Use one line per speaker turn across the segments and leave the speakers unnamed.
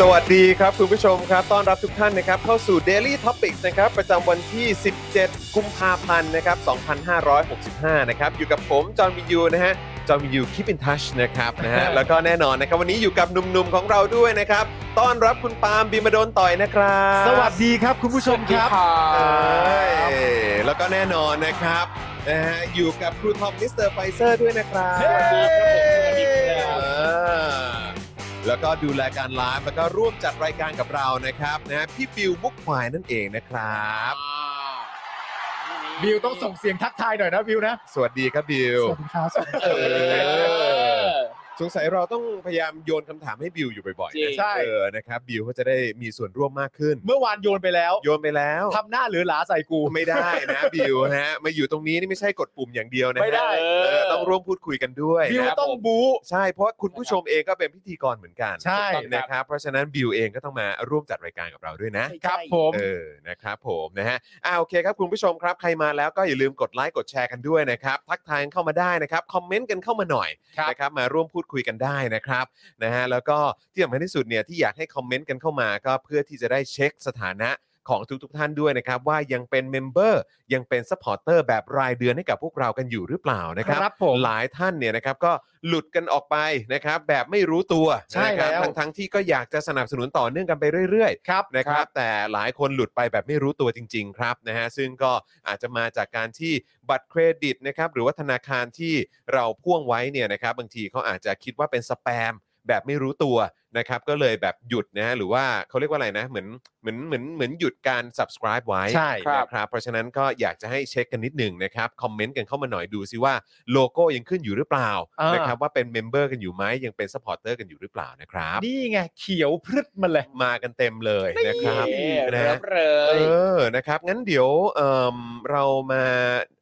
สวัสดีครับ คุณผู้ชมครับต้อนรับทุกท่านนะครับเข้าสู่ Daily Topics นะครับประจำวันที่ 17 กุมภาพันธ์นะครับ 2565 นะครับอยู่กับผมจอห์นวินยูนะฮะจอห์นวินยูคิปอินทัชนะครับนะ ฮะ แล้วก็แน่นอนนะครับวันนี้อยู่กับหนุ่มๆของเราด้วยนะครับต้อนรับคุณปาล์มบิมโดนต่อยนะครับ
สวัสดีครับคุณผู้ชมครับ
เอ้ยแล้วก็แน่นอนนะครับนะฮะอยู่กับครูทอมมิสเตอร์ไฟเซอร์ด้วยนะครับ
สวัสดีครับผมสวัสดีครับ
เออ แล้วก็ดูแลการไลฟ์แล้วก็ร่วมจัดรายการกับเรานะครับนะฮะพี่บิวมุกควายนั่นเองนะครับ
บิวต้องส่งเสียงทักทายหน่อยนะบิวนะ
สวัสดีครับบิว
สวัสดีครับสวัสดีค
เอ
รับ
อ สงสัยเราต้องพยายามโยนคำถามให้บิวอยู่บ่อยๆ
จริ
นะ
ง
ใช่
เออนะครับบิวเขาจะได้มีส่วนร่วมมากขึ้น
เมื่อวานโยนไปแล้ว
โยนไปแล้ว
ทำหน้าเหลือหลาใส่กู
ไม่ได้นะ บิวนะฮะมาอยู่ตรงนี้นี่ไม่ใช่กดปุ่มอย่างเดียวนะฮะ
ไม่ได้
เออต้องร่วมพูดคุยกันด้วย
บิว
นะครับ
ต้องบู๊
ใช่เพราะว่าคุณผู้ชมเองก็เป็นพิธีกรเหมือนกัน
ใช่
นะครับเพราะฉะนั้นบิวเองก็ต้องมาร่วมจัดรายการกับเราด้วยนะ
ครับผม
เออ นะครับผมนะฮะ อ่าโอเคครับคุณผู้ชมครับ ใครมาแล้วก็อย่าลืมกดไลค์กดแชร์กันด้วยนะครับ ทักทายกันเข้ามาได้นะครับ คอมเมนต์กันเข้ามาหน่อย
ครับ
นะครับ มาร่วมพูดคุยกันได้นะครับ นะฮะ แล้วก็ที่สำคัญที่สุดเนี่ยที่อยากให้คอมเมนต์กันเข้ามาก็เพื่อที่จะได้เช็คสถานะของทุกๆท่านด้วยนะครับ ว่ายังเป็นเมมเบอร์ยังเป็นซัพพอร์เตอร์แบบรายเดือนให้กับพวกเรากันอยู่หรือเปล่านะครับ
ครับผม
หลายท่านเนี่ยนะครับก็หลุดกันออกไปนะครับ แบบไม่รู้ตัว
ใช่
นะครับ
แล้ว
ทั้งทั้งที่ก็อยากจะสนับสนุนต่อเนื่องกันไปเรื่อย ๆ
ครับ
นะครับแต่หลายคนหลุดไปแบบไม่รู้ตัวจริง ๆ ครับนะฮะซึ่งก็อาจจะมาจากการที่บัตรเครดิตนะครับหรือว่าธนาคารที่เราพ่วงไว้เนี่ยนะครับบางทีเขาอาจจะคิดว่าเป็นสแปมแบบไม่รู้ตัวนะครับก็เลยแบบหยุดนะฮะหรือว่าเขาเรียกว่าอะไรนะเหมือนเหมือนเหมือนเหมือนหยุดการ subscribe ไว้
ใช่
นะครับเพราะฉะนั้นก็อยากจะให้เช็คกันนิดหนึ่งนะครับคอมเมนต์กันเข้ามาหน่อยดูซิว่าโลโก้ยังขึ้นอยู่หรือเปล่า
อ่าน
นะครับว่าเป็นเมมเบอร์กันอยู่ไหมยังเป็น supporter กันอยู่หรือเปล่านะครับ
นี่ไงเขียวพรึดมาเลย
มากันเต็มเลยนะครับ
เย้
นะ
เริ่
ฮะ
มเลย
เออ นะครับ งั้นเดี๋ยวเอิ่มเรามา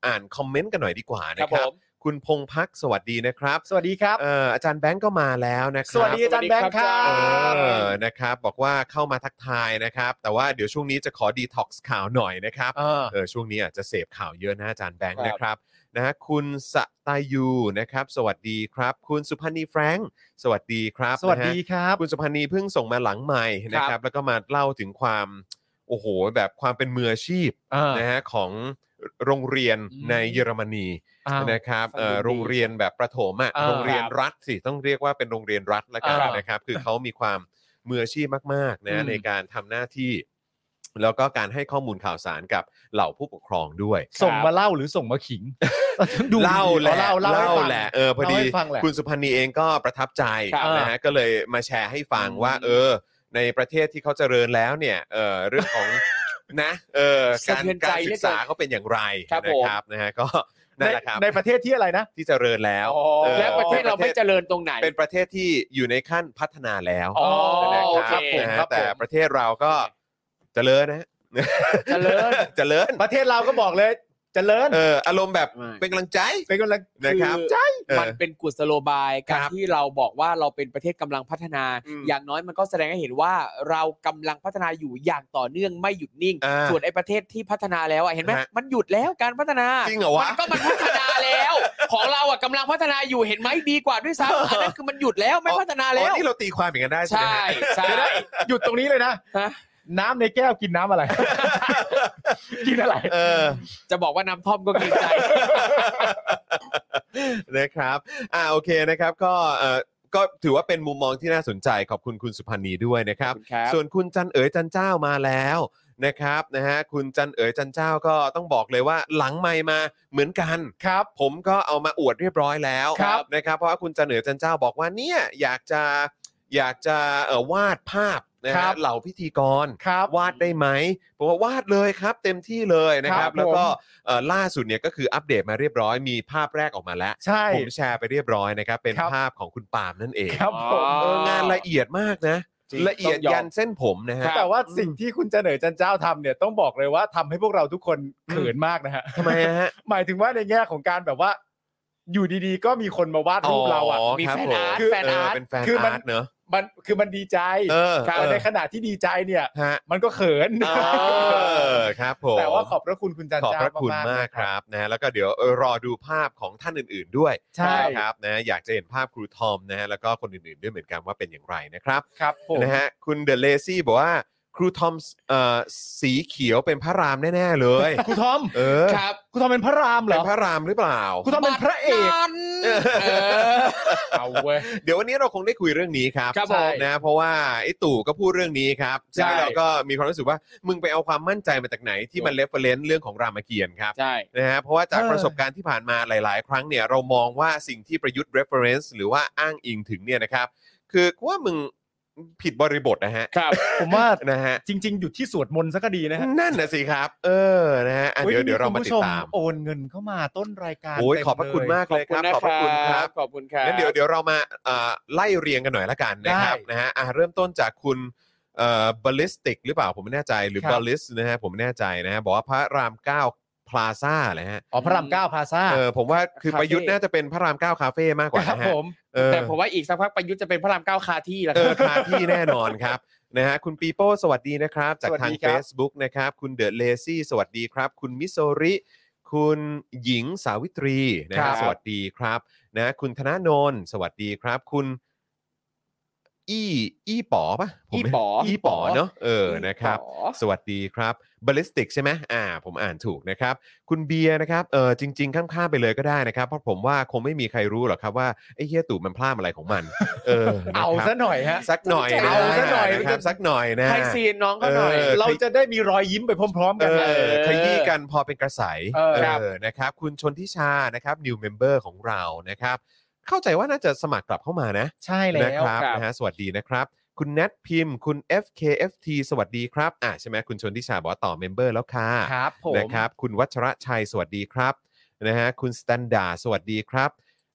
อ่านคอมเมนต์กันหน่อยดีกว่า
ค
นะ
รับ
ค
ผ
รับ
ม
คุณพงพักสวัสดีนะครับ
สวัสดีครับ
เอ่ออาจารย์แบงก์ก็มาแล้วนะครับ
สวัสดีอาจารย์แบงค์ครั
เอบ อนะครับ บอกว่าเข้ามาทักทายนะครับ แต่ว่าเดี๋ยวช่วงนี้จะขอดีท็อกซ์ข่าวหน่อยนะครับ
เออ
เออ ช่วงนี้อาจจะเสพข่าวเยอะนะอาจารย์แบงค์
ครับ
นะครับ นะฮะคุณสตายูนะครับ สวัสดีครับ คุณสุพันธ์นีแฟรงค์สวัสดีครับ
สวัส
นะฮะ
ดีครับ
คุณสุพันธ์นีเพิ่งส่งมาหลังใหม่นะครับ แล้วก็มาเล่าถึงความโอ้โหแบบความเป็นมืออาชีพ
อ่า
นะฮะของโรงเรียน
อืม
ในเยอรมนี
อ้าว
นะครับ
ฟังดู
เอ่อ
ดี
โรงเรียนแบบประถมอ่ะ
อ่า
โรงเรียนรัฐสิต้องเรียกว่าเป็นโรงเรียนรัฐละกัน
อ่าน
นะครับ คือเขามีความมืออาชีพมากๆนะ
อืม
ในการทำหน้าที่ แล้วก็การให้ข้อมูลข่าวสารกับเหล่าผู้ปกครองด้วย
ส่งมาเล่าหรือส่งมาขิง
เล่าแหละ
เล่าเล่าให้ฟัง
แหละเออพอดี
เล่าให้ฟังแหละ
คุณสุพันธ์นีเองก็ประทับใจ
ครับ
นะฮะก็เลยมาแชร์ให้ฟัง
อืม
ว่า เออ ในประเทศที่เขาเจริญแล้วเนี่ยเออเรื่องของ นะเออการ
สะเทือนใจ
การศึกษาเขาเป็นอย่างไร
ครับ
นะ
ผม
ครับนะฮะก็
ใน
นั่นแหละครับ
ในประเทศที่อะไรนะ
ที่เจริญแล้ว
อ๋อ
ออ
และประเทศเราไม่เจริญตรงไหน
เป็นประเทศที่อยู่ในขั้นพัฒนาแล้ว
อ๋อโอ
นะค
เค
รับนะฮะ
ครับผม
แต่ประเทศเราก็เจริญนะ ฮะ
เจริญ
เจริญ
ประเทศเราก็บอกเลยเจริญ
เอออารมณ์แบบ
ไม่
เป็นกำลังใจ
เป็นกำลัง
นะครับ
ใช่
เออ
มันเป็นกุศโลบาย
ค
การ
รับ
ที่เราบอกว่าเราเป็นประเทศกำลังพัฒนา
อืม
อย่างน้อยมันก็แสดงให้เห็นว่าเรากำลังพัฒนาอยู่อย่างต่อเนื่องไม่หยุดนิ่ง
อ่า
ส่วนไอ้ประเทศที่พัฒนาแล้วอะเห็นไหม
ฮะ
มันหยุดแล้วการพัฒนา
จริงเหรอวะ
มันก็มันพัฒนาแล้ว ของเราอะกำลังพัฒนาอยู่เห็นไหมดีกว่าด้วยซ้ำอันนั้นคือมันหยุดแล้วไม่พัฒนา
อ๋
แล้
อ
ว
นี่เราตีความอย่างนั้นได้ใช่ไหม
ใช่
ฮะ
ใช่
หยุดตรงนี้เลยนะ
ฮะ
น้ำในแก้วกิน น้ำอะไร กินอะไร
เออ
จะบอกว่าน้ำท่อมก็เกรงใจ
นะครับ อ่า โอเคนะครับ ก็ เออก็ถือว่าเป็นมุมมองที่น่าสนใจ ขอบคุณคุณสุพันธ์นีด้วยนะครับ ส่วนคุณจันเอ๋ยจันเจ้ามาแล้วนะครับนะฮะคุณจันเอ๋ยจันเจ้าก็ต้องบอกเลยว่าหลังไมค์มาเหมือนกันครับ ผมก็เอามาอวดเรียบร้อยแล้ว
ครับ
นะครับเพราะว่าคุณจันเอ๋ยจันเจ้าบอกว่าเนี่ยอยากจะอยากจะเอ่อวาดภาพนะ
ครั
ฮะ
บ
เหล่าพิธีกร
ครับ
วาดได้ไหมผมว่าวาดเลยครับ เต็มที่เลยนะค
ครั
รับบ แล้วก็เอ่อล่าสุดเนี่ยก็คืออัปเดตมาเรียบร้อยมีภาพแรกออกมาแล้ว
ใช่
ผมแชร์ไปเรียบร้อยนะครับ เป็น
ครับ
ภาพของคุณปาล์มนั่นเอง
ครับผม
อ๋อ
เอองานละเอียดมากนะ
จริง
ละเอียด
ต้องยอม
ยันเส้นผมนะฮะ
แต่ว่าสิ่งที่คุณเจเหนอจันเจ้าทำเนี่ยต้องบอกเลยว่าทำให้พวกเราทุกคนเขินมากนะฮะ
ทำไมฮะ
หมายถึงว่าในแง่ของการแบบว่า อยู่ดีๆ ก็มีคนมาวาดรูปเราอ่ะ
มี
ครับ
แฟน
ผม
อาร์ต
คือ
แฟน
เออ
อาร์ต
เป็นแฟน
คือมัน
อาร์ตเนอะ
มันคือมันดีใจ
เออ
ครับ
เอ
แต่ใน
อ
ขณะที่ดีใจเนี่ย
ฮะ
มันก็เขิน
เออครับผม
แต่ว่าขอบพระคุณคุณจัน
ขอบ
เจ้า
พระคุณมาก
ๆ
ครับนะแล้วก็เดี๋ยวเออรอดูภาพของท่านอื่น ๆด้วย
ใช่
นะครับนะอยากจะเห็นภาพครูทอมนะฮะแล้วก็คนอื่นๆด้วยเหมือนกันว่าเป็นอย่างไรนะครับ
ครับผม
นะฮะคุณเดลเลซี่บอกว่าครูทอมเอ่อสีเขียวเป็นพระรามแน่ๆเลย
ครูทอม
เออ
ครับ
ครูทอมเป็นพระรามเหร
เป็
อน
พระรามหรือเปล่า
ครูทอมเป็นพระเอก
นั่นเออ
เอาเว้ย
เดี๋ยววันนี้เราคงได้คุยเรื่องนี้ครับ
ครับผม
นะเพราะว่าไอ้ตู่ก็พูดเรื่องนี้ครับ
ใช่
ซึ่งเราก็มีความรู้สึกว่ามึงไปเอาความมั่นใจมาจากไหนที่มัน
ถูก
เลฟเฟลนเรื่องของรามเกียรติ์ครับ
ใช่
นะฮะเพราะว่าจาก
เออ
ประสบการณ์ที่ผ่านมาหลาย ๆ ครั้งเนี่ยเรามองว่าสิ่งที่ประยุทธ์ reference หรือว่าอ้างอิงถึงเนี่ยนะครับ คือกูว่ามึงผิดบริบทนะฮะ
ครับ
ผมว่า
นะฮะ
จริง ๆ อยู่ที่สวดมนต์ซะก็ดีนะฮะ
นั่นนะสิครับ เออนะฮะอ่ะเดี๋ยว
ฮ้
เดี๋ยวเรามาติ
คุณผู้ช
ดตาม
โอนเงินเข้ามาต้นรายการ
โอ้ย
เต็ม
ขอบพระคุณ
เลย
มากเลยครับข
ข
อ
อ
บบ พ
พ
ระ
ระ
คุ
คุณ ณ
ค
ค
รั
รั
บบ
ขอบคุณครับ
งั้นเดี๋ยวเดี๋ยวเรามาเอ่อไล่เรียงกันหน่อยละกันนะครับ
ได้
นะฮะอ่ะเริ่มต้นจากคุณเอ่อ ballistic หรือเปล่าผมไม่แน่ใจหรือ
ครับ
บ a l l i s นะฮะผมไม่แน่ใจนะฮะบอกว่าพระรามเก้าพลาซ่าเลยฮะ
อ๋อพระรามเก้าพลาซ่า
เออผมว่าคือประยุทธ์น่าจะเป็นพระรามเก้าคาเฟ่มากกว่า
ครับ
นะฮะ
ผม
เออ
แต่ผมว่าอีกสักพักประยุทธ์จะเป็นพระรามเก้าคาที่แล้ว
เอ
ค
อ
รับ
คาที่แน่นอนครับ นะฮะคุณปีโป้สวัสดีนะครับ จาก
สวัส
ทาง
ดีครับ
Facebook นะครับ คุณเดอะเลซี่สวัสดีครับ คุณมิโซริ คุณหญิงสาวิตรีนะ
ครั
ฮะ
บ
สวัสดีครับนะคุณธนาโนนสวัสดีครับ คุณอี้อี้ป๋อปะผมไม่
อี้ป๋อ
อี้ป๋อเนาะเออนะครับ
อ๋อ
สวัสดีครับบ a ลิสติกใช่ไหมอ่า ผมอ่านถูกนะครับ คุณเบียร์นะครับ เออจริง ๆ ข้ามๆไปเลยก็ได้นะครับ เพราะผมว่าคงไม่มีใครรู้หรอกครับว่า ไอ้เฮียตู่มันพลาดอะไรของมัน เออ
เอา
นะครับ
ซะหน่อยฮะ
สักหน่อยะ
เอาซะหน่อย
นะครับ สักหน่อยนะ
ให้ซีนน้องเขาหน่อย
เออ
เราจะได้มีรอยยิ้มไปพร้อมๆ
เอ
กันนะ
อขยี้กันพอเป็นกระแส
เออครับ
เออนะครับ คุณชนทิชานะครับ new member ของเรานะครับ เข้าใจว่าน่าจะสมัครกลับเข้ามานะ
ใช่แล้
นะ
ว
ครับ
ครับ
นะฮะสวัสดีนะครับ คุณแนทพิมพ์ คุณ FKFT สวัสดีครับอ่าใช่ไหมคุณชนทิชาบอกว่าต่อเมมเบอร์แล้วค่ะ
ครับผม
นะครับคุณวัชระชัยสวัสดีครับนะฮะคุณสแตนดาร์ดสวัสดีครับ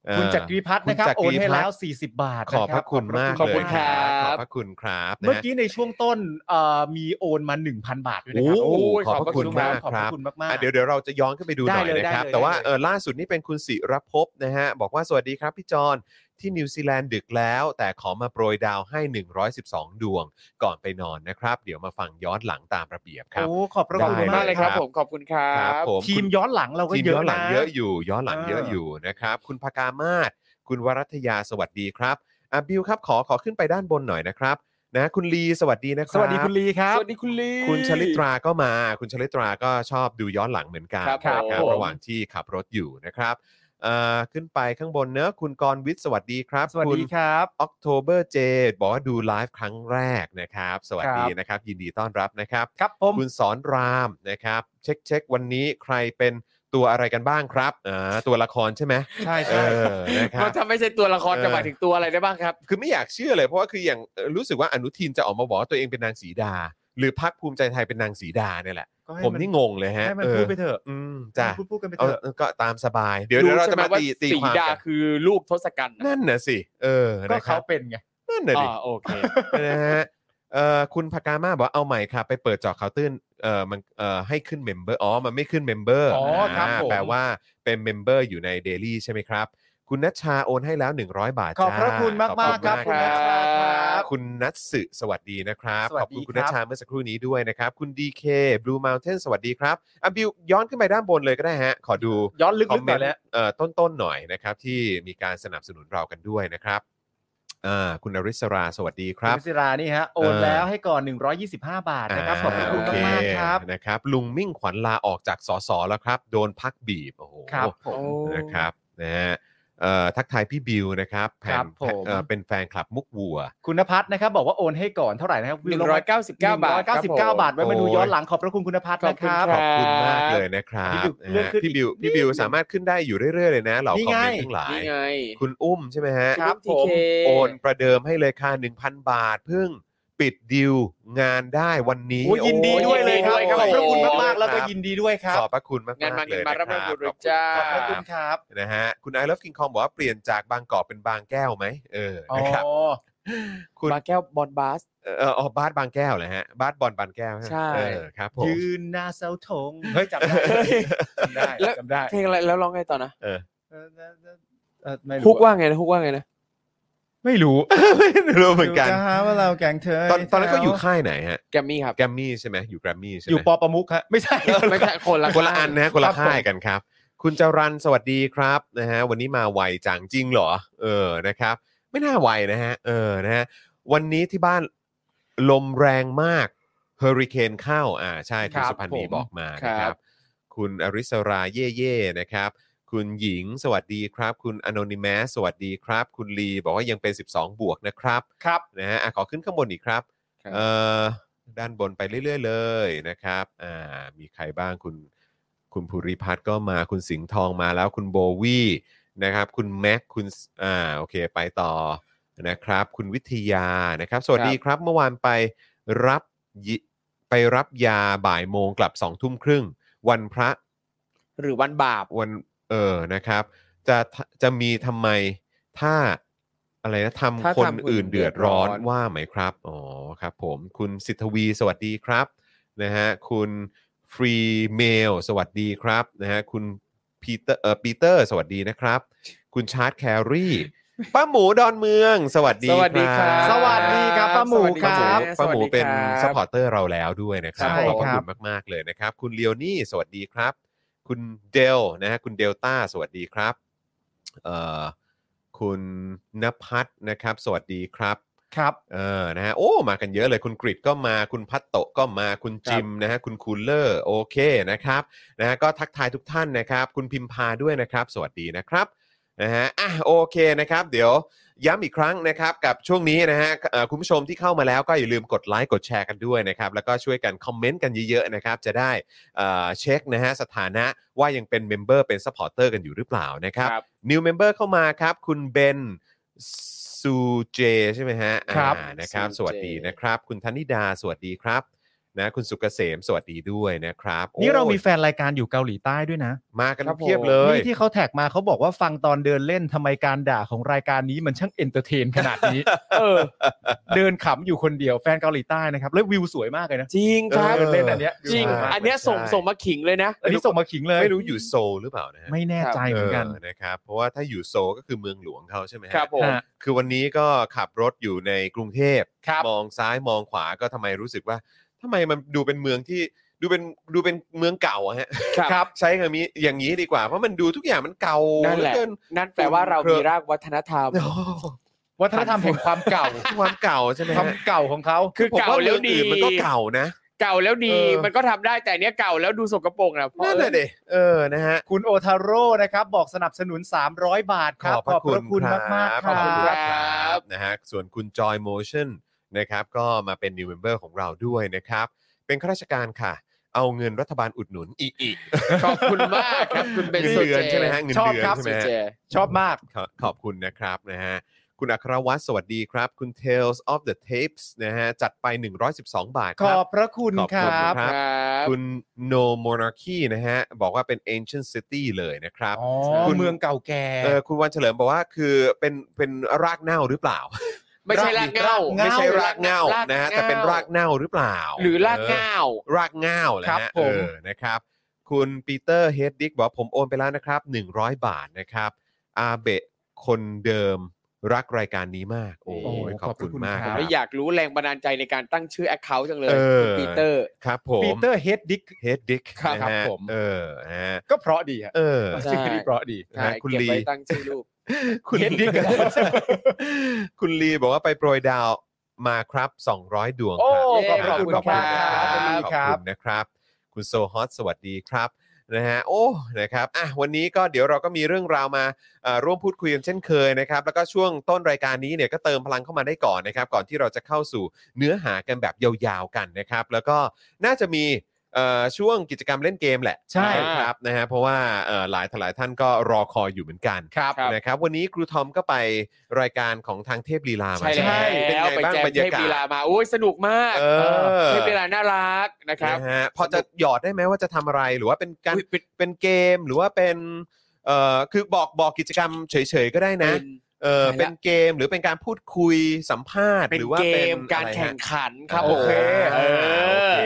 เอ่อ
คุณจักรีพัฒน์นะครับ
คุณจัก
โอ
รีพัฒ
น
น์
ให้แล้ว 40 บาทน
ขอบพระคุณมาก
ขอบ
เล
คุ
ย
ณ
ค
ค
รับบ ข
รั
ข
อ
อ
บบ พ
พ
ระ
ระคุณครับ
คุณครับนะ
เมื่อ
ฮะ
กี้ในช่วงต้นเอ่อมีโอนมา 1,000 บาทด้วยนะครั
โอ้โห
โอ้ย
ขอบพ
ขอบพ
ระ
ระ
คุ
คุ
ณ
ณ
มาก
ครับ
ขอบ
ครับ
พระคุณมาก
อ่ะเดี๋ยวเดี๋ยวเราจะย้อนขึ้นไปดูหน่อย
ได้เลย
นะครับ
ได้เลย
แต่ว่า
ได้เลย
เออล่าสุดนี่เป็นคุณศิรภพนะฮะบอกว่าสวัสดีครับพี่จอนที่นิวซีแลนด์ดึกแล้ว แต่ขอมาโปรยดาวให้ 112 ดวงก่อนไปนอนนะครับ เดี๋ยวมาฟังย้อนหลังตามระเบียบครับ
โอ้ขอบพระ
ได้
คุณ
ขอบคุ
มาม
ณาก ก
เล
เลย ย
ค
ครับ รับผมขอบคุณครั
ครับ บผม
ทีมย้อนหลังเราก็
ทีม
เย
ย้อ
อะ
นหลัง
นะ
เยอะอยู่ย้อนหลังเยอะ
เออ
อ
อ
ยู่นะครับ คุณพกามาศคุณวรัตยาสวัสดีครับอ่ะบิวครับขอขอขึ้นไปด้านบนหน่อยนะครับนะคุณลีสวัสดีนะค
ส
รับ
วัสดีคุณลีครับ
สวัสดีคุณลี
คุณชลิตราก็มา คุณชลิตราก็ชอบดูย้อนหลังเหมือนกัน
ครับ
นะ
ผม
ระหว่างที่ขับรถอยู่นะครับเอ่อขึ้นไปข้างบนเนอะคุณกรณ์วิทย์สวัสดีครับ
สวัส
คุณ
ดีครับ
October J บอกว่าดูไลฟ์ครั้งแรกนะครับ สวัสดีนะครับ ยินดีต้อนรับนะครับ
ครับผม
คุณสอนรามนะครับ เช็คเช็ควันนี้ใครเป็นตัวอะไรกันบ้างครับอ่าตัวละครใช่ไหม
ใช่
เอ
ใช่
อนะครั
ก็
บ
ถ้าไม่ใช่ตัวละคร
เออ
จะหมายถึงตัวอะไรได้บ้างครับ
คือไม่อยากเชื่อเลยเพราะว่าคืออย่างเอ่อรู้สึกว่าอนุทินจะออกมาบอกว่าตัวเองเป็นนางสีดา หรือพักภูมิใจไทยเป็นนางสีดาเนี่ยแหละ
ก็ให้
ผมนี่งงเลยฮะ
ให้มัน
เอ
พู
อ
ดไปเถอะ
อืมจ้ะ
พูดพูดกันไป
เอา
เถอะ
ก็ตามสบาย เดี๋ยวเดี๋ยวเราจะมาตีตี
สี
ความ
ดา
กัน
คือลูกทศกัณฐ์นะ
นั่นน่ะสิเออ
ก็
นะครั
เขา
บ
เป็นไง
นั่นน่ะดิ
อ่าโอเค
นะฮะเอ่อคุณพากามาบอกว่าเอาใหม่ค่ะ ไปเปิดเจอข่าวตื้นเอ่อมันเอ่อให้ขึ้นเมมเบอร์อ๋อมันไม่ขึ้นเมมเบอร์
อ๋อครับผม
แปลว่าเป็นเมมเบอร์อยู่ในเดลี่ใช่ไหมครับ คุณนัชชาโอนให้แล้ว 100 บาท
ขอบพระ
จ้า
คุณมาก
ขอ
มา
บ
ก
ณ
ครับคุณนัชชาครับ
คุณนัทสึสวัสดีนะครับ
สวั
ข
สดี
อบคุณคุณ
ครั
นัช
บ
ชาเมื่อสักครู่นี้ด้วยนะครับ คุณ DK Blue Mountain สวัสดีครับอ่ะบิวย้อนขึ้นไปด้านบนเลยก็ได้ฮะ ขอดู
ย้อนลึก
คอม
ๆ
เม
หน่
นต์
อยแล้ว
เอ่อต้นๆหน่อยนะครับ ที่มีการสนับสนุนเรากันด้วยนะครับอ่าคุณอริสราสวัสดีครับ
คุณศิรานี่ฮะ โอน
เออ
แล้วให้ก่อน 125 บาทนะครับ ขอบพระคุณ
อ่
มากๆครับ
โอเนะครับ ลุงมิ่งขวัญลาออกจากสสแล้วครับ โดนพักบีบ โอ้โห
ครับผม
นะครับนะฮะเอ่อทักทายพี่บิวนะครับแผ่
ครั
น
บผม
เอ่อเป็นแฟนคลับมุกวัว
คุณนภัทรนะครับ บอกว่าโอนให้ก่อนเท่าไหร่นะครับ
หนึ่งร้อยเก้าสิบเก้าบาทครั
199
ผม
บาท ไว้มาดู
โอ้ย
ย้อนหลังขอบพระคุณคุณนภัทร
ขอบ
นะ
คุ
ค
ณ
รับ
ค
ขอบ
รั
คุณมากเลยนะครับ
พี่บิว
นะฮะ
เลื่อนขึ้น
พี่บิวพี่บิวสามารถขึ้นได้อยู่เรื่อยๆเลยนะ เหล่าค
นี่
อม
ไง
เมนต์ทั้งหลาย
นี่ไง
คุณอุ้มใช่ไหมฮะ
ครับผม
โอนประเดิมให้เลยค่ะ1,000 บาท เพิ่งปิดดิวงานได้วันนี้
โอ้ยยินดีด้วยเลยครับ
โอ้ย
ขอบพระคุณมากๆ
โอ้
แล้วก็ยินดีด้วยครับ
ขอบพระคุณมากๆ
งานมา
เล
งานมา
ยะค
ร่ำรวย
บ
รวยจ้า
ข
ข
อบบ พระ
อพระ
คุ
คุณ ณ
ค
ครับ รับ
นะฮะคุณไอ o ล e ฟกิงคองบอกว่าเปลี่ยนจากบางกอกเป็นบางแก้วไหมเออ
อ๋อ
นะครับคุณ
บาแก้วบอลบาส
เอออ๋อบาสบางแก้วเหรอฮะบาสบอลบางแก้วไหม
ใช่
เออครับผม
ยืนหน้าเสาธงเฮ้ยจำได้จำ ได้
แล้ว
จำได้
เพลงอะไรแล้วร้องไงต่อนะ
เออเออเออเออไม่
ฮุ
รู้
กว่าไงนะฮุกว่าไงนะ
ไม่รู้
ไม่รู้ เหมือนกัน
จะหาว่าเราแกล้งเธอ
ตอนตอนนั้นก็อยู่ค่ายไหนฮะ
แกรมมี่ครับ
แกรมมี่ใช่ไหมอยู่แกรมมี่ใช่ไหม
อ
อ
ยู่ปอประมุขฮะไม่ใช่
ไม่ใช่คนละ
คนละอันนะฮะคนละ
ครับ
ค่าย
ผม
กันครับ คุณจรันสวัสดีครับนะฮะวันนี้มาไวจังจริงเหรอ เออนะครับ ไม่น่าไวนะฮะเออนะฮะวันนี้ที่บ้านลมแรงมากเฮอริเคนเข้าอ่าใช่คุณ
ครับ
สุพันธ์มี
ผม
บอกมานะครับ คุณอริสราเย่เย่ๆนะครับ คุณหญิงสวัสดีครับ คุณอนนิม s สวัสดีครับ คุณลีบอกว่ายังเป็น 12 บวกนะครับ
ครับ
นะฮะอ่ะขอขึ้นข้างบนอีกครับ
ครับ
เอ่อด้านบนไปเรื่อย ๆ เลยนะครับอ่ามีใครบ้างคุณคุณภูริพัฒน์ก็มาคุณสิงห์ทองมาแล้วคุณโบวี่นะครับคุณแม็กคุณอ่าโอเคไปต่อนะครับ คุณวิทยานะครับ สวัสดีครับเมื่อวานไปรับยิไปรับยาบ่ายโมงกลับสองทุ่มครึ่ง วันพระ
หรือวันบาป
วันเออนะครับ จะจะมีทำไมถ้าอะไรนะท
ถ้า
ำคน
ทำคน
อื่นเดือดร้อน
เดือดร้อน
ว่าไหมครับ อ๋อครับผมคุณสิทธวีสวัสดีครับนะฮะคุณฟรีเมลสวัสดีครับนะฮะคุณปีเตอร์เอ่อปีเตอร์ สวัสดีนะครับ คุณชาร์ตแครี่ป้าหมูดอนเมือง สวัสดี
สวัสดีครับ
บ
สวัสดีครับป้าหมูครับ
ป้าหมูเป็น
ส
ส
วัส
ป
ดีค
อ
รับ
ร์เตอร์เราแล้วด้วยนะครับ
ใช่
ขอบพ
ครั
ระ
บ
คุณมาก ๆ เลยนะครับ คุณเลียวนี่สวัสดีครับ คุณเดลนะฮะคุณเดลต้าสวัสดีครับเอ่อคุณนภัสนะครับ สวัสดีครับ
ครับ
เออนะฮะโอ้มากันเยอะเลยคุณกริดก็มาคุณพัตโตะก็มาคุณจิมนะฮะคุณคูลเลอร์โอเคนะครับนะฮะก็ทักทายทุกท่านนะครับ คุณพิมพาด้วยนะครับ สวัสดีนะครับนะฮะอ่ะโอเคนะครับ เดี๋ยวย้ำอีกครั้งนะครับ กับช่วงนี้นะฮะเอ่อคุณผู้ชมที่เข้ามาแล้วก็อย่าลืมกดไลค์กดแชร์กันด้วยนะครับ แล้วก็ช่วยกันคอมเมนต์กันเยอะๆนะครับจะได้ เอ่อเช็คนะฮะสถานะว่ายังเป็นเมมเบอร์เป็น s u p p อร์เตอร์กันอยู่หรือเปล่านะครับ
ครับ
New Member เข้ามาครับ คุณเบนซูเจใช่ไหมฮะ
ครับ
อ่านะครับ
ซู
ส
เจ
วัสดีนะครับ คุณธนิดาสวัสดีครับนะคุณสุกเกษมสวัสดีด้วยนะครับ
นี่เรา
โอ้ย
มีแฟนรายการอยู่เกาหลีใต้ด้วยนะ
มากัน
ครับผม
เพียบเลย
นี่ที่เขาแท็กมาเขาบอกว่าฟังตอนเดินเล่นทำไมการด่าของรายการนี้มันช่างเอนเตอร์เทนขนาดนี้ เออ เดินขำอยู่คนเดียวแฟนเกาหลีใต้นะครับ แล้ววิวสวยมากเลยนะ
จริงครับ
เออเล่นอันเนี้ย
จริง
ใช่
อันเนี้ยส่งส่งมาขิงเลยนะ
อันนี้ส่งมาขิงเลย
ไม่รู้อยู่โซลหรือเปล่านะฮะ
ไม่แน่ใจเหมือนกัน
เออนะครับเพราะว่าถ้าอยู่โซลก็คือเมืองหลวงเขาใช่ไหมฮะ
ครับผม
ฮะ
คือวันนี้ก็ขับรถอยู่ในกรุงเทพ
ครับ
มองซ้ายมองขวาก็ทำไมรู้สึกว่าทำไมมันดูเป็นเมืองที่ดูเป็นดูเป็นเมืองเก่าอะฮะ
ครับ
ครับ
ใช้คำนี้อย่างนี้ดีกว่าเพราะมันดูทุกอย่างมันเก่า
นั่นแหละ
เกิน
นั่นแปลว่าเรา
เครือ
มีรากวัฒนธรรม
โอ้โห
วัฒนธรรมแห่งความเก่า
ความเก่าใช่ไหม
ความ
ฮะ
เก่าของเขา
คือ
ผม
เก่า
ว่า
แล้
เมื
ว
อง
ดี
อื่นมันก็เก่านะ
เก่าแล้วดี
เออ
มันก็ทำได้แต่เนี้ยเก่าแล้วดูสกปรกนะเพราะ
นั่นแหละเด็เออนะฮะ
คุณโอทาโร่นะครับ บอกสนับสนุน 300 บาทครับ
ขอบพระคุณ
ขอบพระมากๆ
ข
ค
อบ
รั
บ คุณค
ค
รั
รั
บบ นะฮะส่วนคุณ Joy Motion นะครับก็มาเป็น New Member ของเราด้วยนะครับ เป็นข้าราชการค่ะ เอาเงินรัฐบาลอุดหนุนอีกอีก
ขอบคุณมากครับคุณเบน
เงิน
ซู
เดือน
เจ
ใช่ไหมฮะเงิน
ชอบ
เดือน
ครับ
ใช่ไหม
ซู
ฮะ
เจ
ชอบมาก
ขอขอบคุณนะครับนะฮะคุณอัครวัตรสวัสดีครับ คุณ Tales of the Tapes นะฮะจัดไป 112 บาทค
ขอ
รั
บพระคุณ
ขอบ
ค
คุณ
รับ
ครับ
ครับ
คุณ No Monarchy นะฮะบอกว่าเป็น Ancient City เลยนะครับ
อ๋อ
คุณ
เมืองเก่าแก่
เออคุณวันเฉลิมบอกว่าคือเป็นเป็นรากเน่าหรือเปล่า
ไม่ใช่รากเหงา
ไม่ใช่รากเน่าร
ากเหง้า
นะฮะแต่เป็นรากเน่าหรือเปล่า
หรือรากเหงา
เออรากเง่าแหละ
ครับ
ฮะ
ผ
เอ
ม
อนะครับ คุณปีเตอร์เฮดดิกบอกว่าผมโอนไปแล้วนะครับ 100 บาทนะครับอาเบะ คนเดิมรักรายการนี้มาก โอ้
โอ้
ยขอบคุณมาก
ขอบคุณค
ค
รั
รับ บ
ไม่อยากรู้แรงบันดาลใจในการตั้งชื่อแอคเคาท์จังเลย
เออ
คุณปีเตอร์
ครับผ
ปี
ม
เตอร์เฮดดิก
เฮดดิก
ครับ
นะฮะ
ผม
เออนะฮะ
ก็เพราะดีฮะ
เออ
ใช่
ชื่อนี้เพราะดี
นะฮะ
ใช่
คุณ
เก็บ
ลี
ไว้ตั้งชื่อลูก
คุณ
เฮดดิก
คุณลีบอกว่าไปโปรยดาวมาครับ 200 ดวง
โอ้
ครับ
ขอบพระคุณ
ขอบคุณ
มาก
ค
ค
รั
รั
บบขอบ
ขอบคุณค
คุ
รับ
ณนะครับ คุณโซฮอตสวัสดีครับนะฮะโอ้นะครับอ่ะวันนี้ก็เดี๋ยวเราก็มีเรื่องราวมาเอ่อร่วมพูดคุยกันเช่นเคยนะครับ แล้วก็ช่วงต้นรายการนี้เนี่ยก็เติมพลังเข้ามาได้ก่อนนะครับ ก่อนที่เราจะเข้าสู่เนื้อหากันแบบยาวๆกันนะครับ แล้วก็น่าจะมีเอ่อช่วงกิจกรรมเล่นเกมแหละ
ใช่
ครับนะฮะเพราะว่าเอ่อหลายหลายท่านก็รอคอยอยู่เหมือนกัน
ครับ
ครับ
นะครับวันนี้ครูทอมก็ไปรายการของทางเทพลีลามา
ใช่
ไหมเป็น
แล้
ไง
วไป
บ้าง
แจม
บรร
เท
ยา
พ
กา
ลีลา
ศ
มาโอ้ยสนุกมาก
เออ
เทพลีลาน่ารักนะครับ
นะฮะพอจะหยอดได้ไหมว่าจะทำอะไรหรือว่าเป็นการ
อุ๊ยเป็น
เป็นเกมหรือว่าเป็นเอ่อคือบอกบอกกิจกรรมเฉยๆก็ได้นะ
เป็น
เออ
ไม่ละ
เป็นเกมหรือเป็นการพูดคุยสัมภาษณ์
เป็น
หรือว่า
เก
เป็น
มการ
อะไรฮะ
แข่งขันครับ
โอ
ผม
เค
เอ
โอ
อ
เค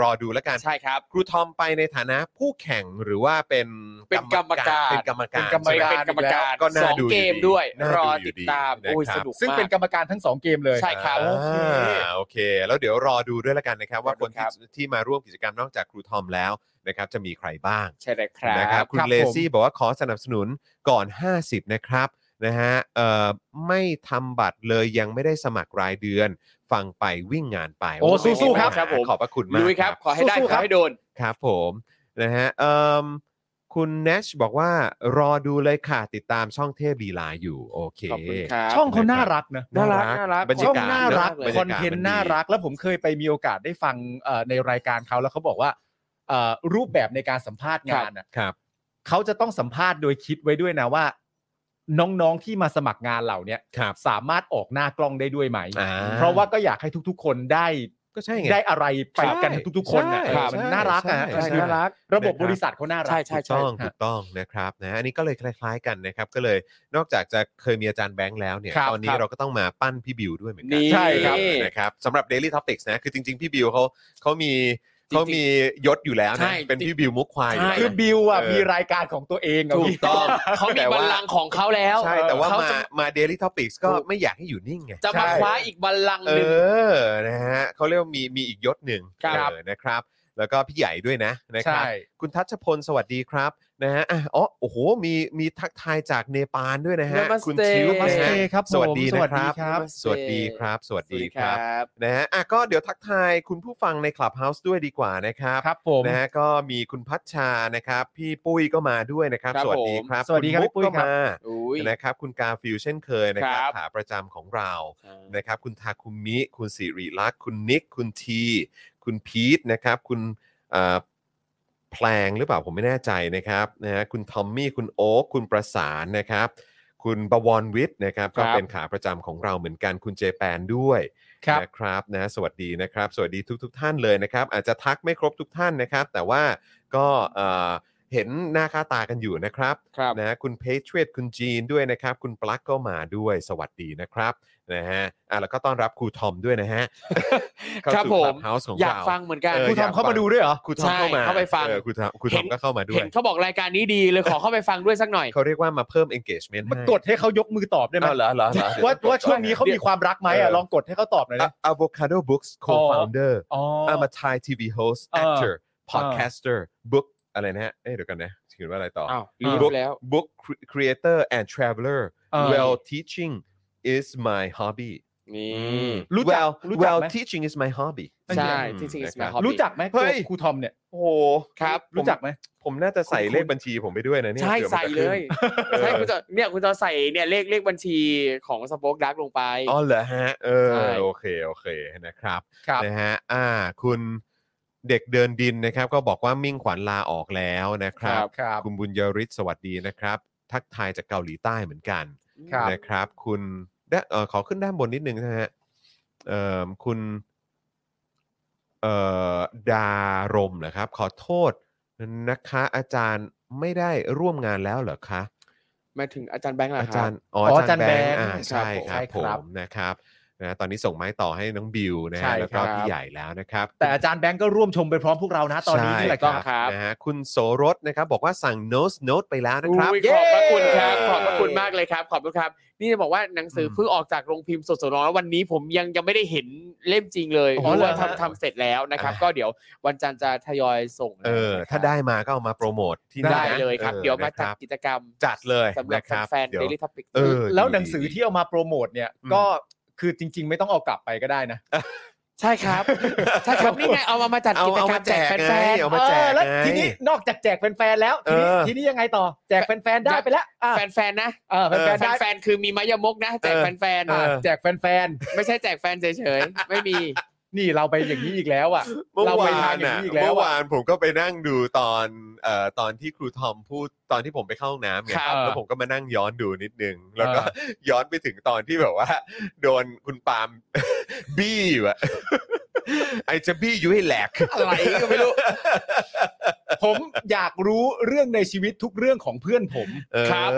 รอดูแล้วกัน
ใช่ครับ
ครูทอมไปในฐานะผู้แข่งหรือว่าเป็น
เป็นกรรมการ
เป็นกรรมการ
เป็นกรรม
ใช่ไห
าร
เป็นกรรมการ
ก็น่า
สอง
ดูอยู่
เกม
ดี
ด้วย
น่าร
อ
ดูอยู่
ติด
ดี
ตามโอ้ย
นะครับ
สนุก
ซึ่ง
มาก
เป็นกรรมการทั้งสองเกมเลย
ใช่ ครับ
อ่าโอเค แล้วเดี๋ยวรอดูด้วยละกันนะครับ ว่าคนที่
ครับ
ที่มาร่วมกิจกรรมนอกจากครูทอมแล้วนะครับจะมีใครบ้าง
ใช่เลยครั
นะครับ
บ
คุณ
ครับ
เล
ผม
ซี่บอกว่าขอสนับสนุนก่อน 50 นะครับนะฮะเอ่อไม่ทำบัตรเลยยังไม่ได้สมัครรายเดือน ฟังไปวิ่งงานไป
โอ้สู้ๆครับ
ไม่มีปัญหาขอบพระคุณมาก
ลุยครับ ขอให้ได้
สู้ๆ
ข
ครั
อบ ให้โดน
ครับผมนะฮะเอ่มคุณเนชบอกว่ารอดูเลยค่ะติดตามช่องเทพลีลาอยู่ โอเค
ขอบคุณครับ
ช่องเขาน่ารักนะ
น่ารักน่ารัก
บรรยา
ช่อง
กาศ
น่ารัก
ะบย
ค
ศ
อนเทน
มั
ต์
ดี
น่ารักแล้วผมเคยไปมีโอกาสได้ฟังเอ่อในรายการเขาแล้วเขาบอกว่าเอ่อรูปแบบในการสัมภาษณ์งานน่ะ
ครับ
เขาจะต้องสัมภาษณ์โดยคิดไว้ด้วยนะว่า น้องๆที่มาสมัครงานเหล่าเนี้ย
ครับ
สามารถออกหน้ากล้องได้ด้วยไหม
อ่
เพราะว่าก็อยากให้ทุกๆ คนได้
ก็ใช่ไง
ได้อะไรไปกัน
ใช่
ทุกๆ คนน่ะ
ใช่
เออมัน
ใช่
น่ารักอ่ะ
ใช่
คือ
น่ารัก
ระบบบริษัทเขาน่ารัก
ใช่ใช่
ถูก
ใช่
ต้องถูกต้องนะครับนะอันนี้ก็เลยคล้าย ๆ กันนะครับ ก็เลยนอกจากจะเคยมีอาจารย์แบงค์แล้วเนี่ย
ครับ
ตอนนี้เราก็ต้องมาปั้นพี่บิวด้วยเหมือนกั
นี่
ใช่ครับ
นะครับสำหรับ Daily Topics นะคือจริง ๆ พี่บิวเขาเขามี
จริงๆ
เขามียศอยู่แล้ว
ใช่
นะเป็นพี่บิวมุกควายอยู่
ใช่
แล้ว
คือ
นะ
บิวอ่ะ
เออ
มีรายการของตัวเองอะ
ถูก
พี่
ต้อง
เขามีบัลลังก์ของเขาแล้ว
ใช่แต่ว่า
เข
มา
จะ
มา Daily Topics ก็ไม่อยากให้อยู่นิ่งไง
จะมา
ใช่
คว้าอีกบัลลังก์
เอ
หนึ่ง
อนะฮะเขาเรียกว่ามีมีอีกยศหนึ่ง
ครับ
เออนะครับ แล้วก็พี่ใหญ่ด้วยนะนะครับ
ใช่
คุณทัชพลสวัสดีครับนะฮะอ่ะอ๋อโอ้โหมีมีทักทายจากเนปาลด้วยนะฮะ
Namaste
คุณชิวนะฮะ
Namaste ครับผม
สวัสดีนะครั
สวัส
บ
ดีครับ
สวัสดีครับ สวัส
สวัส
ดี
ดี
ค
ค
รั
รั
บบ นะฮะอ่ะก็เดี๋ยวทักทายคุณผู้ฟังใน Clubhouse ด้วยดีกว่านะครับ
ครับผม
นะฮะก็มีคุณพัชชานะครับ พี่ปุ้ยก็มาด้วยนะครับ
ครับ
สวัสดี
ผม
ครับ
สวัสดีครับ
ณมุก
พี่ปุ้ย
ก็
ครับ
มา
อุ้ย
นะครับคุณกาฟิวเช่นเคยนะครับ
ครับ
ขาประจำของเรา นะครับคุณทาคุมิ คุณสิริลักษณ์คุณนิก คุณที คุณพีทนะครับ คุณเอ่อแพลงหรือเปล่าผมไม่แน่ใจนะครับนะฮะคุณทอมมี่ คุณโอ๊คคุณประสานนะครับ คุณบวรวิทย์นะครับ
ครั
ก็
บ
เป็นขาประจำของเราเหมือนกันคุณเจแปนด้วย
ครับ
นะครับนะสวัสดีนะครับ สวัสดีทุก ๆ ท่านเลยนะครับ อาจจะทักไม่ครบทุกท่านนะครับ แต่ว่าก็เอ่อเห็นหน้าค่าตากันอยู่นะครับ
ครับ
นะคุณเพ t เ i o t คุณจีนด้วยนะครับ คุณปลั๊กก็มาด้วยสวัสดีนะครับนะฮะอ่ะแล้วก็ต้อนรับครูทอมด้วยนะฮะ
ครับผม
เฮาส์ของ
อ
เรา
ยากฟังเหมือนกัน
เออ
คุณทอมเข้ามาดูด้วยเหรอ
ครูทอม
ใช่
เข้ามา
เข้าไปฟัง
ออครูทอมครูท
เห็
อม
น
ก็เข้ามาด้ว
เห็
ย
นเขาบอกรายการนี้ดีเลยขอเข้าไปฟังด้วยสักหน่อย
เขาเรียกว่ามาเพิ่ม engagement
มัน
ให้
กดให้เขายกมือตอบได้ไหม
เอาเหรอเหรอเหรอเดี๋ย
ว่า
ต้องกด
ว่าช่วงนี้เขา
ก่อ
มีความรักไหมอ่ะ
เออ
ลองกดให้เขาตอบหน่อย
อ่ะ
นะ
avocado books co-founder
อ๋อ
I'm a Thai TV host
เออ
actor podcaster book อะไรนะฮะเอ้ยเดี๋ยวกันนะเขียนว่าอะไรต่อ
อ้าวรีบ
book
แล้ว
book cre- creator and traveler
เออ
well teaching is my hobby
นี
อื่ ม
รู้จัก
well,
รู้จัก
well
ไหม
teaching is my hobby
ใช่
อืม
จริงๆ is
นะค
my
รับ
hobby
รู้จักไหม
เฮ้ย
ตัวครูทอมเนี่ย
โอ้โห
ครับ
รู้จักไหม
ผมน่าจะใส่เลขบัญชีผมไปด้วยนะเนี่ย
ใช่
ผื่อมัน
ใส่
จะขึ้น
เลยใช่คุณจะเนี่ยคุณจะใส่เนี่ยเลขเลขบัญชีของสปอคดักลงไป
อ๋อเหรอฮะ เออ
ใช่
โอเคโอเคนะครับ
ครับ
นะฮะอ่า คุณเด็กเดินดินนะครับ ก็บอกว่ามิ่งขวัญลาออกแล้วนะครับ
ครับ
คุณบุญยริศสวัสดีนะครับ ทักทายจากเกาหลีใต้เหมือนกัน
ครับ
นะครับ คุณด้านเอ่อขอขึ้นด้านบนนิดนึงนะฮะเอ่อคุณเอ่อดารมเหรอครับ ขอโทษนะคะ อาจารย์ไม่ได้ร่วมงานแล้วเหรอคะ
หมายถึงอาจารย์แบงค์เหรอ
อา
ค
จาร
รับ
ย์อ๋อ
อ๋อ
อาจารย์
อาจารย์
แบ
แบ
ง
งค์
ค์อ่าใช่ค
ครั
รับบ ผ
ผม
มนะครับ นะตอนนี้ส่งไม้ต่อให้น้องบิวนะ
ใช่
ฮะ
ครับ
แล้วก็พี่ใหญ่แล้วนะครับ
แต่อาจารย์แบงก์ก็ร่วมชมไปพร้อมพวกเรานะตอนนี้
ใช่
นี่แหละ
ถูก
ค
ต้อ
รั
ง
บ
ครับ
นะฮะคุณโสรสนะครับบอกว่าสั่ง nose note ไปแล้วนะ
ข
ครับ
อบพระคุณครับ
เย้
ขอบพระคุณมากเลยครับ ขอบคุณครับ นี่จะบอกว่าหนังสือเพิ่งออกจากโรงพิมพ์สดๆร้อนๆวันนี้ผมยังยังไม่ได้เห็นเล่มจริงเลย
อ๋
เพ
อ
ราะ
เหรอ
ว่า
ฮะ
ทำทำเสร็จแล้วนะครับ ก็เดี๋ยววันจันทร์จะทยอยส่ง
เออ
นะครับ
ถ้าได้มาก็เอามาโปรโมทที่นั่น
ได้
นะ
เลยครับ
ออ
เดี๋ยวมา
นะ
จั
ค
ด
รับ
กิจกรรม
จัดเลย
สำหรับ
นะครับ
แฟน
เดี๋
ๆ
ยว
Daily Topic
เออ
แล้วหนังสือที่เอามาโปรโมทเนี่ย
อืม
ก็คือจริง ๆ ไม่ต้องเอากลับไปก็ได้นะ
ใช่ครับ ใช่ครับ นี่ไงเอามามาจัด
เอา
กิจ
เอา
กรร
มาม แจ
แจก
ก
แฟ
ไง
น
เอามาแจก
เออแล้ว
ไง
ทีนี้นอกจากแจกแฟนๆแล้วทีนี้
เออ
ทีนี้ยังไงต่อแจกแฟนๆได้
แจก
ไปแล้วอ่ะ
ๆแฟนๆนะ
เออแฟนๆได้
แฟนๆคือมีมายมกนะ แจกแฟนๆ
อ่ะ
อ่ะ
แจกแฟน
ไม่ใช่แจกแฟนเฉยๆไม่มี
ๆนี่เราไปอย่างนี้อีกแล้ว อ่ะ
เมื่อ
เราไป
วา
ทาน
น
อย่า
น่ะ
งนี้อีกแล้
เมื่
ว
อ
อ่ะ
วานผมก็ไปนั่งดูตอนเอ่อตอนที่ครูทอมพูดตอนที่ผมไปเข้าห้องน้ำไง
ครับ
แล้วผมก็มานั่งย้อนดูนิดนึง แล้วก็ ย้อนไปถึงตอนที่แบบว่า โดนคุณปาล์ม บี้อยู่อะ ไอจะบี้อยู่ให้แหลก
อะไรก็ไม่รู้
ผมอยากรู้เรื่องในชีวิตทุกเรื่องของเพื่อนผม
เออ
ครับ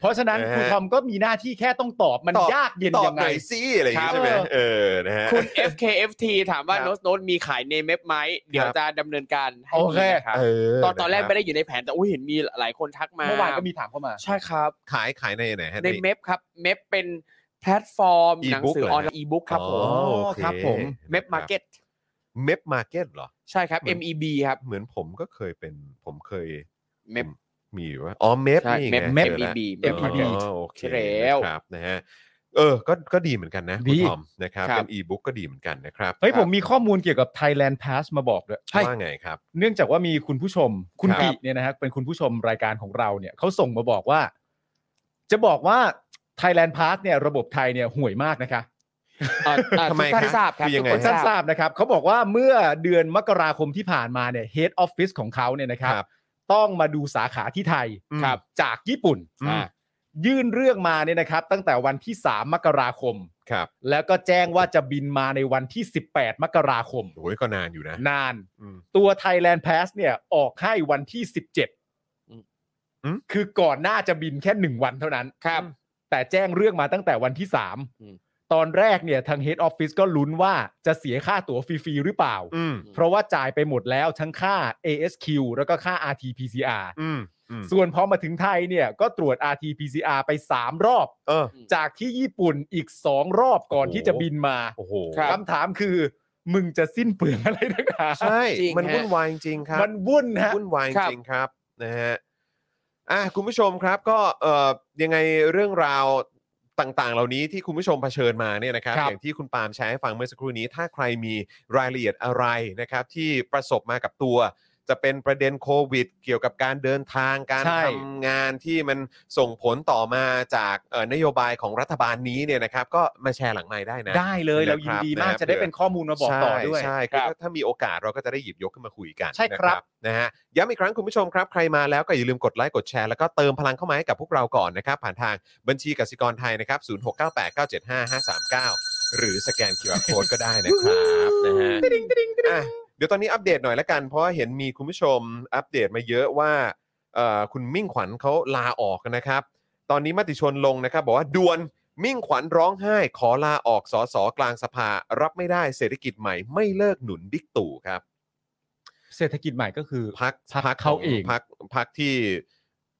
เพราะฉะนั้น
นะฮะ
ครูทอมก็มีหน้าที่แค่ต้องตอบมันยากเย็น
ตอ
ยั
บ
ง
ห
ไง
น่อยสิอะไรอย่างงี้
ครับ
ใช่ไหมเออนะฮะ
คุณ FKFT ถามว่า
ครับ
โน้ตโน้ตมีขายเนมเมไหม เดี๋ย
ค
ว
รับ
จะดำเนินการให้
โอเค
ดีนะครับ
เอ
ตอนตอนแรก
ะคบ
ไม่ได้อยู่ในแผนแต่อุ้ยเห็นมีหลายคนทักมา
เมื่อวานก็มีถามเข้ามา
ใช่ครับ
ขายขายในไหนฮะ
ในเมฟครับ เมฟเป็นแพลตฟอร์ม
E-book
หนังสือ
เหรอฮะ
ออนไลน์อีบุ๊กครับผม
อ๋อโอเค
ครับผม
เมฟมาร์เก็ต
เมฟมาร์เก็ตเหรอ
ใช่ครับ
เหมือน
MEB ครับ
เหมือนผมก็เคยเป็นผมเคย
เมฟ
มีอยู่ว่าอ๋อเมฟ
ใช่
นี่ไง
Map
เม
Map MEB
เอ็ม
Map
บี
Market
โอเค
ใช่แล้ว
นะครับนะฮะเออก็ก็ดีเหมือนกันนะคุ
ดี
ณทอมนะครับเป็นอีบุ๊กก็ดีเหมือนกันนะครับ
เฮ้ยผมมีข้อมูลเกี่ยวกับ Thailand Pass มาบอกด้วย
ว่าไงครับ
เนื่องจากว่ามีคุณผู้ชม คุณ
ครับ
กิเนี่ยนะฮะเป็นคุณผู้ชมรายการของเราเนี่ยเขาส่งมาบอกว่า จะบอกว่า Thailand Pass เนี่ยระบบไทยเนี่ยห่วยมากนะคะ
เอ่อเอ่อ
ทำไม
ทุกท่าน
ครับ
ทราบครับ
คือยังไง
ทุกค
ท่าน น
ท
ท
ราบ
ราบนะครับเขาบอกว่าเมื่อเดือนมกราคมที่ผ่านมาเนี่ย Head Office ของเขาเนี่ยนะครับ
ครับ
ต้องมาดูสาขาที่ไทย
ครับ
จากญี่ปุ่น
อืม
ยื่นเรื่องมาเนี่ยนะครับ ตั้งแต่วันที่ 3 มกราคม
ครับ
แล้วก็แจ้งว่าจะบินมาในวันที่ 18 มกราคม
โอ้ยก็นานอยู่นะ
นาน
อืม
ตัว Thailand Pass เนี่ยออกให้วันที่
อืม
อืม
17 คือก่อนหน้าจะบินแค่ 1 วันเท่านั้น
ครับ
แต่แจ้งเรื่องมาตั้งแต่วันที่
อืม
3 ตอนแรกเนี่ยทาง Head Office ก็ลุ้นว่าจะเสียค่าตั๋วฟรีๆหรือเปล่า
อืม
เพราะว่าจ่ายไปหมดแล้วทั้งค่า ASQ แล้วก็ค่า RT-PCR
อืมอืม
ส่วนพอมาถึงไทยเนี่ยก็ตรวจ RT-PCR ไป 3 รอบ
เออ
จากที่ญี่ปุ่นอีก 2 รอบก่อน
โอ้โห
ที่จะบินมา
โอ้โห
ครับ
คำถามคือ มึงจะสิ้นเปลืองอะไรนักหนา
ใช่
จริง
มัน
ฮะ
วุ่นวายจริงๆครับ
มันวุ่นฮะ
วุ่นวาย
ครับ
จริงครับนะฮะอ่ะคุณผู้ชมครับก็เอ่อยังไงเรื่องราวต่างๆ เหล่านี้ที่คุณผู้ชมเผชิญมาเนี่ยนะครับ
ครับ
อย่างที่คุณปาล์มแชร์ให้ฟังเมื่อสักครู่นี้ ถ้าใครมีรายละเอียดอะไรนะครับ ที่ประสบมากับตัว จะเป็นประเด็นโควิด เกี่ยวกับการเดินทางการ
ใช่
ทำงานที่มันส่งผลต่อมาจากเอ่อนโยบายของรัฐบาลนี้เนี่ยนะครับ ก็มาแชร์หลังไม้ได้นะ
ได้เลยเรายินดีมาก
นะครับ
จะได้เป็นข้อมูลมาบอกต่อด้วย
ใช่
ค
ใช่
รับ
คือถ้าถ้ามีโอกาสเราก็จะได้หยิบยกขึ้นมาคุยกัน
ใช่ครับ
นะนะฮะย้ำอีกครั้งคุณผู้ชมครับ ใครมาแล้วก็อย่าลืมกดไลค์กดแชร์แล้วก็เติมพลังเข้ามาให้กับพวกเราก่อนนะครับ ผ่านทางบัญชีกสิกรไทยนะครับ 0698975539 หรือสแกน QR Code ก็ได้นะครับนะฮะอ่ะเดี๋ยวตอนนี้อัปเดตหน่อยละกัน เพราะว่าเห็นมีคุณผู้ชมอัปเดตมาเยอะว่าเอ่อคุณมิ่งขวัญเขาลาออกนะครับ ตอนนี้มติชนลงนะครับ บอกว่าด่วนมิ่งขวัญร้องไห้ ขอลาออกสอสอกลางสภา รับไม่ได้เศรษฐกิจใหม่ไม่เลิกหนุนบิ๊กตู่ครับ
เศรษฐกิจใหม่ก็คือ
พัก
พรรคเขาเอง
พักพักที่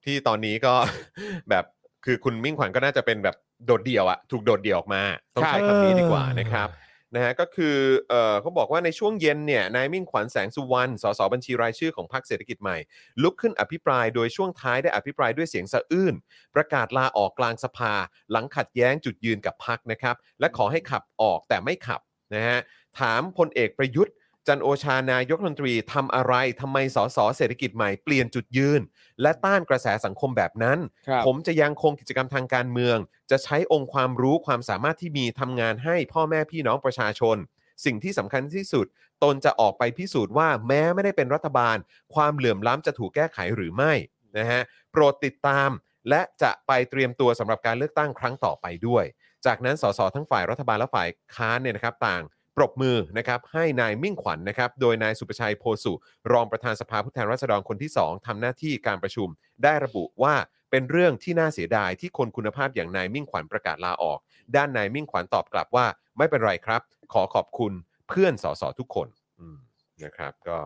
ที่ตอนนี้ก็ แบบคือคุณมิ่งขวัญก็น่าจะเป็นแบบโดดเดี่ยวอะถูกโดดเดี่ยวออกมา ต้องใช้คำนี้ดีกว่านะครับ นะฮะก็คือเอ่อเขาบอกว่าในช่วงเย็นเนี่ยนายมิ่งขวัญแสงสุวรรณสสบัญชีรายชื่อของพรรคเศรษฐกิจใหม่ ลุกขึ้นอภิปรายโดยช่วงท้ายได้อภิปรายด้วยเสียงสะอื้น ประกาศลาออกกลางสภา หลังขัดแย้งจุดยืนกับพรรคนะครับ และขอให้ขับออกแต่ไม่ขับนะฮะถามพลเอกประยุทธ์ จันทร์โอชานายกรัฐมนตรีทำอะไรทำไมสสเศรษฐกิจใหม่เปลี่ยนจุดยืน และต้านกระแสสังคมแบบนั้น
ครับ
ผมจะยังคงกิจกรรมทางการเมือง จะใช้องค์ความรู้ความสามารถที่มีทำงานให้พ่อแม่พี่น้องประชาชน สิ่งที่สำคัญที่สุด ตนจะออกไปพิสูจน์ว่าแม้ไม่ได้เป็นรัฐบาล ความเหลื่อมล้ำจะถูกแก้ไขหรือไม่นะฮะโปรดติดตาม และจะไปเตรียมตัวสำหรับการเลือกตั้งครั้งต่อไปด้วย จากนั้นสสทั้งฝ่ายรัฐบาลและฝ่ายค้านเนี่ยนะครับต่างปรบมือนะครับให้นายมิ่งขวัญนะครับโดยนายสุประชัยโพสุ รองประธานสภาผู้แทนราษฎรคนที่ 2ทำหน้าที่การประชุม ได้ระบุว่า เป็นเรื่องที่น่าเสียดายที่คนคุณภาพอย่างนายมิ่งขวัญประกาศลาออก ด้านนายมิ่งขวัญตอบกลับว่า ไม่เป็นไรครับ ขอขอบคุณเพื่อนสสทุกคนอืมนะครับ ก็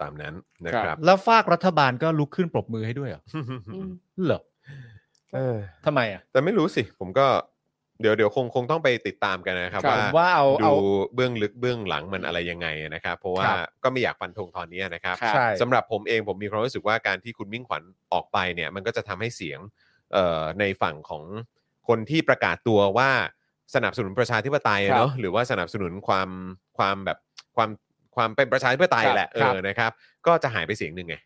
ตามนั้นนะค
ครั
รับ
บ
แล้วฝากรัฐบาลก็ลุกขึ้นปรบมือให้ด้วยเหรอเหรอ
เออ
ทำไมอ่ะ
แต่ไม่รู้สิ ผมก็ เดี๋ยวเดี๋ยวคงคงต้องไปติดตามกันนะครับ
ครับ
ว่า
ว่าเอา
ดู
เอา
เบื้องลึกเบื้องหลังมันอะไรยังไงนะครับ เพราะว่า
ครับ
ก็ไม่อยากฟันธงตอนนี้นะครับ
ครับ
ใช่
สำหรับผมเองผมมีความรู้สึกว่าการที่คุณมิ่งขวัญออกไปเนี่ย มันก็จะทำให้เสียงเอ่อในฝั่งของคนที่ประกาศตัวว่าสนับสนุนประชาธิปไตยอะเนาะหรือว่าสนับสนุนความความแบบความความเป็นประชาธิปไตย
ครับ
แหละเอ
ครับ
อนะครับ ก็จะหายไปเสียงหนึ่งไง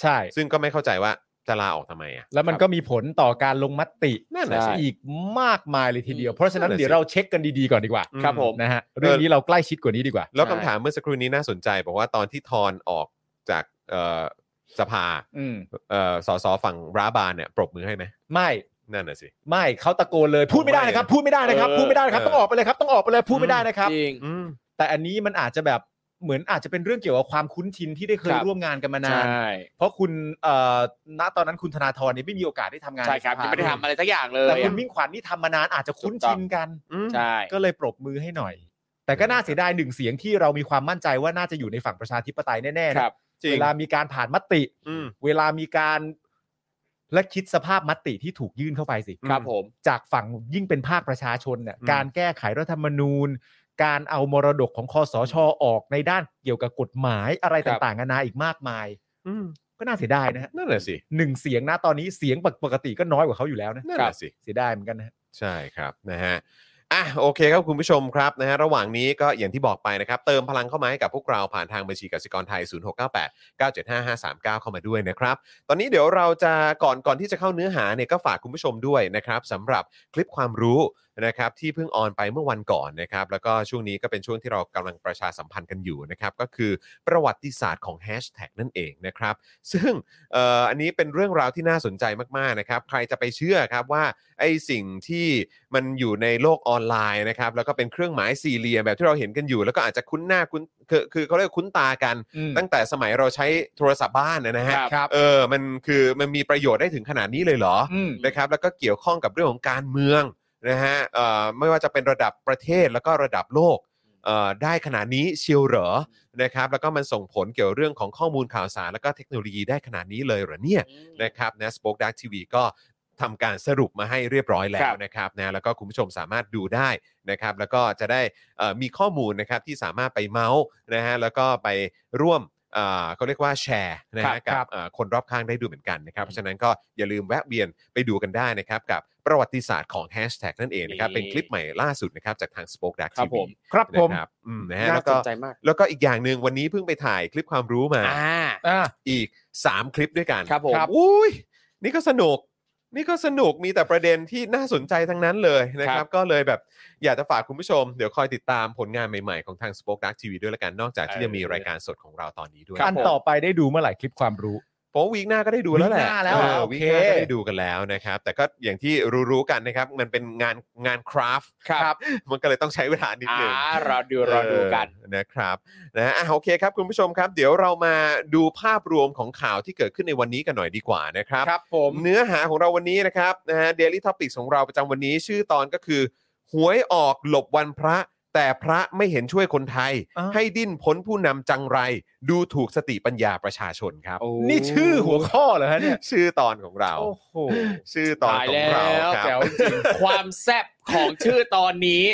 ใช่
ซึ่งก็ไม่เข้าใจว่าจะลาออกทำไมอ่ะ
แล้วมันก็มีผลต่อการลงมติ
นั่นน่ะสิ
อีกมากมายเลยทีเดียว เพราะฉะนั้น
นั่นน่ะสิ
เดี๋ยวเราเช็คกันดีๆก่อนดีกว่า
ครับผม
นะฮะเรื่องนี้เราใกล้ชิดกว่านี้ดีกว่า
แล้ว
ใช่
คำถามเมื่อสักครู่นี้น่าสนใจบอกว่าตอนที่ทอนออกจากเอ่อสภา
อืม
เอ่อสสฝั่งร้าบานเนี่ยปรบมือให้ไหม
ไม่
นั่นน่ะสิ
ไม่เขาตะโกนเลยพูดไม่ได้นะครับ พูดไม่ได้นะครับ
เออ
พูดไม่ได้นะครับ
เออ
ต้องออกไปเลยครับต้องออกไปเลยพูดไม่ได้นะครับ
จริง
อืม
แต่อันนี้มันอาจจะแบบเหมือนอาจจะเป็นเรื่องเกี่ยวกับความคุ้นชินที่ได้เคย
ครับ
ร่วมงานกันมานา
ใช่
น เพราะคุณเอ่อณตอนนั้นคุณธนาธรเนี่ยไม่มีโอกาสได้ทำงาน
ใช่ครับ
นสภา
ยังไม่ได้ทำอะไรสักอย่างเล
แต่
ย
คุณมิ่งขวัญนี่ทำมานานอาจจะคุ้นชินกัน
อืม
ใช่
ก็เลยปรบมือให้หน่อย แต่ก็น่าเสียดายหนึ่งเสียงที่เรามีความมั่นใจว่าน่าจะอยู่ในฝั่งประชาธิปไตยแน่ๆ
ค
นะ
รับ
จริง
เวลามีการผ่านมติ
อืม
เวลามีการและคิดสภาพมติที่ถูกยื่นเข้าไปสิ
ครับผม
จากฝั่งยิ่งเป็นภาคประชาชนเนี่ย
อืม
การแก้ไขรัฐธรรมนูญ การเอามรดกของคอสชออกในด้านเกี่ยวกับกฎหมายอะไร
ครับ
ต่างๆนานาอีกมากมาย
อืม
ก็น่าเสียดายนะฮะ
นั่นน่ะสิ
หนึ่งเสียงนะตอนนี้เสียงปกติก็น้อยกว่าเขาอยู่แล้วนะ
นั่นน่ะสิ
เสียดายเหมือนกันนะฮะ
ใช่ครับนะฮะอ่ะโอเคครับคุณผู้ชมครับนะฮะระหว่างนี้ก็อย่างที่บอกไปนะครับ เติมพลังเข้ามาให้กับพวกเราผ่านทางบัญชีกสิกรไทย 0698 975 539 เข้ามาด้วยนะครับ ตอนนี้เดี๋ยวเราจะก่อนก่อนที่จะเข้าเนื้อหาเนี่ยก็ฝากคุณผู้ชมด้วยนะครับสำหรับคลิปความรู้นะครับที่เพิ่งออนไปเมื่อวันก่อนนะครับ แล้วก็ช่วงนี้ก็เป็นช่วงที่เรากำลังประชาสัมพันธ์กันอยู่นะครับ ก็คือประวัติศาสตร์ของแฮชแท็กนั่นเองนะครับ ซึ่ง เอ่ออันนี้เป็นเรื่องราวที่น่าสนใจมากๆนะครับ ใครจะไปเชื่อครับว่าไอ้สิ่งที่มันอยู่ในโลกออนไลน์นะครับ แล้วก็เป็นเครื่องหมายสี่เหลี่ยมแบบที่เราเห็นกันอยู่ แล้วก็อาจจะคุ้นหน้าคุ้นคือคือเขาเรียกว่าคุ้นตากัน
อืม
ตั้งแต่สมัยเราใช้โทรศัพท์บ้านนะนะฮะ
ครับ
เออมันคือมันมีประโยชน์ได้ถึงขนาดนี้เลยเหรอ
อืม
นะครับแล้วก็เกี่ยวข้องกับเรื่องของการเมืองนะฮะเอ่อไม่ว่าจะเป็นระดับประเทศแล้วก็ระดับโลกเอ่อได้ขนาดนี้เชียวเหรอนะครับแล้วก็มันส่งผลเกี่ยวเรื่องของข้อมูลข่าวสาร แล้วก็เทคโนโลยีได้ขนาดนี้เลยเหรอเนี่ยนะครับนะสป็อคดักทีวีก็ทำการสรุปมาให้เรียบร้อยแล้
ครั
ว
บ
นะครับนะแล้วก็คุณผู้ชมสามารถดูได้นะครับ แล้วก็จะได้เอ่อมีข้อมูลนะครับที่สามารถไปเมาส์นะฮะแล้วก็ไปร่วมเอ่อเขาเรียกว่าแชร์นะฮะกับ
ครับ
เอ่อคนรอบข้างได้ดูเหมือนกันนะครับ เพราะฉะนั้นก็อย่าลืมแวะเวียนไปดูกันได้นะครับ กับประวัติศาสตร์ของแฮชแท็กนั่นเองนะครับ
นี่
เป็นคลิปใหม่ล่าสุดนะครับ จากทาง Spoke Dark
ครับ
TV
ผม
ครับผม
นะครับอืมนะฮะ
น่า
แล้วก็
สนใจมาก
แล้วก็อีกอย่างหนึ่งวันนี้เพิ่งไปถ่ายคลิปความรู้มา
อ่า
อ่า
อีก 3 คลิปด้วยกัน
ครับผมครับ
อุ้ยนี่ก็สนุก นี่ก็สนุกมีแต่ประเด็นที่น่าสนใจทั้งนั้นเลยนะค
ค
รั
รับ บ
ก็เลยแบบอยากจะฝากคุณผู้ชม เดี๋ยวคอยติดตามผลงานใหม่ๆของทาง Spoke Dark TV ด้วยละกันนอกจากที่จะมีรายการสดของเราตอนนี้ด้วย
อันต่อไปได้ดูเมื่อไหร่คลิปความรู้
ผมว่าวีคหน้าก็ได้ดูแล้วแหละ
วีคหน้าแล้ว
เออ
อ่ะโอเค
วีคหน้าก็ได้ดูกันแล้วนะครับ แต่ก็อย่างที่รู้ๆกันนะครับ มันเป็นงานงานคราฟต์
ครับ
มันก็เลยต้องใช้เวลานิด
อ่า
หนึง
เราดูเราดูกัน
เออนะครับนะอ่ะโอเคครับคุณผู้ชมครับ เดี๋ยวเรามาดูภาพรวมของข่าวที่เกิดขึ้นในวันนี้กันหน่อยดีกว่านะครับ
ครับผม
เนื้อหาของเราวันนี้นะครับนะฮะ Daily Topics ของเราประจำวันนี้ชื่อตอนก็คือ หวยออกหลบวันพระ แต่พระไม่เห็นช่วยคนไทย
อ้าว
ให้ดิ้นพ้นผู้นำจังไร ดูถูกสติปัญญาประชาชนครับ
นี่ชื่อหัวข้อเหรอฮะเนี่ย
ชื่อตอนของเรา
โอ้โห
ชื่อตอน
ตาย
ของ
แล้
เรา
ว
ครั
แจ๋
บ
ว จริงความแซบของชื่อตอนนี้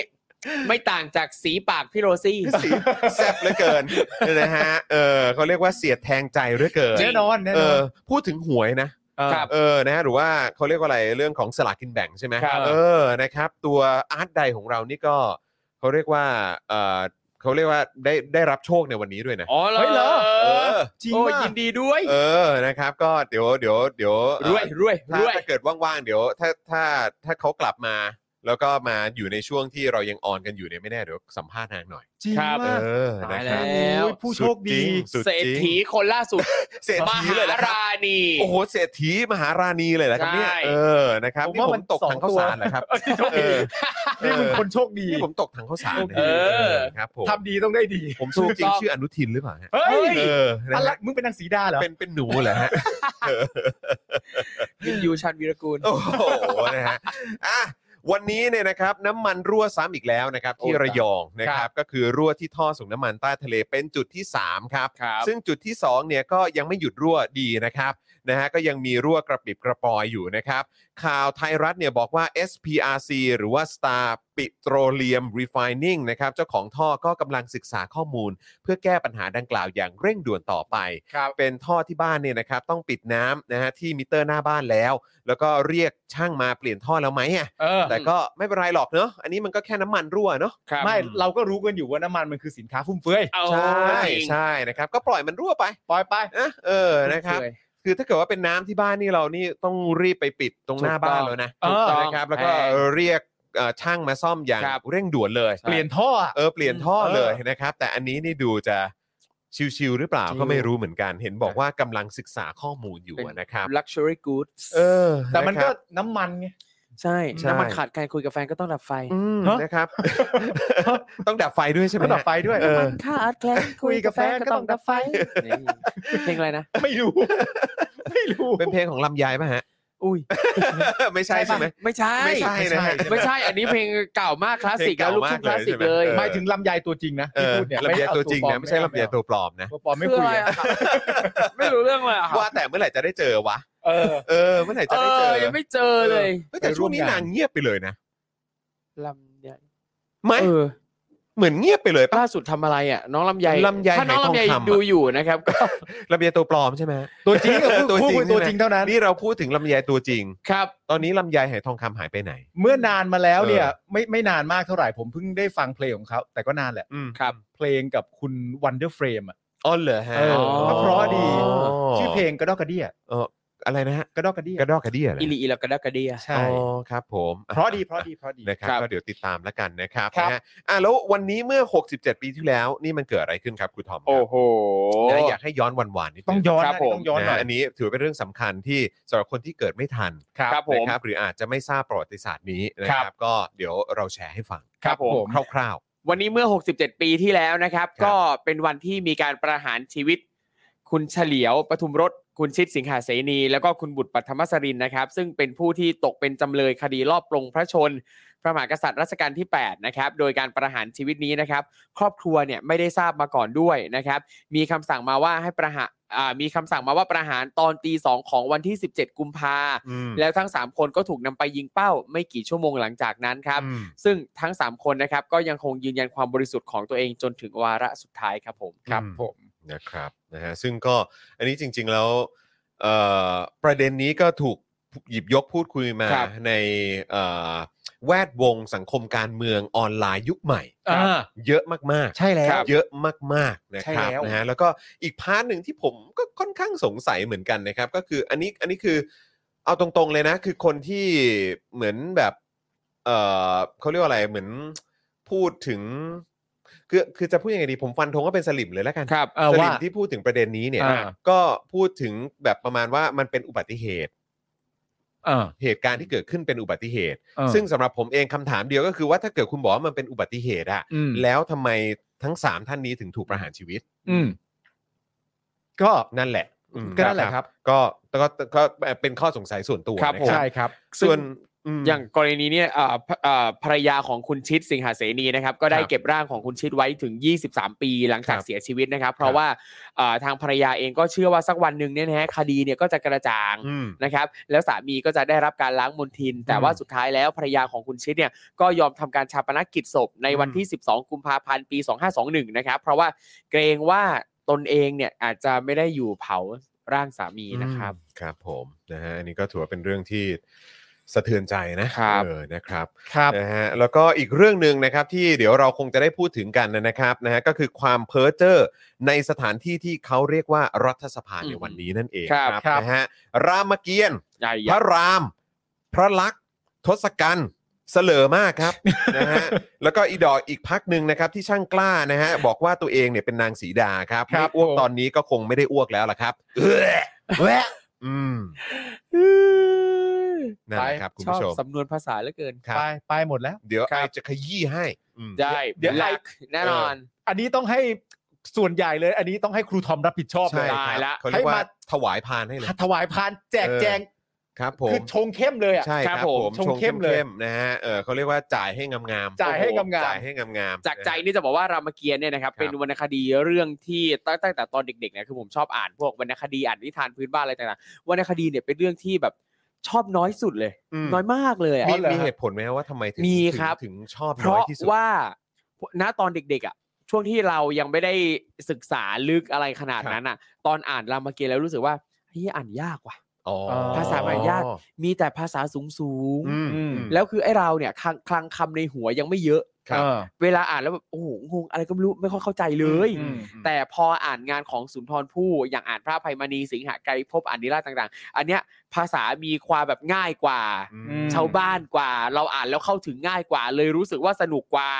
ไม่ต่างจากสีปากพี่โรซี่
สีแซ่บเหลือเกิน นะฮะเออเขาเรียกว่าเสียดแทงใจเหลือเกิน
แน่นอนแน่
เอน
อ
อน พูดถึงหวยนะ
ครั
ั
บ
เออนะฮะหรือว่าเขาเรียกว่าอะไรเรื่องของสลากกินแบ่งใช่ไหม
ครับ
เออนะครับ ตัวอาร์ตใดของเรานี่ก็เขาเรียกว่าเออเขาเรียกว่าได้ได้รับโชคในวันนี้ด้วยนะ
อ๋อ
เฮ้ยเหรอ
เออ
จริง
โอ้ย
มา
ยิ
ก
นดีด้วย
เออนะครับ ก็เดี๋ยวเดี๋ยวเดี๋ยวเอ่อ
รวยรวย
ถ้าร
วย
ถ้าเกิดว่างๆเดี๋ยวถ้าถ้าถ้าเขากลับมา แล้วก็มาอยู่ในช่วงที่เรายังออนกันอยู่เนี่ยไม่แน่เดี๋ยวสัมภาษณ์นางหน่อย
จริง
ครับ
มาก
เออ
ตา
นะ
ย
ค
แล้
รับ
ว
โอ้ยผู้โชคดี
สุดจริง
เศรษฐีคนล่าสุด
เศรษ
ม
ฐี
หา
เลยนะครับ
ราณี
โอ้โหเศรษฐีมหาราณีเลยนะครับเนี่ย
ใช่
เออนะครับ
ผม
นี่
ว่า
ผ
มั
ม
น
ตกทาง
ส
ข้า
อ
ว
งตัว
สารนะครับเออ
นี่มึงคนโชคดี
นี่ผมตกทางข้าวสารนะ
เออ
ครับผม
ทำดีต้องได้ดี
ผมชื่อจริงชื่ออนุทินหรือเปล่าฮะ
เฮ้ย
เออนะ
อะไร
ฮะ
มึงเป็นนางสีดาเหรอ
เป็นเป็นหนูเหรอฮะ
วินยูชันวีรกูล
โอ้โห นะฮะ อ่ะ วันนี้เนี่ยนะครับ น้ำมันรั่วซ้ำอีกแล้วนะครับ ที่
โอ้ย
ระยองนะค
ครั
รับ
บ
ก็คือรั่วที่ท่อส่งน้ำมันใต้ทะเลเป็นจุดที่ 3 ครับ
ครับ
ซึ่งจุดที่ 2 เนี่ยก็ยังไม่หยุดรั่วดีนะครับ นะฮะ ก็ยังมีรั่วกระปิบกระปอยอยู่นะครับ ข่าวไทยรัฐเนี่ยบอกว่า SPRC หรือว่า Star Petroleum Refining นะครับ เจ้าของท่อก็กำลังศึกษาข้อมูล เพื่อแก้ปัญหาดังกล่าวอย่างเร่งด่วนต่อไป
ครับ
เป็นท่อที่บ้านเนี่ยนะครับต้องปิดน้ำนะฮะที่มิเตอร์หน้าบ้านแล้ว แล้วก็เรียกช่างมาเปลี่ยนท่อแล้วไหมอ่ะ
เออ
แต่ก็ไม่เป็นไรหรอกเนอะอันนี้มันก็แค่น้ำมันรั่วเนอะ
ครับ
ไม่ เราก็รู้กันอยู่ว่าน้ำมันมันคือสินค้าฟุ่มเฟือย
เอา
ใช่
จริง
ใช่นะครับ ก็ปล่อยมันรั่วไป
ปล่อยไป
นะเออนะครับ
เลย
คือถ้าเกิดว่าเป็นน้ำที่บ้านนี่เรานี่ต้องรีบไปปิดตรงหน้า
ถูกต้อง
บ้านแล้วนะ
ถูกต้อง
นะครับแล้วก็เรียกเอ่อช่างมาซ่อมอย่าง
ครับ
เร่งด่วนเลย
เปลี่ยนท่ออะ
เออเปลี่ยนท่อ
เออ
เลยนะครับ แต่อันนี้นี่ดูจะชิวๆหรือเปล่า
ชิว
ก็ไม่รู้เหมือนกัน เห็นบอกว่ากำลังศึกษาข้อมูลอยู่นะครับ
luxury goods
เออ
แต่มันก็
ะครับ
น้ำมันไง
ใช่
ใช่
น้ำมันขาดการคุยกับแฟนก็ต้องดับไฟ
อืม
ฮะ
นะครับ ต้องดับไฟด้วยใช่ไหม
ก็ดับ
ฮะ
ไฟด้วย
เออ
ขาดแคลน
คุยกับแฟนก็ต้องดับไฟ
นี่เพลงอะไรนะ
ไม่รู้ ไม่รู้
เป็นเพลงของลำไยป่ะ ฮะ
อุ้ย
ไม่ใช่ใช่ไหม
ไม่ใช่
ไม่ใช่นะฮะ
ไม่ใช่ อันนี้เพลงเก่ามากคลาสสิก
เพลง
แล้ว
เก่า
ลูกทุ่งคลาสสิก
มากเลย
เลย
ใช่ไหม
หมายถึงลำไยตัวจริงนะ
เออ
ที่พูดเนี่ย
ลำไย
ม่อา
ตัวจริง
ปลอ
นะไม่ใช่ลำไยตัวปลอมนะ
ตัวปลอมไม่
คือ
คุย
อะไร
อะ
อะครับ ไม่รู้เรื่องเลยอะครับ
ว่าแต่เมื่อไหร่จะได้เจอวะ
เออ
เออ เมื่อไหร่
เอ
จะได้เจอ
อยังไม่เจอเลย
เฮ้ยแต่ช่วงนี้
ไปร่วมงาน
นางเงียบไปเลยนะ
ลำไย
ไหม
เออ
เหมือนเงียบไปเลยป่ะ
ล่าสุดทำอะไรอ่ะ น้องลำไย
ลำไย
ถ้าน้องลำไย
หายทองคำอะ
ดูอยู่นะครับ ก็
ลำไยตัวปลอมใช่ไหม
ตัวจริงอะพูด
ตัวจริง
พูดตัวจริงเท่านั้น
นี่เราพูดถึงลำไยตัวจริง
ครับ
ตอนนี้ลำไยหายทองคำหายไปไหน
เมื่อนานมาแล้วเนี่ย
เออ
ไม่ไม่นานมากเท่าไหร่ผมเพิ่งได้ฟังเพลงของเขาแต่ก็นานแหละ
อืม
ครับ
เพลงกับคุณ Wonder Frame อ่ะ
อ๋อเหรอฮะ
เออ
อ
ก็เพราะดี
อ๋อ
ชื่อเพลงกระดอกกระเดีย
เอออะไรนะฮะ
กระดอกกระเดีย
กระดอกกระเดี้ยเหรอ
อิลีอีลากระดากระเดีย
ใช่
อ๋อครับ ผม
เพราะดีเพราะดีเพราะดี
นะครับ
ครับ
ก็เดี๋ยวติดตามแล้วกันนะครับ
ครับ
นะฮะอ่ะแล้ววันนี้เมื่อ 67 ปีที่แล้วนี่มันเกิดอะไรขึ้นครับครูทอมครับ
โอ้โห
นะอยากให้ย้อนวันวานนิดนึ
ต้องย้อน
ครั
นะ
บผม
ต้องย้อนห
นะ
น่
ฮะ
อย
อันนี้ถือเป็นเรื่องสำคัญที่สำหรับคนที่เกิดไม่ทัน
ครับผม
นะครับหรืออาจจะไม่ทราบประวัติศาสตร์นี้นะค
ครั
รับ
บ
ก็เดี๋ยวเราแชร์ให้ฟัง
ครับผม
ม
คร่าว
วันนี้เมื่อ 67 ปีที่แล้วนะครับ
ครับ
ก็เป็นวันที่มีการประหารชีวิต คุณเฉลียวปทุมรถ คุณชิดสิงหาเสนี แล้วก็คุณบุตรปัทมสรินนะครับ ซึ่งเป็นผู้ที่ตกเป็นจำเลยคดีลอบปลงพระชน พระมหากษัตริย์รัชกาลที่ 8 นะครับ โดยการประหารชีวิตนี้นะครับ ครอบครัวเนี่ยไม่ได้ทราบมาก่อนด้วยนะครับ มีคำสั่งมาว่าให้ประหารอ่ามีคำสั่งมาว่าประหารตอนตีสองของวันที่ 17 กุมภา
ๆอืม
แล้วทั้ง 3 คนก็ถูกนำไปยิงเป้า ไม่กี่ชั่วโมงหลังจากนั้นครับ
อืม
ซึ่งทั้ง 3 คนนะครับก็ยังคงยืนยันความบริสุทธิ์ของตัวเองจนถึงวาระสุดท้ายครับผม
ครับผม
นะครับนะฮะซึ่งก็อันนี้จริง ๆแล้วเอ่อประเด็นนี้ก็ถูกหยิบยกพูดคุยมา
ครับ
ในเอ่อแวดวงสังคมการเมืองออนไลน์ยุคใหม่
อ่า
เยอะมากๆ
ใช่แล้ว
เยอะมากๆนะครับ
ใช่แล้ว
นะฮะแล้วก็อีกพาร์ทหนึ่งที่ผมก็ค่อนข้างสงสัยเหมือนกันนะครับ ก็คืออันนี้อันนี้คือเอาตรงๆเลยนะ คือคนที่เหมือนแบบเออเขาเรียกว่าอะไรเหมือนพูดถึงคือคือจะพูดยังไงดีผมฟันธงว่าเป็นสลิมเลยแล้วกัน
ครับ
เออ
สลิ
ว่า
มที่พูดถึงประเด็นนี้เนี่ย
อ่า
ก็พูดถึงแบบประมาณว่ามันเป็นอุบัติเหตุ
เออ
เหตุการณ์ที่เกิดขึ้นเป็นอุบัติเหตุ
เออ
ซึ่งสำหรับผมเองคำถามเดียวก็คือว่าถ้าเกิดคุณบอกว่ามันเป็นอุบัติเหตุอะ
อืม
แล้วทำไมทั้ง 3 ท่านนี้ถึงถูกประหารชีวิต
อืมก็
นั่นแหละอืม
ก็นั่นแหละครับ
ก็ก็ก็เป็นข้อสงสัยส่วนตัว
ครับ
นะ
ผม
ครั
ใช่ครับ
ส่วนม
อย่างกรณีเนี้อ่าภรอ่าภรรยาของคุณชิดสิงหาเสนีนะครับ ก็ได้
ครับ
เก็บร่างของคุณชิดไว้ถึง 23 ปีหลังจา
ค
ก
รับ
เสียชีวิตนะครับ เพ
ครั
ราะ
บ
ว่าอ่าทางภรรยาเองก็เชื่อว่าสักวันหนึ่งเนี่ยนะฮะคดีเนี่ยก็จะกระจ่าง
อืม
นะครับ แล้วสามีก็จะได้รับการล้างมลทิน แต่ว่าสุดท้ายแล้วภรรยาของคุณชิดเนี่ยก็ยอมทำการชาปนกิจศพในวันที่ 12 กุมภาพันธ์ปี 2521 นะครับ เพราะว่าเกรงว่าตนเองเนี่ยอาจจะไม่ได้อยู่เผาร่างสามีนะครับ
อืมครับผมนะฮะอันนี้ก็ถือว่าเป็นเรื่องที่สะเทือนใจนะครับ เออนะครับ
ครับ
นะฮะแล้วก็อีกเรื่องหนึ่งนะครับที่เดี๋ยวเราคงจะได้พูดถึงกันนะครับนะฮะก็คือความเพ้อเจ้อในสถานที่ที่เขาเรียกว่ารัฐสภาในวันนี้นั่นเอง
ครับ
นะฮะรามเกียรติ์
ใหญ่
พระราม พระลักษณ์ทศกัณฐ์ เสลอมากครับ นะฮะแล้วก็อีดอกอีกพักหนึ่งนะครับ ที่ช่างกล้านะฮะบอกว่าตัวเองเนี่ยเป็นนางสีดาครับ
ครั
ไม่
บ
อ้วกตอนนี้ก็คงไม่ได้อ้วกแล้วล่ะครับเอื้อ
แวะ
อืม นั่นแหละครับคุณผู้ชม
อบสำนวนภาษาเหลือเกิน
ครับ
ไปไปหมดแล้ว
เดี๋ยว
ครับ
ไอจะขยี้ให้อืม
ได้
เดี๋ยว
ลักแน่นอน
อันนี้ต้องให้ส่วนใหญ่เลย อันนี้ต้องให้ครูทอมรับผิดชอบเล
ใช่
ย
ค
ได้
รับ
ละ
เขาเรียกว่า
ให้มา
ถวายพานให้เลย
ถวายพานแจก
เออ
แจง
ครับผม
คือชงเข้มเลยอ่ะ
ใช่ครับ
ครับ
ผ
ผม
ม
ชงเข้มเลย
นะฮะเออเขาเรียกว่าจ่ายให้งามๆ
จ่ายให้งามๆ
จ่ายให้งามๆ
จากใจนี่จะบอกว่ารามเกียรติเนี่ยนะครับ
ครับ
เป็นวรรณคดีเรื่องที่ตั้งตั้งแต่ตอนเด็กๆเนี่ยคือผมชอบอ่านพวกวรรณคดีอ่านนิทานพื้นบ้านอะไรต่างๆวรรณคดีเนี่ยเป็นเรื่องที่แบบชอบน้อยสุดเลย
ม
น้อยมากเลยอะ
มีมีเหตุผลไหมว่าทำไมถึง
มี
ถึง
ครับ
ถึงชอบ
เพ
น้อย
ราะ
ที่สุด
ว่าณตอนเด็กๆอ่ะช่วงที่เรายังไม่ได้ศึกษาลึกอะไรขนาดนั้นอ่ะ ตอนอ่านรามเกียรติแล้วรู้สึกว่าเฮ้ยอ่านยากว่ะ
อ๋อ
ภาษามันยาก มีแต่ภาษาสูงสูงๆ
อืม
แล้วคือไอ้เราเนี่ยคลังคลังคำในหัวยังไม่เยอะ
ครับ
เออ
เวลาอ่านแล้วแบบโอ้โหงงอะไรก็ไม่รู้ไม่ค่อยเข้าใจเลย
อืม
แต่พออ่านงานของสุนทรภู่อย่างอ่านพระอภัยมณีสิงหาไกรภพอ่านนิราชต่าง ๆ อันเนี้ยภาษามีความแบบง่ายกว่า
อืม
ม
ชาวบ้านกว่า เราอ่านแล้วเข้าถึงง่ายกว่า เลยรู้สึกว่าสนุกกว่า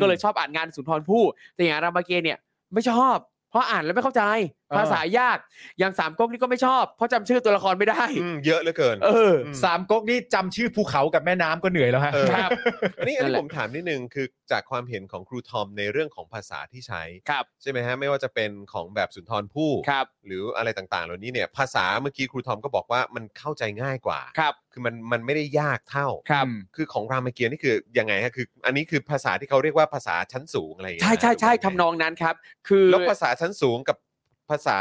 ก็เลยชอบอ่านงานสุนทรภู่แต่อย่างรามเกียรติเนี่ยไม่ชอบ เพราะอ่านแล้วไม่เข้าใจ
อ่า
ภาษายากอย่างสามก๊กนี่ก็ไม่ชอบ เพราะจำชื่อตัวละครไม่ได้
อืมเยอะเหลือเกิน
เออ
อืม
สามก๊กนี่จำชื่อภูเขากับแม่น้ำก็เหนื่อยแล้วฮะ
เออ
ครับ
อันนี้อัน
นั่น
นี้
แหละ
ผมถามนิดนึงคือจากความเห็นของครูทอมในเรื่องของภาษาที่ใช้
ครับ
ใช่ไหมฮะไม่ว่าจะเป็นของแบบสุนทรภู่
ครับ
หรืออะไรต่างๆ เหล่านี้เนี่ยภาษาเมื่อกี้ครูทอมก็บอกว่ามันเข้าใจง่ายกว่า
ครับ
คือมันมันไม่ได้ยากเท่า
ครับ
คือของรามเกียรตินี่คือยังไงฮะคือ อันนี้คือภาษาที่เขาเรียกว่าภาษาชั้นสูงอะไรอย่างเงี้
ใช่
ย
ใช่
ห
ใช่
รือว่ายังไง
ทำนองนั้นครับ คือ
แล้วภาษาชั้นสูงกับภาษา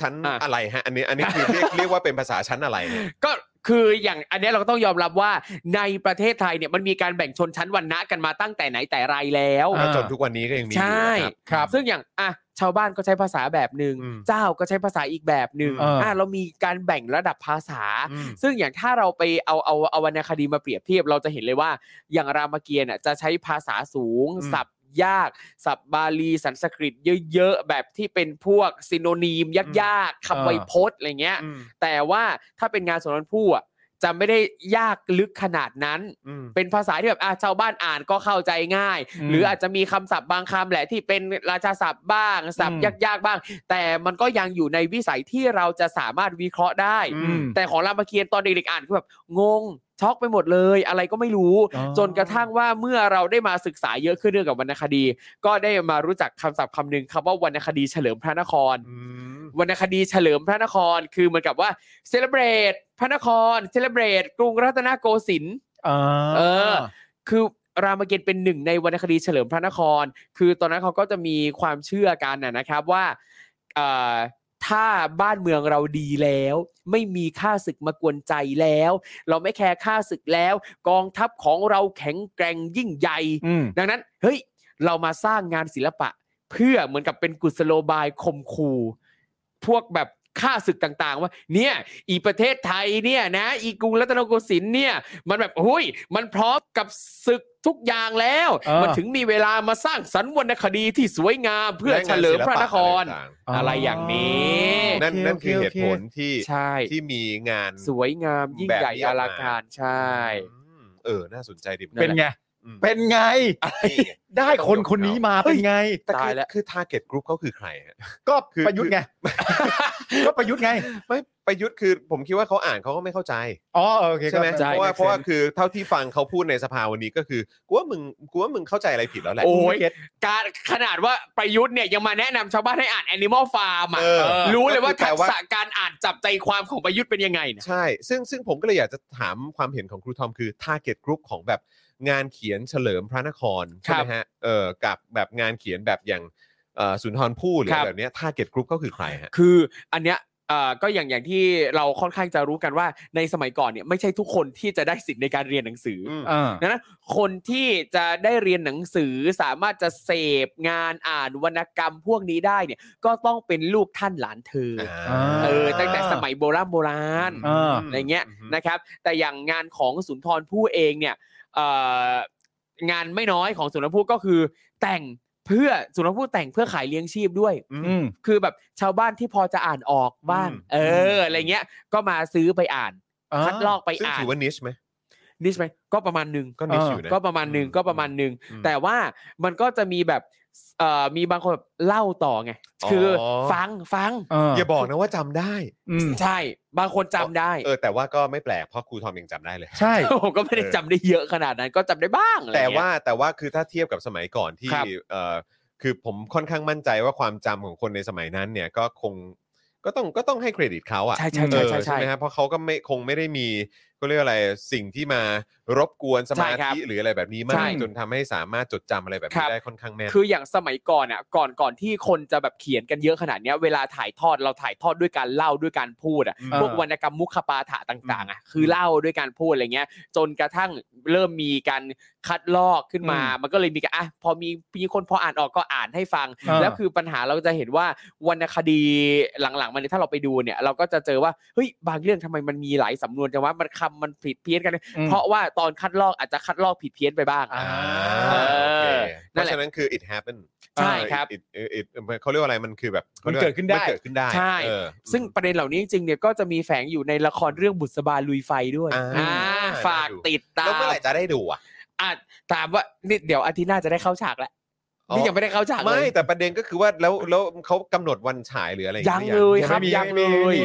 ชั้น
อ่ะ
อะไรฮะอันนี้อันนี้คือเรียก เรียกว่าเป็นภาษาชั้นอะไรเนี่ย
ก็คืออย่างอันเนี้ยเราก็ต้องยอมรับว่าในประเทศไทยเนี่ยมันมีการแบ่งชนชั้นวรรณะกันมาตั้งแต่ไหนแต่ไรแล้ว
อ่า
จนทุกวันนี้ก็ยังมีอยู่
ใช่
นะครับ
ครับ
ซึ่งอย่างอ่ะชาวบ้านก็ใช้ภาษาแบบหนึ่ง
อืม
เจ้าก็ใช้ภาษาอีกแบบหนึ่ง
เอออ่
ะเรามีการแบ่งระดับภาษา
อืม
ซึ่งอย่างถ้าเราไปเอาเอาเอาวรรณคดีมาเปรียบเทียบเราจะเห็นเลยว่า อย่างรามเกียรติ์อะจะใช้ภาษาสูง
อืม
ศัพท์ยาก ศัพท์บาลีสันสกฤตเยอะๆแบบที่เป็นพวกซิโนนีมยากๆคำไวยพจน์อะไรเงี้ย
อืม
แต่ว่าถ้าเป็นงานสนทนผู้อ่ะจะไม่ได้ยากลึกขนาดนั้น
อืม
เป็นภาษาที่แบบอ่ะชาวบ้านอ่านก็เข้าใจง่าย
อืม
หรืออาจจะมีคำศัพท์บางคำแหละที่เป็นราชาศัพท์บ้างศัพท์
อืม
ยากๆบ้าง แต่มันก็ยังอยู่ในวิสัยที่เราจะสามารถวิเคราะห์ได้
อื
อืม
แต่ของรามเกียรติ์ตอนเด็กๆอ่านก็แบบงงช็อกไปหมดเลย อะไรก็ไม่รู้
อ๋อ
จนกระทั่งว่าเมื่อเราได้มาศึกษาเยอะขึ้นเรื่องกับวรรณคดี ก็ได้มารู้จักคำศัพท์คำหนึ่งคำว่าวรรณคดีเฉลิมพระนคร
อืม
วรรณคดีเฉลิมพระนครคือเหมือนกับว่าเซเลบรตพระนครเซเลบรตกรุงรัตนโกสินทร์
อ่า
เออ คือรามเกียรติ์เป็นหนึ่งในวรรณคดีเฉลิมพระนคร คือตอนนั้นเขาก็จะมีความเชื่อกันนะนะครับว่าเอ่อถ้าบ้านเมืองเราดีแล้ว ไม่มีข้าศึกมากวนใจแล้ว เราไม่แคร์ข้าศึกแล้ว กองทัพของเราแข็งแกร่งยิ่งใหญ่
อืม
ดังนั้นเฮ้ยเรามาสร้างงานศิลปะ เพื่อเหมือนกับเป็นกุศโลบายคมคูพวกแบบข้าศึกต่างๆ ว่า เนี่ย อีประเทศไทยเนี่ยนะ อีกรุงรัตนโกสินทร์เนี่ย มันแบบหุ้ยมันพร้อมกับศึกทุกอย่างแล้ว
เออ
มันถึงมีเวลามาสร้างสรรค์วรรณคดีที่สวยงามเพื่อเฉลิมพระนคร อะไรอย่างนี้
โ
นั่นนั่นคือ
โ
เหตุผลที่
ใช่
ที่มีงาน
สวยงามยิ่งให
แบ
ญ่
บนี้อ
อ
อกมา
ลังการใช่
อืมเออ น่าสนใจดีหมือ
เป็นไง
อืม
เป็นไง
นี่ไง
ได้คนคนนี้มา
เฮ้
เป็
ย
นไง
แต่คือ
ตายแล้ว
คือ target group เขาคือใครฮะ
ก็
คือ
ประยุทธ์ไง ก็ประยุทธ์ไง
ไม่ประยุทธ์คือผมคิดว่าเขาอ่านเขาก็ไม่เข้าใจ
อ๋อโอเค
ใช่ไหม
ก็
ใจ
เพราะว่า
make
เพราะว่า
sense
คือเท่าที่ฟังเขาพูดในสภาวันนี้ก็คือกูว่ามึงกูว่ามึงเข้าใจอะไรผิดแล้วแหละ
โอ้ย การขนาดว่าประยุทธ์เนี่ยยังมาแนะนำชาวบ้านให้อ่าน Animal Farm อ่ะ
เออ
รู้เลยว่า
ก็คือแปล
ทัก
ว่า
ษะการอ่านจับใจความของประยุทธ์เป็นยังไงนะ
ใช่ ซึ่งซึ่งผมก็เลยอยากจะถามความเห็นของครูทอมคือ target group ของแบบงานเขียนเฉลิมพระนครใช่ไหมฮะเออกับแบบงานเขียนแบบอย่างเอ่อสุนทรภู่หรือ
ครับ
แบบเนี้ย target group ก็คือใครฮะ
คืออันเนี้ยเอ่อก็อย่างอย่างที่เราค่อนข้างจะรู้กันว่าในสมัยก่อนเนี่ยไม่ใช่ทุกคนที่จะได้สิทธิ์ในการเรียนหนังสืออ
อืม
อ่า
ดังนั้นคนที่จะได้เรียนหนังสือสามารถจะเสพงานอ่านวรรณกรรมพวกนี้ได้เนี่ยก็ต้องเป็นลูกท่านหลานเธออ
อ่า
เออตั้งแต่สมัยโบราณโบราณ
อ่า
อะไรเงี้ยนะครับแต่อย่างงานของสุนทรภู่เองเนี่ยเอ่องานไม่น้อยของสุนทรภู่ก็คือแต่งเพื่อสุนทรภู่แต่งเพื่อขายเลี้ยงชีพด้วย
อืม
คือแบบชาวบ้านที่พอจะอ่านออกบ้าง
อืม
เอออะไรเงี้ยก็มาซื้อไปอ่านคัดลอกไป
ซึ่ง
อ่าน
ถือว่านิชไหม
นิชไหมก็ประมาณหนึ่ง
ก็นิชอยู่นะ
ก็ประมาณหนึ่ง
อืม
ก็ประมาณหนึ่ง
อืม
แต่ว่ามันก็จะมีแบบเอ่อมีบางคนแบบเล่าต่อไง
อ๋อ
คือฟังฟัง
เออ
อย่าบอกนะว่าจำได้
อืม
ใช่ บางคนจำได้
เออแต่ว่าก็ไม่แปลกเพราะครูทอมยังจำได้เลย
ใช่
โอ้โหก็ไม่ได้จำได้เยอะขนาดนั้นก็จำได้บ้างอะไร
แต่
เงี้ย
ว่าแต่ว่าคือถ้าเทียบกับสมัยก่อนที่
ครับ
เอ่อคือผมค่อนข้างมั่นใจว่าความจำของคนในสมัยนั้นเนี่ยก็คงก็ต้องก็ต้องให้เครดิตเขาอ่ะ
ใช่ใช่
เอ
ใช่
อ
ใช่ใช่
ไหมฮะเพราะเขาก็ไม่คงไม่ได้มีก็เรียกอะไรสิ่งที่มารบกวนสมา
ใช่ครับ
ธิหรืออะไรแบบนี้มา
ใช่
กจนทำให้สามารถจดจำอะไรแบบ
ครั
นี้
บ
ได้ค่อนข้างแม่น
คืออย่างสมัยก่อนอ่ะก่อนก่อนที่คนจะแบบเขียนกันเยอะขนาดเนี้ยเวลาถ่ายทอดเราถ่ายทอดด้วยการเล่าด้วยการพูดอ่ะ
อืม
พวกวรรณกรรมมุขปาฐะต่างๆอ่ะคือเล่าด้วยการพูดอะไรเงี้ย จนกระทั่งเริ่มมีการคัดลอกขึ้นมา มันก็เลยมีการอ่ะพอมีมีคนพออ่านออกก็อ่านให้ฟัง
อ่า
แล้วคือปัญหาเราจะเห็นว่าวรรณคดีหลังๆมาเนี่ยถ้าเราไปดูเนี่ย เราก็จะเจอว่าเฮ้ยบางเรื่องทำไมมันมีหลายสำนวนจังว่ามันคำมันผิดเพี้ยนกัน เพราะว่าตอนคัดลอกอาจจะคัดลอกผิดเพี้ยนไปบ้าง
าโอเค
เออ
เพ
นั่
ราะ
นแหละ
ฉะนั้นคือ it happen
ใช่ครับ
it- it- it- it- เขาเรียกว่าอะไรมันคือแบบ
มันเกิดขึ้นได้
มัเกิดขึ้นได้
ใช่
เออ
ซึ่งประเด็นเหล่านี้จริงๆเนี่ยก็จะมีแฝงอยู่ในละครเรื่องบุษบาลุยไฟด้วย
อ่า
อ่าฝากติดตา
แล้ว
ม
เมื่อไหร่จะได้ดูอ่ะ
อ่ะถามว่านี่เดี๋ยวอาทิตย์หน้าจะได้เข้าฉากแล้ว
อ๋อ
นี่ยังไม่ได้เข้าฉากเล
ไม่
ย
แต่ประเด็นก็คือว่าแล้วแล้วเขากำหนดวันฉายหรืออะไรอาง
ยัง
งี้ห
เล
รือ
ยครับ
ยั
ยัง ง
ไม่
เล
มี
ย
ยังไม่มี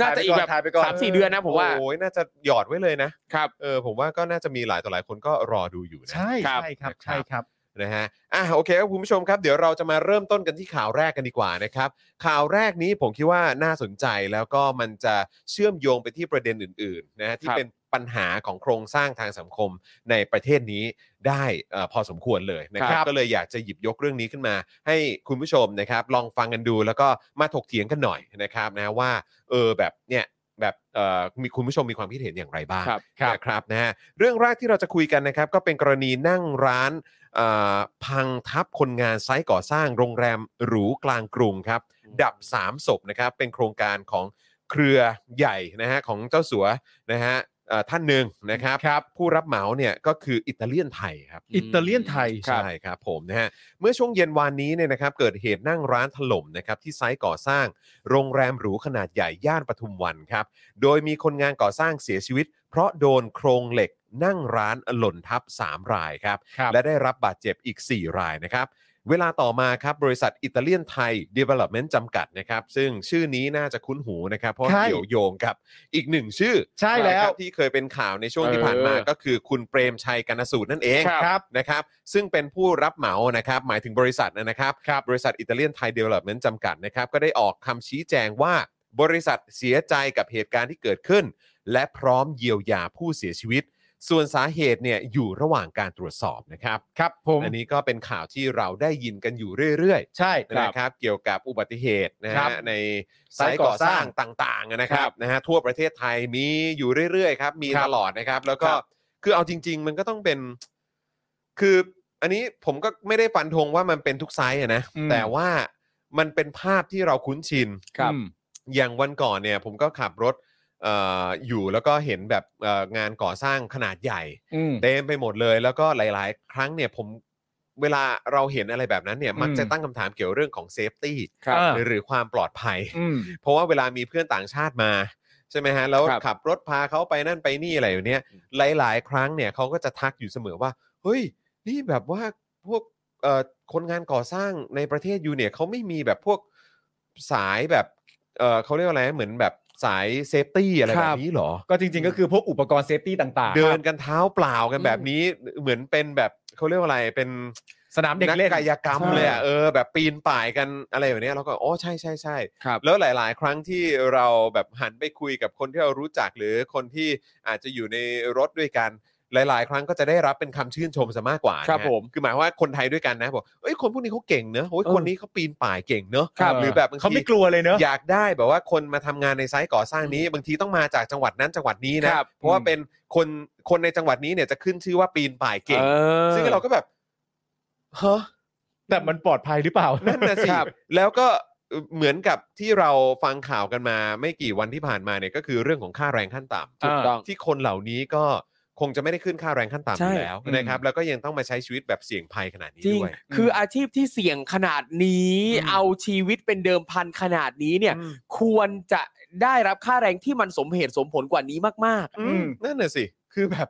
น่าจะอีกแบบ
ถ่ายไปก่อน
สามสี่เดือนนะผมว่า
โอ้ยน่าจะหยอดไว้เลยนะครับ เออผมว่าก็น่าจะมีหลายต่อหลายคนก็รอดูอยู่นะ
ใช่
ครับ
ใช่ครับใช่ครับ
นะฮะอ่ะโอเคครับคุณผู้ชมครับ เดี๋ยวเราจะมาเริ่มต้นกันที่ข่าวแรกกันดีกว่านะครับ ข่าวแรกนี้ผมคิดว่าน่าสนใจแล้วก็มันจะเชื่อมโยงไปที่ประเด็นอื่นๆนะฮะที่
ครับ
เป็นปัญหาของโครงสร้างทางสังคมในประเทศนี้ได้เอ่อพอสมควรเลยนะครับ
ครับ
ก็เลยอยากจะหยิบยกเรื่องนี้ขึ้นมา ให้คุณผู้ชมนะครับ ลองฟังกันดูแล้วก็มาถกเถียงกันหน่อยนะครับนะว่าเออแบบเนี่ยแบบเอ่อมีคุณผู้ชมมีความคิดเห็นอย่างไรบ้าง
ครับ
นะครับนะฮะเรื่องแรกที่เราจะคุยกันนะครับ ก็เป็นกรณีนั่งร้าน อ่าพังทับคนงานไซต์ก่อสร้างโรงแรมหรูกลางกรุงครับ
อืม
ดับ 3 ศพนะครับ เป็นโครงการของเครือใหญ่นะฮะของเจ้าสัวนะฮะเอ่อท่านหนึ่งนะครับรบผู้รับเหมาเนี่ยก็คืออิตาเลียนไทยครับ
อิตาเลียนไทย
ใช่ครับผมนะฮะเมื่อช่วงเย็นวานนี้เนี่ยนะครับเกิดเหตุนั่งร้านถล่มนะครับที่ไซต์ก่อสร้าง โรงแรมหรูขนาดใหญ่ย่านปทุมวันครับโดยมีคนงานก่อสร้างเสียชีวิต เพราะโดนโครงเหล็กนั่งร้านหล่นทับ 3 รายครับ
ครับ
และได้รับบาดเจ็บอีก 4 รายนะครับ เวลาต่อมาครับบริษัทอิตาเลียนไทย Development จำกัดนะครับ ซึ่งชื่อนี้น่าจะคุ้นหูนะครับ เพราะ
ใช่
เกี่ยวโยงกับอีกหนึ่งชื่อ
ใช่แล้
นะค
ว
รับที่เคยเป็นข่าวในช่วงที่ผ่านมา
เออ
ก็คือคุณเปรมชัยกนสูตรนั่นเอง
ครับ
นะครับซึ่งเป็นผู้รับเหมานะครับหมายถึงบริษัทนะครับ
ครับ
บริษัทอิตาเลียนไทยเดเวล็อปเมนต์จำกัดนะครับก็ได้ออกคำชี้แจงว่าบริษัทเสียใจกับเหตุการณ์ที่เกิดขึ้น และพร้อมเยียวยาผู้เสียชีวิต ส่วนสาเหตุเนี่ยอยู่ระหว่างการตรวจสอบนะครับ
ครับผม
อันนี้ก็เป็นข่าวที่เราได้ยินกันอยู่เรื่อย
ใช่
ๆนะครับเกี่ยวกับอุบัติเหตุนะ
ครั
ฮะ
บ
ในไซต์ก่อสร้างต่างๆนะครับนะฮะทั่วประเทศไทยมีอยู่เรื่อยๆครับมี
ครับ
ตลอดนะครับ แล้วก็
ครับ
คือเอาจริง ๆ มันก็ต้องเป็น คืออันนี้ผมก็ไม่ได้ฟันธงว่ามันเป็นทุกไซต์อะนะ
อืม
แต่ว่ามันเป็นภาพที่เราคุ้นชิน
ครับ
อืม
อย่างวันก่อนเนี่ยผมก็ขับรถเอ่ออยู่แล้วก็เห็นแบบเอ่องานก่อสร้างขนาดใหญ่
อืม
เต็มไปหมดเลยแล้วก็หลาย ๆ ครั้งเนี่ยผมเวลาเราเห็นอะไรแบบนั้นเนี่ย
อืม
มักจะตั้งคำถามเกี่ยวเรื่องของเซฟตี้
ครับ
อ่า
หรือความปลอดภัย
อืม
เพราะว่าเวลามีเพื่อนต่างชาติมา ใช่ไหมฮะ แล้ว
ครับ
ขับรถพาเขาไปนั่นไปนี่อะไรอยู่เนี้ยหลาย ๆ ครั้งเนี่ยเขาก็จะทักอยู่เสมอว่า เฮ้ย นี่แบบว่าพวกเอ่อคนงานก่อสร้างในประเทศยูเนี่ยเขาไม่มีแบบพวกสายแบบเอ่อเขาเรียกว่าอะไรเหมือนแบบสายเซฟตี้อะไร
ค
แบ
รับ
บนี้เหรอ
ก็จริงๆ ก็คือพวกอุปกรณ์เซฟตี้ต่างๆ
เดิน
ครับ
กันเท้าเปล่ากันแบบนี้เหมือนเป็นแบบเขาเรียกว่าอะไรเป็น
สนามเด็กเล่น
กายกรรม
ใช่
เลยอะเออแบบปีนป่ายกันอะไรแบบเนี้ยเราก็อ๋อใช่ใช่ใช่
ครับ
แล้วหลาย ๆ ครั้งที่เราแบบหันไปคุยกับคนที่เรารู้จักหรือคนที่อาจจะอยู่ในรถด้วยกัน หลาย ๆ ครั้งก็จะได้รับเป็นคำชื่นชมซะมากกว่า
ครับ
นะฮะ
ผม
คือหมายความว่าคนไทยด้วยกันนะบอกเอ้ยคนพวกนี้เขาเก่งเนอะโอ้ย
เออ
คนนี้เขาปีนป่ายเก่งเนอะ
ครับ
หรือแบบบาง
เขา
ที
ไม่กลัวเลยเนอะ
อยากได้แบบว่าคนมาทำงานในไซต์ก่อสร้างนี้ บางทีต้องมาจากจังหวัดนั้นจังหวัดนี้นะ
ครับ
เพราะว่าเป็นคนคนในจังหวัดนี้เนี่ยจะขึ้นชื่อว่าปีนป่ายเก่ง
ออ
ซึ่งเราก็แบบเฮ้อ
แต่มันปลอดภัยหรือเปล่า
นั่นนะสิ แล้วก็เหมือนกับที่เราฟังข่าวกันมาไม่กี่วันที่ผ่านมาเนี่ยก็คือเรื่องของค่าแรงขั้นต่ำ
ถูกต้อง
ที่คนเหล่านี้ก็คงจะไม่ได้ขึ้นค่าแรงขั้นต่ำอ
ใช่
ยู่แล้ว
อืม
นะครับ แล้วก็ยังต้องมาใช้ชีวิตแบบเสี่ยงภัยขนาดนี้
จริ
ด้
ง
วย
คืออาชีพที่เสี่ยงขนาดนี้
อืม
เอาชีวิตเป็นเดิมพันขนาดนี้เนี่ย
อืม
ควรจะได้รับค่าแรงที่มันสมเหตุสมผลกว่านี้มาก
อืมนั่นน่ะสิ คือแบบ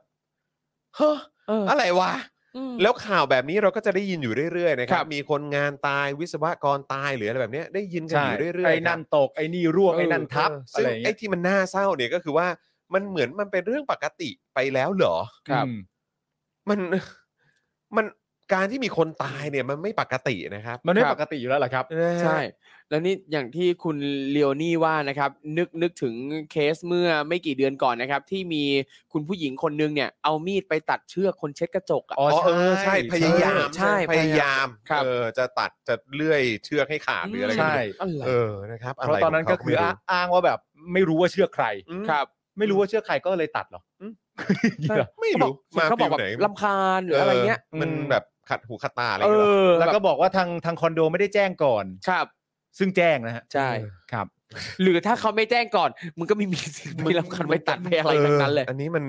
เฮ้อ
เออ
อะไรวะ
อืม
แล้วข่าวแบบนี้เราก็จะได้ยินอยู่เรื่อยๆนะครับ
ครับ
มีคนงานตายวิศวกรตายหรืออะไรแบบเนี้ยได้ยินกัน
ใช่
อยู่เรื่อย
ไอ้
ๆครับ
นั่นตกไอ้นี่ร่วง
เออ
ไอ้นั่นทับ
เออ
อะ
ซึ่ง
ไรอย่าง
ไอ้
เงี้ย
ที่มันน่าเศร้าเนี่ยก็คือว่ามันเหมือนมันเป็นเรื่องปกติไปแล้วเหรอ
ครับ
อืม
มันมันการที่มีคนตายเนี่ยมันไม่ปกตินะครับ
มันไม่
ครับ
ปกติอยู่แล้วเหรอครับ
นะฮะ
ใช่ แล้วนี่อย่างที่คุณเลโอนี่ว่านะครับ นึกนึกถึงเคสเมื่อไม่กี่เดือนก่อนนะครับ ที่มีคุณผู้หญิงคนนึงเนี่ย เอามีดไปตัดเชือกคนเช็ดกระจกอ่ะ
อ๋อ
อ๋อเออ
ใช่
ใช่พยายาม
ใช่
พยายาม
ครับ
เออจะตัดจะเลื่อยเชือกให้ขาดหรืออะไรก็
ใช่
ไม่รู้
อะไร
เออนะครับ
เพราะตอนนั้นก็คืออ้าอ้างว่าแบบไม่รู้ว่าเชื่อใคร
ค
ครั
รั
บบ
ไม่รู้ว่าเชื่อใครก็เลยตัดเหรออ
ม
อย่างเงี้ยเหรอ
ไม่
เขาบอ
รู้
ก
มา
เขาบอก
ฟิล
แบบ
ไหน
ลำคาญหรืออะไรเงี้ย
มัน
อืม
แบบขัดหูขัดตาอะไรอ
เอย่าง
เงี้ยเหรอ
อ
แล้ว
แล้
ก็
ว
บอกว่าทางทางคอนโดไม่ได้แจ้งก่อน
ครับ
ซึ่งแจ้งนะฮะ
ใช่
ครับ
หรือถ้าเขาไม่แจ้งก่อน มึงก็ไม่มีสิทธิ์ไปลำคาญไปตัดไปอะไรทั้งนั้นเล
อ
ย
ออันนี้มัน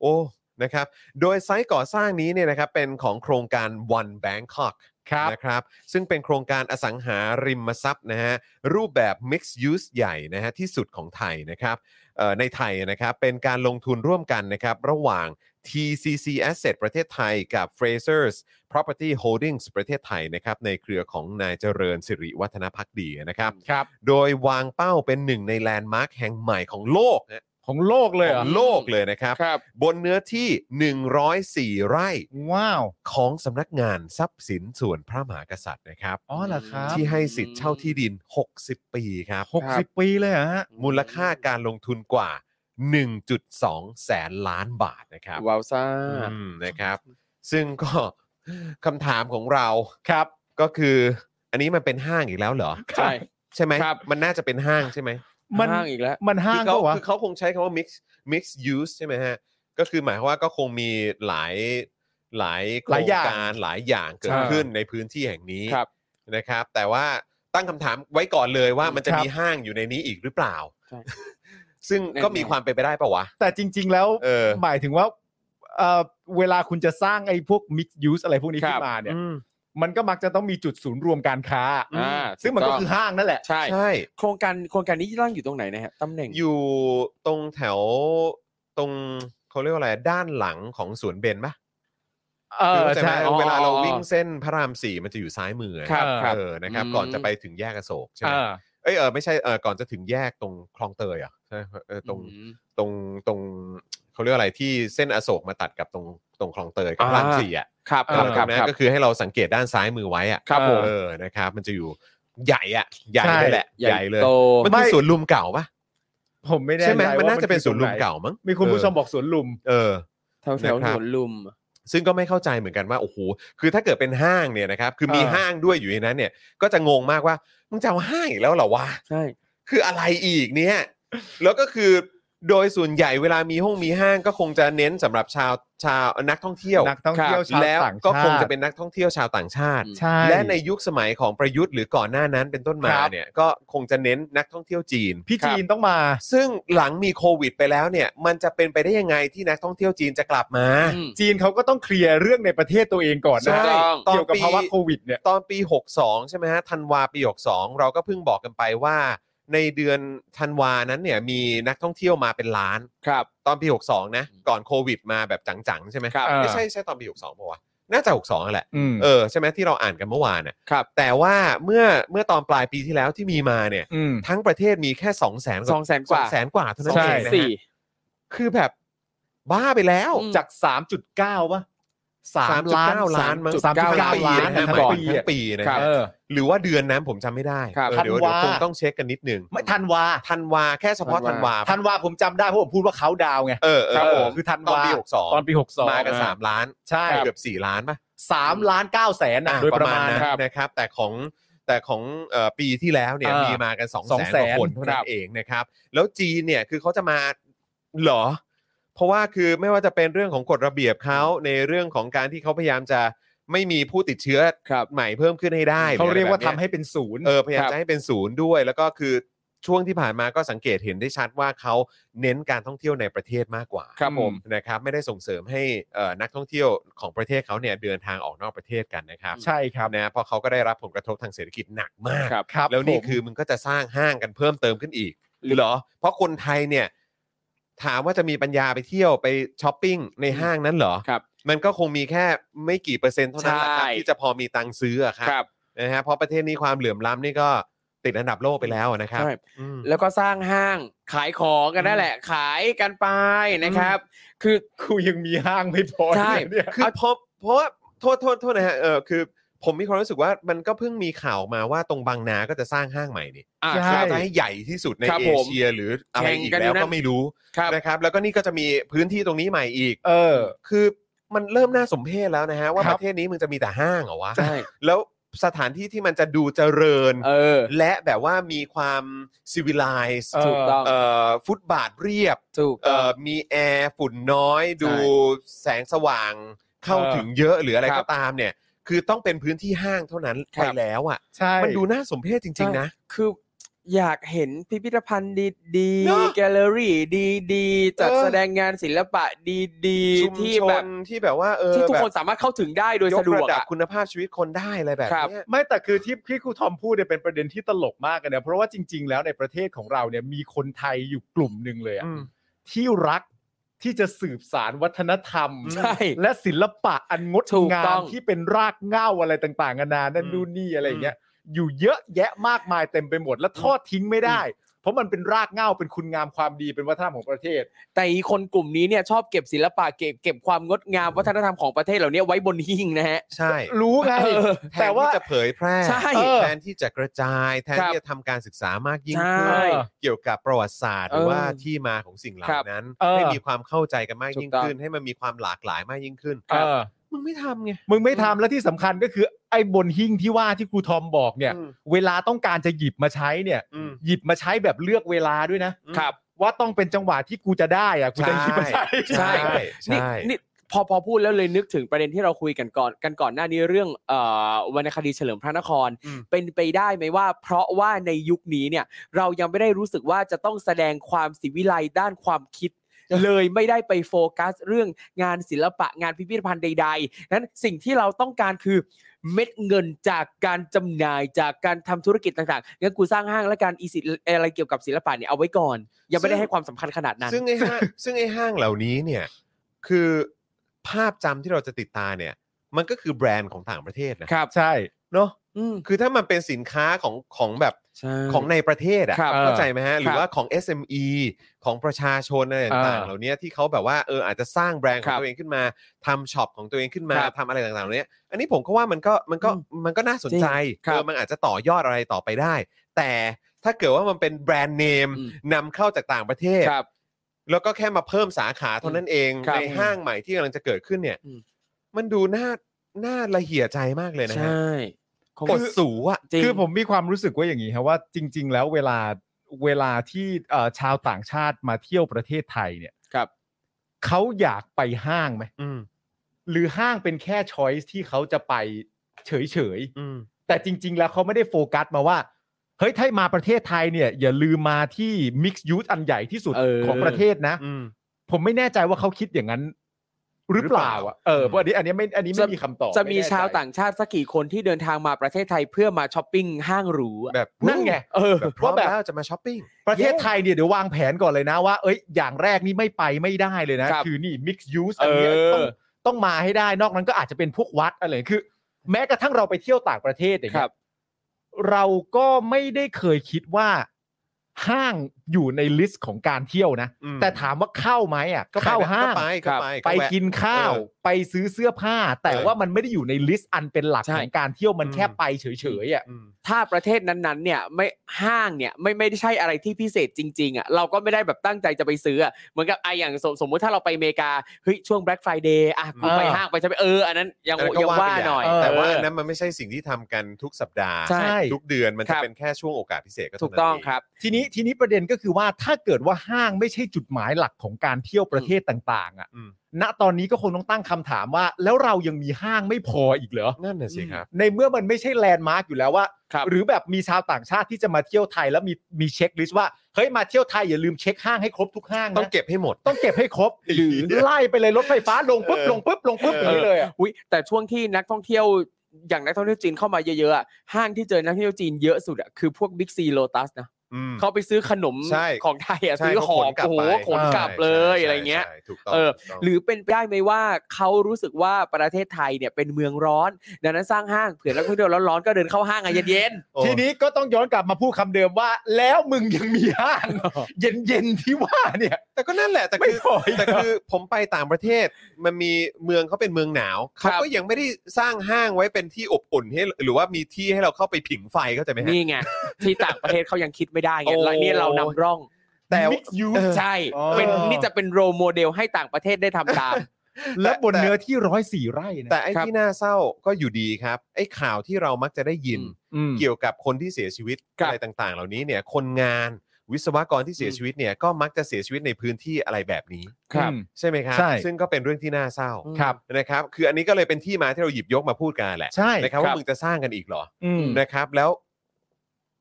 โอ้นะครับ โดยไซต์ก่อสร้างนี้เนี่ยนะครับเป็นของโครงการ One Bangkok
ครับ
นะครับซึ่งเป็นโครงการอสังหาริมทรัพย์นะฮะรูปแบบ Mixed Use ใหญ่นะฮะที่สุดของไทยนะครับเอ่อในไทยนะครับเป็นการลงทุนร่วมกันนะครับระหว่าง TCC Asset ประเทศไทยกับ Frasers Property Holdings ประเทศไทยนะครับในเครือของนายเจริญสิริวัฒนพักดีนะครับ
ครับ
โดยวางเป้าเป็นหนึ่งในแลนด์มาร์คแห่งใหม่ของโลกนะ
ของโลกเลยเหร
ข
อ
องโลกเลยนะครับ
ครับ
บนเนื้อที่ 104 ไร่
ว้าว
ของสำนักงานทรัพย์สินส่วนพระมหากษัตริย์นะครับ
อ๋อเหรอครับ
ที่ให้สิทธิ์เช่าที่ดิน 60 ปีครับ
หกสิบปีเลยเหรอฮะ
มูลค่าการลงทุนกว่า 1.2 แสนล้านบาทนะครับ
ว้าวซ่า
อืมนะครับ ซึ่งก็ คำถามของเรา
ครับ
ก็คือ อันนี้มันเป็นห้างอีกแล้วเหรอ
ใช่
ใช่ไหม
ครับ
มันน่าจะเป็นห้างใช่ไหม
มัน
ห้างอีกแล้ว
มันห้าง
ที่
ก็
เขา
วะ
คือเขาคงใช้คำว่า mix mix use ใช่ไหมฮะ ก็คือหมายความว่าก็คงมีหลายหลายโค
ห
ร
ลาย
ง
อย่าง
การหลายอย่างเกิ
ใช่
ดขึ้นในพื้นที่แห่งนี้
ครับ
นะครับแต่ว่าตั้งคำถามไว้ก่อนเลยว่ามันจะ
ครับ
มีห้างอยู่ในนี้อีกหรือเปล่า
ใช่
ซึ่ง
แน่ๆ
ก็มีความเป็นไปได้ปะวะ
แต่จริง ๆ แล้ว
เออ
หมายถึงว่าเอ่อเวลาคุณจะสร้างไอ้พวก mix use อะไรพวกนี้
ครับ
ขึ้นมาเนี่ย
อืม
มันก็มักจะต้องมีจุดศูนย์รวมการค้า
อืม
อ่า
ซึ่งมันก็คือ
ถูต้
ห้างนั่นแหละ
ใช่
ใช่
โครงการโครงการนี้ตั้งอยู่ตรงไหนนะฮะตำแหน่ง
อยู่ตรงแถวตรงเขาเรียกว่าอะไรด้านหลังของสวนเบญปะ
เออ
คือข้าจไหม
ใช่
อ๋อ
เวลาเราวิ่งเส้นพระรามสี่มันจะอยู่ซ้ายมือ
ครับครับ
เออนะครับ
อืม
ก่อนจะไปถึงแยกอโศกใช่ไหม
เออ
เอยเออไม่ใช่เออก่อนจะถึงแยกตรงคลองเตยเหรอ่ะใช่เออตรง
อืม
ตรงตรงเขาเรียกว่าอะไรที่เส้นอโศกมาตัดกับตรงตรงคลองเตยกับพระราม
อ่า
สี่อ่ะ
ครับ
เอ
ค
อ
รับ
นะ
ค
ครับบ นะ
รัครั
ก็
บ
คือให้เราสังเกตด้านซ้ายมือไว้อะ
ครับผม
เออนะครับ มันจะอยู่ใหญ่อะใหญ่เลยแหละใหญ่เลย
โต
มันคือสวนลุมเก่าปะ
ผมไม่แน่
ใช่ไหม
ใจ
มันน่าจะเป็นส
คือ
วนลุม
ตรงไห
เก่ามั้ง
มีคุณผู้ชมบอกสวนลุม
เออ
แถวแถว
นะครับ
สวนลุม
ซึ่งก็ไม่เข้าใจเหมือนกันว่าโอ้โหคือถ้าเกิดเป็นห้างเนี่ยนะครับ คือมี
เออ
ห้างด้วยอยู่ในนั้นเนี่ย ก็จะงงมากว่ามึงจะเอาห้างอีกแล้วเหรอวะ
ใช่
คืออะไรอีกเนี่ย แล้วก็คือโดยส่วนใหญ่เวลามีห้องมีห้างก็คงจะเน้นสำหรับชาวชาวนักท่องเที่ยว
นักท่องเที่ยวชาว
แล้ว
ต่างชาติ
ก็คงจะเป็นนักท่องเที่ยวชาวต่างชาติ
ใช่
และในยุคสมัยของประยุทธ์หรือก่อนหน้านั้นเป็นต้นมาเนี่ยก็คงจะเน้นนักท่องเที่ยวจีน
พี่จีนต้องมา
ซึ่งหลังมีโควิดไปแล้วเนี่ย มันจะเป็นไปได้ยังไงที่นักท่องเที่ยวจีนจะกลับมา
อืม
จีนเขาก็ต้องเคลียร์เรื่องในประเทศตัวเองก่อน
ถู
นะ
กต้อง
ตอน
เกี่ยวกับ
ปี
ภาวะโควิดเนี่ย
ตอนปี 62 ใช่ไหมฮะธันวาปี 62 เราก็เพิ่งบอกกันไปว่า ในเดือนธันวานั้นเนี่ยมีนักท่องเที่ยวมาเป็นล้าน
ครับ
ตอนปี 62 นะ ก่อนโควิดมาแบบจังๆ ใช่ไหม
ครับ
ไม่ใช่ใช่ตอนปี 62ป่าวะน่าจะ 62นั่นแหละ
อืม
เออใช่ไหมที่เราอ่านกันเมื่อวานน่ะ
ครับ
แต่ว่าเมื่อเมื่อตอนปลายปีที่แล้วที่มีมาเนี่ย
ืม
ทั้งประเทศมีแค่สองแสน
สองแสนกว่า
แสนกว่าเท่านั้น
ใช่
เองนะ
สี่
ฮะคือแบบบ้าไปแล้ว
อืม
จากสามจุดเก้าป่ะ
3.9ล้านมั้ง
สามจุดเก้า
3.9
ล้าน
ทั้ง
ทั้ง
ปี
ปี
นะฮะทั้งปีทั้งปีนะ
ครั
ฮะ
บ
เออ
หรือว่าเดือนนั้นผมจำไม่ได้
ครับ
เออเดี๋ยว
ธั
เดี๋ยว
นวา
คงต้องเช็คกันนิดนึง
ไม่ธันวา
ธันวาแค่เฉพาะ
ธั
ธัน
น
วาว
า
ธั
ธั
น
นวาผมจำได้เพราะผมพูดว่าเขาดาวน์ไง
เออเออ
ครับผม
เออ
คือธันวา
ตอนปีหกสอง
ตอนปีหกสอง
มากันสามล้าน
ใช่
เกือบสี่ล้านป่ะ
สามล้านเก้าแสน
อ่
นะโดยประมาณ
นั้น
นะ
ครับ
นะครับ แต่ของแต่ของเอ่อปีที่แล้วเนี่ย
เออ
มีมากันสองแสนก
200,000
ว่าคนเท่า
ค
นั้
รับ
นเองนะครับ แล้วจีนเนี่ยคือเขาจะมาเหรอ เพราะว่าคือไม่ว่าจะเป็นเรื่องของกฎระเบียบเขาในเรื่องของการที่เขาพยายามจะไม่มีผู้ติดเชื้อ
ครับ
ใหม่เพิ่มขึ้นให้ได้
เขาเรียกว่า
หออะ
ทำ
ไแบบ
ให้เป็นศูนย์
เออพยายาม
ครับ
จะให้เป็นศูนย์ด้วย แล้วก็คือช่วงที่ผ่านมาก็สังเกตเห็นได้ชัดว่าเขาเน้นการท่องเที่ยวในประเทศมากกว่า
ครับผม
นะครับไม่ได้ส่งเสริมให้เอ่อนักท่องเที่ยวของประเทศเขาเนี่ยเดินทางออกนอกประเทศกันนะครับ
ใช่ครับ
นะเพราะเขาก็ได้รับผลกระทบทางเศรษฐกิจหนักมาก
ครับ
ครับ
แล้วนี่
ผม
คือมันก็จะสร้างห้างกันเพิ่มเติมขึ้นอีกหรือเหรอ เพราะคนไทยเนี่ย ถามว่าจะมีปัญญาไปเที่ยวไปช้อปปิ้งในห้างนั้นเหรอ
ครับ
มันก็คงมีแค่ไม่กี่เปอร์เซ็นต์เท่านั้นแหละครับ
ใช่
ที่จะพอมีตังค์ซื้ออะครับ
ครับ
นะฮะเพราะประเทศนี้ความเหลื่อมล้ำนี่ก็ติดอันดับโลกไปแล้วอะนะครับ
ใช่
อืม
แล้วก็สร้างห้างขายของกันนั่นแหละ ขายกันไปนะครับ คือ
กูยังมีห้างไม่พอ
ใช่
เนี่ย
คือเพราะเพราะว่าโทษโทษโทษนะฮะเออคือ ผมมีความรู้สึกว่ามันก็เพิ่งมีข่าวมาว่าตรงบางนาก็จะสร้างห้างใหม่นี่
อ่ะ
ก็จะให้ใหญ่ที่สุดใน
ครับ
เอ
ผม
เชียหรืออะไรอีก
แข่งกันอยู่
แล้ว
นั่น
ก็ไม่รู้
ครับ
นะครับแล้วก็นี่ก็จะมีพื้นที่ตรงนี้ใหม่อีก
เออ
คือมันเริ่มน่าสมเพชแล้วนะฮะว่า
ค
ป
รับ
ระเทศนี้มึงจะมีแต่ห้างเหรอวะ
ใช่
แล้วสถานที่ที่มันจะดูเจริญ
เออ
และแบบว่ามีความซิวิไลซ์
เออ
ถูกต้อง
เอ่อฟุตบาทเรียบ
ถูก
เอ่
ต้อง
อมีแอร์ฝุ่นน้อยดูแสงสว่างเข้า
เออ
ถึงเยอะหรืออะไร
ครั
ก็
บ
ตามเนี่ย คือต้องเป็นพื้นที่ห้างเท่านั้น
ครั
ไป
บ
แล้วอ่ะ
ใช่
มันดูน่าสมเพชจริง ๆ นะ
คืออยากเห็นพิพิธภัณฑ์ดีดีๆ
เนอะ
แกลเลอรี่ดีดีๆจัด
เออ
แสดงงานศิลปะดีดีๆ
ชุม
ที่
ช
แบบ
นที่แบบว่าเออ
ที่ทุก
แบบ
คนสามารถเข้าถึงได้โดย
ยก
สะดวก
ระดับ
อะ
คุณภาพชีวิตคนได้อะไรแบบ
ครับ
เนี้ย
ไม่แต่คือที่ที่ครูทอมพูดเนี่ยเป็นประเด็นที่ตลกมากเลยนะเพราะว่าจริง ๆ แล้วในประเทศของเราเนี่ยมีคนไทยอยู่กลุ่มหนึ่งเลยอะ
อืม
ที่รักที่จะสืบสารวัฒนธรรม
ใช่
และศิลปะอันงด
ถูก
งา
ต้อ
ม
ง
ที่เป็นรากเหง้าอะไรต่างๆนานานั่น
อืม
นู่นนี่อะไรอย่างเงี้ยอยู่เยอะแยะมากมายเต็มไปหมดและทอดทิ้งไม่ได้ เพราะมันเป็นรากเหง้าเป็นคุณงามความดีเป็นวัฒนธรรมของประเทศ
แต่อีคนกลุ่มนี้เนี่ยชอบเก็บศิลปะเก็บเก็บความงดงามวัฒนธรรมของประเทศเหล่านี้ไว้บนหิ้งนะฮะ
ใช่
รู้ไง
เออ
แท
แต่
น
ว่า
ที่จะเผยแพร่
ใช่
แทนที่จะกระจายแทน
ครับ
ที่จะทำการศึกษามากยิ่งขึ้
ใช่
นเกี่ยวกับประวัติศาสตร์ห
เออ
รือว่าที่มาของสิ่งเหล่า
ครับ
นั้น
เออ
ให้มีความเข้าใจกันมากยิ่ง
ถูกต้อง
ขึ้น ให้มันมีความหลากหลายมากยิ่งขึ้น
เออ
มึงไม่ทำไง
มึงไม่ทำและที่สำคัญก็คือไอ้บนหิ้งที่ว่าที่ครูทอมบอกเนี่ย
อืม
เวลาต้องการจะหยิบมาใช้เนี่ย
อืม
หยิบมาใช้แบบเลือกเวลาด้วยนะครับ ว่าต้องเป็นจังหวะที่กูจะได้อะกูจะหยิบมาใช้
ใช่ นี่
ใช่
นี่พอพอพูดแล้วเลยนึกถึงประเด็นที่เราคุยกันก่อนกันก่อนหน้านี้เรื่องเอ่อวรรณคดีเฉลิมพระนคร
อืม
เป็นไปได้ไหมว่า เพราะว่าในยุคนี้เนี่ย เรายังไม่ได้รู้สึกว่าจะต้องแสดงความศิวิไลด้านความคิด เลยไม่ได้ไปโฟกัสเรื่องงานศิลปะงานพิพิธภัณฑ์ใด ๆ นั้นสิ่งที่เราต้องการคือเม็ดเงินจากการจำหน่ายจากการทำธุรกิจต่างๆงั้นกูสร้างห้างและการอีสิอะไรเกี่ยวกับศิลปะเนี่ยเอาไว้ก่อน ยังไม่ได้ให้ความสำคัญขนาดนั้น
ซึ่งไอ้ห้าง ซึ่งไอ้ห้างเหล่านี้เนี่ย คือภาพจำที่เราจะติดตาเนี่ย มันก็คือแบรนด์ของต่างประเทศนะครับ
ใช่
เนาะ
อืม
คือถ้ามันเป็นสินค้าของของแบบ
ใช่
ของในประเทศอ่ะ
ครับ
เข้าใจไหมฮะหรือ
ครับ
ว่าของ SME ของประชาชนอะไรต่างๆ
อ่า
เหล่านี้ที่เขาแบบว่าเอออาจจะสร้างแบรนด์ขอ
ค
ง
รับ
ตัวเองขึ้นมาทำช็อปของตัวเองขึ้นมา
ครับ
ทำอะไรต่างๆเหล่านี้ อันนี้ผมก็ว่ามันก็มันก็มันก็น่าสนใจ
ครับ
เออมันอาจจะต่อยอดอะไรต่อไปได้ แต่ถ้าเกิดว่ามันเป็นแบรนด์เนม
อืม
นำเข้าจากต่างประเทศ
ครับ
แล้วก็แค่มาเพิ่มสาขาเท่านั้นเอง
ครับ
ในห้างใหม่ที่กำลังจะเกิดขึ้นเนี่ย
อืม
มันดูน่าน่าละเหี่ยใจมากเลยนะฮะ
ใช่
กดสูอะ
จริง
คือผมมีความรู้สึกว่าอย่างนี้ครับว่าจริง ๆ แล้วเวลาเวลาที่เอ่อชาวต่างชาติมาเที่ยวประเทศไทยเนี่ย
ครับ
เขาอยากไปห้างไหม
อืม
หรือห้างเป็นแค่ช้อยส์ที่เขาจะไปเฉย
อืม
ๆแต่จริง ๆ แล้วเขาไม่ได้โฟกัสมาว่าเฮ้ยถ้ามาประเทศไทยเนี่ยอย่าลืมมาที่มิกซ์ยูสอันใหญ่ที่สุด
เออ
ของประเทศนะ
อืม
ผมไม่แน่ใจว่าเขาคิดอย่างนั้น หรือเปล่าอ่ะเออเพราะอันนี้อันนี้ไม่อันนี้ไม่มีคำตอบ
จะมี
ไแน่ใจ
ชาวต่างชาติสักกี่คนที่เดินทางมาประเทศไทยเพื่อมาช้อปปิ้งห้างหรูอะ
แบบ
นั่นไง
เออ
แบบพร้อ
ว่ามแบบ
แล้วจะมาช้อปปิ้ง
ประเทศไทยเนี่ยเดี๋ยววางแผนก่อนเลยนะว่า เอ้ย อย่างแรกนี่ไม่ไปไม่ได้เลยนะ
ครับ
คือนี่ mix use อันเนี้ย
เออ
ต้องต้องมาให้ได้นอกนั้นก็อาจจะเป็นพวกวัดอะไรคือ แม้กระทั่งเราไปเที่ยวต่างประเทศอย่าง
ค
เงี้
รั
ย
บ
เราก็ไม่ได้เคยคิดว่าห้างอยู่ในลิสต์ของการเที่ยวนะ
อืม
แต่ถามว่าเข้าไหมอ่ะ
ก็ไป
เข้าห้าง
ก็ไปก็ไป
ไป
แวะ
กินข้าว
เออ
ไปซื้อเสื้อผ้า แต่
เออ
ว่ามันไม่ได้อยู่ในลิสต์อันเป็นหลัก
ใช่
ของการเที่ยวมัน
อืม
แค่ไปเฉยๆอ่ะ
อืม
ถ้าประเทศนั้นๆ เนี่ยไม่ห้างเนี่ยไม่ไม่ใช่อะไรที่พิเศษจริงๆอ่ะเราก็ไม่ได้แบบตั้งใจจะไปซื้ออะเหมือนกับไอะอย่างสมสมมุติถ้าเราไปอเมริกาเฮ้ยช่วง Black Friday อ่ะกู
เออ
ไปห้างไปจะไปเอออันนั้นยัง
อันนั้นก็
ยังว่า
ว่าไปอย่าง
หน่อย
เออ
แต่ว่า
เอ
อั
อน
นั้นมันไม่ใช่สิ่งที่ทำกันทุกสัปดาห์
ใช่
ทุกเดือนมัน
ค
จะ
รับ
เป็นแค่ช่วงโอกาสพิเศษก็เท่า
ถูก
นั้น
ต้อง
เ
ครับ
ทีนี้ทีนี้ประเด็นก็คือว่าถ้าเกิดว่าห้างไม่ใช่จุดหมายหลักของการเที่ยวประเทศต่างๆ อ่ะ
อืม
ณตอนนี้ก็คงต้องตั้งคำถามว่า แล้วเรายังมีห้างไม่พออีกเหรอ
นั่นน่ะสิครับ
ในเมื่อมันไม่ใช่แลนด์มาร์กอยู่แล้วว่า
ครับ
หรือแบบมีชาวต่างชาติที่จะมาเที่ยวไทยแล้วมีมีเช็คลิสต์ว่าเฮ้ยมาเที่ยวไทยอย่าลืมเช็คห้างให้ครบทุกห้างนะ
ต้องเก็บให้หมด
ต้องเก็บให้ครบ
ไอ้
หรือ
เหี้ย
ไล่ไปเลยรถไฟฟ้าลงปุ๊บ
เออ
ลงปุ๊บลงปุ๊บ
เอ
อ
อ
ย่างนี้เลยอะ
อุ้ยแต่ช่วงที่นักท่องเที่ยวอย่างนักท่องเที่ยวจีนเข้ามาเยอะๆอะห้างที่เจอนักท่องเที่ยวจีนเยอะสุดอ่ะคือพวกบิ๊กซีโลตัสนะ
อืม
เขาไปซื้อขนม
ใช่
ของไทยอ่ะ
ใช่
ซื้อหอม
เขาขนกลับ
โอ้โห
ไป
ขนกลับ
ใช่
เลย
ใช่
อะไรเงี้ย
ใช่ถูกต้อง
เออ
ถูกต้อง
หรือเป็นไปได้ไหมว่าเขารู้สึกว่าประเทศไทยเนี่ยเป็นเมืองร้อน ดังนั้นสร้างห้างเผื่อนักท่องเที่ยวร้อนๆก็เดินเข้าห้างไงเย็น
โอ้
ทีนี้ก็ต้องย้อนกลับมาพูดคำเดิมว่า แล้วมึงยังมีห้างเย็นๆที่ว่าเนี่ย
แต่ก็นั่นแหละแต่
ไม่
คือ
พออีก
แต่คือผมไปต่างประเทศมันมีเมืองเขาเป็นเมืองหนาวเขาก็ยังไม่ได้สร้างห้างไว้เป็นที่อบอุ่นให้หรือว่ามีที่ให้เราเข้าไปผิงไฟเข้าใจไหม
ๆ
ฮะ
นี่ไงที่ต่างประเทศเขายังคิดไม่ได้ไง
โอ้
และนี่เรานำร่อง
แต่
Mix use
เออ
ใช่
อ๋อ
เป็นนี่จะเป็นโรโมเดลให้ต่างประเทศได้ทำตาม
และบนเนื้อที่ร้อยสี่ไร่นะ
แต่ไอ้
ครับ
ที่น่าเศร้าก็อยู่ดีครับไอ้ข่าวที่เรามักจะได้ยิน
อืม
อืม
เกี่ยวกับคนที่เสียชีวิต
ครับ
อะไรต่างๆ เหล่านี้เนี่ยคนงานวิศวกรที่เสียชีวิตเนี่ยก็มักจะเสียชีวิตในพื้นที่อะไรแบบนี้
ครับ
ใช่ไหมครับ
ใช่
ซึ่งก็เป็นเรื่องที่น่าเศร้า
อืม
ครับ
นะครับ คืออันนี้ก็เลยเป็นที่มาที่เราหยิบยกมาพูดกันแหละ
ใช่
นะครับ
ครั
ว่า
บ
มึงจะสร้างกันอีกเหรอ
อืม
นะครับ แล้ว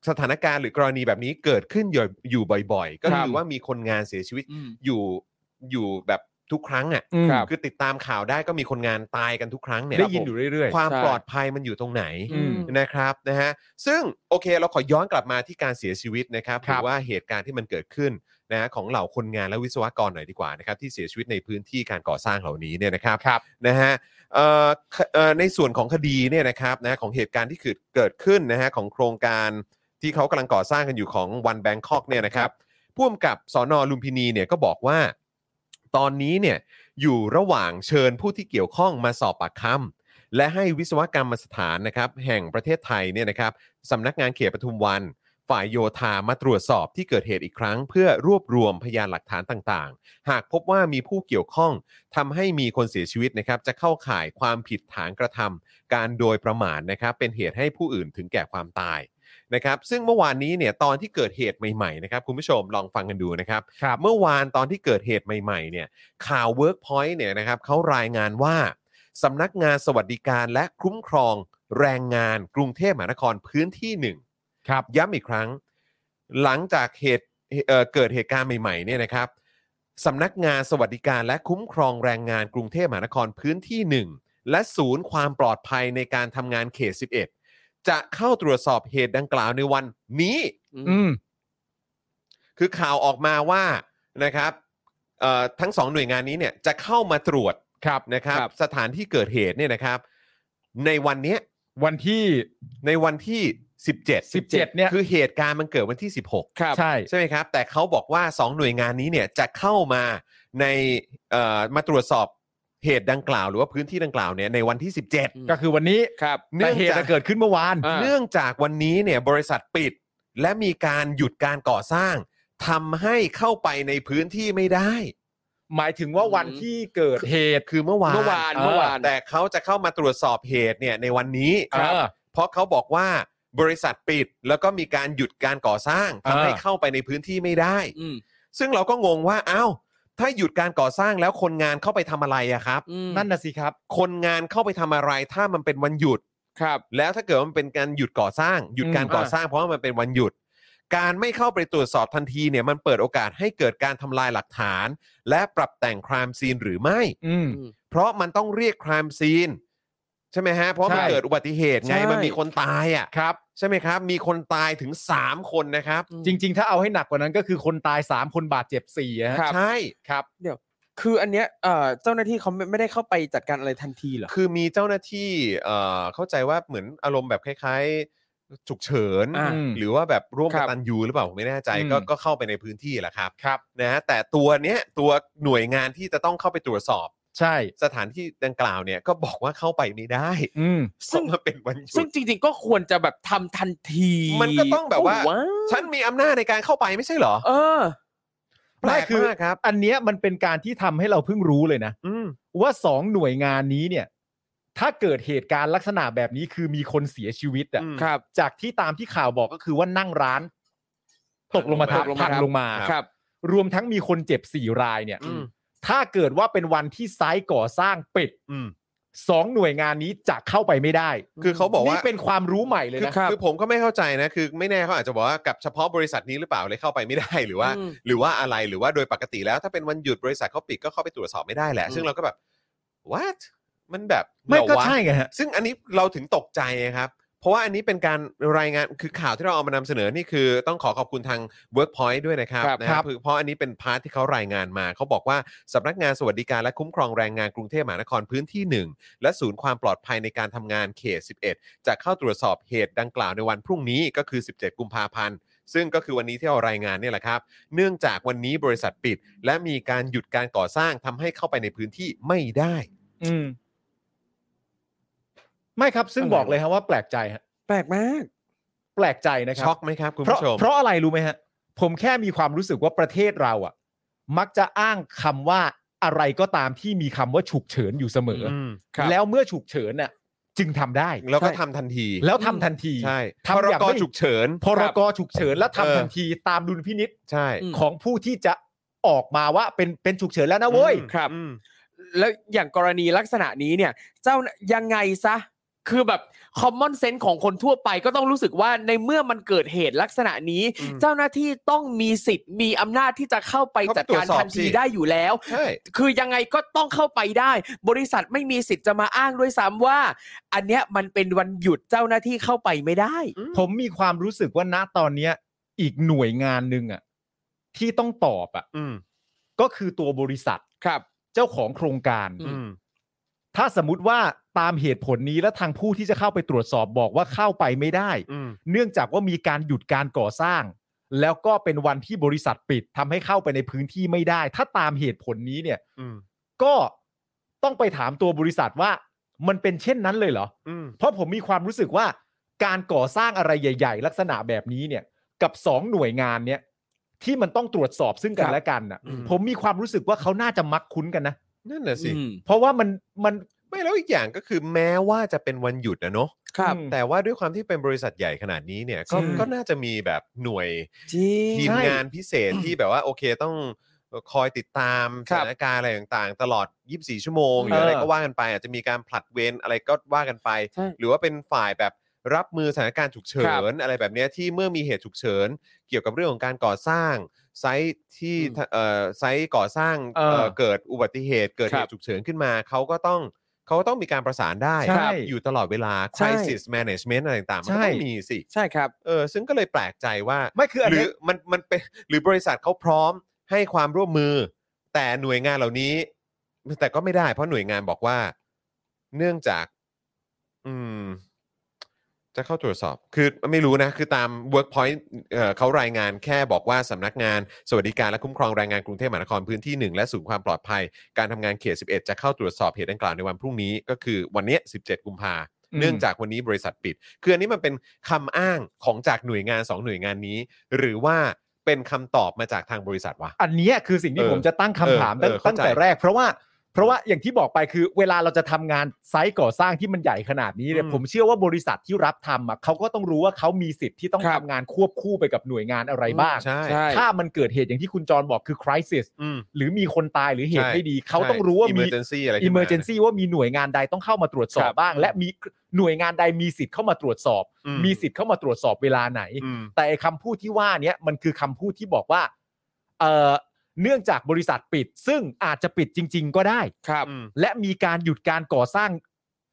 สถานการณ์หรือกรณีแบบนี้เกิดขึ้นอยู่อยู่บ่อย ๆ ก็คือว่ามีคนงานเสียชีวิต
อืม
อยู่อยู่แบบทุกครั้งอ่ะ
อืม
ครับ
คือติดตามข่าวได้ก็มีคนงานตายกันทุกครั้งเนี่ย
ได้ยินอยู่เรื่อย
ความ
ใช่
ปลอดภัยมันอยู่ตรงไหน
อืม
นะครับนะฮะซึ่งโอเคเราขอย้อนกลับมาที่การเสียชีวิตนะครับห
ครั
รื
บ
ว่าเหตุการณ์ที่มันเกิดขึ้นนะฮะของเหล่าคนงานและวิศวกรหน่อยดีกว่านะครับที่เสียชีวิตในพื้นที่การก่อสร้างเหล่านี้เนี่ยนะครับ
ครับ
นะฮะเอ่อคเอ่อในส่วนของคดีเนี่ยนะครับนะของเหตุการณ์ที่เกิดเกิดขึ้นนะฮะของโครงการที่เขากำลังก่อสร้างกันอยู่ของวันแบงคอกเนี่ยนะครับผู้กำกับสอนอลุมพินีเนี่ยก็บอกว่า ตอนนี้เนี่ยอยู่ระหว่างเชิญผู้ที่เกี่ยวข้องมาสอบปากคำ และให้วิศวกรรมสถานนะครับแห่งประเทศไทยเนี่ยนะครับสำนักงานเขตปทุมวัน ฝ่ายโยธามาตรวจสอบที่เกิดเหตุอีกครั้ง เพื่อรวบรวมพยานหลักฐานต่างๆ หากพบว่ามีผู้เกี่ยวข้องทำให้มีคนเสียชีวิตนะครับจะเข้าข่ายความผิดฐานกระทำการโดยประมาทนะครับเป็นเหตุให้ผู้อื่นถึงแก่ความตายนะครับซึ่งเมื่อวานนี้เนี่ยตอนที่เกิดเหตุใหม่ๆนะครับคุณผู้ชมลองฟังกันดูนะครับ
ๆ ครับ
เมื่อวานตอนที่เกิดเหตุใหม่ๆเนี่ยข่าว Workpoint เนี่ยนะครับเขารายงานว่าสำนักงานสวัสดิการและคุ้มครองแรงงานกรุงเทพมหานครพื้นที่หนึ่ง
ครับ
ย้ำอีกครั้ง หลังจากเหตุเอ่อเกิดเหตุการณ์ใหม่ๆเนี่ยนะครับสำนักงานสวัสดิการและคุ้มครองแรงงานกรุงเทพมหานครพื้นที่หนึ่งและศูนย์ความปลอดภัยในการทำงานเขต 11 จะเข้าตรวจสอบเหตุดังกล่าวในวันนี้
อืม
คือข่าวออกมาว่านะครับเอ่อทั้งสองหน่วยงานนี้เนี่ยจะเข้ามาตรวจ
ครับ
นะครับ
ครับ
สถานที่เกิดเหตุเนี่ยนะครับ ในวันเนี้ย
วันที่
ในวันที่ 17
17เนี่ย
คือเหตุการณ์มันเกิดวันที่ 16
ครับ
ใช่
ใช่ไหมครับ แต่เขาบอกว่า 2 หน่วยงานนี้เนี่ยจะเข้ามาในเอ่อมาตรวจสอบเหตุดังกล่าว หรือว่าพื้นที่ดังกล่าวเนี่ยในวันที่ 17
ก็คือวันนี้
ครับ
เนื่
แต่
องจาก
เหตุอะเกิดขึ้นเมื่อวาน
อ่า
เนื่องจากวันนี้เนี่ยบริษัทปิด และมีการหยุดการก่อสร้างทำให้เข้าไปในพื้นที่ไม่ได้
หมายถึงว่าวันที่เกิดเหตุ
คือเมื่อวาน
เมื่อวาน
ออ
เมื่อวาน
แต่เขาจะเข้ามาตรวจสอบเหตุเนี่ยในวันนี้
ครับ
เออเพราะเขาบอกว่าบริษัทปิดแล้วก็มีการหยุดการก่อสร้าง
เออ
ทำให้เข้าไปในพื้นที่ไม่ได้
อืม
ซึ่งเราก็งงว่าอ้าวถ้าหยุดการก่อสร้างแล้วคนงานเข้าไปทำอะไรอะครับ
อืม
นั่นน่ะสิครับ
คนงานเข้าไปทำอะไรถ้ามันเป็นวันหยุด
ครับ
แล้วถ้าเกิดว่ามันเป็นการหยุดก่อสร้าง หยุดการ
อืม
ก่อสร้างเพราะว่ามันเป็นวันหยุด การไม่เข้าไปตรวจสอบทันทีเนี่ยมันเปิดโอกาสให้เกิดการทำลายหลักฐาน และปรับแต่งครามซีนหรือไม่
อืม
เพราะมันต้องเรียกครามซีน ใช่ไหมฮะ เพราะมัน
ใช่
เกิดอุบัติเหตุไง
ใช่
มันมีคนตายอ่ะ
ครับ
ใช่ไหมครับ มีคนตายถึง 3 คนนะครับ
จริง ๆ ถ้าเอาให้หนักกว่านั้นก็คือคนตาย 3 คนบาดเจ็บ4อะฮะ
ครับ
ใช่
ครับ
คืออันเนี้ยเอ่อเจ้าหน้าที่เขาไม่ไม่ได้เข้าไปจัดการอะไรทันทีเหรอ
คือมีเจ้าหน้าที่เอ่อเข้าใจว่าเหมือนอารมณ์แบบคล้ายๆ ฉุกเฉิน
อ่า
หรือว่าแบบร่วม
ค
กั
รั
บบ ตันยูหรือเปล่าผมไม่แน่ใจ
อืม
ก็ก็เข้าไปในพื้นที่แหละครับ
ครับ
นะฮะแต่ตัวเนี้ยตัวหน่วยงานที่จะต้องเข้าไปตรวจสอบ
ใช่
สถานที่ดังกล่าวเนี่ยก็บอกว่าเข้าไปไม่ได้
อืม
เพ
ซึ่ง
ราะมันเป็นวันหยุ
ซึ่ง
ด
จริง ๆ ก็ควรจะแบบทำทันที
มันก็ต้องแบบว่า
โะ
ฉันมีอำนาจในการเข้าไปไม่ใช่เหรอ
เออ
แปล
ไม่
ก
คือ
มากครับ
อันเนี้ยมันเป็นการที่ทำให้เราเพิ่งรู้เลยนะ
อืม
ว่าสองหน่วยงานนี้เนี่ย ถ้าเกิดเหตุการณ์ลักษณะแบบนี้คือมีคนเสียชีวิตอะ
อืม
ครับ
จากที่ตามที่ข่าวบอกก็คือว่านั่งร้าน ตกลงมาทับ
ตกลง
พัง
มาทับ
ลงมา
ครับ
รวมทั้งมีคนเจ็บสี่รายเนี่ย
อืม
ถ้าเกิดว่าเป็นวันที่ไซต์ก่อสร้างปิด
อืม
สองหน่วยงานนี้จะเข้าไปไม่ได้
คือเขาบอกว่า
นี่เป็นความรู้ใหม่เลย
คือ
นะ
ครับ
คือผมก็ไม่เข้าใจนะ คือไม่แน่เขาอาจจะบอกว่ากับเฉพาะบริษัทนี้หรือเปล่าเลยเข้าไปไม่ได้ หรือว่า
อืม
หรือว่าอะไรหรือว่าโดยปกติแล้วถ้าเป็นวันหยุดบริษัทเขาปิดก็เข้าไปตรวจสอบไม่ได้แหละ
อืม
ซึ่งเราก็แบบ what มันแบบ
ไม่
เหรอ
ก็
วะ
ใช่ไงฮะ
ซึ่งอันนี้เราถึงตกใจไงครับ ราะว่าอันนี้เป็นการรายงานคือข่าวที่เราเอามานำเสนอนี่คือต้องขอขอบคุณทาง Workpoint ด้วยนะครับ
ครับ
นะฮะ
ครับ
คือเพราะอันนี้เป็นพาร์ทที่เขารายงานมา เขาบอกว่าสำนักงานสวัสดิการและคุ้มครองแรงงานกรุงเทพมหานครพื้นที่หนึ่งและศูนย์ความปลอดภัยในการทำงานเขต 11 จะเข้าตรวจสอบเหตุดังกล่าวในวันพรุ่งนี้ก็คือ 17 กุมภาพันธ์ ซึ่งก็คือวันนี้ที่เรารายงานเนี่ยแหละครับ เนื่องจากวันนี้บริษัทปิด และมีการหยุดการก่อสร้างทำให้เข้าไปในพื้นที่ไม่ได้
อืม ไม่ครับ ซึ่ง
อะไร
บอกเลยครับว่าแปลกใจฮะ
แปลกมาก
แปลกใจนะครับ
ช็อกไหมครับคุณ
เพราะ
ผู้ชม
เพราะอะไรรู้ไหมฮะ ผมแค่มีความรู้สึกว่าประเทศเราอะมักจะอ้างคำว่าอะไรก็ตามที่มีคำว่าฉุกเฉินอยู่เสมออ
อืม
ครับ
แล้วเมื่อฉุกเฉินน่ะ จึงทำได้
แล้วก็
ใช่
ทำทันที
แล้วทำทันที
ใช่
ทำ
พร
อย่าง
ก
ไม่
ฉุกเฉิน
พรกฉุกเฉินและทำ
เออ
ทันทีตามดุลพินิษ
ใช่
อืม
ของผู้ที่จะออกมาว่าเป็นเป็นฉุกเฉินแล้วนะเว้ย
อืม
ครับ
อืม
แล้วอย่างกรณีลักษณะนี้เนี่ย เจ้ายังไงซะ คือแบบคอมมอนเซนส์ของคนทั่วไปก็ต้องรู้สึกว่าในเมื่อมันเกิดเหตุลักษณะนี้
อืม
เจ้าหน้าที่ต้องมีสิทธิ์มีอำนาจที่จะเข้าไป
เข้าไป
จัด
ตรว
การ
จสอบ
ทันที
สิ
ได้อยู่แล้ว
ใช่
คือยังไงก็ต้องเข้าไปได้ บริษัทไม่มีสิทธิ์จะมาอ้างด้วยซ้ำว่า อันเนี้ยมันเป็นวันหยุดเจ้าหน้าที่เข้าไปไม่ได้
ผมมีความรู้สึกว่าณตอนเนี้ย อีกหน่วยงานหนึ่งอะที่ต้องตอบอะ
อืม
ก็คือตัวบริษัท
ครับ
เจ้าของโครงการ
อืม
ถ้าสมมติว่าตามเหตุผลนี้และทางผู้ที่จะเข้าไปตรวจสอบบอกว่าเข้าไปไม่ได้
อืม
เนื่องจากว่ามีการหยุดการก่อสร้าง แล้วก็เป็นวันที่บริษัทปิดทำให้เข้าไปในพื้นที่ไม่ได้ ถ้าตามเหตุผลนี้เนี่ย
อืม
ก็ต้องไปถามตัวบริษัทว่ามันเป็นเช่นนั้นเลยเหรอ
อืม
เพราะผมมีความรู้สึกว่าการก่อสร้างอะไรใหญ่ ๆ ลักษณะแบบนี้เนี่ย กับสองหน่วยงานเนี่ย ที่มันต้องตรวจสอบซึ่งกัน
ครับ
และกันน่ะ
อืม
ผมมีความรู้สึกว่าเขาน่าจะมักคุ้นกันนะ
นั่นน่ะสิ
อืม
เพราะว่ามันมัน
ไม่แล้วอีกอย่างก็คือแม้ว่าจะเป็นวันหยุดนะเนาะ
ครับ
อืม
แต่ว่าด้วยความที่เป็นบริษัทใหญ่ขนาดนี้เนี่ยก็
ใช่
ก็น่าจะมีแบบหน่วย
จริง
ทีม
ใช่
งานพิเศษที่แบบว่าโอเคต้องคอยติดตามส
ครับ
ถานการณ์อะไรต่างๆ ตลอด 24 ชั่วโมงห
เออ
รืออะไรก็ว่ากันไป อาจจะมีการผลัดเวรอะไรก็ว่ากันไป
ใช่
หรือว่าเป็นฝ่ายแบบรับมือสถานการณ์ฉุกเฉิ
ครับ
น อะไรแบบเนี้ยที่เมื่อมีเหตุฉุกเฉิน เกี่ยวกับเรื่องของการก่อสร้าง ไซต์ที่
อืม
เอ่อไซต์ก่อสร้าง
เออ
เอ่อเกิดอุบัติเหตุ เกิด
ค
เห
รับ
ตุฉุกเฉินขึ้นมา เขาก็ต้องเขาก็ต้องมีการประสานได้
ใช่
อยู่ตลอดเวลา
ใช่
crisis management อะไรต่างๆ มันก็ต้อง
ใช่
มีสิ
ใช่ครับ
เออซึ่งก็เลยแปลกใจว่า
ไม่คืออัน
หรื
เนี้
อย มันมันเป็นหรือบริษัทเขาพร้อมให้ความร่วมมือ แต่หน่วยงานเหล่านี้ แต่ก็ไม่ได้ เพราะหน่วยงานบอกว่า เนื่องจาก อืม จะเข้าตรวจสอบ คือไม่รู้นะ คือตาม Workpoint เอ่อเขารายงานแค่บอกว่าสำนักงาน สวัสดิการและคุ้มครองแรงงานกรุงเทพมหานครพื้นที่ 1 และศูนย์ความปลอดภัย การทำงานเขต 11 จะเข้าตรวจสอบเหตุดังกล่าวในวันพรุ่งนี้ ก็คือวันเนี้ย17 กุมภา เนื่องจากวันนี้บริษัทปิด คืออันนี้มันเป็นคำอ้างของจากหน่วยงาน 2 หน่วยงานนี้ หรือว่าเป็นคำตอบมาจากทางบริษัทวะ
อันเนี้ยคือสิ่งที่
เออ
ผมจะตั้งคำถาม
เอ
ตั้
อง เออเข้า
ตั้งแต่
ใจ
แรก เพราะว่าเพราะว่าอย่างที่บอกไปคือ เวลาเราจะทำงานไซต์ก่อสร้างที่มันใหญ่ขนาดนี้เนี่ย
อืม
ผมเชื่อว่าบริษัทที่รับทำอ่ะเขาก็ต้องรู้ว่าเขามีสิทธิ์ที่ต้อง
ครั
ทำ
บ
งานควบคู่ไปกับหน่วยงานอะไรบ้าง
ใช่
ใช่
ถ้ามันเกิดเหตุอย่างที่คุณจรบอกคือคริสิส
อืม
หรือมีคนตายหรือเหตุ
ใช่
ไม่ดี เขาต้องรู้ว่ามี
emergency อะไร
อิ
ขึ้าม
เมอร์เจนซีว่ามีหน่วยงานใดต้องเข้ามาตรวจสอบ
ครับ
บ้าง และมีหน่วยงานใดมีสิทธิ์เข้ามาตรวจสอบ
อื
มีสิทธิ์เข้ามาตรวจสอบเวลาไหน
อืม
แต่ไอ้คำพูดที่ว่าเนี้ยมันคือคำพูดที่บอกว่าเออเนื่องจากบริษัทปิด ซึ่งอาจจะปิดจริง ๆ ก็ได้
ครับ
อืม
และมีการหยุดการก่อสร้าง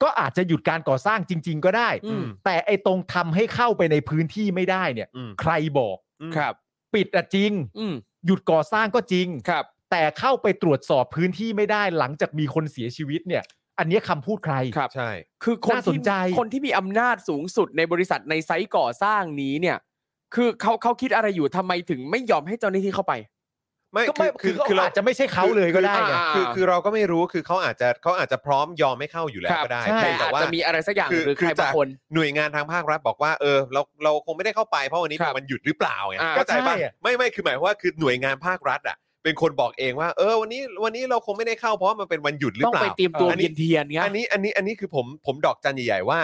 ก็อาจจะหยุดการก่อสร้างจริง ๆ ก็ได้
อืม
แต่ไอ้ตรงทำให้เข้าไปในพื้นที่ไม่ได้เนี่ย
อืม
ใครบอก
อืม
ครับ
ปิดอะจริง
อืม
หยุดก่อสร้างก็จริง
ครับ
แต่เข้าไปตรวจสอบพื้นที่ไม่ได้หลังจากมีคนเสียชีวิตเนี่ย อันเนี้ยคำพูดใคร
ครับ
ใช่
คือคน
น่าสน
ที่
ใจ
คนที่มีอำนาจสูงสุดในบริษัทในไซต์ก่อสร้างนี้เนี่ย คือเขาเขาคิดอะไรอยู่ทำไมถึงไม่ยอมให้เจ้าหน้าที่เข้าไป
ไม่
ก็ไม่คือเขาอาจจะไม่ใช่เขาเลยก็ได้ไง
อ่า
คือคือเราก็ไม่รู้คือเขาอาจจะเขาอาจจะพร้อมยอมไม่เข้าอยู่แล้ว
ครับ
ก็ได้
ใช่
แต่อาจ
ว่า
จะมีอะไรสักอย่าง
คือ
หรือใคร
คือจา
บาก งคน
หน่วยงานทางภาครัฐบอกว่าเออเราเราคงไม่ได้เข้าไปเพราะวันนี้
ครั
เป็
บ
นวันหยุดหรือเปล่าไง
อ่า
เข้าใจปะ
ใช่อะ
ไม่ไม่คือหมายความว่าคือหน่วยงานภาครัฐอ่ะ เป็นคนบอกเองว่าเออวันนี้วันนี้เราคงไม่ได้เข้าเพราะว่ามันเป็นวันหยุดหรือ
ต้อง
เปล่า
ไปเตรียมตัว
อันนี้
เยียนเทียนเงี้ย
อันนี้อันนี้อันนี้คือผมผมดอกจันใหญ่ๆว่า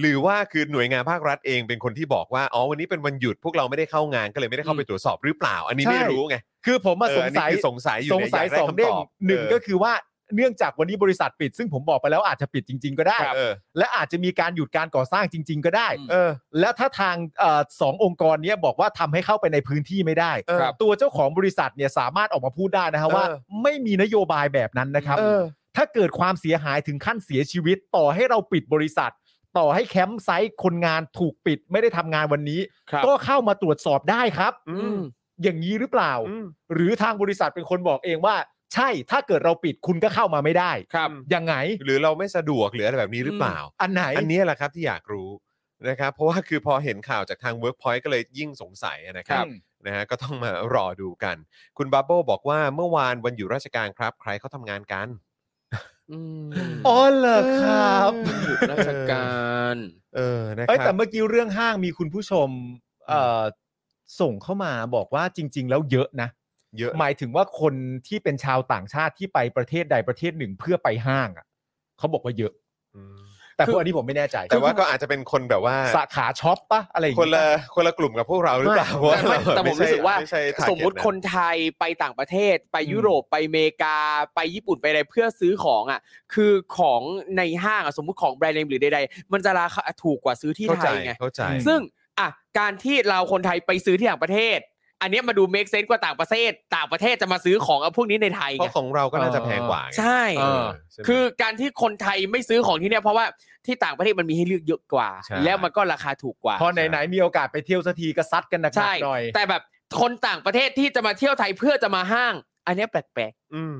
หรือว่าคือหน่วยงานภาครัฐเองเป็นคนที่บอกว่าอ๋อวันนี้เป็นวันหยุดพวกเราไม่ได้เข้างานก็เลยไม่ได้เข้าไปตรวจสอบหรือเปล่า อันนี้ไม่
ใช่
รู้ไง
คือผมมา
เอ
ส
อง อันนี้
สัย
คือสงสัยอยู่
สงสัย
นี่
สองเด้ง
ยากไคำตบ
หนึ่ง
เออ
ก็คือว่าเนื่องจากวันนี้บริษัทปิด ซึ่งผมบอกไปแล้วอาจจะปิดจริง ๆ ก็ได้
เออ
และอาจจะมีการหยุดการก่อสร้างจริง ๆ ก็ได้
อืม
เออ
และถ้าทางเออสององค์กรเนี้ยบอกว่าทำให้เข้าไปในพื้นที่ไม่ได้
ครับ
ตัวเจ้าของบริษัทเนี่ยสามารถออกมาพูดได้นะฮะว่า
เออ
ไม่มีนโยบายแบบนั้นนะครับ
เออ
ถ้าเกิดความเสียหายถึงขั้นเสียชีวิตต่อให้เราปิดบริษัท ต่อให้แคมป์ไซต์คนงานถูกปิดไม่ได้ทำงานวันนี้
ครับ
ก็เข้ามาตรวจสอบได้ครับ
อื
อืม
อย่างนี้หรือเปล่า
อืม
หรือทางบริษัทเป็นคนบอกเองว่า ใช่ถ้าเกิดเราปิดคุณก็เข้ามาไม่ได้
ครับ
ยังไง
หรือเราไม่สะดวกหรืออะไรแบบนี้หรือเปล่า
อันไหน
อันเนี้ยแหละครับที่อยากรู้นะครับ เพราะว่าคือพอเห็นข่าวจากทาง Workpoint ก็เลยยิ่งสงสัยนะครับ
อืม
นะฮะก็ต้องมารอดูกัน คุณบาโบบอกว่าเมื่อวานวันอยู่ราชการครับ ใครเขาทำงานกัน
อืม
อ๋อเหรอครับ
หยุดราชการ
เออนะค
เอ้ย
รั
แต่
บ
เมื่อกี้เรื่องห้างมีคุณผู้ชมเอ่อส่งเข้ามาบอกว่าจริง ๆ แล้วเยอะนะ
เยอะ
หมายถึงว่าคนที่เป็นชาวต่างชาติที่ไปประเทศใดประเทศหนึ่งเพื่อไปห้างอ่ะเขาบอกว่าเยอะ
อืม
แต่พวกอันนี้ผมไม่แน่ใจ
แต่ว่าก็อาจจะเป็นคนแบบว่า
สาขาช็อปปะอะไรอย่าง
คน
เงี้ย
ละคนละกลุ่มกับพวกเราหรือเปล่า
แต่ไม่
ว่าเรา
แต่ผม
ไใช่
รู้สึกว่า
ไใช่ target
สมมุติคนไทยไปต่างประเทศ ไปยุโรปไปอเมริกา ไปญี่ปุ่นไปอะไรเพื่อซื้อของอ่ะ คือของในห้างอ่ะสมมุติของแบรนด์เนมหรือใดๆมันจะราคาถูกกว่าซื้อที่
เข้า
ไท
ใจ
ยไง
เข้าใจ
ซึ่งอ่ะการที่เราคนไทยไปซื้อที่ต่างประเทศ อันเนี้ยมาดูเม e เซน s e กว่าต่างประเทศ ต่างประเทศจะมาซื้อของเอาพวกนี้ในไทย
เพ
ไง
ราะของเราก็น่าจะแพงกว่าไง
ใช่
เออใช่ไหม
คือการที่คนไทยไม่ซื้อของที่เนี่ยเพราะว่าที่ต่างประเทศมันมีให้เลือกเยอะกว่า
ใช่
แล้วมันก็ราคาถูกกว่า
พอไหนๆมีโอกาสไปเที่ยวสักทีก็ซัดกันหนัก
ใช่
ๆหน่อย
แต่แบบคนต่างประเทศที่จะมาเที่ยวไทยเพื่อจะมาห้าง อันเนี้ยแปลก
อืม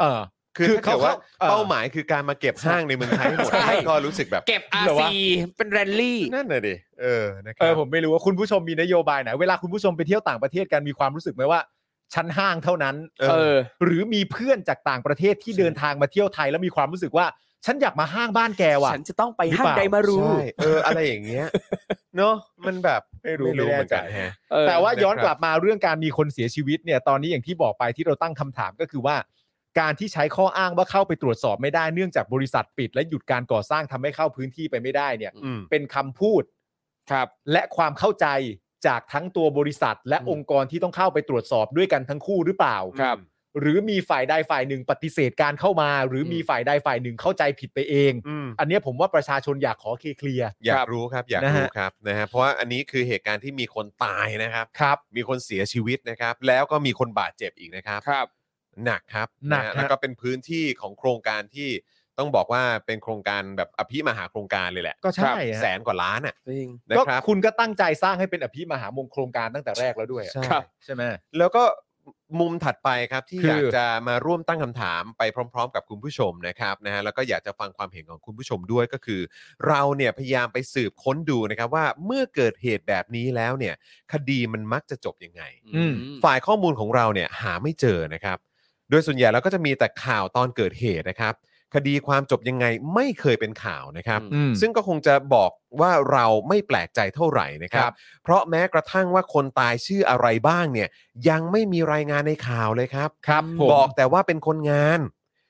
เออ
คือ
คือ
ถ้าเกิดว่า
เขาเข้า
เป้าหมายคือการมาเก็บห้างในเมืองไทยให้หมด
ใช่
ก็รู้สึกแบบ
ๆ เก็บอา
เหรอวะ
ซีเป็นแรลลี่
นั่นน่ะดิเออนะค
เอ
รั
อบ ผมไม่รู้ว่าคุณผู้ชมมีนโยบายไหนเวลาคุณผู้ชมไปเที่ยวต่างประเทศกันมีความรู้สึกไหมว่า ชั้นห้างเท่านั้น
เออ
หรือมีเพื่อนจากต่างประเทศที่เดินทางมาเที่ยวไทย แล้วมีความรู้สึกว่า ฉันอยากมาห้างบ้านแกว่ะ
ฉันจะต้องไป
หรือ
ห้าง
เปล่า
ไดมารู
ใช่เอออะไรอย่างเงี้ย เนาะมันแบบ
ไม่รู้
ไม่รู้
ไม่
เห
แน่
มือนกัน
ใจ
ฮะ
เออ
แต่ว่าย้อน
นะครับ
กลับมาเรื่องการมีคนเสียชีวิตเนี่ยตอนนี้อย่างที่บอกไปที่เราตั้งคำถามก็คือว่า การที่ใช้ข้ออ้างว่าเข้าไปตรวจสอบไม่ได้เนื่องจากบริษัทปิด และหยุดการก่อสร้างทำให้เข้าพื้นที่ไปไม่ได้เนี่ย
อืม
เป็นคำพูด
ครับ
และความเข้าใจจากทั้งตัวบริษัท และ
อืม
องค์กรที่ต้องเข้าไปตรวจสอบด้วยกันทั้งคู่หรือเปล่า
ครับ
หรือมีฝ่ายใดฝ่ายหนึ่งปฏิเสธการเข้ามา หรือมีฝ่ายใดฝ่ายหนึ่งเข้าใจผิดไปเอง
อืม
อันเนี้ยผมว่าประชาชนอยากขอเคลียร์
อยา
ครั
ก
บ
รู้ครับอยาก
นะฮะ
รู้ครับนะฮะเพราะว่าอันนี้คือเหตุการณ์ที่มีคนตายนะครับ
ครับ
มีคนเสียชีวิตนะครับ แล้วก็มีคนบาดเจ็บอีกนะครับ
ครับ
หนักครับ
หนัก
ะฮะ
ฮะ
แล้วก็เป็นพื้นที่ของโครงการที่ต้องบอกว่าเป็นโครงการแบบอภิมหาโครงการเลยแหละ
ก็ใช่ฮะ
แสนกว่าล้านอ่ะ
จริง
นะ
ก็
ครับ
คุณก็ตั้งใจสร้างให้เป็นอภิมหามงโครงการตั้งแต่แรกแล้วด้วยอะ
ใช่
ครับ
ใช่ไหม
แล้วก็มุมถัดไปครับ
คือ ออย
ที่ากจะมาร่วมตั้งคำถามไปพร้อม ๆ กับคุณผู้ชมนะครับนะฮะแล้วก็อยากจะฟังความเห็นของคุณผู้ชมด้วยก็คือ เราเนี่ยพยายามไปสืบค้นดูนะครับว่าเมื่อเกิดเหตุแบบนี้แล้วเนี่ยคดีมันมักจะจบยังไง
อืม
ฝ่ายข้อมูลของเราเนี่ยหาไม่เจอนะครับ โดยส่วนใหญ่เราก็จะมีแต่ข่าวตอนเกิดเหตุนะครับ คดีความจบยังไงไม่เคยเป็นข่าวนะครับ
อืม
ซึ่งก็คงจะบอกว่าเราไม่แปลกใจเท่าไหร่นะครับ
ครับ
เพราะแม้กระทั่งว่าคนตายชื่ออะไรบ้างเนี่ยยังไม่มีรายงานในข่าวเลยครับ
ครับผม
บอกแต่ว่าเป็นคนงาน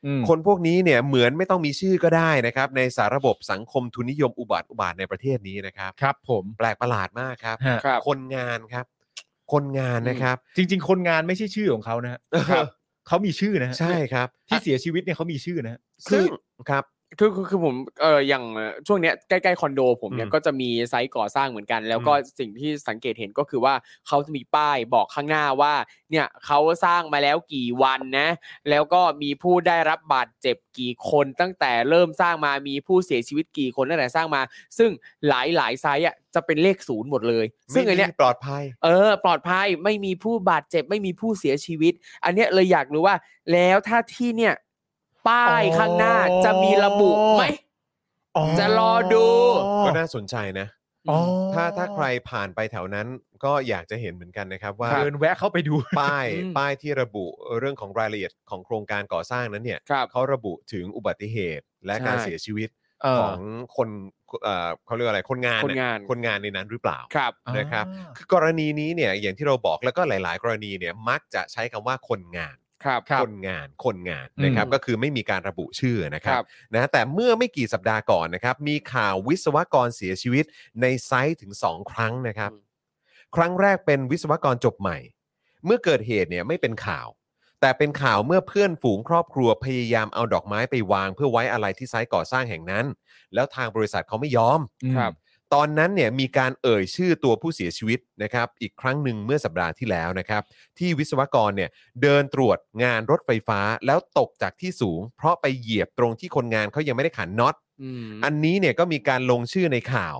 อืม
คนพวกนี้เนี่ยเหมือนไม่ต้องมีชื่อก็ได้นะครับ ในสาระบบสังคมทุนนิยมอุบาทอุบาทในประเทศนี้นะครับ
ครับผม
แปลกประหลาดมากครับ
ฮะ
ครับ
คนงานครับ คนงานนะครับ
จริง ๆ คนงานไม่ใช่ชื่อของเขานะฮะ
ครับ
เขามีชื่อนะฮะ
ใช่ครับ
ที่เสียชีวิตเนี่ยเขามีชื่อนะฮะ
ซึ่งครับ
คือคือคือผมเอออย่างช่วงเนี้ยใกล้ๆคอนโดผมเนี่
อื
ย
ม
ก็จะมีไซต์ก่อสร้างเหมือนกัน แล้วก็สิ่งที่สังเกตเห็นก็คือว่าเขาจะมีป้ายบอกข้างหน้าว่าเนี่ยเขาสร้างมาแล้วกี่วันนะแล้วก็มีผู้ได้รับบาดเจ็บกี่คนตั้งแต่เริ่มสร้างมามีผู้เสียชีวิตกี่คนตั้งแต่สร้างมา ซึ่งหลายๆไซต์อ่ะจะเป็นเลขศูนย์หมดเลย ซึ่งอันเนี้ย
ไม่มีปลอดภัย
เออปลอดภัยไม่มีผู้บาดเจ็บไม่มีผู้เสียชีวิต อันเนี้ยเลยอยากรู้ว่า แล้วถ้าที่เนี่ย ป้ายข้างหน้า
อ๋อ
จะมีระบุไหม จะรอดู
ก็น่าสนใจนะ
อ๋อ
ถ้าถ้าใครผ่านไปแถวนั้นก็อยากจะเห็นเหมือนกันนะครับ ว่า
เดินแวะเข้าไปดู
ป้าย
อืม
ป้ายที่ระบุเรื่องของรายละเอียดของโครงการก่อสร้างนั้นเนี่ย
ครับ
เขาระบุถึงอุบัติเหตุและการ
ใช่
เสียชีวิต
เออ
ของคนเอ่อเขาเรียกว่าอะไรคนงาน
คนงาน
เยคนงานในนั้นหรือเปล่า
ครับ
นะครับ คือกรณีนี้เนี่ยอย่างที่เราบอกแล้วก็หลาย ๆ กรณีเนี่ยมักจะใช้คำว่าคนงาน
ครับ
คนงานคนงาน
อืม
นะครับก็คือไม่มีการระบุชื่อนะครั
ครับ บ
นะแต่เมื่อไม่กี่สัปดาห์ก่อนนะครับ มีข่าววิศวกรเสียชีวิตในไซต์ถึง 2 ครั้งนะครับ ครั้งแรกเป็นวิศวกรจบใหม่ เมื่อเกิดเหตุเนี่ยไม่เป็นข่าว แต่เป็นข่าวเมื่อเพื่อนฝูงครอบครัวพยายามเอาดอกไม้ไปวาง เพื่อไว้อะไรที่ไซต์ก่อสร้างแห่งนั้น แล้วทางบริษัทเขาไม่ยอม
อืม
ครับ
ตอนนั้นเนี่ยมีการเอ่ยชื่อตัวผู้เสียชีวิตนะครับอีกครั้งหนึ่งเมื่อสัปดาห์ที่แล้วนะครับ ที่วิศวกรเนี่ยเดินตรวจงานรถไฟฟ้าแล้วตกจากที่สูง เพราะไปเหยียบตรงที่คนงานเขายังไม่ได้ขันน็อต
อืม
อันนี้เนี่ยก็มีการลงชื่อในข่าว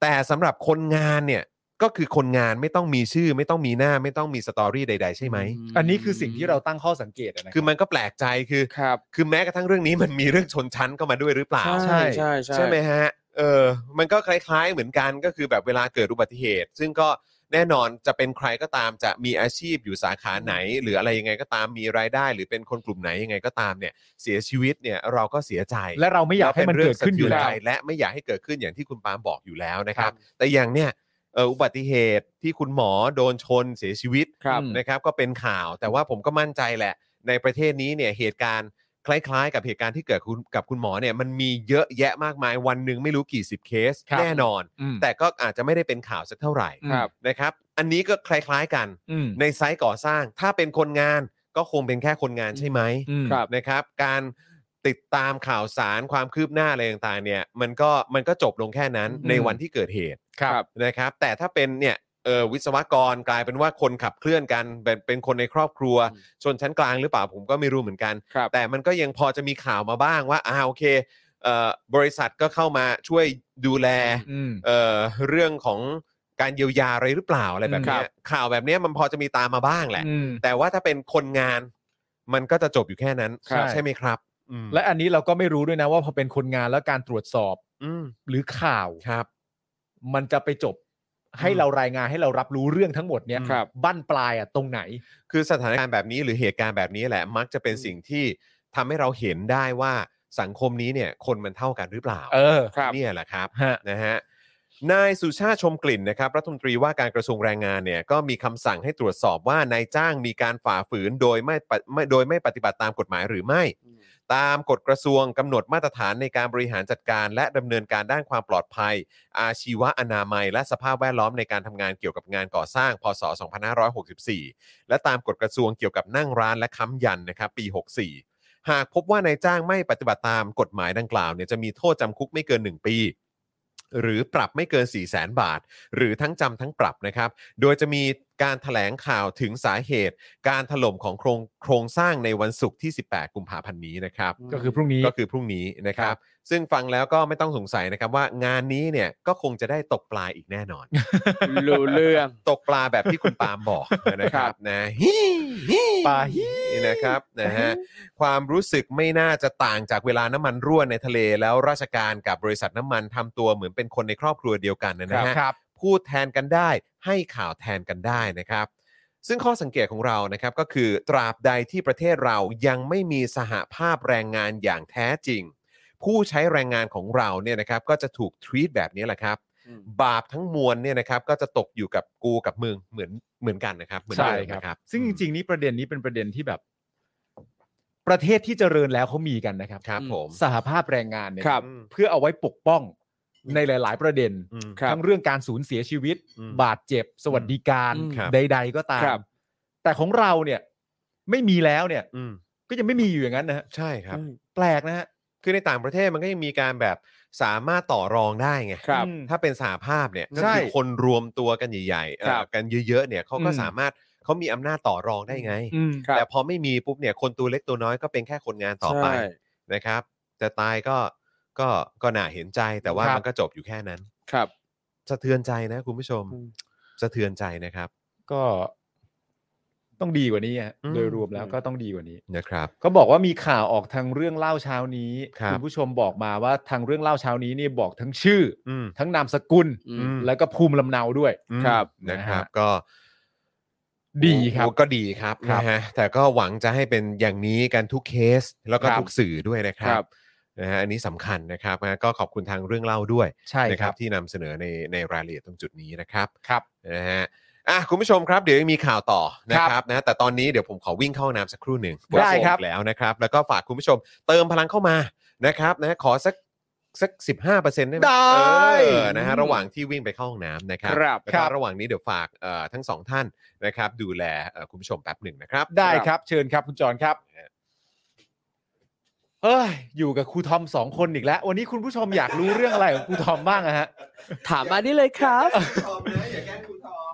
แต่สำหรับคนงานเนี่ยก็คือคนงานไม่ต้องมีชื่อ ไม่ต้องมีหน้าไม่ต้องมีสตอรี่ใด ๆ ใช่ไหม
อันนี้คือสิ่งที่เราตั้งข้อสังเกตะนะ
คือมันก็แปลกใจคือ
ครับ
คือแม้กระทั่งเรื่องนี้มันมีเรื่องชนชั้นเข้ามาด้วยหรือเปล่า
ใช่ใช่ใช่
ใช่ไหมฮะ เออ มันก็คล้าย ๆ เหมือนกันก็คือแบบเวลาเกิดอุบัติเหตุ ซึ่งก็แน่นอนจะเป็นใครก็ตามจะมีอาชีพอยู่สาขาไหน หรืออะไรยังไงก็ตามมีรายได้ หรือเป็นคนกลุ่มไหนยังไงก็ตามเนี่ยเสียชีวิตเนี่ยเราก็เสียใจ
และเราไม่อยากให้มันเกิดขึ้นอยู่
แล้
แล้ว ว
ป็นเรื่องสะเทืนใจและไม่อยากให้เกิดขึ้นอย่างที่คุณปาล์มบอกอยู่แล้วนะครับ แต่อย่างเนี่ยเอ่ออุบัติเหตุที่คุณหมอโดนชนเสียชีวิต
ครับ
นะครับก็เป็นข่าวแต่ว่าผมก็มั่นใจแหละ ในประเทศนี้เนี่ยเหตุการณ์คล้ายๆ กับเหตุการณ์ที่เกิดคุณกับคุณหมอเนี่ยมันมีเยอะแยะมากมายวันหนึ่งไม่รู้กี่สิบเคส
ครับ
แน่นอน
อืม
แต่ก็อาจจะไม่ได้เป็นข่าวสักเท่าไหร่
อืม
ครับ
นะครับ อันนี้ก็คล้ายๆกัน
อืม
ในไซต์ก่อสร้าง ถ้าเป็นคนงานก็คงเป็นแค่คนงานใช่ไหม
อืม
ครับ
นะครับ การติดตามข่าวสารความคืบหน้าอะไรต่างๆเนี่ยมันก็มันก็จบลงแค่นั้น
อืม
ในวันที่เกิดเหตุ
ครับ
นะครับแต่ถ้าเป็นเนี่ยเออวิศวกรกลายเป็นว่าคนขับเคลื่อนกันเป็นเป็นคนในครอบครัว
อืม
ชนชั้นกลางหรือเปล่าผมก็ไม่รู้เหมือนกัน
ครับ
แต่มันก็ยังพอจะมีข่าวมาบ้างว่าอ่าโอเคเอ่อบริษัทก็เข้ามาช่วยดูแล
อืม
เอ่อเรื่องของการเยียวยาอะไรหรือเปล่าอะไรแบบเนี้ย
ครับ
ข่าวแบบเนี้ยมันพอจะมีตามมาบ้างแหละ
อืม
แต่ว่าถ้าเป็นคนงานมันก็จะจบอยู่แค่นั้น
ครับ
ใช่ไหมครับอืม
และอันนี้เราก็ไม่รู้ด้วยนะว่าพอเป็นคนงานแล้วการตรวจสอบ
อืม
หรือข่าว
ครับ
มันจะไปจบให้
อืม
เรารายงานให้เรารับรู้เรื่องทั้งหมดเนี่ย
ครับ
บั้นปลายอ่ะตรงไหน
คือสถานการณ์แบบนี้หรือเหตุการณ์แบบนี้แหละ มักจะเป็นสิ่งที่ทำให้เราเห็นได้ว่าสังคมนี้เนี่ยคนมันเท่ากันหรือเปล่า
เออ
ครับ
เนี่ยแหละครับ
ฮะ
นะฮะนายสุชาติชมกลิ่นนะครับรัฐมนตรีว่าการกระทรวงแรงงานเนี่ยก็มีคำสั่งให้ตรวจสอบว่านายจ้างมีการฝ่าฝืนโดยไม่ปฏิไม่โดยไม่ปฏิบัติตามกฎหมายหรือไม่ ตามกฎกระทรวงกำหนดมาตรฐานในการบริหารจัดการ และดำเนินการด้านความปลอดภัย อาชีวะอนามัย และสภาพแวดล้อมในการทำงานเกี่ยวกับงานก่อสร้าง พศ 2564 และตามกฎกระทรวงเกี่ยวกับนั่งร้านและค้ำยันนะครับปี 64 หากพบว่านายจ้างไม่ปฏิบัติตามกฎหมายดังกล่าวเนี่ยจะมีโทษจำคุกไม่เกิน 1 ปี หรือปรับไม่เกิน 4 0 0แสนบาท หรือทั้งจำทั้งปรับนะครับ โดยจะมีการถแถลงข่าวถึงสาเหตุ การถล่มของโครงโครงสร้างในวันศุกร์ที่ 18 กุมภาพันธ์นี้นะครับ
ก็คือพรุ่งนี้
ก็คือพรุ่งนี้นะครับ ซึ่งฟังแล้วก็ไม่ต้องสงสัยนะครับว่างานนี้เนี่ยก็คงจะได้ตกปลาอีกแน่นอน
รู้เรื่อง
ตกปลาแบบที่คุณปาล์มบอกนะค
ครั
รับบ นะฮิฮิ
ปลาฮิ
นี่นะครับนะฮะความรู้สึกไม่น่าจะต่างจากเวลาน้ำมันรั่วในทะเล แล้วราชการกับบริษัทน้ำมันทำตัวเหมือนเป็นคนในครอบครัวเดียวกันนะฮะ
ครับ
พูดแทนกันได้ให้ข่าวแทนกันได้นะครับ ซึ่งข้อสังเกตของเรานะครับก็คือตราบใดที่ประเทศเรายังไม่มีสหภาพแรงงานอย่างแท้จริง ผู้ใช้แรงงานของเราเนี่ยนะครับก็จะถูกทวีตแบบนี้แหละครับ บาปทั้งมวลเนี่ยนะครับก็จะตกอยู่กับกูกับมึงเหมือนเหมือนกันนะครับเหมือน
ใช่
เดิม
ครับ
นะครับ
ซึ่งจริงๆ นี่ประเด็นนี้เป็นประเด็นที่แบบ ประเทศที่เจริญแล้วเขามีกันนะครับ
ครับผม
สหภาพแรงงานเนี่ย
ครับ
อืม
เพื่อเอาไว้ปกป้องในหลาย ๆ ประเด็น
อืม
ครับ
ทั้งเรื่องการสูญเสียชีวิต
อืม
บาดเจ็บ สวัสดิการ
อืมครับ
ใด ๆ ก็ตา
ครั
ม
บ
แต่ของเราเนี่ยไม่มีแล้วเนี่ย
อืม
ก็ยังไม่มีอยู่อย่างนั้นนะฮะ
ใช่ครับ
แปลกนะฮะ
คือในต่างประเทศมันก็ยังมีการแบบสามารถต่อรองได้ไง
ครับ
อืม
ถ้าเป็นสหภาพเนี่ยก็
ใช่
คือคนรวมตัวกันใหญ่ๆเอ่อ
ครับ
กันเยอะๆเนี่ยเขาก็
อืม
สามารถเขามีอำนาจต่อรองได้ไง
อืม
ครับ
แต่พอไม่มีปุ๊บเนี่ยคนตัวเล็กตัวน้อยก็เป็นแค่คนงานต่อไป
ใช่
นะครับ จะตายก็ก็ก็น่าเห็นใจแต่ว่า
ครับ
มันก็จบอยู่แค่นั้น
ครับ
สะเทือนใจนะคุณผู้ชม
อืม
สะเทือนใจนะครับ
ก็ต้องดีกว่านี้ฮะ
อืม
โดยรวมแล้วก็ต้องดีกว่านี้
นะครับ
เขาบอกว่ามีข่าวออกทางเรื่องเล่าเช้านี้
ครับ
ณผู้ชมบอกมาว่าทางเรื่องเล่าเช้านี้นี่บอกทั้งชื่อ
อืม
ทั้งนามสกุล
อื
อื
ม
ม
แล้วก็ภูมิลำเนาด้วย
อืม
ครับ
นะครับ
นะฮะ
ก็
ดีครับ
โอ้ก็ดีครับ
ครับ
นะฮะแต่ก็หวังจะให้เป็นอย่างนี้กันทุกเคสแล้วก็
ครับ
ทุกสื่อด้วยนะค
ค
รั
รั
บบ นะฮะอันนี้สำคัญนะครับนะก็ขอบคุณทางเรื่องเล่าด้วย
ใช่ครับ
นะครับ ที่นำเสนอในในรายละเอียดตรงจุดนี้นะครับ
ครับ
นะฮะอ่ะคุณผู้ชมครับเดี๋ยวยังมีข่าวต่อนะครับนะแต่ตอนนี้เดี๋ยวผมขอวิ่งเข้าห้องน้ำสักครู่หนึ่ง
ได้ครับ
ปวดหัวอีกแล้วนะครับ แล้วก็ฝากคุณผู้ชมเติมพลังเข้ามานะครับนะขอสักสักสิบห้าเปอร์เซ็นต์ได้ไหม
ได้
เออนะฮะระหว่างที่วิ่งไปเข้าห้องน้ำนะครั
ครับ
แล้วก็ระหว่างนี้เดี๋ยวฝากเอ่อทั้งสองท่านนะครับ ดูแลเอ่อคุณผู้ชมแป๊บหนึ่งนะครับ
ได้ครับ เชิญครับคุณจรครับเอ้ยอยู่กับครูทอมสองคนอีกแล้ว วันนี้คุณผู้ชมอยากรู้เรื่องอะไรของครูทอมบ้างอะฮะ
ถามมาได้เลยครับ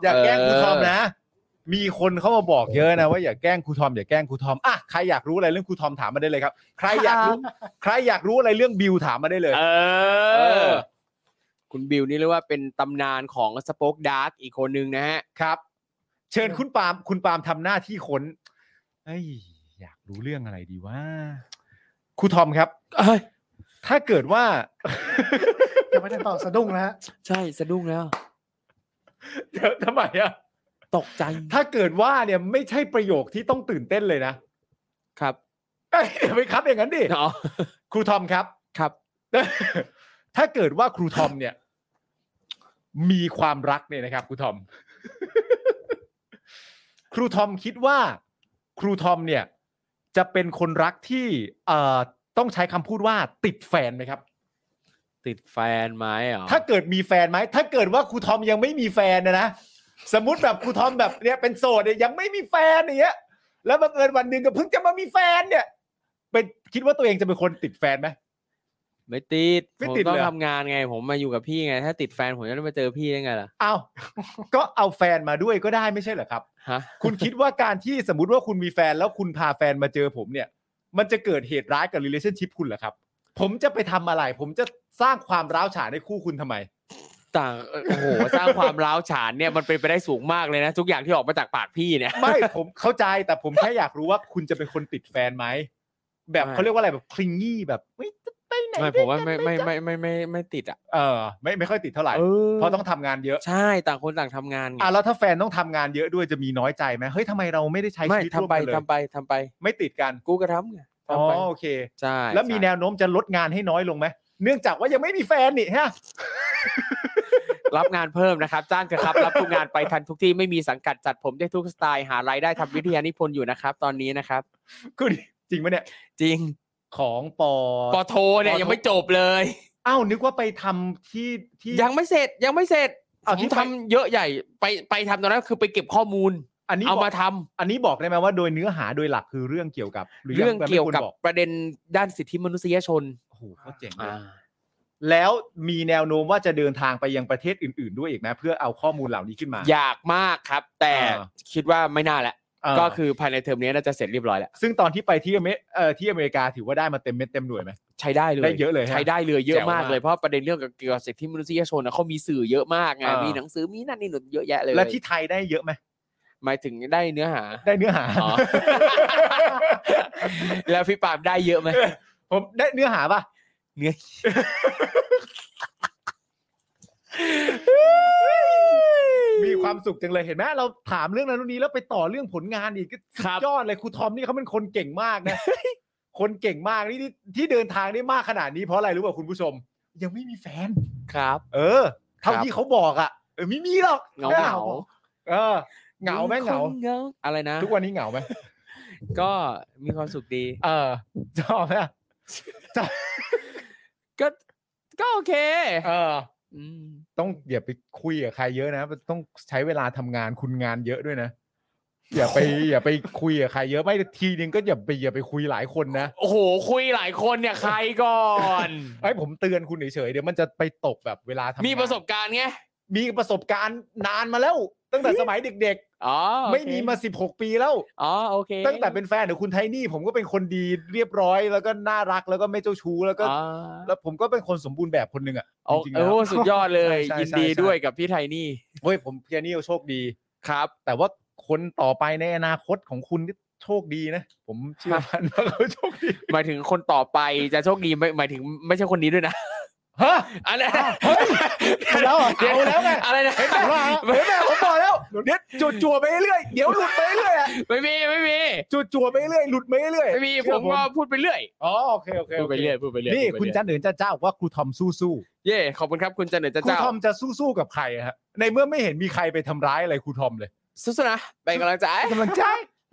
อยากแกล้งครูทอมนะ มีคนเข้ามาบอกเยอะนะว่าอย่าแกล้งครูทอมอย่าแกล้งครูทอมอ่ะใครอยากรู้อะไรเรื่องครูทอมถามมาได้เลยครับ ใครอยากรู้ใครอยากรู้อะไรเรื่องบิวถามมาได้เลย
เอ
เอ
อ
อ
คุณบิวนี่เรียกว่าเป็นตำนานของสป็อกดาร์กอีกคนนึงนะฮะ
ครับ เชิญคุณปาล์มคุณปาล์มทำหน้าที่ค้นเอ้ยอยากรู้เรื่องอะไรดีว่าครูทอมครับ
เอ้ย
ถ้าเกิดว่า
ยังไม่ได้ตอบสะดุ้งนะฮะ
ใช่ สะดุ้งแล้ว
เดี๋ยวทำไมอะ
ตกใจ
ถ้าเกิดว่าเนี่ยไม่ใช่ประโยคที่ต้องตื่นเต้นเลยนะครับ เอ้ยอย่าไปครับอย่างนั้นดิ
เนาะ
ครูทอมครับ
ครับ
ถ้าเกิดว่าครูทอมเนี่ย มีความรักเนี่ยนะครับ ครูทอม ครูทอมคิดว่า ครูทอมเนี่ย จะเป็นคนรักที่ เอ่อต้องใช้คำพูดว่าติดแฟนไหมครับ
ติดแฟนไหมเหรอ
ถ้าเกิดมีแฟนไหมถ้าเกิดว่าครูทอมยังไม่มีแฟนนะนะสมมติแบบครูทอมแบบเนี่ยเป็นโสดเนี่ยยังไม่มีแฟนอย่างเงี้ยแล้วบังเอิญวันหนึ่งก็เพิ่งจะมามีแฟนเนี่ย เป็นคิดว่าตัวเองจะเป็นคนติดแฟนไหม
ไม่ติด
ไม่
ผม
ติด
ต้อง
เลยเหรอ
ทำงานไง ผมมาอยู่กับพี่ไง ถ้าติดแฟนผมจะได้มาเจอพี่ได้ไงล่ะ
อ้าว ก็เอาแฟนมาด้วยก็ได้ไม่ใช่เหรอครับ
ฮะ
คุณคิดว่าการที่สมมติว่าคุณมีแฟนแล้วคุณพาแฟนมาเจอผมเนี่ย มันจะเกิดเหตุร้ายกับ relationship คุณเหรอครับ ผมจะไปทำอะไร ผมจะสร้างความร้าวฉานให้คู่คุณทำไม
ต่าง โอ้โห สร้างความร้าวฉานเนี่ย มันเป็นไปได้สูงมากเลยนะ ทุกอย่างที่ออกมาจากปากพี่ เนี่ย
ไม่ ผมเข้าใจแต่ผมแค่อยากรู้ว่าคุณจะเป็นคนติดแฟนไหม แบบ
ไม่
เขาเรียกว่าอะไรแบบคลิงงี้แบบไม่ไปไหน
ไม่ผมว่าไม่ไม่ไม่ไม่ไม่ไม่ไม่ติดอ่ะ
เออไม่ไม่ค่อยติดเท่าไหร่
เออ
เพราะต้องทำงานเยอะ
ใช่ต่างคนต่างทำงานไง
อ่ะแล้วถ้าแฟนต้องทำงานเยอะด้วยจะมีน้อยใจไหมเฮ้ยทำไมเราไม่ได้ใช้
ไม่
ชีวิต
ทำ
ร่วม
ไป
กันเลย
ทำไปทำไป
ไม่ติดกัน
กูก็ทำไง
อ๋อ
ทำไป
โอเค
ใช่
แล้วมี
ใช่
แนวโน้มจะลดงานให้น้อยลงไหมเนื่องจากว่ายังไม่มีแฟนนี่ฮะ
รับงานเพิ่มนะครับ จ้างเถอะครับ รับทุกงานไปทันทุกที่ไม่มีสังกัดจัดผมได้ทุกสไตล์หารายได้ทำวิทยานิพนธ์อยู่นะครับ ตอนนี้นะครับ
คุณจริงไหมเนี่ย
จริง
ของปอ
ปอโทเนี่ย
ปอโท
ยังไม่จบเลย
อ้าวนึกว่าไปทำที่ที่
ยังไม่เสร็จยังไม่เสร็จผ
อ้าว
ม
ที่ไป
ทำเยอะใหญ่ไปไปทำตอนนั้นคือไปเก็บข้อมูล
อันนี้
เอามา
บก
ทำ
อันนี้บอกได้ไหมว่าโดยเนื้อหาโดยหลักคือเรื่องเกี่ยวกับห
เรื่อง
ยัไม่
เกี่ยว
คว
กับ
บอก
ประเด็นด้านสิทธิมนุษยชน
โอ้โหเขาเจ๋งเลย
อ่า
แล้วมีแนวโน้มว่าจะเดินทางไปยังประเทศอื่น ๆ ด้วยอีกไหมเพื่อเอาข้อมูลเหล่านี้ขึ้นมา
อยากมากครับ แต่
อ่า
คิดว่าไม่น่าละ
เ
ก็คือภายในเทอมนี้น่าจะเสร็จเรียบร้อยแล้ว
ซึ่งตอนที่ไปที่อเมริเอ่อที่อเมริกาถือว่าได้มาเต็มเม็ดเต็มหน่วยไหม
ใช้ได้เลย
ได้เยอะเลยฮะ
ใช้ได้เลยเยอะ
แจ๋วมาม
าก
ก
เลยเพราะประเด็นเรื่องเกี่ยวกับสิทธิมนุษยชนนะเขามีสื่อเยอะมากไง
อ่ามี
มีหนังสือมีนั่นนี่หนุนเยอะแยะเลย
และที่ไทยได้เยอะไหม
หมายถึงได้เนื้อ หา
ได้เนื้อหา
อ๋อ แล้วพี่ปาล์มได้เยอะไหม
ผมได้เนื้อหาป่ะ
เนื้อ
มีความสุขจังเลยเห็นไหมเราถามเรื่องนั้นเรื่องนี้แล้วไปต่อเรื่องผลงานอีกก็สุ
ครั
ด
บ
ยอดเลยครูทอมนี่เขาเป็นคนเก่งมากนะ คนเก่งมากนี่ที่ที่เดินทางได้มากขนาดนี้เพราะอะไรรู้ป่ะคุณผู้ชม ยังไม่มีแฟน
ครับ
เออเท่า
ครับ
ที่เขาบอกอ่ะเออไม่มีหรอก
เหงา
ไม่
เหงา
อเออเหงาไหมเหงา
คนเหงาอะไรนะ
ทุกวันนี้เหงาไหม
ก็มีความสุขดี
เออ ชอบไหมชอบ
ก็ก็โอเค
เออ
ม
ต้องอย่าไปคุยกับใครเยอะนะมันต้องใช้เวลาทำงานคุณงานเยอะด้วยนะ อย่า ไป อย่าไปคุยกับใครเยอะไม่ทีนึงก็อย่าไปอย่าไปคุยหลายคนนะ
โอ้โห คุยหลายคนเนี่ยใครก่อน
ไอ้ยผมเตือนคุณเฉยๆเดี๋ยวมันจะไปตกแบบเวลาทำงาน
มีประสบการณ์ไง
มีประสบการณ์นานมาแล้ว ตั้งแต่สมัยเด็ก
อ๋อ
ๆ
โอเค
ไม่มีมา 16 ปีแล้ว
อ๋อโอเค
ตั้งแต่เป็นแฟนของคุณไทนี่ ผมก็เป็นคนดีเรียบร้อยแล้วก็น่ารักแล้วก็ไม่เจ้าชู้แล้วก็
อ๋อ
แล้วผมก็เป็นคนสมบูรณ์แบบคนหนึ่งอ่ะ
โอ้
จริงๆ
โอ้
แล้ว
สุดยอดเลย
ใช่ใช่
ยินดี
ใช่
ด้วยกับพี่ไทนี่
เฮ้ยผมเพียนี่โชคดี
ครับ
แต่ว่าคนต่อไปในอนาคตของคุณนี่โชคดีนะ ผมเชื่อมันว่าเขาโชคดี
หมายถึงคนต่อไปจะโชคดีไม่หมายถึงไม่ใช่คนนี้ด้วยนะ
ฮะ
อันนั้น
อ้าวเฮ้ยเอาแล้วเอาแล้วไง
อะไรนะ
เห็นแบบว่าเห็นแบบผมบอกแล้วเดี๋ยวจั่วจั่วๆไปเรื่อยเดี๋ยวหลุดไปเรื่อยอะ
ไม่มีไม่มี
จั่วจั่วๆไปเรื่อยหลุดไปเรื่อย
ไม่มีผ
เชื่อ
มก็พูดไปเรื่อย
อ๋อโอเคโอเคโอ
พู
เค
ดไปเรื่อยพูดไปเรื่อย
นี่
พูดไป
คุณ
เรื่อย
จันเหนือจ้าเจ้าบอกว่าครูทอมสู้สู้
เย่ขอบคุณครับคุณจันเหนือ
ๆ
จ้า
ครู
เจ้า
ทอมจะสู้สู้ๆกับใครอะฮะในเมื่อไม่เห็นมีใครไปทำร้ายอะไรครูทอมเลย
สู้ๆนะเป็นกำลังใจ
กำลังใจ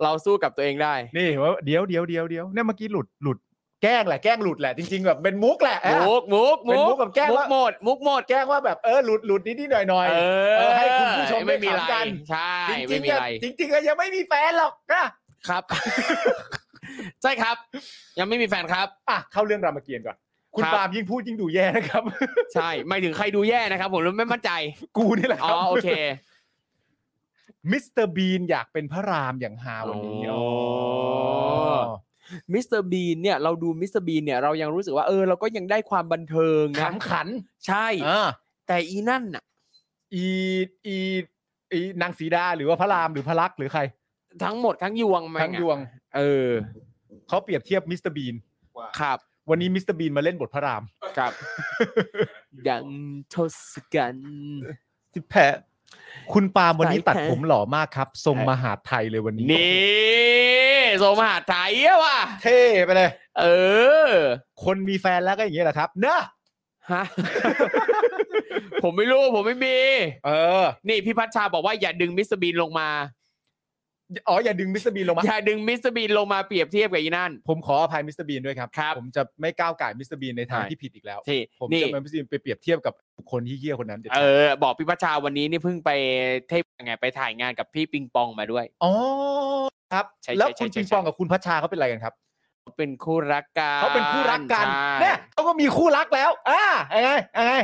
เราสู้กับตัวเองได้
นี่ว่าเดี๋ยวเดี๋ยวเดี๋ยวเดี๋ยวเนี่ยเมื่อกี้หลุดหลุดแกล้งแหละแกล้งหลุดแหละจริงๆแบบเป็นมุกแหละอะ
มุกมุก
เป็นมุกกับแกล้ง
มุ
แล้
ก
ว
หมด มุกหมด
แกล้งว่าแบบเออหลุดหลุดนิดนิดหน่อยหน่อย เออให้คุณผู้ชม
ไม่มีอะไร
ได้ขำกัน
ใช่
จริ
ไม่
ง
มี
ๆอะ
อะไร
จริงๆก็ยังไม่มีแฟนหรอกนะครับ
ใช่ครับ ยังไม่มีแฟนครับ
อ่ะเข้าเรื่องรามเกียรติ์ก่อน คุณ
ครับ
ปาล์มยิ่งพูดยิ่งดูแย่นะครับ
ใช่ไม่ถึงใครดูแย่นะครับ ผมแล้วไม่มั่นใจ
กูนี่แหละค
อ๋อ
รับ
โอเค
มิสเตอร์บีนอยากเป็นพระรามอย่างฮาวันนี้
อ๋
อ๋
อ
อ
มิสเตอร์บีนเนี่ยเราดูมิสเตอร์บีนเนี่ยเรายังรู้สึกว่าเออเราก็ยังได้ความบันเทิงนะ
ขำขัน
ใช่
อ่า
แต่อีนั่นน่ะ
อีอีอีนางสีดาหรือว่าพระรามหรือพระลักษมณ์หรือใคร
ทั้งหมดทั้งยวงแม่
ทั้งยวง
เออ
เขาเปรียบเทียบมิสเตอร์บีน
ครับ
วันนี้มิสเตอร์บีนมาเล่นบทพระราม
ครับ ดังทศกัณฐ์
ที่แพ้คุณปาล์มวันนี้
ไหนแผล
ตัดผมหล่อมากครับ ทรงมหาดไทยเลยวันนี้
นี่โสมหาไทยอะว่ะ
เท่ไปเลย
เออ
คนมีแฟนแล้วก็อย่างเงี้ยแหละครับเนอะ
ฮะ ผมไม่รู้ผมไม่มี
เออ
นี่พี่พัชชาบอกว่าอย่าดึงมิสเตอร์บีนลงมา
อ๋ออย่าดึงมิสเตอร์บีนลงมา
อย่าดึงมิสเตอร์บีนลงมาเปรียบเทียบกับอีนั่น
ผมขออภัยมิสเตอร์บีนด้วยครับ
ครับ
ผมจะไม่ก้าวไก่ายมิสเตอร์บีนในทาง
ใช่
ที่ผิดอีกแล้ว
ที่
ผม
นี่
จะไม่มิสเตอร์บีนไปเปรียบเทียบกับบุคคลที่เยี่ยคนนั้นเด็ด
เอ
ขาด
อ บอกพี่พัชชาวันนี้นี่เพิ่งไปเทพไงไปถ่ายงานกับพี่ปิงปองมาด้วย
อ๋อครับ
ใช่ใช่
แล้วคุณ
ใช่
ปิง
ใช่
ปองกับคุณพัชชาเขาเป็นอะไรกันครับ
เป็นคู่รักกัน
เขาเป็นคู่รักกัน
ใช่
เนี่ยเขาก็มีคู่รักแล้วอ่ายังไงยังไง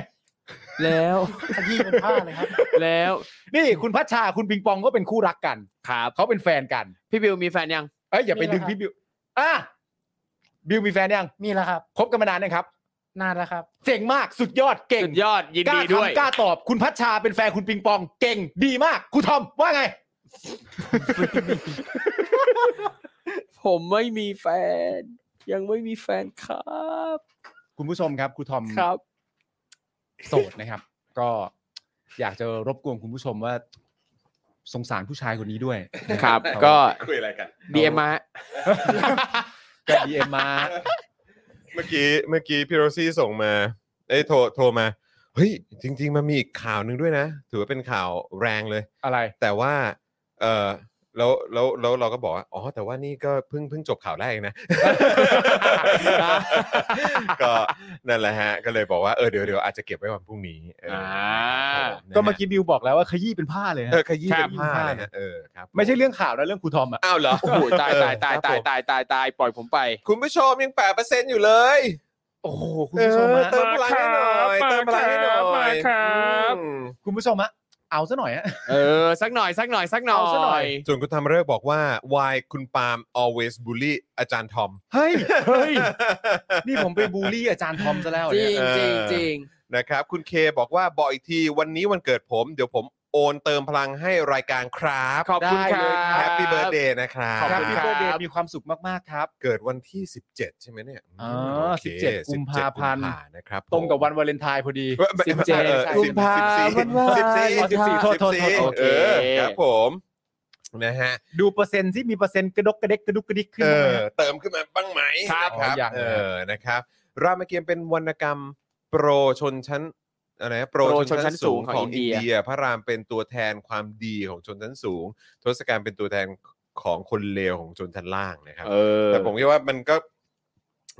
แล้ว
ขยี้เป็นผ้าเลยครับ
แล้ว
นี่คุณพัชชาคุณปิงปองก็เป็นคู่รักกัน
ครับ
เขาเป็นแฟนกัน
พี่บิวมีแฟนยัง
เอ้ยอย่าไป
มีแล้ว
ดึง
ครับ
พี่บิวอ่ะบิวมีแฟนยัง
มีแล้วครับ
คบกันมานานยังครับ
นานแล้วครับ
เจ๋งมากสุดยอดเก่ง
สุดยอดยิน
กล้า
ดีด้วย
ทำกล้าตอบคุณพัชชาเป็นแฟนคุณปิงปอง เก่งดีมากครูทอมว่าไง
ผมไม่มีแฟน ยังไม่มีแฟนครับ
คุณผู้ชมครับครูทอม
ครับ
โสดนะครับ ก็อยากจะรบกวนคุณผู้ชมว่า สงสารผู้ชายคนนี้ ด้วยนะครับ เขา
ก็
คุยอะไรกัน
ดีมา
ก็ดีเอ็มมา
เมื่อกี้เมื่อกี้พี่โรซี่ส่งมา เอ้ยโทรโทรมา เฮ้ย จริง ๆ มันมีอีกข่าวหนึ่งด้วยนะ ถือว่าเป็นข่าวแรงเลย
อะไร
แต่ว่า เออแล้วแล้วแล้วเราก็บอกว่าอ๋อ แต่ว่านี่ก็เพิ่งเพิ่งจบข่าวแรกเองนะ ก็นั่นแหละฮะ ก็เลยบอกว่าเออเดี๋ยวเดี๋ยวอาจจะเก็บไว้วันพรุ่งนี้เออ
อ่า
ครับผนะฮะ
ก็เมื่อกี้บิวบอกแล้วว่าขยี้เป็นผ้าเลยฮะ
เออขยี้
ครั
เป็
บ
นผ้าเลยฮะเออครับ
ไม่ใช่เรื่องข่าวนะเรื่องครูทอมอะ
อ้าวเหรอ
โอ้โหตายตายตายตายตายตายตายปล่อยผมไป
คุณผู้ชมยังแปดเปอร์เซ็นต์อยู่เลย
โอ้โหคุณ
เอ
ผู้ชม
อ
อะ
เติมพลังให้หน่อย
มาครับ
เติมพลังให้หน่อย
มาครับ
อืม
คุณผู้ชมอะเอาซะหน่อยอะ
เออ สักหน่อยสักหน่อยสักหน่อย
เอาซะหน่อย
ส่วนคุณธรรมเริกษ์บอกว่า why คุณปาล์ม always bully อาจารย์ทอม
เฮ้ยเฮ้ย นี่ผมไปบูลลี่อาจารย์ทอมซะแล้วเหรอเนี่ย
จริง
เออ
จริงจริง
นะครับ คุณเคบอกว่าบอกอีกทีวันนี้วันเกิดผม เดี๋ยวผมโอนเติมพลังให้รายการครับ
ขอบคุณค
ได้
รั
เลย
บ
แฮปปี้เบิร์ดเดย์นะครับ
ขอบคุณ
Happy
ครับ
Birthday มีความสุขมากๆครับ
เกิดวันที่ 17 ใช่ไหมเนี่ย
อ๋อ
โอเค
17กุมภาพันธ์
กุมภานะครับ
ตรงกับวันวาเลนไทน์พอดี
สิบเจ็ดกุมภาพันธ์
สิบสี่
วันวาเลนไทน์
สิบสี่
โทษโทษโทษ
สิบสี่
โอเค
เออครับผมนะฮะ
ดูเปอร์เซ็นต์ที่มีเปอร์เซ็นต์กระดกกระเด็กกระดุกกระดิกขึ้น
เอ
มาไหม
อ
ฮะ
เติมขึ้นมาบ้างไหม
ครับ
นะ
อ๋อยัง
เออนะครับรามเกียรติ์เป็นวรรณกรรมโปรชนชั้นอะไรนะโปร
โปร
ชนชั้น
ชนชั้นสู
สูง
ง
ข
ข
อ
อง งอิ
อิน
นเดีย
เดีย พระรามเป็นตัวแทนความดีของชนชั้นสูง ทศกัณฐ์เป็นตัวแทนของคนเลวของชนชั้นล่างนะครับ
เออ
แต่ผมคิดว่ามันก็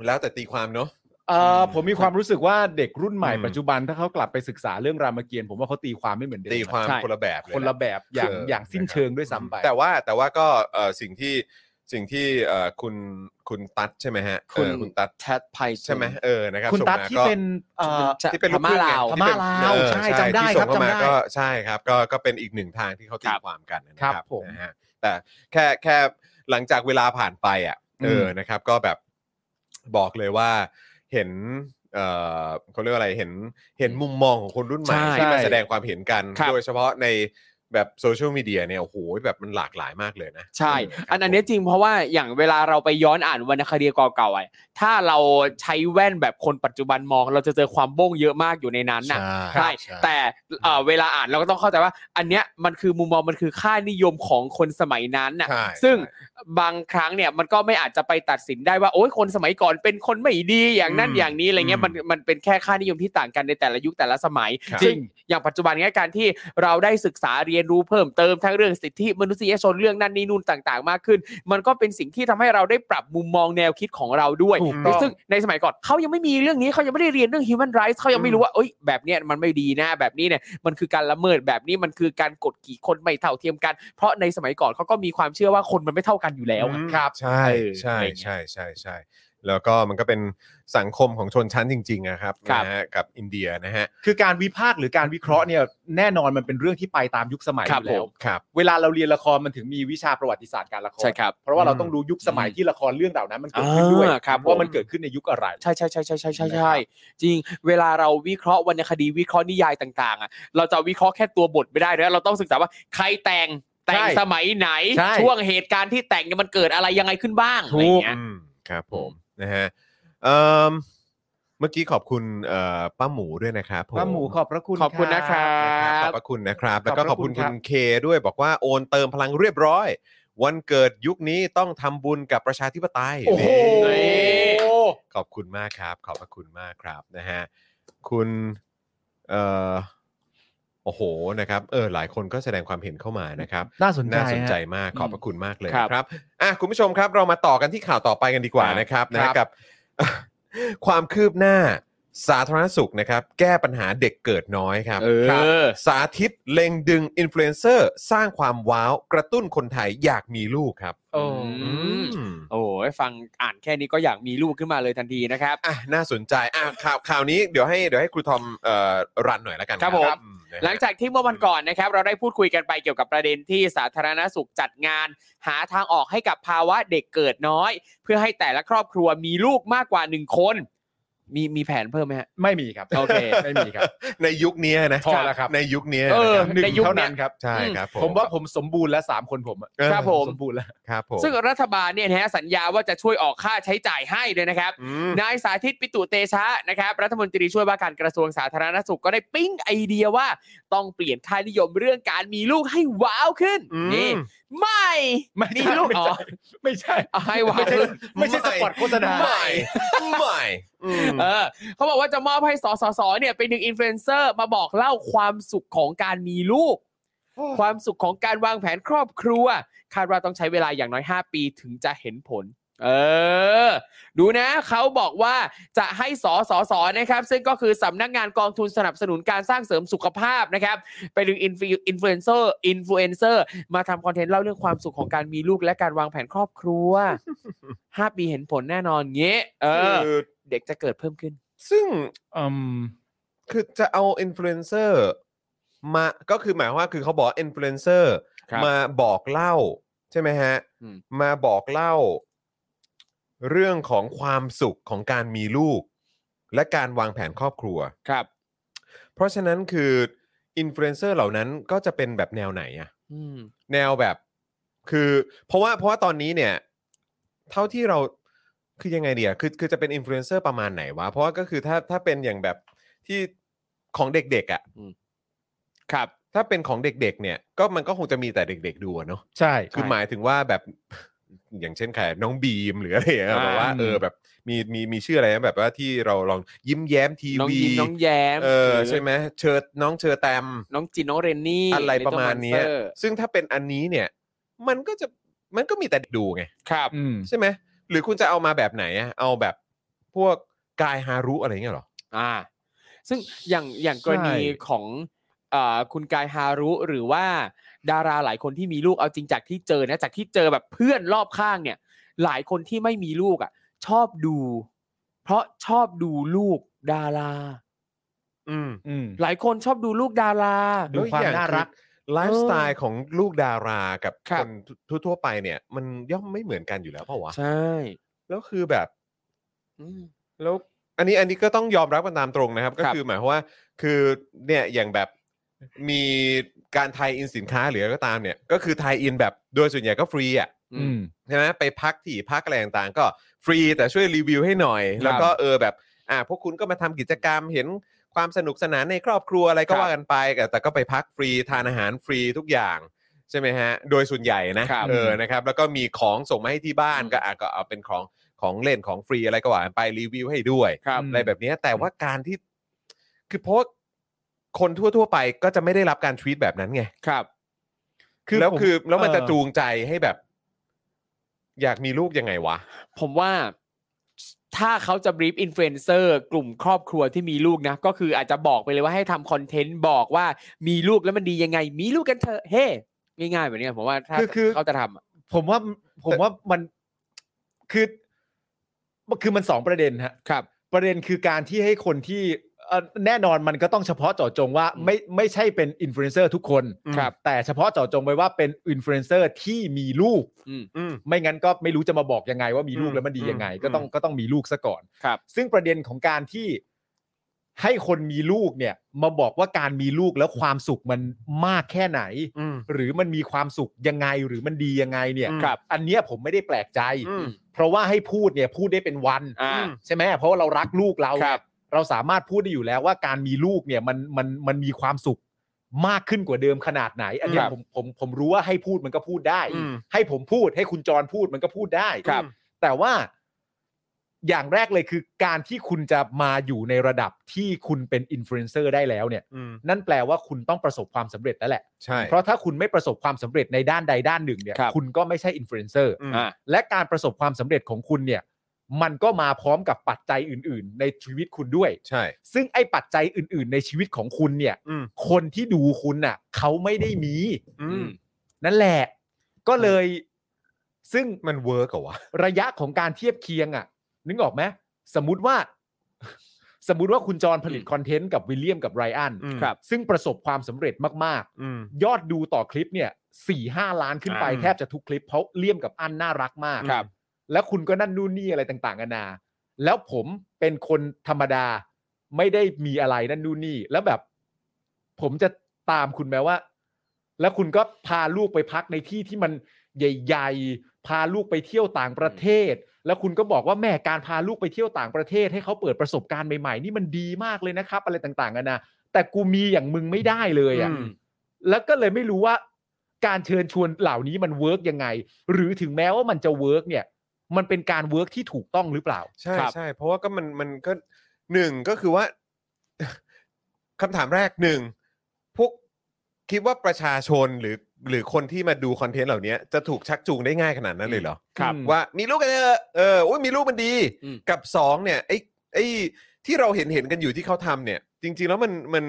แล้วแต่ตีความเนาะ
เอ่อผมมีความรู้สึกว่าเด็กรุ่นใหม่
อืม
ปัจจุบันถ้าเขากลับไปศึกษาเรื่องรามเกียรติ์ผมว่าเขาตีความไม่เหมือนเดิม
ตีความ
ใช่
คนละแบบเลย
คนละแบบอย่าง
เ
อย่างสิ้นเชิงด้วยซ้ำไป
แต่ว่าแต่ว่าก็เอ่อสิ่งที่สิ่งที่เอ่อคุณคุณตัดใช่ไหมฮะเออคุณตัด
แทดไพ
ใช่ไหมเออนะครับ
คุณ
ส่ง
ตั๊ด
มา
ที่
ก็
เป็นเอ่อ
ที่เป็นลูกค
ม่า
รึ่งไง
ลา
ที่เป็น
พม่าลาว
ว
เออ
ใช่จำได้
ที่ส่งเข้า
ครับ
มา
จำได้
ก็ใช่ครับก็ก็เป็นอีกหนึ่งทางที่เขาตี
ครับ
ความกันนะค
ครั
รับบ
ผม
นะฮะแต่แค่แค่หลังจากเวลาผ่านไปอ่ะเอออนะครับ ก็แบบบอกเลยว่าเห็นเออเขาเรียกว่าอะไรเห็นเห็นมุมมองของคนรุ่นใหม่
ใช่
ที่มา
ใช่
แสดงความเห็นกัน
ครับ
โดยเฉพาะในแบบโซเชียลมีเดียเนี่ยโอ้โหแบบมันหลากหลายมากเลยนะ
ใช่
เครับ
อันอันเนี้ยจริงเพราะว่าอย่างเวลาเราไปย้อนอ่านวรรณคดีเก่าๆอ่ะถ้าเราใช้แว่นแบบคนปัจจุบันมอง เราจะเจอความโบ้งเยอะมากอยู่ในนั้นน่ะ
ใช่
ใช่ แต่เอ่อเวลาอ่านเราก็ต้องเข้าใจว่า อันเนี้ยมันคือมุมมองมันคือค่านิยมของคนสมัยนั้นน่ะ
ใช่
ซึ่ง บางครั้งเนี่ยมันก็ไม่อาจจะไปตัดสินได้ว่าโอ้ยคนสมัยก่อนเป็นคนไม่ดีอย่างนั้นอย่างนี้อะไรเงี้ยมันมันเป็นแค่ค่านิยมที่ต่างกันในแต่ละยุคแต่ละสมัย
ครับ
จริง อย่างปัจจุบันเนี้ยการที่เราได้ศึกษาเรียนรู้เพิ่มเติมทั้งเรื่องสิทธิมนุษยชนเรื่องนั่นนี่นู่นต่างๆ มากขึ้น มันก็เป็นสิ่งที่ทำให้เราได้ปรับมุมมองแนวคิดของเราด้วย
ถูกต้อง
ซึ่งในสมัยก่อนเขายังไม่มีเรื่องนี้เขายังไม่ได้เรียนเรื่อง human rights เขายังไม่รู้ว่าเอ้ยแบบเนี้ยมันไม่ดีนะแบบนี้เนี่ยมันคือการละเมิดแบบนี้มันคือการกดขี่คนไม่เท่าเทียมกัน เพราะในสมัยก่อนเขาก็มีความเชื่อว่าคนมันไม่เท่ากันอยู่แล้วอะ
ครับใช่
เออ
ใช่
อะไรเงี้ย
ใช่ใช่ใช่ แล้วก็มันก็เป็นสังคมของชนชั้นจริงๆนะครับ
ครับ
นะฮะกับอินเดียนะฮะ
คือการวิพากษ์หรือการวิเคราะห์เนี่ยแน่นอนมันเป็นเรื่องที่ไปตามยุคสมัยอ
ครับ
ยู่แล้ว
ผม
ครับ
เวลาเราเรียนละครมันถึงมีวิชาประวัติศาสตร์การละคร
ใช่ครับ
เพราะว่าเรา
อืม
ต้องรู้ยุคสมัยที่ละครเรื่องเหล่านั้นมันเกิด
อ่า
ขึ้นด้วย
ครับผม
ว่ามันเกิดขึ้นในยุคอะไร
ใช่ใช่ใช่ใช่ใช่ใช่
นะครั
ใช่
บ
จริง เวลาเราวิเคราะห์วรรณคดีวิเคราะห์นิยายต่างๆอ่ะเราจะวิเคราะห์แค่ตัวบทไม่ได้แล้วเราต้องศึกษาว่าใครแต่งแต่ง
ใช่
สมัยไหน
ใช่
ช่วงเหตุการณ์ที่แต่งเนี่ยมันเกิดอะไรยังไงขึ้นบ้างอะไรอย่างเงี้ย
อืมครับผมนะฮะเอิ่มเมื่อกี้ขอบคุณเอ่อป้าหมูด้วยนะครับผ
ป้าหมูขอบพระคุณ
ขอบคุณนะครับ
นะครับขอบพระคุณนะครับ แล้วก็ข
ข
อ
อ
บบ
พระคุ
คุณ
ณ
คุ
ครั
ณ
บ
เคด้วยบอกว่าโอนเติมพลังเรียบร้อย วันเกิดยุคนี้ต้องทำบุญกับประชาธิปไตย
โอ้โห
นี่ ขอบคุณมากครับ ขอบพระคุณมากครับนะฮะคุณเอ่อโอ้โหนะครับเออหลายคนก็แสดงความเห็นเข้ามานะครับ
น่าสนใจ
น่าสนใจ
ฮะ
มากขอบพระคุณมากเลย
ครับ
นะครับอ่ะคุณผู้ชมครับเรามาต่อกันที่ข่าวต่อไปกันดีกว่า
ครับ
นะครับนะ
ครับ
กับ ความคืบหน้าสาธารณสุขนะครับ แก้ปัญหาเด็กเกิดน้อยครับ
เอ
ครับ
อ
สาธิตเล็งดึงอินฟลูเอนเซอร์ สร้างความว้าวกระตุ้นคนไทยอยากมีลูกครับ
โอ้
อืม
โอ้ยฟังอ่านแค่นี้ก็อยากมีลูกขึ้นมาเลยทันทีนะครับ
อ่ะน่าสนใจอ่ะข่าวข่าวนี้เดี๋ยวให้เดี๋ยวให้ครูทอมเอ่อรันหน่อยละกัน
ครับผม
อืนะฮะ
หลังจากที่เมื่อวันก่อนนะครับ เราได้พูดคุยกันไปเกี่ยวกับประเด็นที่สาธารณสุขจัดงาน หาทางออกให้กับภาวะเด็กเกิดน้อย เพื่อให้แต่ละครอบครัวมีลูกมากกว่าหนึ่งคน มีมีแผนเพิ่มไหมฮะ
ไม่มีครับ
โอเค
ไม่มีครับ
ในยุคนี้นะ
พอแล้วครับ
ในยุคนี้
เออ
นะครับ
หนึ่ง
ในยุค
เท่า
เนี้ย
นั้นครับ
ใช่ครับผม
ผมว่าผมสมบูรณ์แล้วสามคนผมอะ
เออ
ครับผม
สมบูรณ์แล้ว
ครับผม
ซึ่งรัฐบาลเนี่ยนะฮะสัญญาว่าจะช่วยออกค่าใช้จ่ายให้เลยนะครับ
อืม
นายสาธิตปิตุเตชะนะครับรัฐมนตรีช่วยว่าการกระทรวงสาธารณสุขก็ได้ปิ๊งไอเดียว่า ต้องเปลี่ยนค่านิยมเรื่องการมีลูกให้ว้าวขึ้น
อืม
นี่ไม่
ไม่ใช่
มีลูก
ไม่
อ๋
ใช่ไม่ใช่
อเอาให้ว้าว
ไม่ใช่
ขึ้น
ไม่ใช่สปอตโฆษณา
ใหม่ใหม่อืม
เออเขาบอกว่าจะมอบให้สสสเนี่ยเป็นหนึ่งอินฟลูเอนเซอร์มาบอกเล่าความสุขของการมีลูก ความสุขของการวางแผนครอบครัว คาดว่าต้องใช้เวลาอย่างน้อย 5 ปีถึงจะเห็นผล เออ ดูนะเขาบอกว่าจะให้สสสนะครับ ซึ่งก็คือสำนักงานกองทุนสนับสนุนการสร้างเสริมสุขภาพนะครับ ไปดึงอินฟลูอินฟลูเอนเซอร์อินฟลูเอนเซอร์มาทำคอนเทนต์เล่าเรื่องความสุขของการมีลูกและการวางแผนครอบครัว 5 ปีเห็นผลแน่นอนเงี้ยเออ
คือ
เด็กจะเกิดเพิ่มขึ้น
ซึ่ง
อืม
คือจะเอาอินฟลูเอนเซอร์มาก็คือหมายความว่าคือเขาบอกอินฟลูเอนเซอร์
ครับ
มาบอกเล่า ใช่ไหมฮะ
อืม
มาบอกเล่า เรื่องของความสุขของการมีลูก และการวางแผนครอบครัว
ครับ
เพราะฉะนั้นคืออินฟลูเอนเซอร์เหล่านั้นก็จะเป็นแบบแนวไหนอะ
อืม
แนวแบบคือเพราะว่าเพราะว่าตอนนี้เนี่ย เท่าที่เราคือยังไงเดียคือคือจะเป็นอินฟลูเอนเซอร์ประมาณไหนวะ เพราะว่าก็คือถ้าถ้าเป็นอย่างแบบที่ของเด็กๆอะ่ะ
อืมครับ
ถ้าเป็นของเด็กๆ เนี่ย ก็มันก็คงจะมีแต่เด็ก ๆ ดูอะเนาะ
ใช่
คือหมายถึงว่าแบบ อย่างเช่นใครน้องบีมหรืออะไรอย่างเงี้ย
อ่า
แบบว่าเออแบบมีมีมีชื่ออะไรนะแบบว่าที่เราลองยิ้มแย้มที
น้อง
วี
ยิมน้องแย้ม
เออ
หรือ
ใช่ไหมเชิดน้องเชอแตม
น้องจินน้องเรนนี่
อะไรประมาณเนี้ย
ลิตเติ้ลมอนสเตอร์
ซึ่งถ้าเป็นอันนี้เนี่ย มันก็จะมันก็มีแต่ดูไง
ครับ
อืม
ใช่ไหม หรือคุณจะเอามาแบบไหนอะเอาแบบพวกกายฮารุอะไรเงี้ยเหรอ
อ่า ซึ่งอย่างอย่างกรณี
ใช่
ของอ่าคุณกายฮารุหรือว่าดาราหลายคนที่มีลูกเอาจริงจากที่เจอนะ จากที่เจอแบบเพื่อนรอบข้างเนี่ย หลายคนที่ไม่มีลูกอ่ะ ชอบดู เพราะชอบดูลูกดารา
อืม
อืม
หลายคนชอบดูลูกดารา
ดูความน่ารัก
ไลฟ์สไตล์ของลูกดารากับ
ครั
ค
บ
นทั่วๆไปเนี่ย มันย่อมไม่เหมือนกันอยู่แล้วเปล่าวะ
ใช่
แล้วคือแบบ
อืม
แล้วอันนี้อันนี้ก็ต้องยอมรับกันตามตรงนะครับ ก็
ครับ
คือหมายความว่าคือเนี่ยอย่างแบบมีการไทยอินสินค้าหรืออะไรก็ตามเนี่ย ก็คือไทยอินแบบโดยส่วนใหญ่ก็ฟรีอ่ะ
อืม
ใช่ไหมไปพักที่พักอะไรต่างๆ ก็ฟรีแต่ช่วยรีวิวให้หน่อย
ครับ
แล้วก็เออแบบอ่าพวกคุณก็มาทำกิจกรรมเห็นความสนุกสนานในครอบครัวอะไรก็
ครับ
ว่ากันไปแต่แต่ก็ไปพักฟรีทานอาหารฟรีทุกอย่างใช่ไหมฮะโดยส่วนใหญ่นะครับ เออนะครับแล้วก็มีของส่งมาให้ที่บ้าน
อืม
ก็อ่ะก็เอาเป็นของของเล่นของฟรีอะไรก็ว่ากันไปรีวิวให้ด้วย
ครับ
อะไรแบบเนี้ยแต่ว่าการที่คือเพราะคนทั่วๆไปก็จะไม่ได้รับการทวีตแบบนั้นไง
ครับ
คือ
แล้ว
ผม
คือแล้วมัน
เอ่อ
จะจูงใจให้แบบ อยากมีลูกยังไงวะ
ผมว่าถ้าเขาจะบรีฟอินฟลูเอนเซอร์กลุ่มครอบครัวที่มีลูกนะ ก็คืออาจจะบอกไปเลยว่าให้ทำคอนเทนต์บอกว่ามีลูกแล้วมันดียังไง มีลูกกันเถอะเฮ้ง่ายๆแบบเนี้ยผมว่าถ้า
คือคือ
เขาจะทำอะ
ผมว่าผมว่ามันคือ คือมันสองประเด็นฮะ
ครับ
ประเด็นคือการที่ให้คนที่เอ่อแน่นอนมันก็ต้องเฉพาะเจาะจงว่าไม่ไม่ใช่เป็นอินฟลูเอนเซอร์ทุกคน
ครับ
แต่เฉพาะเจาะจงไว้ว่าเป็นอินฟลูเอนเซอร์ที่มีลูก
อืม
อืม
ไม่งั้นก็ไม่รู้จะมาบอกยังไงว่ามีลู
อื
ก
ม
แล้วมันดียังไง
อืม
ก็ต้องก็ต้องมีลูกซะก่อน
ครับ
ซึ่งประเด็นของการที่ให้คนมีลูกเนี่ย มาบอกว่าการมีลูกแล้วความสุขมันมากแค่ไหน
อืม
หรือมันมีความสุขยังไงหรือมันดียังไงเนี่ย
อืม
ครับ
อันเนี้ยผมไม่ได้แปลกใจ
อืม
เพราะว่าให้พูดเนี่ยพูดได้เป็นวัน
อ่า
อืม
ใช่ไหมเพราะว่าเรารักลูกเรา
ครับ
เราสามารถพูดได้อยู่แล้วว่าการมีลูกเนี่ยมันมันมันมีความสุขมากขึ้นกว่าเดิมขนาดไหน อันเนี้ย
ครับ
ผมผมผมรู้ว่าให้พูดมันก็พูดได้
อืม
ให้ผมพูดให้คุณจรพูดมันก็พูดได้
ครับ
แต่ว่าอย่างแรกเลยคือการที่คุณจะมาอยู่ในระดับที่คุณเป็นอินฟลูเอนเซอร์ได้แล้วเนี่ย
อืม
นั่นแปลว่าคุณต้องประสบความสำเร็จแล้วแหละ
ใช่
เพราะถ้าคุณไม่ประสบความสำเร็จในด้านใดด้านหนึ่งเนี่ย
ครับ
ณก็ไม่ใช่อินฟลูเอนเซอร์
อืม
อ่า
และการประสบความสำเร็จของคุณเนี่ย มันก็มาพร้อมกับปัจจัยอื่น ๆ ในชีวิตคุณด้วย
ใช่
ซึ่งไอ้ปัจจัยอื่น ๆ ในชีวิตของคุณเนี่ย
อืม
คนที่ดูคุณน่ะ เขาไม่ได้มี
อืม
นั่นแหละ ก็เลย ซึ่ง
มันเวิร์กเหรอวะ
ระยะของการเทียบเคียงอ่ะ นึกออกไหมสมมติว่า สมมติว่าคุณจรผลิตคอนเทนต์กับวิลเลียมกับไรอัน
อืม
ครับ
ซึ่งประสบความสำเร็จมาก ๆ
อืม
ยอดดูต่อคลิปเนี่ยสี่ห้าล้านขึ้นไป
อ่า
แทบจะทุกคลิป เพราะเลี่ยมกับอันน่ารักมาก
ครับ
แล้วคุณก็นั่นนู่นนี่อะไรต่างๆนานา แล้วผมเป็นคนธรรมดาไม่ได้มีอะไรนั่นนู่นนี่ แล้วแบบ ผมจะตามคุณแม้ว่า แล้วคุณก็พาลูกไปพักในที่ที่มันใหญ่ๆ พาลูกไปเที่ยวต่างประเทศ แล้วคุณก็บอกว่าแม่การพาลูกไปเที่ยวต่างประเทศ ให้เขาเปิดประสบการณ์ใหม่ๆนี่มันดีมากเลยนะครับ อะไรต่างๆนานาแต่กูมีอย่างมึงไม่ได้เลยอ่ะ
อืม
แล้วก็เลยไม่รู้ว่าการเชิญชวนเหล่านี้มันเวิร์กยังไง หรือถึงแม้ว่ามันจะเวิร์กเนี่ย มันเป็นการเวิร์กที่ถูกต้องหรือเปล่า
ใช่
ครับ
ใช่เพราะว่าก็มันมันก็หนึ่งก็คือว่า คำถามแรกหนึ่งพวกคิดว่าประชาชนหรือหรือคนที่มาดูคอนเทนต์เหล่านี้จะถูกชักจูงได้ง่ายขนาดนั้นเลยเหรอ
ครับ
อืม
ว่ามีลูกกันเถอะเออโอ้ยมีลูกมันดี
อืม
กับสองเนี่ยไอ้ไอ้ที่เราเห็นเห็นกันอยู่ที่เขาทำเนี่ย จริง ๆ แล้วมันมัน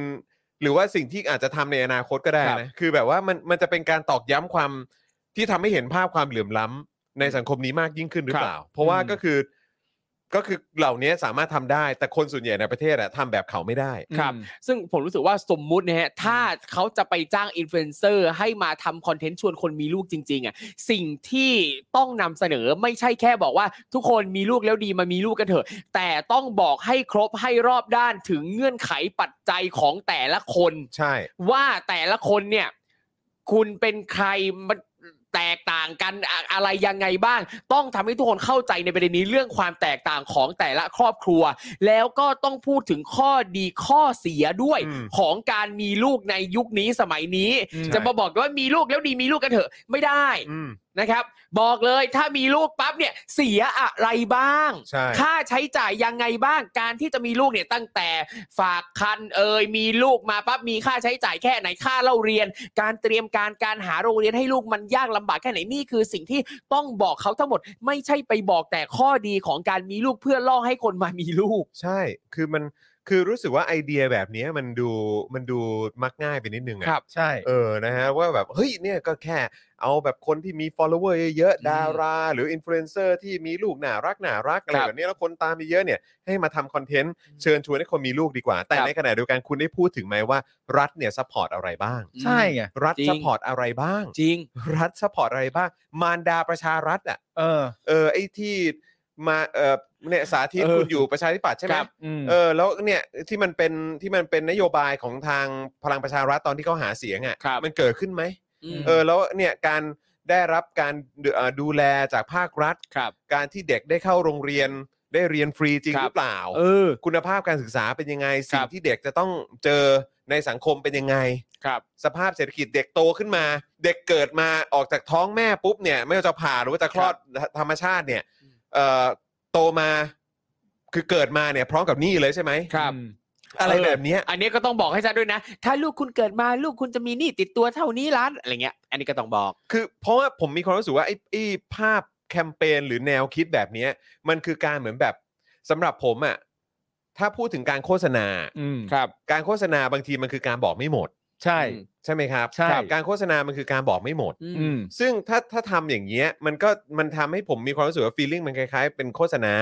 หรือว่าสิ่งที่อาจจะทำในอนาคตก็ได้นะคือแบบว่ามันมันจะเป็นการตอกย้ำความที่ทำให้เห็นภาพความเหลื่อมล้ำในสังคมนี้มากยิ่งขึ้นหรือเปล่า เพราะว่าก็คือก็คือเหล่านี้สามารถทำได้ แต่คนส่วนใหญ่ในประเทศอะทำแบบเขาไม่ได้
ครับ ซึ่งผมรู้สึกว่าสมมุตินะฮะ ถ้าเขาจะไปจ้างอินฟลูเอนเซอร์ให้มาทำคอนเทนต์ชวนคนมีลูกจริง ๆ อ่ะ สิ่งที่ต้องนำเสนอไม่ใช่แค่บอกว่า ทุกคนมีลูกแล้วดีมามีลูกกันเถอะ แต่ต้องบอกให้ครบให้รอบด้านถึงเงื่อนไขปัจจัยของแต่ละคน
ใช่
ว่าแต่ละคนเนี่ย คุณเป็นใครมันแตกต่างกันอะอะไรยังไงบ้าง ต้องทำให้ทุกคนเข้าใจในประเด็นนี้เรื่องความแตกต่างของแต่ละครอบครัว แล้วก็ต้องพูดถึงข้อดีข้อเสียด้วย
อืม
ของการมีลูกในยุคนี้สมัยนี้
อืม
จะมาบอกว่ามีลูกแล้วดีมีลูกกันเถอะไม่ได้
อืม
นะครับ บอกเลยถ้ามีลูกปั๊บเนี่ยเสียอะไรบ้าง
ใช่
ค่าใช้จ่ายยังไงบ้างการที่จะมีลูกเนี่ยตั้งแต่ฝากคันเอ่ยมีลูกมาปั๊บมีค่าใช้จ่ายแค่ไหนค่าเล่าเรียน การเตรียมการการหาโรงเรียนให้ลูกมันยากลำบากแค่ไหนนี่คือสิ่งที่ต้องบอกเขาทั้งหมด ไม่ใช่ไปบอกแต่ข้อดีของการมีลูกเพื่อล่อให้คนมามีลูก
ใช่คือมันคือรู้สึกว่าไอเดียแบบนี้มันดูมันดูมักง่ายไปนิดนึงอะ
ครับ
ใช่
เออ นะฮะ ว่าแบบ เฮ้ย เนี่ยก็แค่เอาแบบคนที่มี follower เยอะ
อืม
ๆ ดารา หรืออินฟลูเอนเซอร์ที่มีลูกน่ารักน่ารักอะไร
ครับ
แบบนี้แล้วคนตามเยอะๆเนี่ย ให้มาทำคอนเทนต์ เชิญชวนให้คนมีลูกดีกว่า แต่
ครับ
ในขณะเดียวกันคุณได้พูดถึงไหมว่ารัฐเนี่ยซัพพอร์ตอะไรบ้าง
ใช่ไง
รัฐ
จริง
ซัพพอร์ตอะไรบ้าง
จริง
รัฐซัพพอร์ตอะไรบ้าง มารดาประชารัฐอ่ะ
เออ
เออ ไอ้ที่มา เออเนี่ยสาธิต
เออ
คุณอยู่ประชาธิปัตย์ใช่ไหม
ครับ
อืม
เออแล้วเนี่ยที่มันเป็นที่มันเป็นนโยบายของทางพลังประชารัฐตอนที่เขาหาเสียง
ครั
อะ่ะ
บ
มันเกิดขึ้นไหม
ม
เออแล้วเนี่ยการได้รับการดูเอ่อดูแลจากภาครัฐ
ครับ
การที่เด็กได้เข้าโรงเรียนได้เรียนฟรีจริง
ครับ
หรือเปล่า
เออ
คุณภาพการศึกษาเป็นยังไง สิ่
ค
ง
รับ
ที่เด็กจะต้องเจอในสังคมเป็นยังไง
ครับ
สภาพเศรษฐกิจเด็กโตขึ้นมา เด็กเกิดมาออกจากท้องแม่ปุ๊บเนี่ย ไม่ว่าจะผ่าหรือว่าจะคลอดธรรมชาติเนี่ยเอ่อโตมาคือเกิดมาเนี่ยพร้อมกับหนี่เลยใช่ไหม
ครับ
อะไร
เออ
แบบเนี้ย
อันนี้ก็ต้องบอกให้ชัดด้วยนะ ถ้าลูกคุณเกิดมาลูกคุณจะมีหนี้ติดตัวเท่านี้ล้านอะไรเงี้ย อันนี้ก็ต้องบอก
คือเพราะว่าผมมีความรู้สึกว่าไอ้ไอ้ภาพแคมเปญหรือแนวคิดแบบเนี้ยมันคือการเหมือนแบบสำหรับผมอะ่ะถ้าพูดถึงการโฆษณา
อืม
ครับ
การโฆษณาบางทีมันคือการบอกไม่หมด
ใช่
อืม
ใช่ไหมครับ
ใช่
ครับการโฆษณามันคือการบอกไม่หมด
อืม
ซึ่งถ้าถ้าทำอย่างเงี้ยมันก็มันทำให้ผมมีความรู้สึกว่าฟีลลิ่งมันคล้ายๆ เป็นโฆษณา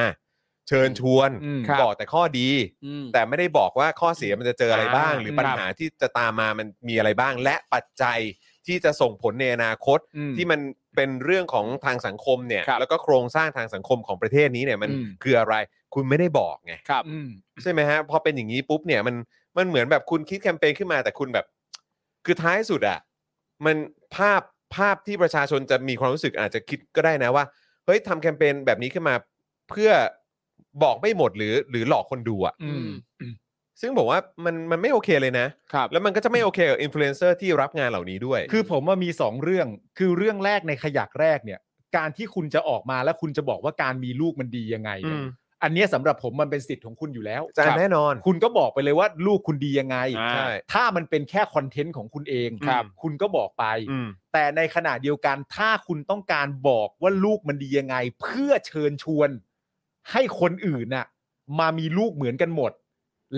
เชิญชวน
อืม
ครับ
บอกแต่ข้อดี
อืม
แต่ไม่ได้บอกว่าข้อเสียมันจะเจออะไรบ้าง
อ่า
หรือปัญ
ครับ
หาที่จะตามมามันมีอะไรบ้าง และปัจจัยที่จะส่งผลในอนาคต
อืม
ที่มันเป็นเรื่องของทางสังคมเนี่ย
ครับ
แล้วก็โครงสร้างทางสังคมของประเทศนี้เนี่ยมัน
อืม
คืออะไร คุณไม่ได้บอกไง
ครับ
อืม
ใช่ไหมฮะพอเป็นอย่างนี้ปุ๊บเนี่ยมันมันเหมือนแบบคุณคิดแคมเปญขึ้นมาแต่คุณแบบ คือท้ายสุดอะมันภาพภาพที่ประชาชนจะมีความรู้สึกอาจจะคิดก็ได้นะว่าเฮ้ยทำแคมเปญแบบนี้ขึ้นมาเพื่อบอกไม่หมดหรือหรือหลอกคนดูอะ
อืม
ซึ่งผมว่ามันมันไม่โอเคเลยนะ
ครับ
แล้วมันก็จะไม่โอเคกับอินฟลูเอนเซอร์ที่รับงานเหล่านี้ด้วย
คือผมว่ามีสองเรื่อง คือเรื่องแรกในขยักแรกเนี่ย การที่คุณจะออกมาแล้วคุณจะบอกว่าการมีลูกมันดียังไงเนี่ย
อืม
อันเนี้ยสำหรับผมมันเป็นสิทธิ์ของคุณอยู่แล้ว
จะ
ครับ
แน่นอน
คุณก็บอกไปเลยว่าลูกคุณดียังไง
อ่า
ใช่
ถ้ามันเป็นแค่คอนเทนต์ของคุณเอง
ครับ
คุณก็บอกไป
อืม
แต่ในขณะเดียวกันถ้าคุณต้องการบอกว่าลูกมันดียังไง เพื่อเชิญชวน ให้คนอื่นน่ะ มามีลูกเหมือนกันหมด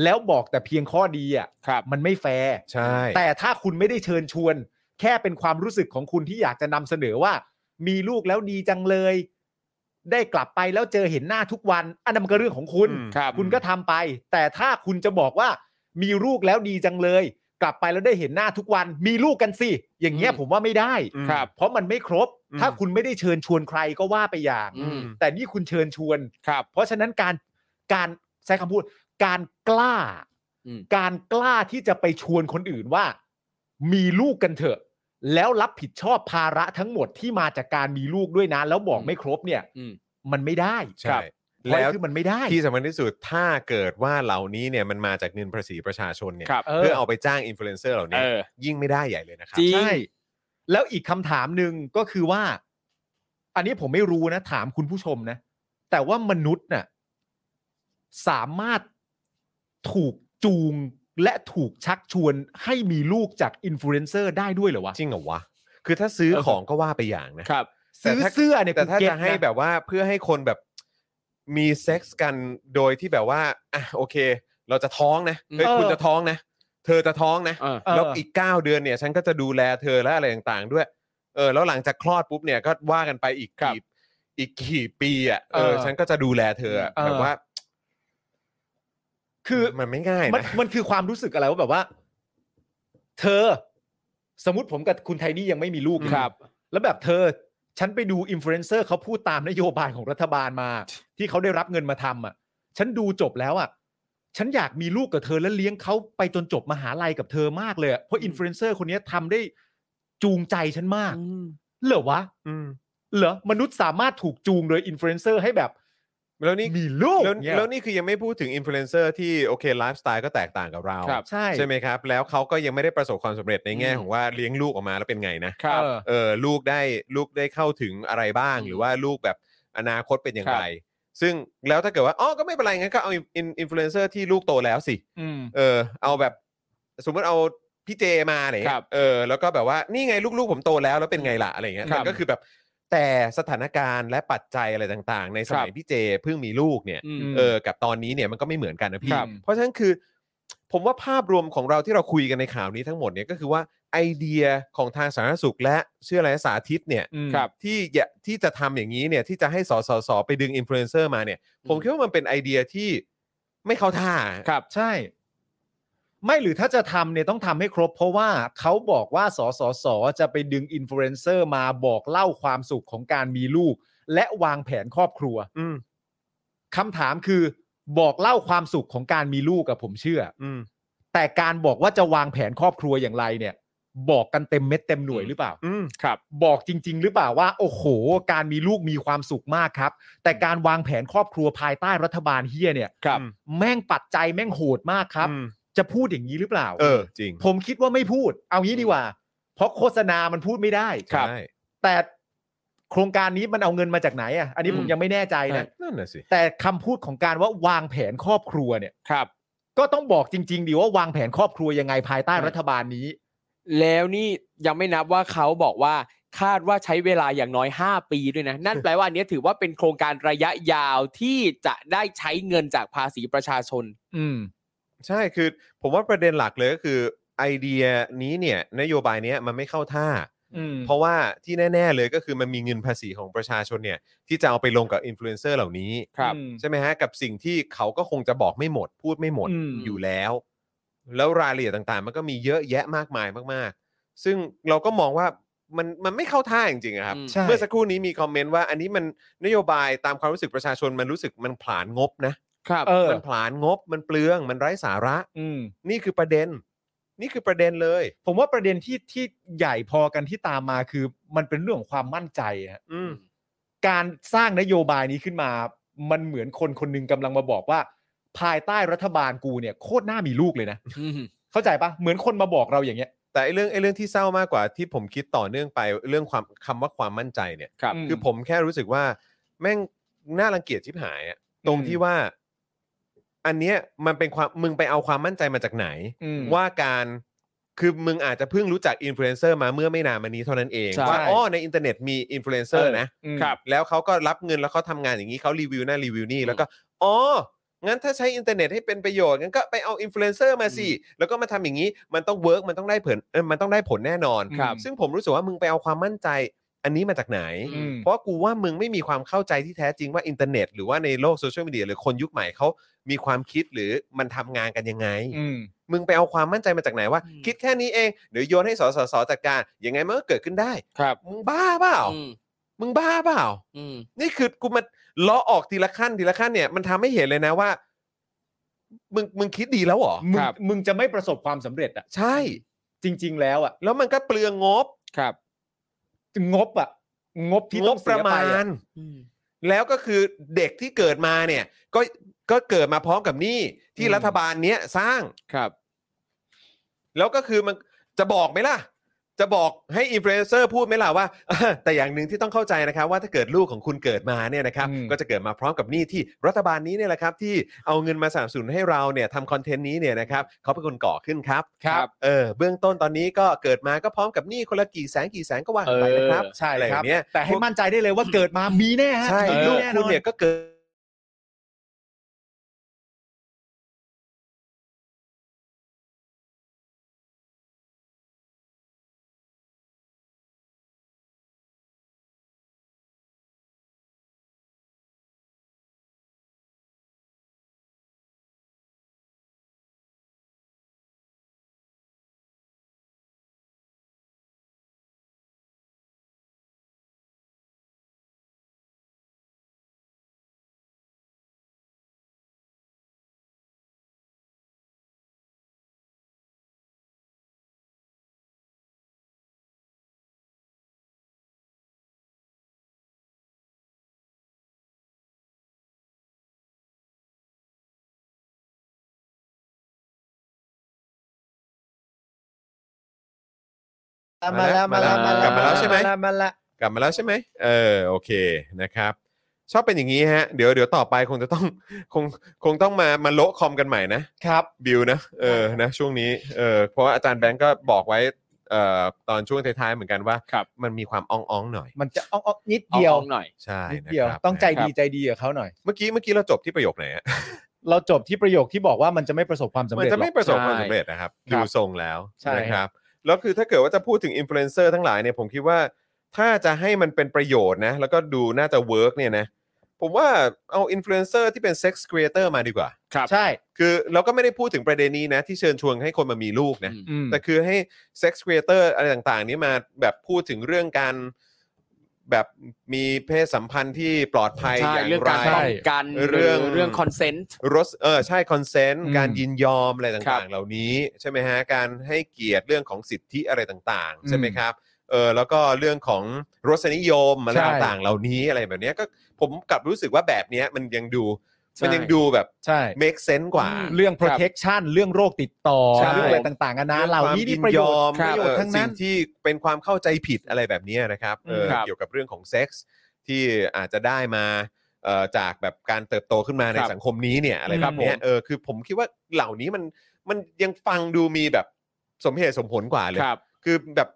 แล้วบอกแต่เพียงข้อดีอ่ะ
ครับ
มันไม่แฟร์
ใช่
แต่ถ้าคุณไม่ได้เชิญชวน แค่เป็นความรู้สึกของคุณที่อยากจะนำเสนอว่า มีลูกแล้วดีจังเลย ได้กลับไปแล้วเจอเห็นหน้าทุกวัน อันนั้นมันก็เรื่องของคุณ
อืม
ครับ
คุณก็ทำไป แต่ถ้าคุณจะบอกว่า มีลูกแล้วดีจังเลย กลับไปแล้วได้เห็นหน้าทุกวัน มีลูกกันสิอย่างเงี้ย
อืม
ผมว่าไม่ได้
ครับ
เพราะมันไม่ครบ
อืม
ถ้าคุณไม่ได้เชิญชวนใครก็ว่าไปอย่าง
อืม
แต่นี่คุณเชิญชวน
ครับ
เพราะฉะนั้นการการใช้คำพูด การกล้า
อืม
การกล้าที่จะไปชวนคนอื่นว่า มีลูกกันเถอะ แล้วรับผิดชอบภาระทั้งหมดที่มาจากการมีลูกด้วยนะ แล้วบอกไม่ครบเนี่ย
อืม
มันไม่ได้
ใช่
แล้
แล้วว
คือมันไม่ได้
ที่สำคัญที่สุดถ้าเกิดว่าเหล่านี้เนี่ยมันมาจากเงินภาษีประชาชนเนี่ย
ครับ
เอ
เพื่อเอาไปจ้างอินฟลูเอนเซอร์เหล่า
เอ
นี้
อ
ยิ่งไม่ได้ใหญ่เลยนะครั
จริง
ใช่แล้วอีกคำถามหนึ่งก็คือว่า อันนี้ผมไม่รู้นะ ถามคุณผู้ชมนะ แต่ว่ามนุษย์น่ะสามารถถูกจูงและถูกชักชวนให้มีลูกจากอินฟลูเอนเซอร์ได้ด้วยเหรอวะ
จริงเหรอวะ คือถ้าซื้อของก็ว่าไปอย่างนะครับ
ซื้อเสื้อเนี่ย
แต่ถ้า
กูเก็
จะให้
นะ
แบบว่าเพื่อให้คนแบบมีเซ็กซ์กันโดยที่แบบว่าอ่ะโอเค เราจะท้องนะเฮ้ย
เออ
คุณจะท้องนะ เธอจะท้องนะ
เออ
เออ
แล้วอีก 9 เดือนเนี่ย ฉันก็จะดูแลเธอและอะไรต่างๆ ด้วย เออ แล้วหลังจากคลอดปุ๊บเนี่ยก็ว่ากันไปอีกกี่อีกกี่ปีอ่ะเออ
เออ
ฉันก็จะดูแลเธออะ
เออ
แบบว่า
คือ
มันไม่ง่าย
มัน
นะ
มันคือความรู้สึกอะไรว่าแบบว่า เธอ สมมติผมกับคุณไทนี่ยังไม่มีลูก
ครับ
แล้วแบบเธอ ฉันไปดูอินฟลูเอนเซอร์เขาพูดตามนโยบายของรัฐบาลมา ที่เขาได้รับเงินมาทำอ่ะ ฉันดูจบแล้วอ่ะ ฉันอยากมีลูกกับเธอแล้วเลี้ยงเขาไปจนจบมหาลัยกับเธอมากเลยอะเพราะอินฟลูเอนเซอร์คนเนี้ยทำได้จูงใจฉันมาก
อืม
เหรอวะ
อืม
เหรอ มนุษย์สามารถถูกจูงโดยอินฟลูเอนเซอร์ให้แบบ
แล้วนี่
มีลูก
แล้ว
เนี่ย
แล้วนี่คือยังไม่พูดถึงอินฟลูเอนเซอร์ที่โอเคไลฟ์สไตล์ก็แตกต่างกับเรา
ครับ
ใช่
ใช่ไหมครับ แล้วเขาก็ยังไม่ได้ประสบความสำเร็จในแง่
อืม
ของว่าเลี้ยงลูกออกมาแล้วเป็นไงนะครับ
เออ
เออลูกได้ลูกได้เข้าถึงอะไรบ้าง
อืม
หรือว่าลูกแบบอนาคตเป็นอย่าง
ครับ
ไร ซึ่งแล้วถ้าเกิดว่าอ๋อก็ไม่เป็นไรงั้นก็เอาอินฟลูเอนเซอร์ที่ลูกโตแล้วสิ
อืม
เออเอาแบบสมมติเอาพี่เจมาอะไรเงี้
ครั
ย
บ
เออแล้วก็แบบว่านี่ไงลูกๆผมโตแล้วแล้วเป็นไงล่ะอะไรเงี้ย
ครับ
มันก็คือแบบแต่สถานการณ์และปัจจัยอะไรต่างๆ ในสมัย
ครับ
พี่เจเพิ่งมีลูกเนี่ย
อืม
เออกับตอนนี้เนี่ยมันก็ไม่เหมือนกันนะพี่
ครับ
เพราะฉะนั้นคือผมว่าภาพรวมของเราที่เราคุยกันในข่าวนี้ทั้งหมดเนี่ยก็คือว่าไอเดียของทางสาธารณสุขและเชื่ออะไรนะสาธิตเนี่ย
อืม
ครับ
ที่อย่าที่จะทำอย่างนี้เนี่ยที่จะให้สสสไปดึงอินฟลูเอนเซอร์มาเนี่ย ผมคิดว่ามันเป็นไอเดียที่ไม่เข้าท่า
ครับ
ใช่ ไม่หรือถ้าจะทำเนี่ยต้องทำให้ครบ เพราะว่าเขาบอกว่าสสสจะไปดึงอินฟลูเอนเซอร์มาบอกเล่าความสุขของการมีลูก และวางแผนครอบครัว
อืม
คำถามคือบอกเล่าความสุขของการมีลูกกับผมเชื่อ
อืม
แต่การบอกว่าจะวางแผนครอบครัวอย่างไรเนี่ย บอกกันเต็มเม็ดเต็มหน่วยหรือเปล่า
อืม
ครับ
บอกจริง ๆ หรือเปล่าว่า โอ้โห การมีลูกมีความสุขมากครับ แต่การวางแผนครอบครัวภายใต้รัฐบาลเฮียเนี่ย
ครับ
อืม
แม่งปัจจัยแม่งโหดมากครับ
อืม
จะพูดอย่างนี้หรือเปล่า
เออ จริง
ผมคิดว่าไม่พูด เอางี้ดีกว่า เพราะโฆษณามันพูดไม่ได้
ครับ
ใช่
แต่โครงการนี้มันเอาเงินมาจากไหนอ่ะ อันนี้ผม
อืม
ยังไม่แน่ใจนะ
นั่นน่ะสิ
แต่คำพูดของการว่าวางแผนครอบครัวเนี่ย
ครับ
ก็ต้องบอกจริง ๆ ดีว่าวางแผนครอบครัวยังไงภายใต้
ใช่
รัฐบาลนี้
แล้วนี่ยังไม่นับว่าเขาบอกว่าคาดว่าใช้เวลาอย่างน้อย 5 ปีด้วยนะ นั่นแปลว่าอันเนี้ยถือว่าเป็นโครงการระยะยาวที่จะได้ใช้เงินจากภาษีประชาชน
อืม
ใช่ คือ ผมว่าประเด็นหลักเลยก็คือไอเดียนี้เนี่ย นโยบายเนี้ยมันไม่เข้าท่า
อืม
เพราะว่าที่แน่ ๆ เลยก็คือมันมีเงินภาษีของประชาชนเนี่ย ที่จะเอาไปลงกับอินฟลูเอนเซอร์เหล่านี้
ครับ
ใช่ไหมฮะ กับสิ่งที่เขาก็คงจะบอกไม่หมด พูดไม่หมด
อืม
อยู่แล้ว แล้วรายละเอียดต่างๆ มันก็มีเยอะแยะมากมายมาก ๆ ซึ่งเราก็มองว่ามันมันไม่เข้าท่าจริงๆอะครับ
อืม
ใช่
เมื่อสักครู่นี้มีคอมเมนต์ว่าอันนี้มันนโยบายตามความรู้สึกประชาชนมันรู้สึกมันผลาญงบนะครับ
เออ
มันผลาญงบมันเปลืองมันไร้สาระ
อืม
นี่คือประเด็น นี่คือประเด็นเลย
ผมว่าประเด็นที่ที่ใหญ่พอกันที่ตามมาคือ มันเป็นเรื่องของความมั่นใจฮะ
อืม
การสร้างนโยบายนี้ขึ้นมา มันเหมือนคนคนหนึงกำลังมาบอกว่า ภายใต้รัฐบาลกูเนี่ยโคตรน่ามีลูกเลยนะ เข้าใจปะเหมือนคนมาบอกเราอย่างเงี้ย
แต่ไอ้เรื่องไอ้เรื่องที่เศร้ามากกว่าที่ผมคิดต่อเนื่องไปเรื่องความคำว่าความมั่นใจเนี่ย
ครับ
ม
คือผมแค่รู้สึกว่า แม่งน่ารังเกียจชิบหายอะตรงที่ว่า อันเนี้ยมันเป็นความมึงไปเอาความมั่นใจมาจากไหน
อืม
ว่าการคือมึงอาจจะเพิ่งรู้จักอินฟลูเอนเซอร์มาเมื่อไม่นานมานี้เท่านั้นเอง
ใช่
ว่าอ๋อในอินเทอร์เน็ตมีอินฟลูเอนเซอร์นะ
อืม
แล้วเขาก็รับเงินแล้วเขาทำงานอย่างนี้เขารีวิวนั่นรีวิวนี่แล้วก็อ๋องั้นถ้าใช้อินเทอร์เน็ตให้เป็นประโยชน์งั้นก็ไปเอาอินฟลูเอนเซอร์มาสิแล้วก็มาทำอย่างนี้มันต้องเวิร์กมันต้องได้ผลเออมันต้องได้ผลแน่นอน
ครับ
ซึ่งผมรู้สึกว่ามึงไปเอาความมั่นใจอันนี้มาจากไหน
อืม
เพราะกูว่ามึงไม่มีความเข้าใจที่แท้จริงว่าอินเทอร์เน็ตหรือว่าในโลกโซเชียลมีเดียหรือคนยุคใหม่เขามีความคิดหรือมันทำงานกันยังไง
อืม
มึงไปเอาความมั่นใจมาจากไหนว่า
อืม
คิดแค่นี้เองเดี๋ยวโยนให้สสสจัดการยังไงมันก็เกิดขึ้นได้
ครับ
มึงบ้าเปล่า
อืม
มึงบ้าเปล่า
อืม
นี่คือกูมาล้อออกทีละขั้นทีละขั้นเนี่ยมันทำให้เห็นเลยนะว่า มึงมึงคิดดีแล้วเหรอ
มึง
ครับ
มึงจะไม่ประสบความสำเร็จอะ
ใช่
จริง ๆ แล้วอะ
แล้วมันก็เปลืองงบ
ครับ
งบอะงบที่
ง
ต้อบ ง
ป
เสี
ระ
ยไป
มา
อะ
ณ
อืม
แล้วก็คือเด็กที่เกิดมาเนี่ย ก็ก็เกิดมาพร้อมกับหนี้ที่
อืม
รัฐบาลเนี้ยสร้าง
ครับ
แล้วก็คือมันจะบอกไหมล่ะ จะบอกให้อินฟลูเอนเซอร์พูดไหมล่ะว่า แต่อย่างหนึ่งที่ต้องเข้าใจนะครับ ว่าถ้าเกิดลูกของคุณเกิดมาเนี่ยนะครับ
อืม
ก็จะเกิดมาพร้อมกับหนี้ที่รัฐบาลนี้เนี่ยแหละครับ ที่เอาเงินมาสนับสนุนให้เราเนี่ยทำคอนเทนต์นี้เนี่ยนะครับเขาเป็นคนก่อขึ้นครับ
ครับ
เออเบื้องต้นตอนนี้ก็เกิดมาก็พร้อมกับหนี้คนละกี่แสนกี่แสนก็ว่ากันไปนะครับ
ใช่
อะไรอ
ค
ย่า
รับ
งเงี้ย
แต่ให้มั่นใจได้เลยว่าเกิดมามีแน่ฮะ
ใช่
มี
ลูก
แน่น
คุณ
อน
เนี่ยก็เกิด
มาแล้วมาแล้ว
กลับมาแล้วใช่ไหม
ามาแล้ว
กลับมาแล้วใช่ไหมเออโอเคนะครับ ชอบเป็นอย่างนี้ฮะ เดี๋ยวเดี๋ยวต่อไปคงจะต้อง คงคงต้องมามาโละคอมกันใหม่นะ
ครับ
บิวนะเออนะช่วงนี้เออเพราะว่าอาจารย์แบงก์ก็บอกไว้เอ่อตอนช่วงท้ายๆเหมือนกันว่า
ครับ
มันมีความอ่องๆหน่อย
มันจะอ้องๆนิดเดียว
อาหน่อย
ใช่
นิด
นะ
เดียว
ครับ
ต้องใจ
ครั
ดี
บ
ใจดีกับเขาหน่อย
เมื่อกี้เมื่อกี้เราจบที่ประโยคไหนอะ
เราจบที่ประโยคที่บอกว่ามันจะไม่ประสบความสำ
มัน
เร็จ
จะ
หร
ไม่
อก
ประสบความ
ใช่
สำเร็จนะครับ
ครั
ดู
บ
ทรงแล้ว
ใช่
นะครับแล้วคือถ้าเกิดว่าจะพูดถึงอินฟลูเอนเซอร์ทั้งหลายเนี่ยผมคิดว่าถ้าจะให้มันเป็นประโยชน์นะ แล้วก็ดูน่าจะเวิร์กเนี่ยนะผมว่าเอาอินฟลูเอนเซอร์ที่เป็นเซ็กซ์ครีเอเตอร์มาดีกว่า
ครับ
ใช่
คือเราก็ไม่ได้พูดถึงประเด็นนี้นะ ที่เชิญชวนให้คนมามีลูกนะ
อืม
แต่คือให้เซ็กซ์ครีเอเตอร์อะไรต่างๆ นี้มาแบบพูดถึงเรื่องการแบบมีเพศสัมพันธ์ที่ปลอดภัย
ใช่
อย่าง
เรื่อง
ไร
การ
ใช่
ป้องกัน
เรื่อง
หเรื่องคอนเซนต์
รสเออใช่คอนเซนต์
อืม
การยินยอมอะไร
ครั
ต่างๆ
บ
เหล่านี้ ใช่ไหมฮะ การให้เกียรติเรื่องของสิทธิอะไรต่างๆ ใช่ไหมครับเออแล้วก็เรื่องของรสนิยมอะไรต่างๆ เหล่านี้อะไรแบบเนี้ยก็ผมกลับรู้สึกว่าแบบเนี้ยมันยังดูมันยังดูแบบ
ใช่
make sense กว่า
อืม
เรื่อง protection เรื่องโรคติดต่อ
ใช่
เรื่องอะไรต่างๆนานาเหล่านี้นี่ประโยชน์
เอง
ประโย
คามยิ
ว
นยอม
ชน์ทั้งนั้น
เอ่อสิ่ที่เป็นความเข้าใจผิดอะไรแบบนี้นะครับเออ
ครับ
เกี่ยวกับเรื่องของเซ็กส์ที่อาจจะได้มาเอ่อจากแบบการเติบโตขึ้นมาในสังคมนี้เนี่ยอะไรแบบเนี้ยเออคือผมคิดว่าเหล่านี้มันมันยังฟังดูมีแบบสมเหตุสมผลกว่าเลย
ครับ
คือแบบ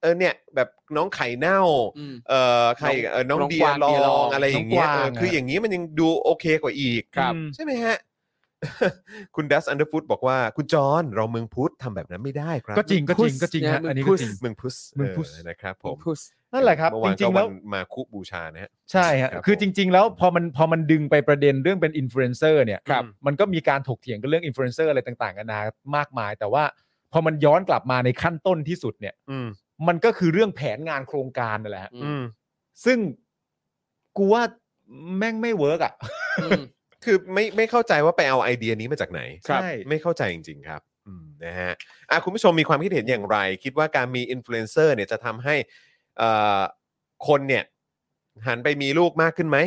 เออเนี่ยแบบน้องไข่เน่า
อืม
เอ่อใครเอ่อน้อง
น้อง
เดียว
กาง
ล
เดียล
อ
อง ง
อะไรอย่างเงี้ย
น้องกวา
เอ
ง
อคืออย่างนี้มันยังดูโอเคกว่าอีก
ครับ
ใช่ไหมฮะ คุณดัสอันเดอร์ฟุตบอกว่าคุณจอนเราเมืองพุทธทำแบบนั้นไม่ได้ครับ
ก็จริงก็จริงก็จริง
นะ
ฮะอันนี้
มึ
ก็
ง
จริง
push
เมืองพุทธ
เมืองพุทธ
เนะครับผม
พูด
นั่นแหละครับ
เมื่
จ
อวานก็
ริงๆ
วั
แล้ว
นมาคุบูชานะฮะ
ใช่ฮะ
ครับ
คือจริง ๆ แล้วพอมันพอมันดึงไปประเด็นเรื่องเป็นอินฟลูเอนเซอร์เนี่ย
ครับ
มันก็มีการถกเถียงกันเรื่องอินฟลูเอนเซอร์อะไรต่างๆกันานามากมาย แต่ว่าพอมันย้อนกลับมาในขั้นต้นที่สุดเนี่ย
อืม
มันก็คือเรื่องแผนงานโครงการนั่นแหละฮะ
อืม
ซึ่งกูว่าแม่งไม่เวิร์กอ่ะ
อืม
คือไม่ไม่เข้าใจว่าไปเอาไอเดียนี้มาจากไหน
ครับใช่
ไม่เข้าใจจริง ๆ ครับอืมนะฮะอ่ะคุณผู้ชมมีความคิดเห็นอย่างไร คิดว่าการมีอินฟลูเอนเซอร์เนี่ยจะทำให้เอ่อคนเนี่ยหันไปมีลูกมากขึ้นไหม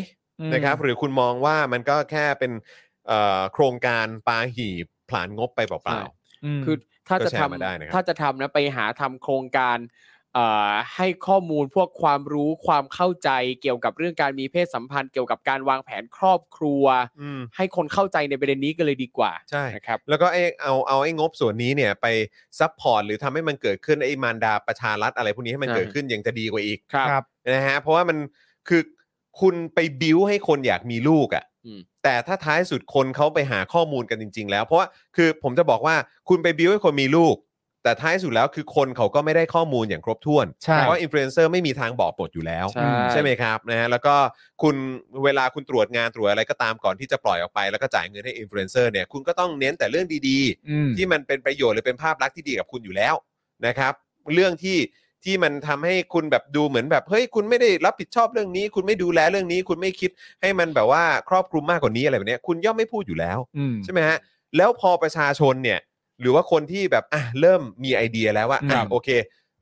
นะครับหรือคุณมองว่ามันก็แค่เป็นเอ่อโครงการปาหีบผลานงบไปเป
ใช่
ล่า
ม
คือถ้า
ก็
จะ
แชร์มาได้นะครับ
ทำถ้าจะทำนะไปหาทำโครงการเอ่อให้ข้อมูลพวกความรู้ความเข้าใจเกี่ยวกับเรื่องการมีเพศสัมพันธ์ เกี่ยวกับการวางแผนครอบครัว
ๆอืม
ให้คนเข้าใจในประเด็นนี้กันเลยดีกว่า
ใช่
นะครับ
แล้วก็ไอ้เอาเอาไอ้งบส่วนนี้เนี่ยไปซัพพอร์ตหรือทำให้มันเกิดขึ้นไอ้มารดาประชารัฐอะไรพวกนี้ให้มัน
อ่า
เกิดขึ้นยังจะดีกว่าอีก
ครับ
ครับ
นะฮะเพราะว่ามันคือคุณไปบิวให้คนอยากมีลูกอะ่ะ
อืม
แต่ถ้าท้ายสุดคนเขาไปหาข้อมูลกันจริง ๆ แล้ว เพราะว่าคือผมจะบอกว่าคุณไปบิวให้คนมีลูก แต่ท้ายสุดแล้วคือคนเขาก็ไม่ได้ข้อมูลอย่างครบถ้วน
ใช่
เพราะว่าอินฟลูเอนเซอร์ไม่มีทางบอกหมดอยู่แล้ว
ใช่
ใช่ไหมครับนะฮะแล้วก็คุณเวลาคุณตรวจงานตรวจอะไรก็ตามก่อนที่จะปล่อยออกไป แล้วก็จ่ายเงินให้อินฟลูเอนเซอร์เนี่ยคุณก็ต้องเน้นแต่เรื่องดีๆ
อืม
ที่มันเป็นประโยชน์หรือเป็นภาพลักษณ์ที่ดีกับคุณอยู่แล้วนะครับ เรื่องที่ที่มันทำให้คุณแบบดูเหมือนแบบเฮ้ยคุณไม่ได้รับผิดชอบเรื่องนี้ คุณไม่ดูแลเรื่องนี้ คุณไม่คิดให้มันแบบว่าครอบคลุมมากกว่านี้อะไรแบบเนี้ยคุณย่อมไม่พูดอยู่แล้ว
อืม
ใช่ไหมฮะแล้วพอประชาชนเนี่ย หรือว่าคนที่แบบอ่ะเริ่มมีไอเดียแล้วว่า
ครั
อ่ะ
บ
โอเค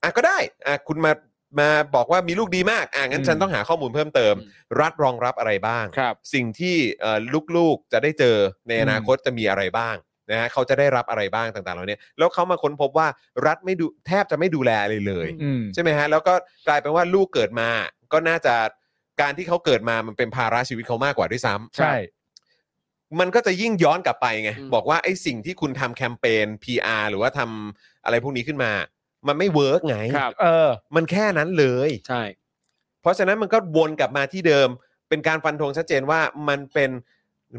อ่ะก็ได้อ่ะคุณมามาบอกว่ามีลูกดีมากอ่ะงั้น
อืม
ฉันต้องหาข้อมูลเพิ่มเติม
อืม
รัฐรองรับอะไรบ้าง
ครับ
สิ่งที่เอ่อลูกๆจะได้เจอใน
อืม
อนาคตจะมีอะไรบ้างนะฮะเขาจะได้รับอะไรบ้างต่างๆเหล่านี้แล้วเขามาค้นพบว่ารัฐไม่ดูแทบจะไม่ดูแลอะไรเลย
อืม
ใช่ไหมฮะแล้วก็กลายเป็นว่าลูกเกิดมา ก็น่าจะการที่เขาเกิดมามันเป็นภาระชีวิตเขามากกว่าด้วยซ้ำ
ใช่
มันก็จะยิ่งย้อนกลับไปไง
อืม
บอกว่าไอ้สิ่งที่คุณทำแคมเปญ PR หรือว่าทำอะไรพวกนี้ขึ้นมา มันไม่เวิร์กไง
ครับ
เออ
มันแค่นั้นเลย
ใช่
เพราะฉะนั้นมันก็วนกลับมาที่เดิม เป็นการฟันธงชัดเจนว่ามันเป็น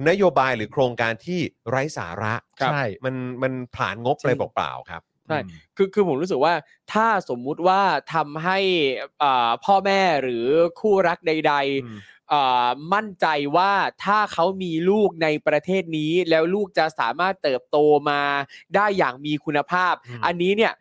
นโยบายหรือโครงการที่ไร้สาระ
ครับ
ใช่
มันมันผ่านงบไปเปล่าๆครับ
ใช่ คือคือผมรู้สึกว่าถ้าสมมุติว่าทำให้อ่าพ่อแม่หรือคู่รักใด
อืม
ๆอ่ามั่นใจว่าถ้าเขามีลูกในประเทศนี้ แล้วลูกจะสามารถเติบโตมาได้อย่างมีคุณภาพ
อืม
อันนี้เนี่ย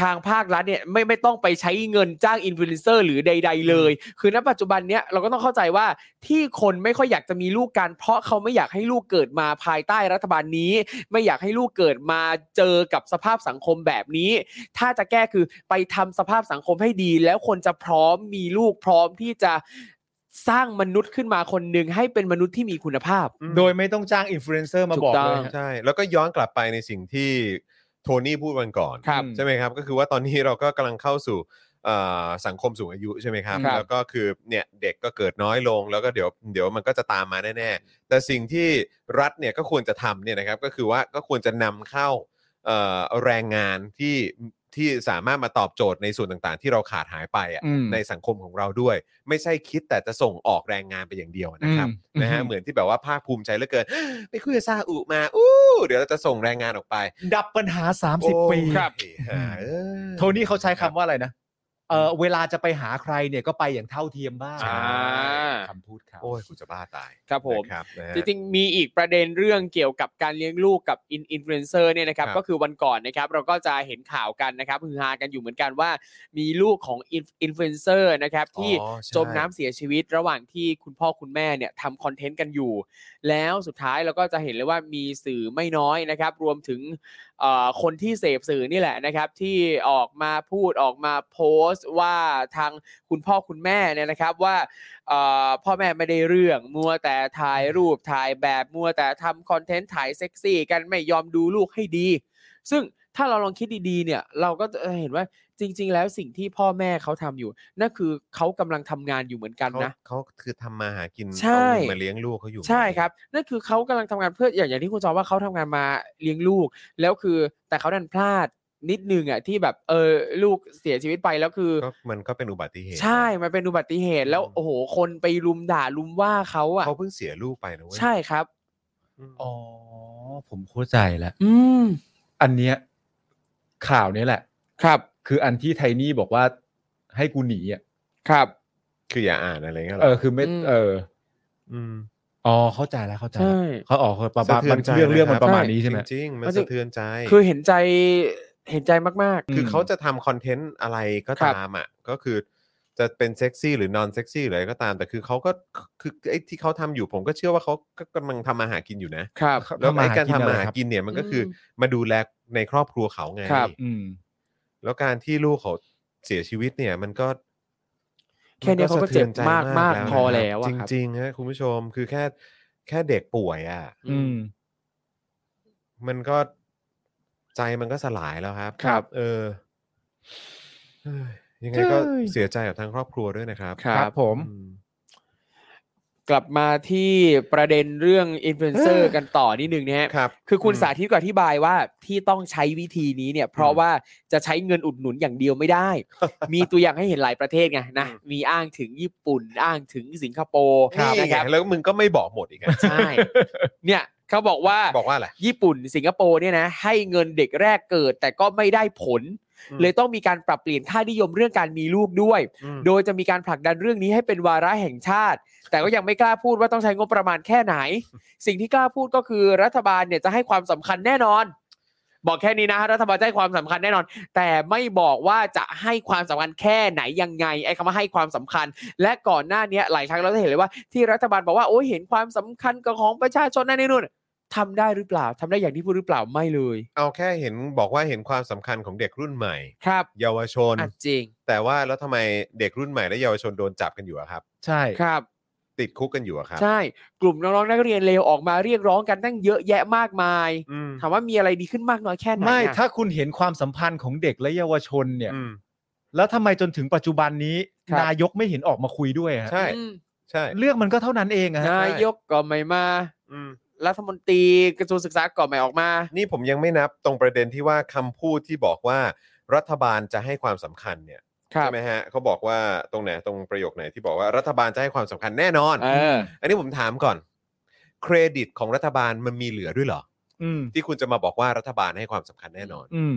ทางภาครัฐเนี่ยไม่ไม่ต้องไปใช้เงินจ้างอินฟลูเอนเซอร์หรือใด ๆ เลย คือณปัจจุบันเนี้ยเราก็ต้องเข้าใจว่าที่คนไม่ค่อยอยากจะมีลูกกัน เพราะเขาไม่อยากให้ลูกเกิดมาภายใต้รัฐบาลนี้ ไม่อยากให้ลูกเกิดมาเจอกับสภาพสังคมแบบนี้ ถ้าจะแก้คือไปทำสภาพสังคมให้ดี แล้วคนจะพร้อมมีลูกพร้อมที่จะสร้างมนุษย์ขึ้นมาคนหนึ่งให้เป็นมนุษย์ที่มีคุณภาพ
อืม
โดยไม่ต้องจ้างอินฟลูเอนเซอร์มา
ถู
บอก ก
ต้อ
เล
ง
ยฮะ
ใช่แล้วก็ย้อนกลับไปในสิ่งที่โทนี่พูดวันก่อน
ครับ
อืม
ใช่ไหมครับ ก็คือว่าตอนนี้เราก็กำลังเข้าสู่เอ่อสังคมสูงอายุใช่ไหมครับ
ครับ
แล้วก็คือเนี่ยเด็กก็เกิดน้อยลง แล้วก็เดี๋ยวเดี๋ยวมันก็จะตามมาแน่ๆ แต่สิ่งที่รัฐเนี่ยก็ควรจะทำเนี่ยนะครับก็คือว่าก็ควรจะนำเข้าเอ่อแรงงานที่ที่สามารถมาตอบโจทย์ในส่วนต่างๆ ที่เราขาดหายไปอะ
อืม
ในสังคมของเราด้วย ไม่ใช่คิดแต่จะส่งออกแรงงานไปอย่างเดียวนะครับ
อืม
นะฮะ
อืม
เหมือนที่แบบว่าภาคภูมิใจเหลือเกิน ไปคุยกับซาอุมาอู้เดี๋ยวเราจะส่งแรงงานออกไป
ดับปัญหา 30 ปี
โอ้ยหาเอ้ย
โทนี่เขาใช้คำว่าอะไรนะ เออเวลาจะไปหาใครเนี่ยก็ไปอย่างเท่าเทียมบ้าง
ใช่
คำพูดเขา
โอ้ยกูจะบ้าตาย
ครับผม
นะครับนะฮะ
จริงๆ มีอีกประเด็นเรื่องเกี่ยวกับการเลี้ยงลูกกับอินฟลูเอนเซอร์เนี่ยนะครับ
ครับ
ก็คือวันก่อนนะครับเราก็จะเห็นข่าวกันนะครับฮือฮากันอยู่เหมือนกันว่า มีลูกของอินฟลูเอนเซอร์นะครับที่
อ๋อใช่
จมน้ำเสียชีวิตระหว่างที่คุณพ่อคุณแม่เนี่ยทำคอนเทนต์กันอยู่ แล้วสุดท้ายเราก็จะเห็นเลยว่ามีสื่อไม่น้อยนะครับ รวมถึงเอ่อคนที่เสพสื่อนี่แหละนะครับ ที่ออกมาพูดออกมาโพสต์ว่าทางคุณพ่อคุณแม่เนี่ยนะครับว่า เอ่อพ่อแม่ไม่ได้เรื่อง มัวแต่ถ่ายรูปถ่ายแบบมัวแต่ทำคอนเทนต์ถ่ายเซ็กซี่กันไม่ยอมดูลูกให้ดี ซึ่งถ้าเราลองคิดดีๆ เนี่ยเราก็จะเห็นว่าจริง ๆ แล้วสิ่งที่พ่อแม่เขาทำอยู่ นั่นคือเขากำลังทำงานอยู่เหมือนกัน
เขา
นะ
เขาคือทำมาหากิน
ใช่
เอาเงินมาเลี้ยงลูกเขาอยู่
ใช่ครับ นั่นคือเขากำลังทำงานเพื่ออย่างอย่างที่คุณจอว่าเขาทำงานมาเลี้ยงลูก แล้วคือแต่เขาดันพลาดนิดนึงอ่ะที่แบบเออลูกเสียชีวิตไปแล้วคือ
ก็มันก็เป็นอุบัติเหตุ
ใช่ มันเป็นอุบัติเหตุแล้วโอ้โหคนไปรุมด่ารุมว่าเขาอ่ะ
เขาเพิ่งเสียลูกไปนะเว้ย
ใช่ครับ
อืม
อ๋อ
ผมเข้าใจแล้ว
อืม
อันเนี้ยข่าวเนี้ยแหละ
ครับ
คืออันที่ไทนี่บอกว่าให้กูหนีอ่ะ
ครับ
คืออย่าอ่านอะไรเงี้ยหร
เอ
อ
อคือไม่
อืม
เออ
ม
อ๋อเข้าใจแล้วเข้าใจ
ใช่
แล้วเขาออกประมาณ
สะทื
มัน น
ใจ
เรื่องเรื่องมันประมาณ
ใช่
นี้ใช่ไหม
จริงๆมัน
มันจะ
สะเทือนใจ
คือเห็นใจเห็นใจมาก
อืม
คือเขาจะทำคอนเทนต์อะไรก็ตามอ่ะก็คือจะเป็นเซ็กซี่หรือนอนเซ็กซี่หรืออะไรก็ตาม แต่คือเขาก็คือไอ้ที่เขาทำอยู่ผมก็เชื่อว่าเขาก็กำลังทำมาหากินอยู่นะ
ๆ ครับ
ครับ
แล้วไอ้การ
ทำ
ทำมา
มา
หา
หากิ
กิน
น
เนี่ย
นะค
มั
รับ
นก็คือมาดูแลในครอบครัวเขาไง
ครับ
อืม
แล้วการที่ลูกเขาเสียชีวิตเนี่ยมันก็
แค่เนี้ยเขาก็เจ็บมากมากพอแล้วอะ
จริง
ครับ
จริงๆฮะคุณผู้ชมคือแค่แค่เด็กป่วยอ่ะ
อืม
มันก็ใจมันก็สลายแล้วครับ
ครับ
เออเอ้ยยังไงก็เสียใจกับทางครอบครัวด้วยนะครับ
ครั
ครับผม
อืม
กลับมาที่ประเด็นเรื่องอินฟลูเอนเซอร์กันต่อนิดนึงนะฮะ
ครับ
คือคุณ
อืม
สาธิตก็อธิบายว่าที่ต้องใช้วิธีนี้เนี่ย เพราะว่าจะใช้เงินอุดหนุนอย่างเดียวไม่ได้ มีตัวอย่างให้เห็นหลายประเทศไงนะ มีอ้างถึงญี่ปุ่น อ้างถึงสิงคโปร์
นี่ไง
นะครับ
แล้วมึงก็ไม่บอกหมดอีกอะ
ใช่ เนี่ยเขาบอกว่า
บอกว่าอะไร
ญี่ปุ่นสิงคโปร์เนี่ยนะให้เงินเด็กแรกเกิด แต่ก็ไม่ได้ผล
อืม
เลยต้องมีการปรับเปลี่ยนค่านิยมเรื่องการมีลูกด้วย
อืม
โดยจะมีการผลักดันเรื่องนี้ให้เป็นวาระแห่งชาติ แต่ก็ยังไม่กล้าพูดว่าต้องใช้งบประมาณแค่ไหน สิ่งที่กล้าพูดก็คือรัฐบาลเนี่ยจะให้ความสำคัญแน่นอน บอกแค่นี้นะรัฐบาลจะให้ความสำคัญแน่นอน แต่ไม่บอกว่าจะให้ความสำคัญแค่ไหนยังไงไอ้คำว่าให้ความสำคัญ และก่อนหน้าเนี้ยหลายครั้งเราจะเห็นเลยว่าที่รัฐบาลบอกว่าโอ้ยเห็นความสำคัญกับของประชาชนนั่นนี่นู่นทำได้หรือเปล่าทำได้อย่างที่พูดหรือเปล่าไม่เลย
เอาแค่เห็นบอกว่าเห็นความสำคัญของเด็กรุ่นใหม่
ครับ
เยาวชน
อ่ะจริง
แต่ว่าแล้วทำไมเด็กรุ่นใหม่และเยาวชนโดนจับกันอยู่อะครับ
ใช่
ครับ
ติดคุกกันอยู่อะครับ
ใช่ กลุ่มน้องๆนักเรียนเลวออกมาเรียกร้องกันตั้งเยอะแยะมากมาย
อืม
ถามว่ามีอะไรดีขึ้นมากน้อยแค่ไหนอะ
ไม่ถ้าคุณเห็นความสัมพันธ์ของเด็กและเยาวชนเนี่ย
อืม
แล้วทำไมจนถึงปัจจุบันนี้
ครับ
นายกไม่เห็นออกมาคุยด้วยฮะ
ใช่
อืม
ใช่
เรื่องมันก็เท่านั้นเองอะฮะ
นายกก็ไม่มา
อืม
รัฐมนตรีกระทรวงศึกษาก็ไม่ออกมา
นี่ผมยังไม่นับตรงประเด็นที่ว่าคำพูดที่บอกว่ารัฐบาลจะให้ความสำคัญเนี่ย
ครับ
ใช่ไหมฮะเขาบอกว่าตรงไหนตรงประโยคไหนที่บอกว่ารัฐบาลจะให้ความสำคัญแน่นอน
เออ
อันนี้ผมถามก่อน เครดิตของรัฐบาลมันมีเหลือด้วยเหรอ
อืม
ที่คุณจะมาบอกว่ารัฐบาลให้ความสำคัญแน่นอน
อืม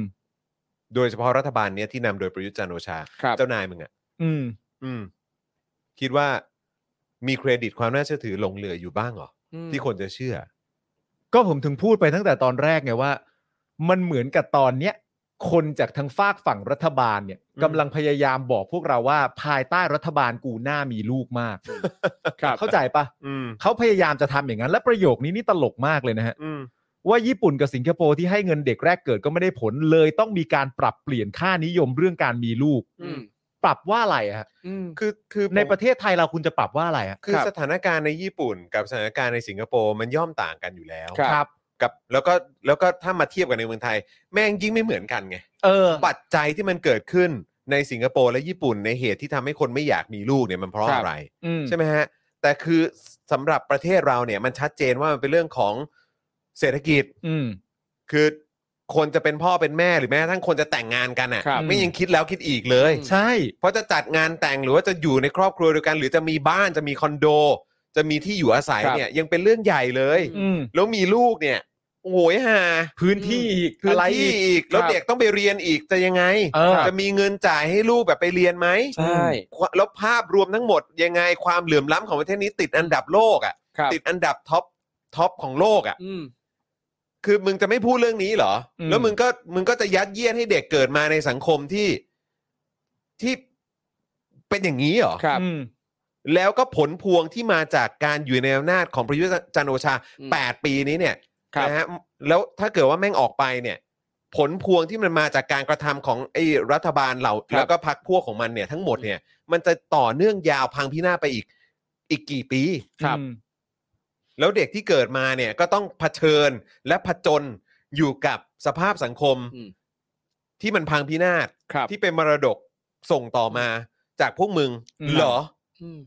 โดยเฉพาะรัฐบาลเนี้ยที่นำโดยประยุทธ์จันทร์โอชา
ครับ
เจ้านายมึงอ่ะ
อืม
อืม คิดว่ามีเครดิตความน่าเชื่อถือหลงเหลืออยู่บ้างเหรอ
อืม
ที่คนจะเชื่อ
ก็ผมถึงพูดไปตั้งแต่ตอนแรกไงว่า มันเหมือนกับตอนเนี้ยคนจากทางฝากฝั่งรัฐบาลเนี่ย
อืม
กำลังพยายามบอกพวกเราว่าภายใต้รัฐบาลกูหน้ามีลูกมาก
ครับ
เข้าใจปะ
อืม
เขาพยายามจะทำอย่างนั้น และประโยคนี้นี่ตลกมากเลยนะฮะ
อืม
ว่าญี่ปุ่นกับสิงคโปร์ที่ให้เงินเด็กแรกเกิดก็ไม่ได้ผลเลยต้องมีการปรับเปลี่ยนค่านิยมเรื่องการมีลูก
อืม
ปรับว่าอะไรอะฮะ
อืม
คือคือผม
ในประเทศไทยเราคุณจะปรับว่าอะไรอะ
คือ
ครับ
สถานการณ์ในญี่ปุ่น กับสถานการณ์ในสิงคโปร์มันย่อมต่างกันอยู่แล้ว
ครับ
กับแล้วก็แล้วก็ถ้ามาเทียบกันในเมืองไทย แม่งยิ่งไม่เหมือนกันไง
เออ
ปัจจัยที่มันเกิดขึ้นในสิงคโปร์และญี่ปุ่นในเหตุที่ทำให้คนไม่อยากมีลูกเนี่ยมันเพราะ
ครับ
อะไร
อืม
ใช่ไหมฮะ แต่คือสำหรับประเทศเราเนี่ยมันชัดเจนว่ามันเป็นเรื่องของเศรษฐกิจ
อืม
คือคนจะเป็นพ่อเป็นแม่หรือแม้กระทั้งคนจะแต่งงานกัน
ครั
อะ่ะ
บ
ไม่ยังคิดแล้วคิดอีกเลย
ใช่
เพราะจะจัดงานแต่งหรือว่าจะอยู่ในครอบครัวเดียวกัน หรือจะมีบ้านจะมีคอนโด จะมีที่อยู่อาศัย
ครับ
เนี่ยยังเป็นเรื่องใหญ่เลย
อืม
แล้วมีลูกเนี่ยโอ้โหยห่า
พื้นที่อีก
พื้น
อะไร
ที่
อีก
อีกแล้ว
ครับ
เด็กต้องไปเรียนอีกจะยังไง
เออ
จะมีเงินจ่ายให้ลูกแบบไปเรียนไหม
ใช่
แล้วภาพรวมทั้งหมดยังไงความเหลื่อมล้ำของประเทศนี้ติดอันดับโลกอ่ะ
ครับ
ติดอันดับท็อปท็อปของโลกอะ่ะ
อืม
คือมึงจะไม่พูดเรื่องนี้เหรอ
อืม
แล้วมึงก็มึงก็จะยัดเยียดให้เด็กเกิดมาในสังคมที่ที่เป็นอย่างนี้เหรอ
ครับ
อืม
แล้วก็ผลพวงที่มาจากการอยู่ในอำนาจของประยุทธ์จันทร์โอชา
อืม
8 ปีนี้เนี่ย
ครับ
นะฮะ แล้วถ้าเกิดว่าแม่งออกไปเนี่ย ผลพวงที่มันมาจากการกระทำของไอ้รัฐบาลเหล่าแล้วก็พรรคพวกของมันเนี่ย ทั้งหมดเนี่ย มันจะต่อเนื่องยาวพังพินาศไปอีกอีกกี่ปี
ครับ
อืม
แล้วเด็กที่เกิดมาเนี่ยก็ต้องเผชิญและผจญอยู่กับสภาพสังคม
อืม
ที่มันพังพินาศ
ครับ
ที่เป็นมรดกส่งต่อมาจากพวกมึง
อืม
เหรอ
อืม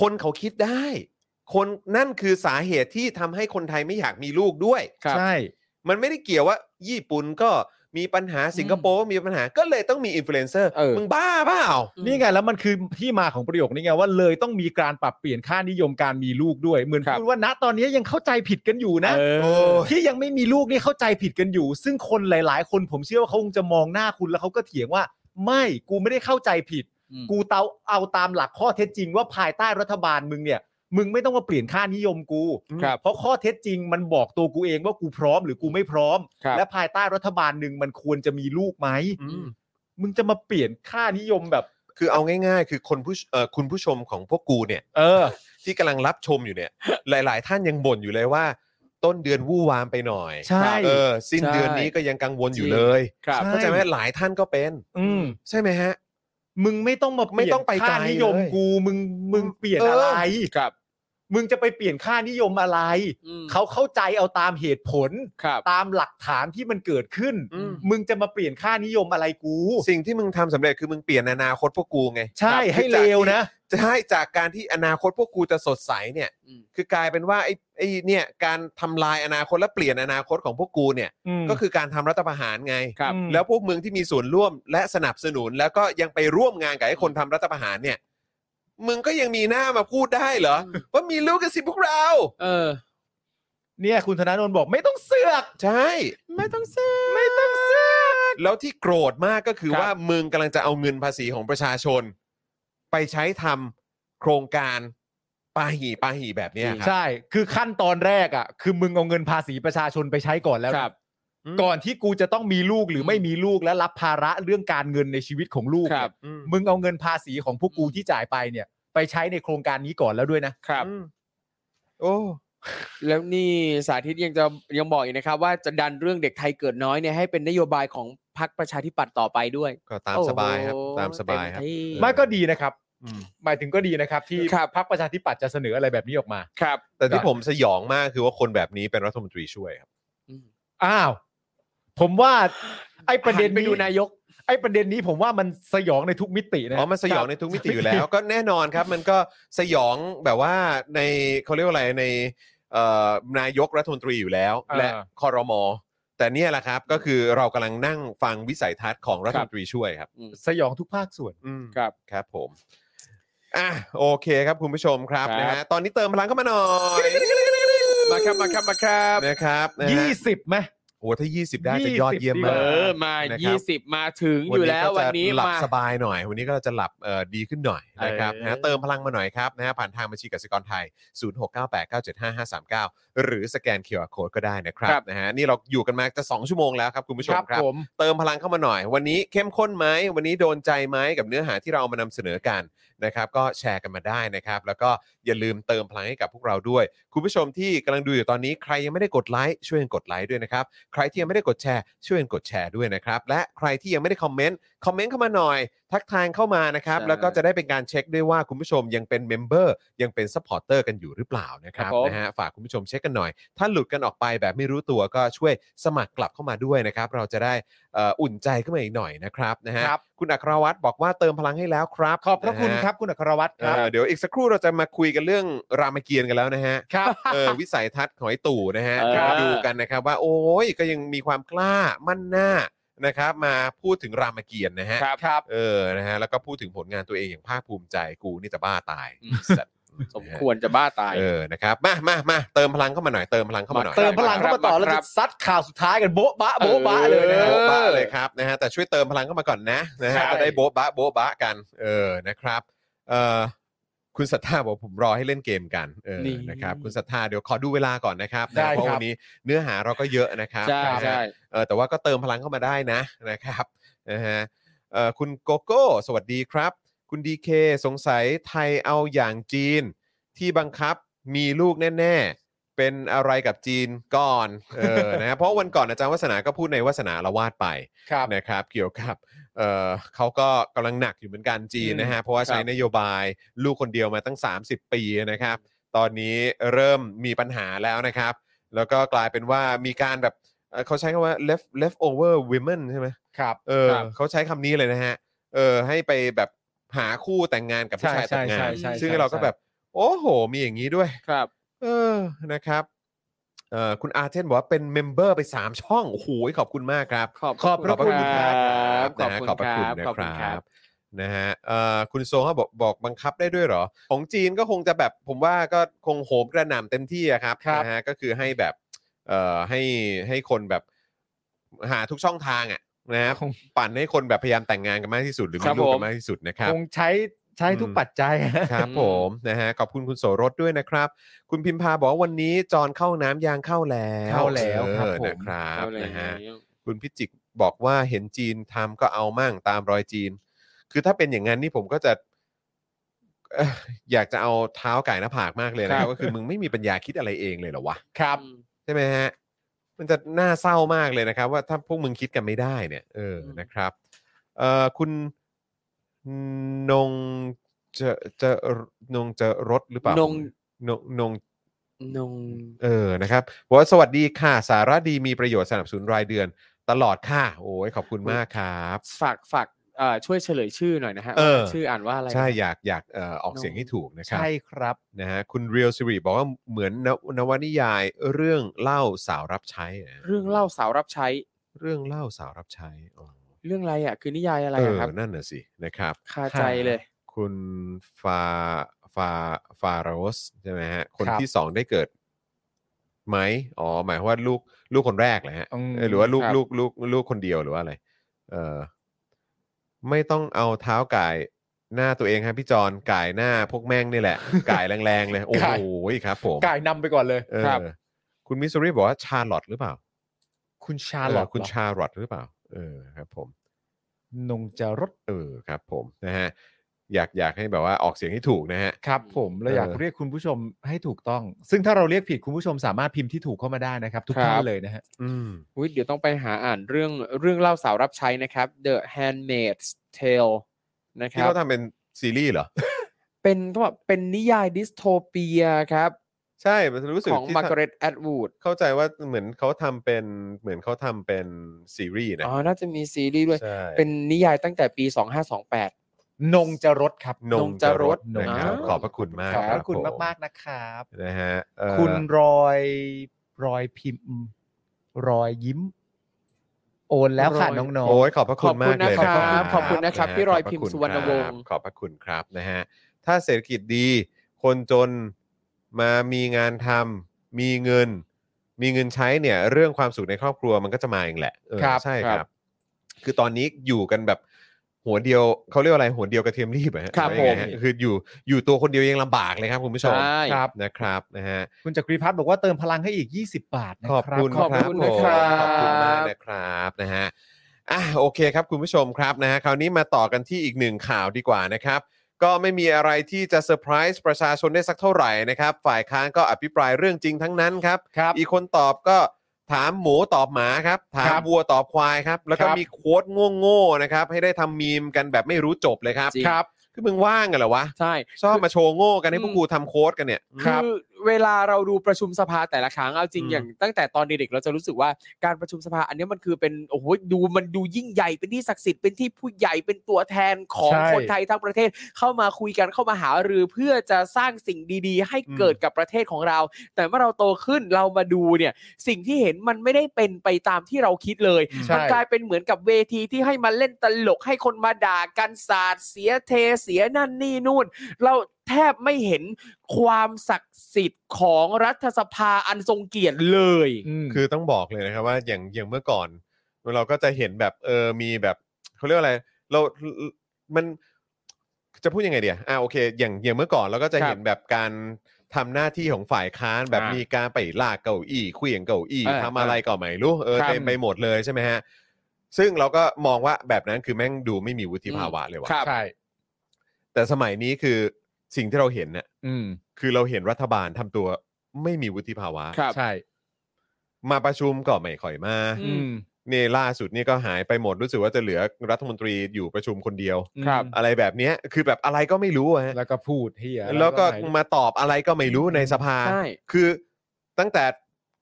คนเขาคิดได้ คนนั่นคือสาเหตุที่ทำให้คนไทยไม่อยากมีลูกด้วย
ครับ
ใช่
มันไม่ได้เกี่ยวว่า ญี่ปุ่นก็ มีปัญหาสิงคโปร์ก็มีปัญหาก็เลยต้องมีอินฟลูเอนเซอร์
เออ
มึงบ้าเปล่า
นี่ไงแล้วมันคือที่มาของประโยคนี้ไงว่าเลยต้องมีการปรับเปลี่ยนค่านิยมการมีลูกด้วยเหมือน
ครับ
พูดว่าณตอนนี้ยังเข้าใจผิดกันอยู่นะ
เออ
โอ้ย
ที่ยังไม่มีลูกนี่เข้าใจผิดกันอยู่ ซึ่งคนหลาย ๆ คนผมเชื่อว่าเขาคงจะมองหน้าคุณแล้วเขาก็เถียงว่า ไม่กูไม่ได้เข้าใจผิด
อืม
กูเตาเอาตามหลักข้อเท็จจริงว่าภายใต้รัฐบาลมึงเนี่ย มึงไม่ต้องมาเปลี่ยนค่านิยมกู
ครับ
เพราะข้อเท็จจริงมันบอกตัวกูเองว่ากูพร้อมหรือกูไม่พร้อม
ครับ
และภายใต้รัฐบาลหนึ่งมันควรจะมีลูกไหมมึงจะมาเปลี่ยนค่านิยมแบบ
คือเอาง่ายๆ คือคนผู้ชเอ่อคุณผู้ชมของพวกกูเนี่ย
เออ
ที่กำลังรับชมอยู่เนี่ย หลายๆ ท่านยังบ่นอยู่เลยว่า ต้นเดือนวู่วามไปหน่อย
ใช่
เออสิ้น
ใช่
เดือนนี้ก็ยังกังวลอยู่
จริง
เลย
ครับ
เข้าใจไหมหลายท่านก็เป็น
อืม
ใช่ไหมฮะ
มึงไม่ต้องมาเลี่ยน
ไม่ต้องไปไกล
ค่านิยม
เลย
กู มึงมึงเปลี่ยน
เอออ
อะไร
ครับ
มึงจะไปเปลี่ยนค่านิยมอะไร
อืม
เขาเข้าใจเอาตามเหตุผล
ครับ
ตามหลักฐานที่มันเกิดขึ้น
อืม
มึงจะมาเปลี่ยนค่านิยมอะไรกู
สิ่งที่มึงทำสำเร็จคือมึงเปลี่ยนอนาคตพวกกูไง
ใช่ให้เลวนะ
จะให้จากการที่อนาคตพวกกูจะสดใสเนี่ย
อืม
คือกลายเป็นว่าไอ้ไอ้เนี่ยการทำลายอนาคตและเปลี่ยนอนาคตของพวกกูเนี่ย ก็คือการทำรัฐประหารไง
ครับ
อืม
แล้วพวกมึงที่มีส่วนร่วมและสนับสนุนแล้วก็ยังไปร่วมงานกับไอ้คนทำรัฐประหารเนี่ย มึงก็ยังมีหน้ามาพูดได้เหรอ ว่ามีลูกกันสิพวกเรา
เออ
เนี่ยคุณธนาโนนบอกไม่ต้องเสือก
ใช่
ไม่ต้องซื้อ
ไม่ต้องเสือกแล้วที่โกรธมากก็คือ
ครับ
ว่ามึงกำลังจะเอาเงินภาษีของประชาชน ไปใช้ทำโครงการปาหีปาหีแบบเนี้ยครับ
ใช่ คือขั้นตอนแรกอ่ะ คือมึงเอาเงินภาษีประชาชนไปใช้ก่อนแล้ว
ครับ
อืม
ก่อนที่กูจะต้องมีลูกหรือไม่มีลูกและรับภาระเรื่องการเงินในชีวิตของลูก
ครับ
เนี่ยมึงเอาเงินภาษีของพวกกูที่จ่ายไปเนี่ย ไปใช้ในโครงการนี้ก่อนแล้วด้วยนะ
ครับ
อืมโอ้
แล้วนี่สาธิตยังจะยังบอกอีกนะครับ ว่าจะดันเรื่องเด็กไทยเกิดน้อยเนี่ยให้เป็นนโยบายของพรรคประชาธิปัตย์ต่อไปด้วย
ก็ตามสบายครับ
โอ้โห
ตามสบายครับ
เต็มที่
เออ
ไม่ก็ดีนะครับ
อืม
หมายถึงก็ดีนะครับ ที่
ครับ
พรรคประชาธิปัตย์จะเสนออะไรแบบนี้ออกมา
ครับ
แต่ที่ผมสยองมากคือว่าคนแบบนี้เป็นรัฐมนตรีช่วยครับ
อ้าว ผมว่า ไอ้ประเด็น
หันไปดูนายก
ไอ้ประเด็นนี้ผมว่ามันสยองในทุกมิตินะ
อ๋อ มันสยองในทุกมิติอยู่แล้ว ก็แน่นอนครับ มันก็สยองแบบว่าในเขาเรียกว่าอะไรในเอ่อนายกรัฐมนตรีอยู่แล้ว
เออ
และคอรมอแต่เนี่ยแหละครับก็คือเรากำลังนั่งฟังวิสัยทัศน์ของรัฐมนตรีช่วยครับ
สยองทุกภาคส่วน
อืม
ครับ
ครับผมอ่ะโอเคครับคุณผู้ชมครับ
ครับ
นะฮะตอนนี้เติมพลังเข้ามาหน่อย
มาครับมาครับมาครับ
นะครับนะฮะ
ยี่สิบไหม
โอ้ถ้า 20 ได้จะยอดเยี่ยม
ยี่
มา
เอ
ก
สิบ
อมา
นะครับ
ยี่สิบมาถึงอยู่แล้ววันนี้
ก็จะหลับ
มา
สบายหน่อย วันนี้ก็จะหลับเอ่อดีขึ้นหน่อยนะครับนะเติมพลังมาหน่อยครับนะฮะผ่านทางบัญชีกสิกรไทย 0698975539 หรือสแกน QR Code ก็ได้นะครั
ครับ บ
นะฮะนี่เราอยู่กันมาจะ 2 ชั่วโมงแล้วครับคุณผู้ชมครับ
ผม
เติมพลังเข้ามาหน่อย วันนี้เข้มข้นไหมวันนี้โดนใจไหมกับเนื้อหาที่เราเอามานำเสนอกันนะครับ ก็แชร์กันมาได้นะครับ แล้วก็อย่าลืมเติมพลังให้กับพวกเราด้วย คุณผู้ชมที่กำลังดูอยู่ตอนนี้ใครยังไม่ได้กดไลค์ช่วยกันกดไลค์ด้วยนะครับ ใครที่ยังไม่ได้กดแชร์ช่วยกันกดแชร์ด้วยนะครับ และใครที่ยังไม่ได้คอมเมนต์คอมเมนต์เข้ามาหน่อย ทักทายเข้ามานะครับ
ใช่
แล้วก็จะได้เป็นการเช็คด้วยว่าคุณผู้ชมยังเป็นเมมเบอร์ยังเป็นซัพพอร์เตอร์กันอยู่หรือเปล่านะครับ
ครับผม
นะฮะฝากคุณผู้ชมเช็คกันหน่อย ถ้าหลุดกันออกไปแบบไม่รู้ตัวก็ช่วยสมัครกลับเข้ามาด้วยนะครับ เราจะได้ เอ่ออุ่นใจขึ้นมาอีกหน่อยนะครับนะฮะ
ครับ
คุณอัครวัตรบอกว่าเติมพลังให้แล้วครับ
ขอบพระคุณ
นฮ
ครับคุณอัครวัตรครับ
เออเดี๋ยวอีกสักครู่เราจะมาคุยกันเรื่องรามเกียรติ์กันแล้วนะฮะ
ครับ
เออวิสัยทัศน์ของไอ้ตู่นะฮะ
เออ
เดี๋ยวดูกันนะครับว่าโอ้ยก็ยังมีความกล้ามั่นหน้านะครับ มาพูดถึงรามเกียรติ์นะฮะ
ครับ
เออนะฮะแล้วก็พูดถึงผลงานตัวเองอย่างภาคภูมิใจกูนี่จะบ้าตาย
อืม
สัตว์
สมควรจะบ้าตาย
เออนะครับมามามาเติมพลังเข้ามาหน่อยเติมพลังเข้ามาหน่อย
เติมพลังเข้ามาต่อแล้ว
ครั
จะ
บ
ซัดข่าวสุดท้ายกันโบ๊ะบะโบ๊ะบะเลยนะ
เอ
ฮะ
อ
อ
โบ๊ะบะเลยครับนะฮะแต่ช่วยเติมพลังเข้ามาก่อนนะนะฮะ
ใช่
จะได้โบ๊ะบะโบ๊ะบะกัน เออนะครับเออคุณศรัทธาบอกผมรอให้เล่นเกมกันเออนะครับคุณศรัทธาเดี๋ยวขอดูเวลาก่อนนะครับ
ได้
นะเพราะ
ครับ
วันนี้เนื้อหาเราก็เยอะนะครับ
ใช่
นะฮะ
ใช่
เออแต่ว่าก็เติมพลังเข้ามาได้นะนะครับนะฮะเออคุณโกโก้สวัสดีครับ คุณดีเคสงสัยไทยเอาอย่างจีน ที่บังคับมีลูกแน่ๆ เป็นอะไรกับจีนก่อนเออนะฮะ เพราะวันก่อนอาจารย์วัฒนาก็พูดในวัฒนาละวาดไป
ครับ
นะครับ เกี่ยวกับเออเขาก็กำลังหนักอยู่เหมือนกันจีนนะฮะ เพราะว่าใช้
ครับ
นโยบายลูกคนเดียวมาตั้ง 30 ปีนะครับ ตอนนี้เริ่มมีปัญหาแล้วนะครับ แล้วก็กลายเป็นว่ามีการแบบเอ่อเขาใช้คำว่า left left over women ใช่ไหม
ครับ
เออ
ครับ
เขาใช้คำนี้เลยนะฮะ เออ ให้ไปแบบหาคู่แต่งงานกับผู้
ใช่
ชายแต่งงาน
ใช่ใช่ใช่
ซึ่ง
ใช่
เราก็
ใช่
แบบ โอ้โห มีอย่างนี้ด้วย
ครับ
เออนะครับ เอ่อคุณอาเทนบอกว่าเป็นเมมเบอร์ไป 3 ช่อง โอ้โหขอบคุณมากครับ
ขอบ
ขอบพระคุณครับ
ขอบ
นะฮะ
คุณ
ขอบพระ
ค
คุณ
รับ
นะ
ขอบคุณ
ค
ครั
รับ บนะฮะเอ่อคุณโซเขาบอกบอกบังคับได้ด้วยเหรอ ของจีนก็คงจะแบบผมว่าก็คงโหมกระหน่ำเต็มที่อะครับ
ครับ
นะฮะก็คือให้แบบเอ่อให้ให้คนแบบหาทุกช่องทางอะนะฮะ
คง
ปั่นให้คนแบบพยายามแต่งงานกันมากที่สุดหรือ
ค
มี
รับ
ลูกกั
ผม
นมากที่สุดนะครับ
คงใช้ใช้ทุก
อืม
ปัจจัย
ครับผมนะฮะขอบคุณคุณโสรสด้วยนะครับ คุณพิมพาบอกว่าวันนี้จอนเข้าน้ำยางเข้าแล้ว
เข้าแล้วครับ
เออ
ผม
นะครับ
เอาเลย
นะฮะ
ครับ
คุณพิจิกบอกว่าเห็นจีนทำก็เอามั่งตามรอยจีน คือถ้าเป็นอย่างนั้นนี่ผมก็จะ เอ่ออยากจะเอาเท้าไก่หน้าผากมากเลยนะค
ครั
รับบ ก็คือมึงไม่มีปัญญาคิดอะไรเองเลยเหรอวะ
ครับ
ใช่ไหมฮะ มันจะน่าเศร้ามากเลยนะครับ ว่าถ้าพวกมึงคิดกันไม่ได้เนี่ย เออ
อืม
นะครับเอ่อคุณนงจะจะนงจะรถหรือเปล่าน น
ง
นงนง
นง
เออ นะครับบอกว่าสวัสดีค่ะ สาระดีมีประโยชน์สนับสนุนรายเดือน ตลอดค่ะ โอ้ย ขอบคุณมากครับ
ฝากฝากเอ่อช่วยเฉลยชื่อหน่อยนะฮะ
เออ
ว่าชื่ออ่านว่าอะไร
ใช่ อยาก อยากเอ่อออก
น้อง
เสียงให้ถูกนะครับ
ใช่ครับ
นะฮะ คุณเรียลสิริบอกว่าเหมือนนวนวนิยายเรื่องเล่าสาวรับใช้นะ
เรื่องเล่าสาวรับใช้
เรื่องเล่าสาวรับใช้อ๋อ
เรื่องอะไรอ่ะ คือนิยายอะไร
เอ
อะ
อ
ครับ
นั่นน่ะสิ นะครับ
คาใจเลย
คุณฟา ฟา ฟาราโอสใช่ไหมฮะ คน
ครับ
ที่สองได้เกิดไหม อ๋อ หมายความว่าลูกลูกคนแรกเหรอฮะ
อืม
เออหรือว่าลูก
ครับ
ลูกลูกลูกคนเดียวหรือว่าอะไร เออไม่ต้องเอาเท้าก่ายหน้าตัวเองครับพี่จอนก่ายหน้าพวกแม่งนี่แหละ ก่ายแรงๆเลย โอ้โหครับ ผม
กายนำไปก่อนเลย
เออคุณมิสซูรีบอกว่าชาร์ลอตหรือเปล่า
คุณชา
เออ
ลอต
คุณ
เหรอ
ชาร์ลอตหรือเปล่า เออครับ ผม
นงจะรถ
เออครับ ผมนะฮะ อยากอยากให้แบบว่าออกเสียงให้ถูกนะฮะ
ครับ ผมเรา
เออ
อ
อ
ยากเรียกคุณผู้ชมให้ถูกต้อง ซึ่งถ้าเราเรียกผิดคุณผู้ชมสามารถพิมพ์ที่ถูกเข้ามาได้นะครับ ทุก
ครับ
ท่านเลยนะฮะ
อืม
อุ๊ยเดี๋ยวต้องไปหาอ่านเรื่องเรื่องเล่าสาวรับใช้นะครับ The Handmaid's Tale นะค
ที่
รับ
เขาทำเป็นซีรีส์เหรอ
เป็นก็แบบเป็นนิยายดิสโทเปียครับ
ใช่ มันรู้สึก
ของ
ที่
มาร์กา
ทำ
เร็ตแอดวูด
เข้าใจว่าเหมือนเขาทำเป็นเหมือนเขาทำเป็นซีรีส์นะ
อ๋อ น่าจะมีซีรีส์ด้วย
ใช่
เป็นนิยายตั้งแต่ปี 2528
นงจะรถครับ
นงจะรส
นง
นะ
จะ
ค
รส
รับ
อ่า
ขอบพระคุณมาก
ขอบพระคุณ
ผม
ากๆนะครับ
นะฮะเอ่อ
คุณรอยรอยพิมพ์ รอยยิ้ม โอนแล้วค่ะ
รอย
น้องๆ
โอ้ยขอบพระคุณมากเลย
ขอบคุณนะครับ
นะ
ขอบคุณนะครับพี่รอยพิมพ์สุวรรณวงศ์
ขอบพระคุณครับนะฮะถ้าเศรษฐกิจดี คนจนมามีงานทำมีเงิน มีเงินใช้เนี่ย เรื่องความสุขในครอบครัวมันก็จะมาเองแหละเออ
ครับ
ใช่
ค
ครับ รับ คือตอนนี้อยู่กันแบบหัวเดียวเขาเรียกว่าอะไรหัวเดียวกระเทียมรีบอะฮะ
ครับ
หอว่ายังไงฮะ
ผม
คืออยู่อยู่ตัวคนเดียวยังลำบากเลยครับคุณผู้ชม
ใช่
ครับ
นะครับนะฮะ
คุณจักรีพัฒน์บอกว่าเติมพลังให้อีก 20 บาทนะ
ขอบ
ครับ
คุณ
ขอบคุณ
ผม
นะครับ
ขอบคุณมากนะครับนะฮะอ่ะโอเคครับคุณผู้ชมครับนะฮะคราวนี้มาต่อกันที่อีกหนึ่งข่าวดีกว่านะครับ ก็ไม่มีอะไรที่จะเซอร์ไพรส์ประชาชนได้สักเท่าไหร่นะครับ ฝ่ายค้านก็อภิปรายเรื่องจริงทั้งนั้นครับ
ครับ
อีกคนตอบก็ถามหมูตอบหมาครับ ถาม
ครับ
วัวตอบควายครับ แล้วก็
ครับ
มีโค้ดโง่ๆนะครับ ให้ได้ทำมีมกันแบบไม่รู้จบเลยครับ
จริง
ครับ คือมึงว่างกันเหรอวะ
ใช่
ชอบมาโชว์โง่กันให้พวกกูทำโค้ดกันเนี่ย
คือเวลาเราดูประชุมสภาแต่ละครั้งเอาจริง
อืม
อย่างตั้งแต่ตอนเด็กๆเราจะรู้สึกว่าการประชุมสภาอันเนี้ยมันคือเป็นโอ้โหดูมันดูยิ่งใหญ่เป็นที่ศักดิ์สิทธิ์เป็นที่ผู้ใหญ่เป็นตัวแทนของ
ใช่
คนไทยทั้งประเทศเข้ามาคุยกันเข้ามาหารือเพื่อจะสร้างสิ่งดีๆ ให้เกิดกับประเทศของเรา แต่เมื่อเราโตขึ้นเรามาดูเนี่ยสิ่งที่เห็นมันไม่ได้เป็นไปตามที่เราคิดเลย
ใช่
มันกลายเป็นเหมือนกับเวทีที่ให้มาเล่นตลกให้คนมาด่ากันสาดเสียเทเสียนั่นนี่นู่น เราแทบไม่เห็นความศักดิ์สิทธิ์ของรัฐสภาอันทรงเกียรติเลย
อืม
คือต้องบอกเลยนะครับว่าอย่างอย่างเมื่อก่อน เราก็จะเห็นแบบเออมีแบบเขาเรียกว่าอะไร เรามันจะพูดยังไงเดียวอ่าโอเค อย่างอย่างเมื่อก่อนเราก็จะเห็นแบบการทำหน้าที่ของฝ่ายค้านแบบ
อ่ามี
มีการไปลากเก้าอี้เคลี่ยงเก้าอี้
เออ
ทำอะไรก็ไม่รู้เออ
ครับ
เต็มไปหมดเลยใช่ไหมฮะ ซึ่งเราก็มองว่าแบบนั้นคือแม่งดูไม่มีวุฒิภาวะเลยว่ะ
ครับ
ใช่
แต่สมัยนี้คือสิ่งที่เราเห็นน่ะ
อืม
คือเราเห็นรัฐบาลทำตัวไม่มีวุฒิภาวะ
ครับ
ใช่
มาประชุมก็ไม่ค่อยมา
อื
อืม
นี่ล่าสุดนี่ก็หายไปหมดรู้สึกว่าจะเหลือรัฐมนตรีอยู่ประชุมคนเดียว
ครับ
อะไรแบบเนี้ยคือแบบอะไรก็ไม่รู้อะฮะ
แล้วก็พูดเฮีย
แล้วก็
ไม่
มาตอบอะไรก็ไม่รู้ในสภา
ใช่
คือตั้งแต่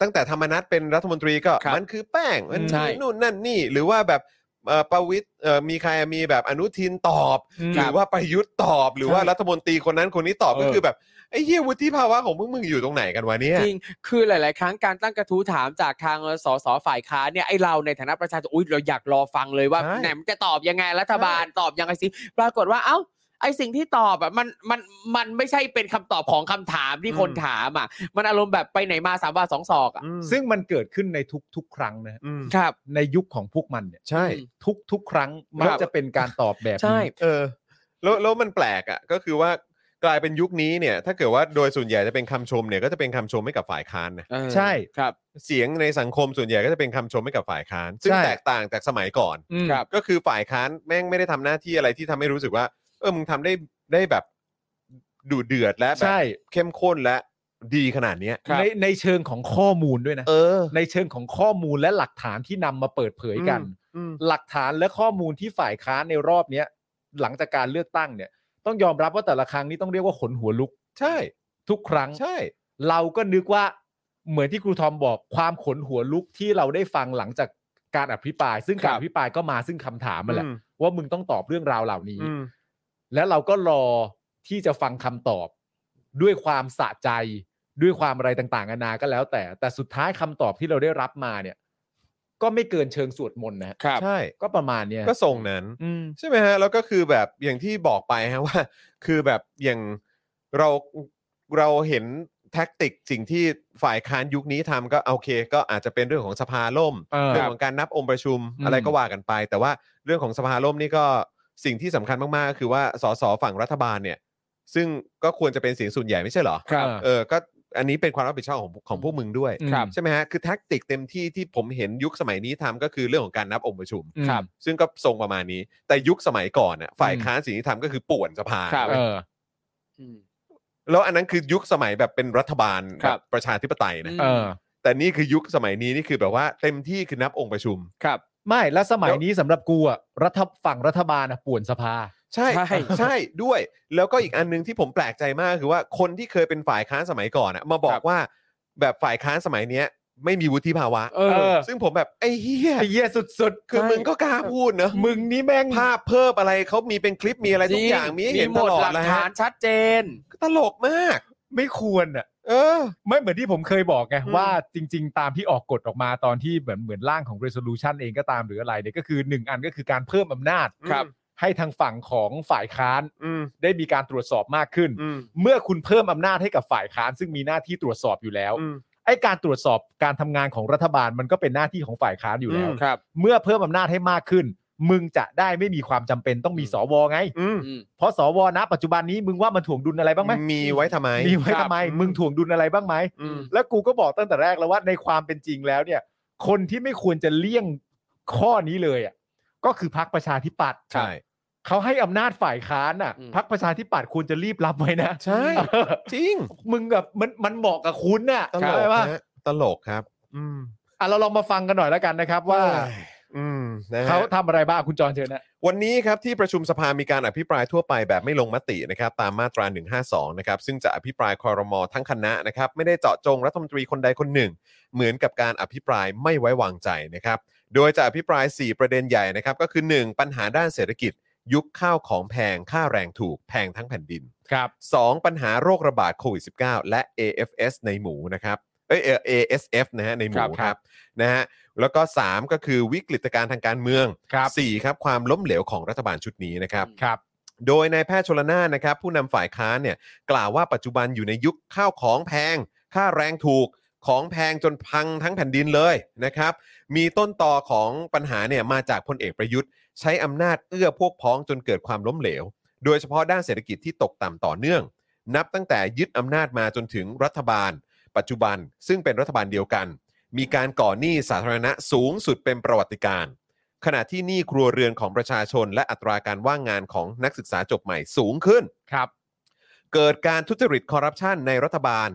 ตั้งแต่ธรรมนัตเป็นรัฐมนตรีก็
ครับ
มันคือแป้งมัน
ใช่
นู่นนั่นนี่ หรือว่าแบบ เอ่อประวิตรเอ่อมีใครมีแบบอนุทินตอบ ห
ค
รื
รับ
อว่าประยุทธ์ตอบหรือว่า
ใช่
รัฐมนตรีคนนั้นคนนี้ตอบ
เออ
ก็คือแบบไอ้เหี้ยวุฒิภาวะของพวกมึงอยู่ตรงไหนกันวะเนี่ย
จริง คือหลาย ๆ ครั้งการตั้งกระทู้ถามจากทางสสฝ่ายค้านเนี่ยไอเราในฐานะประชาชนอุ้ยเราอยากรอฟังเลยว่า
ใช่
ไหนมันจะตอบยังไงรัฐบาลตอบยังไงสิปรากฏว่าเอ้าไอสิ่งที่ตอบอ่ะมันมันมันไม่ใช่เป็นคำตอบของคำถามที่คนถามอ่ะ มันอารมณ์แบบไปไหนมาสามวาสองศอกอ่ะ
อืม
ซึ่งมันเกิดขึ้นในทุกๆ ครั้งนะฮะ
อืม
ครับ
ในยุคของพวกมันเนี่ย
ใช่
อืม
ทุกๆ ครั้งมันจะเป็นการตอบแบบนี้
ใช่
เออแล้วแล้วมันแปลกอ่ะก็คือว่ากลายเป็นยุคนี้เนี่ย ถ้าเกิดว่าโดยส่วนใหญ่จะเป็นคำชมเนี่ยก็จะเป็นคำชมให้กับฝ่ายค้านนะ
เออ
ใช่
ครับ
เสียงในสังคมส่วนใหญ่ก็จะเป็นคำชมให้กับฝ่ายค้าน ซึ่ง
ใช่
แตกต่างจากสมัยก่อน
อืม
ครับ
ก็คือฝ่ายค้านแม่งไม่ได้ทำหน้าที่อะไรที่ทำให้รู้สึกว่า เออมึงทำได้ได้แบบดูเดือดและแบบ
ใช่
เข้มข้นและดีขนาดเนี้ย
ครับ
ในในเชิงของข้อมูลด้วยนะ
เออ
ในเชิงของข้อมูลและหลักฐานที่นำมาเปิดเผยกัน
อืม
หลักฐานและข้อมูลที่ฝ่ายค้านในรอบเนี้ยหลังจากการเลือกตั้งเนี่ย ต้องยอมรับว่าแต่ละครั้งนี้ต้องเรียกว่าขนหัวลุก
ใช่
ทุกครั้ง
ใช่
เราก็นึกว่าเหมือนที่ครูทอมบอกความขนหัวลุกที่เราได้ฟังหลังจากการอภิปราย ซึ่ง
ครั
การ
บ
อภิปรายก็มาซึ่งคำถามมาแหละ
อืม
ว่ามึงต้องตอบเรื่องราวเหล่านี้
อืม
แล้วเราก็รอที่จะฟังคำตอบด้วยความสะใจด้วยความอะไรต่างๆนานาก็แล้ว แต่แต่สุดท้ายคำตอบที่เราได้รับมาเนี่ย ก็ไม่เกินเชิงสวดมนต์นะฮะ
ครับ
ใช่
ก็ประมาณเนี้ย
ก็ส่งนั้น
อืม
ใช่ไหมฮะ แล้วก็คือแบบอย่างที่บอกไปฮะ ว่า คือแบบอย่างเราเราเห็นแท็กติกสิ่งที่ฝ่ายค้านยุคนี้ทำก็โอเค ก็อาจจะเป็นเรื่องของสภาล่ม
เออ
เรื่องของการนับองค์ประชุม
อืม
อะไรก็ว่ากันไป แต่ว่าเรื่องของสภาล่มนี่ก็สิ่งที่สำคัญมากๆก็คือว่าสสฝั่งรัฐบาลเนี่ย ซึ่งก็ควรจะเป็นเสียงส่วนใหญ่ไม่ใช่เหรอ
ครับ
เออ ก็อันนี้เป็นความรับผิดชอบของของพวกมึงด้วย
อืม
ครับ
ใช่ไหมฮะ คือแท็กติกเต็มที่ที่ผมเห็นยุคสมัยนี้ทำก็คือเรื่องของการนับองค์ประชุม
อืม
ครับ
ซึ่งก็ทรงประมาณนี้ แต่ยุคสมัยก่อนน่ะฝ่ายค้านสิ่งที่ทำก็คือป่วนสภา
ครับ
เออ
อืม
แล้วอันนั้นคือยุคสมัยแบบเป็นรัฐบาล
ครับ
แประชาธิปไตยนะ
เออ
แต่นี่คือยุคสมัยนี้นี่คือแบบว่าเต็มที่คือนับองค์ประชุม
ครับ
ไม่แล้วสมัยนี้สำหรับกูอะรัฐฝั่งรัฐบาลอะป่วนสภา
ใช่
ใช่
ใช่ด้วย แล้วก็อีกอันหนึงที่ผมแปลกใจมากคือว่าคนที่เคยเป็นฝ่ายค้านสมัยก่อนน่ะมาบอกว่าแบบฝ่ายค้านสมัยเนี้ยไม่มีวุฒิภาวะ
เออ
ซึ่งผมแบบไอ้เหี้ย
ไอ้เหี้ยสุดๆ
คือ
ใช่
มึงก็กล้าพูดเนอะ
มึงนี่แม่ง
ภาพเพิ่มอะไรเขามีเป็นคลิปมีอะไรทุกอย่างมีให้เห็น
หม
ต
ด
ลอด
หลัก
นะ
ฐา
ฮะ
นชัดเจน
ตลกมาก
ไม่ควรอ่ะ
เออ
ไม่เหมือนที่ผมเคยบอกไง
อืม
ว่าจริง ๆ ตามที่ออกกฎออกมาตอนที่เหมือนเหมือนร่างของ resolution เองก็ตามหรืออะไรเนี่ยก็คือหนึ่งอันก็คือการเพิ่มอำนาจ
ครับ
ให้ทางฝั่งของฝ่ายค้าน
อืม
ได้มีการตรวจสอบมากขึ้น
อืม
เมื่อคุณเพิ่มอำนาจให้กับฝ่ายค้านซึ่งมีหน้าที่ตรวจสอบอยู่แล้ว
อืม
ไอ้การตรวจสอบการทำงานของรัฐบาลมันก็เป็นหน้าที่ของฝ่ายค้านอยู่แล้ว
อืม
ครับ
เมื่อเพิ่มอำนาจให้มากขึ้น มึงจะได้ไม่มีความจำเป็นต้องมี
อืม
สวไง
อืม
อืม
เพราะสวนะปัจจุบันนี้มึงว่ามันถ่วงดุลอะไรบ้างไหม
มีไว้ทำไม
มีไว้
ครับ
ทำไม มึงถ่วงดุลอะไรบ้างไหม
อืม
แล้วกูก็บอกตั้งแต่แรกแล้วว่าในความเป็นจริงแล้วเนี่ย คนที่ไม่ควรจะเลี่ยงข้อนี้เลยอ่ะก็คือพักประชาธิปัตย์
ใช่
เขาให้อำนาจฝ่ายค้านอ่ะ
อืม
พักประชาธิปัตย์ควรจะรีบรับไว้นะ
ใช่
เออ
จริง
มึงแบบมันมันเหมาะกับคุณน่ะ
ตล
เข้าก ใจปะ
ฮะตลกครับ อืม
อ่ะเราลองมาฟังกันหน่อยแล้วกันนะครับ ว่า
อืมนะฮะ
เขาทำอะไรบ้างคุณจรเชิญนะ
วันนี้ครับที่ประชุมสภามีการอภิปรายทั่วไปแบบไม่ลงมตินะครับตามมาตรา 152 นะครับซึ่งจะอภิปรายคอรมอทั้งคณะนะครับไม่ได้เจาะจงรัฐมนตรีคนใดคนหนึ่ง เหมือนกับการอภิปรายไม่ไว้วางใจนะครับโดยจะอภิปราย 4 ประเด็นใหญ่นะครับก็คือ 1 ปัญหาด้านเศรษฐกิจ ยุคข้าวของแพงค่าแรงถูกแพงทั้งแผ่นดิน
ครับ
2 ปัญหาโรคระบาดโควิด -19 และ AFS ในหมูนะครับเอ้ยเอ่อ ASF นะฮะในหมู
ครับ
ครับนะฮะแล้วก็ 3 ก็คือวิกฤตการณ์ทางการเมือง
ครับ
สี่ครับความล้มเหลวของรัฐบาลชุดนี้นะครับ
ครับ
โดยนายแพทย์ชลนานนะครับ ผู้นำฝ่ายค้านเนี่ยกล่าวว่าปัจจุบันอยู่ในยุคข้าวของแพง ค่าแรงถูกของแพงจนพังทั้งแผ่นดินเลยนะครับ มีต้นต่อของปัญหาเนี่ยมาจากพลเอกประยุทธ์ ใช้อำนาจเอื้อพวกพ้องจนเกิดความล้มเหลว โดยเฉพาะด้านเศรษฐกิจที่ตกต่ำต่อเนื่อง นับตั้งแต่ยึดอำนาจมาจนถึงรัฐบาล ปัจจุบันซึ่งเป็นรัฐบาลเดียวกัน มีการก่อหนี้สาธารณะสูงสุดเป็นประวัติการณ์ ขณะที่หนี้ครัวเรือนของประชาชน และอัตราการว่างงานของนักศึกษาจบใหม่สูงขึ้น
ครับ
เกิดการทุจริตคอร์รัปชันในรัฐบาล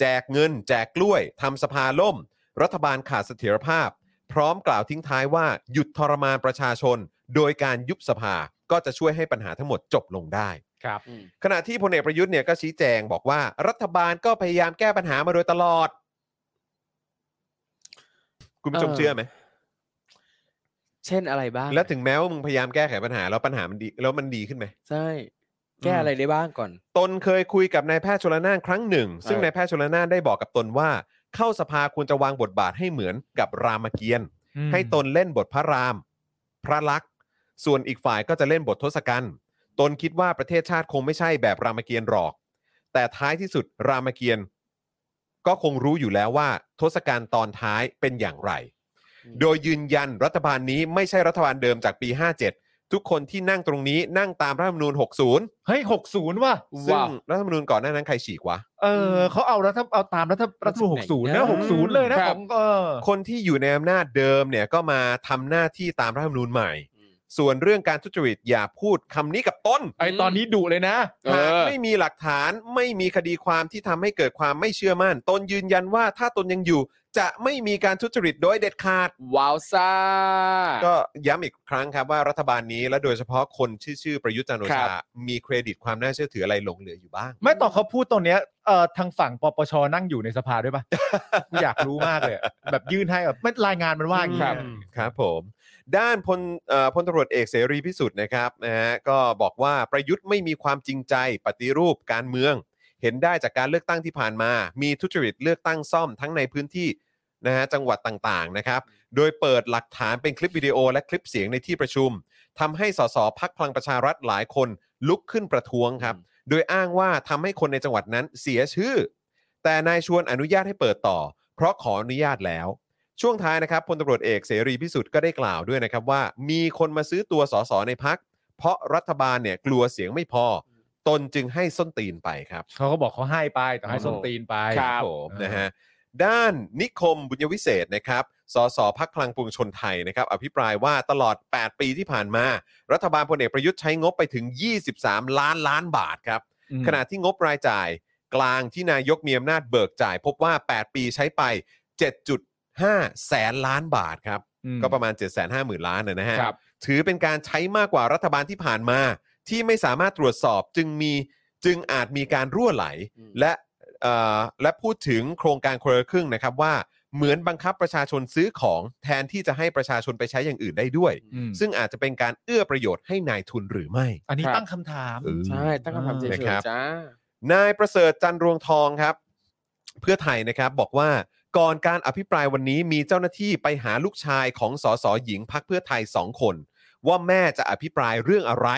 แจกเงิน แจกกล้วยทำสภาล่ม รัฐบาลขาดเสถียรภาพ พร้อมกล่าวทิ้งท้ายว่าหยุดทรมานประชาชน โดยการยุบสภาก็จะช่วยให้ปัญหาทั้งหมดจบลงได้
ครับ
อืม
ขณะที่พลเอกประยุทธ์เนี่ยก็ชี้แจงบอกว่า รัฐบาลก็พยายามแก้ปัญหามาโดยตลอด คุณผู้ชม
เออ
เชื่อไหม
เช่นอะไรบ้าง
แล้วถึงแม้ว่ามึงพยายามแก้ไขปัญหาแล้วปัญหามันดีแล้วมันดีขึ้นไหม
ใช่แก้อะไรได้บ้างก่อน
ตนเคยคุยกับนายแพทย์ชลนานครั้งหนึ่ง ซึ่ง
เออ
นายแพทย์ชลนานได้บอกกับตนว่า เข้าสภาควรจะวางบทบาทให้เหมือนกับรามเกียรติ์ให้ตนเล่นบทพระราม พระลักษณ์ส่วนอีกฝ่ายก็จะเล่นบททศกัณฐ์ตนคิดว่าประเทศชาติคงไม่ใช่แบบรามเกียรติ์หรอก แต่ท้ายที่สุดรามเกียรติ์ก็คงรู้อยู่แล้วว่า ทศกัณฐ์ตอนท้ายเป็นอย่างไร โดยยืนยันรัฐบาลนี้ไม่ใช่รัฐบาลเดิมจากปี 57 ทุกคนที่นั่งตรงนี้นั่งตามรัฐธรรมนูญ 60
เฮ้ยหกศูนย์ว่ะ
ซึ่ง
ว้าว
รัฐธรรมนูญก่อนหน้านั้นใครฉีกวะ
เออเขาเอารัฐเอาตามรัฐรัฐธรรมนูญหกศูนย์นะหกศูนย์เลยนะครับ ของเออ
คนที่อยู่ในอำนาจเดิมเนี่ยก็มาทำหน้าที่ตามรัฐธรรมนูญใหม่ ส่วนเรื่องการทุจริตอย่าพูดคำนี้กับต้น
ไอตอนนี้ดุเลยนะ
เออ
หากไม่มีหลักฐานไม่มีคดีความที่ทำให้เกิดความไม่เชื่อมั่น ตนยืนยันว่าถ้าตนยังอยู่ จะไม่มีการทุจริตโดยเด็ดขาด
ว้าวซ่า
ก็ย้ำอีกครั้งครับว่ารัฐบาลนี้และโดยเฉพาะคนชื่อชื่อประยุทธ์จันทร์โอ
ครั
ชา
บ
มีเครดิตความน่าเชื่อถืออะไรหลงเหลืออยู่บ้าง
ไม่ต่อนเขาพูดตรงเนี้ยเอ่อทางฝั่งปปชนั่งอยู่ในสภาด้วยปะ กูอยากรู้มากเลยอะแบบยื่นให้แบบไม่รายงานมันว่าอย่างนี้
ครับ
นะ
ครับผมด้านพลเอ่อพลตำรวจเอกเสรีพิสุทธิ์นะครับนะฮะก็บอกว่าประยุทธ์ไม่มีความจริงใจปฏิรูปการเมือง เห็นได้จากการเลือกตั้งที่ผ่านมา มีทุจริตเลือกตั้งซ่อมทั้งในพื้นที่นะฮะจังหวัดต่างๆนะครับ โดยเปิดหลักฐานเป็นคลิปวิดีโอและคลิปเสียงในที่ประชุมทำให้สสพักพลังประชารัฐหลายคนลุกขึ้นประท้วงครับ โดยอ้างว่าทำให้คนในจังหวัดนั้นเสียชื่อ แต่นายชวนอนุญาตให้เปิดต่อ เพราะขออนุญาตแล้ว ช่วงท้ายนะครับพลตำรวจเอกเสรีพิสุทธิ์ก็ได้กล่าวด้วยนะครับว่า มีคนมาซื้อตัวสสในพัก เพราะรัฐบาลเนี่ยกลัวเสียงไม่พอ ตนจึงให้ส้นตีนไปครับ
เขาก็บอกเขาให้ไปแต่ให้
โอ้โห
ส้นตีนไป
ครับ
ผม
เออ
นะฮะด้านนิคมบุญยวิเศษนะครับสสพักพลังปวงชนไทยนะครับอภิปรายว่าตลอด 8 ปีที่ผ่านมา รัฐบาลพลเอกประยุทธ์ใช้งบไปถึง 23 ล้านล้านบาทครับ
อืม
ขณะที่งบรายจ่ายกลางที่นายกมีอำนาจเบิกจ่าย พบว่า 8 ปีใช้ไป 7.5 แสนล้านบาทครับ
อืม
ก็ประมาณ 750,000 ล้านนะนะฮะ
ครับ
ถือเป็นการใช้มากกว่ารัฐบาลที่ผ่านมา ที่ไม่สามารถตรวจสอบจึงมีจึงอาจมีการรั่วไหล
อืม
และเอ่อและพูดถึงโครงการคนละครึ่งนะครับว่าเหมือนบังคับประชาชนซื้อของแทนที่จะให้ประชาชนไปใช้อย่างอื่นได้ด้วย
อืม
ซึ่งอาจจะเป็นการเอื้อประโยชน์ให้นายทุนหรือไม่
อันนี้
ครับ
ตั้งคำถาม
เออ
ใช่ ตั้งคำถามเฉย
นะครับ
ๆจ้าน
ายประเสริฐจันทร์รวงทองครับ เพื่อไทยนะครับบอกว่าก่อนการอภิปรายวันนี้มีเจ้าหน้าที่ไปหาลูกชายของสสหญิงพักเพื่อไทยสองคน ว่าแม่จะอภิปรายเรื่องอะไร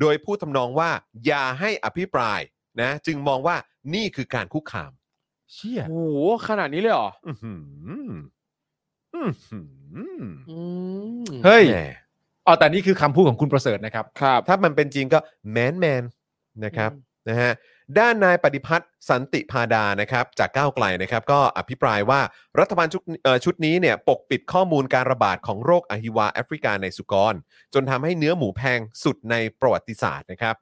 โดยพูดทำนองว่า อย่าให้อภิปรายนะ จึงมองว่านี่คือการคุกคาม
เชี่ย
โอ้โหขนาดนี้เลยเหรอ
อื้อหืออื้อหือ
อืม
เฮ้ย
แหม
อ๋อแต่นี่คือคำพูดของคุณประเสริฐนะครับ
ครับ
ถ้ามันเป็นจริงก็แมนแมนนะครับ นะฮะด้านนายปฏิพัฒน์สันติพาดานะครับจากก้าวไกลนะครับก็อภิปรายว่ารัฐบาลชุดเอ่อชุดนี้เนี่ยปกปิดข้อมูลการระบาดของโรคอหิวาแอฟริกาในสุกร จนทำให้เนื้อหมูแพงสุดในประวัติศาสตร์นะครับ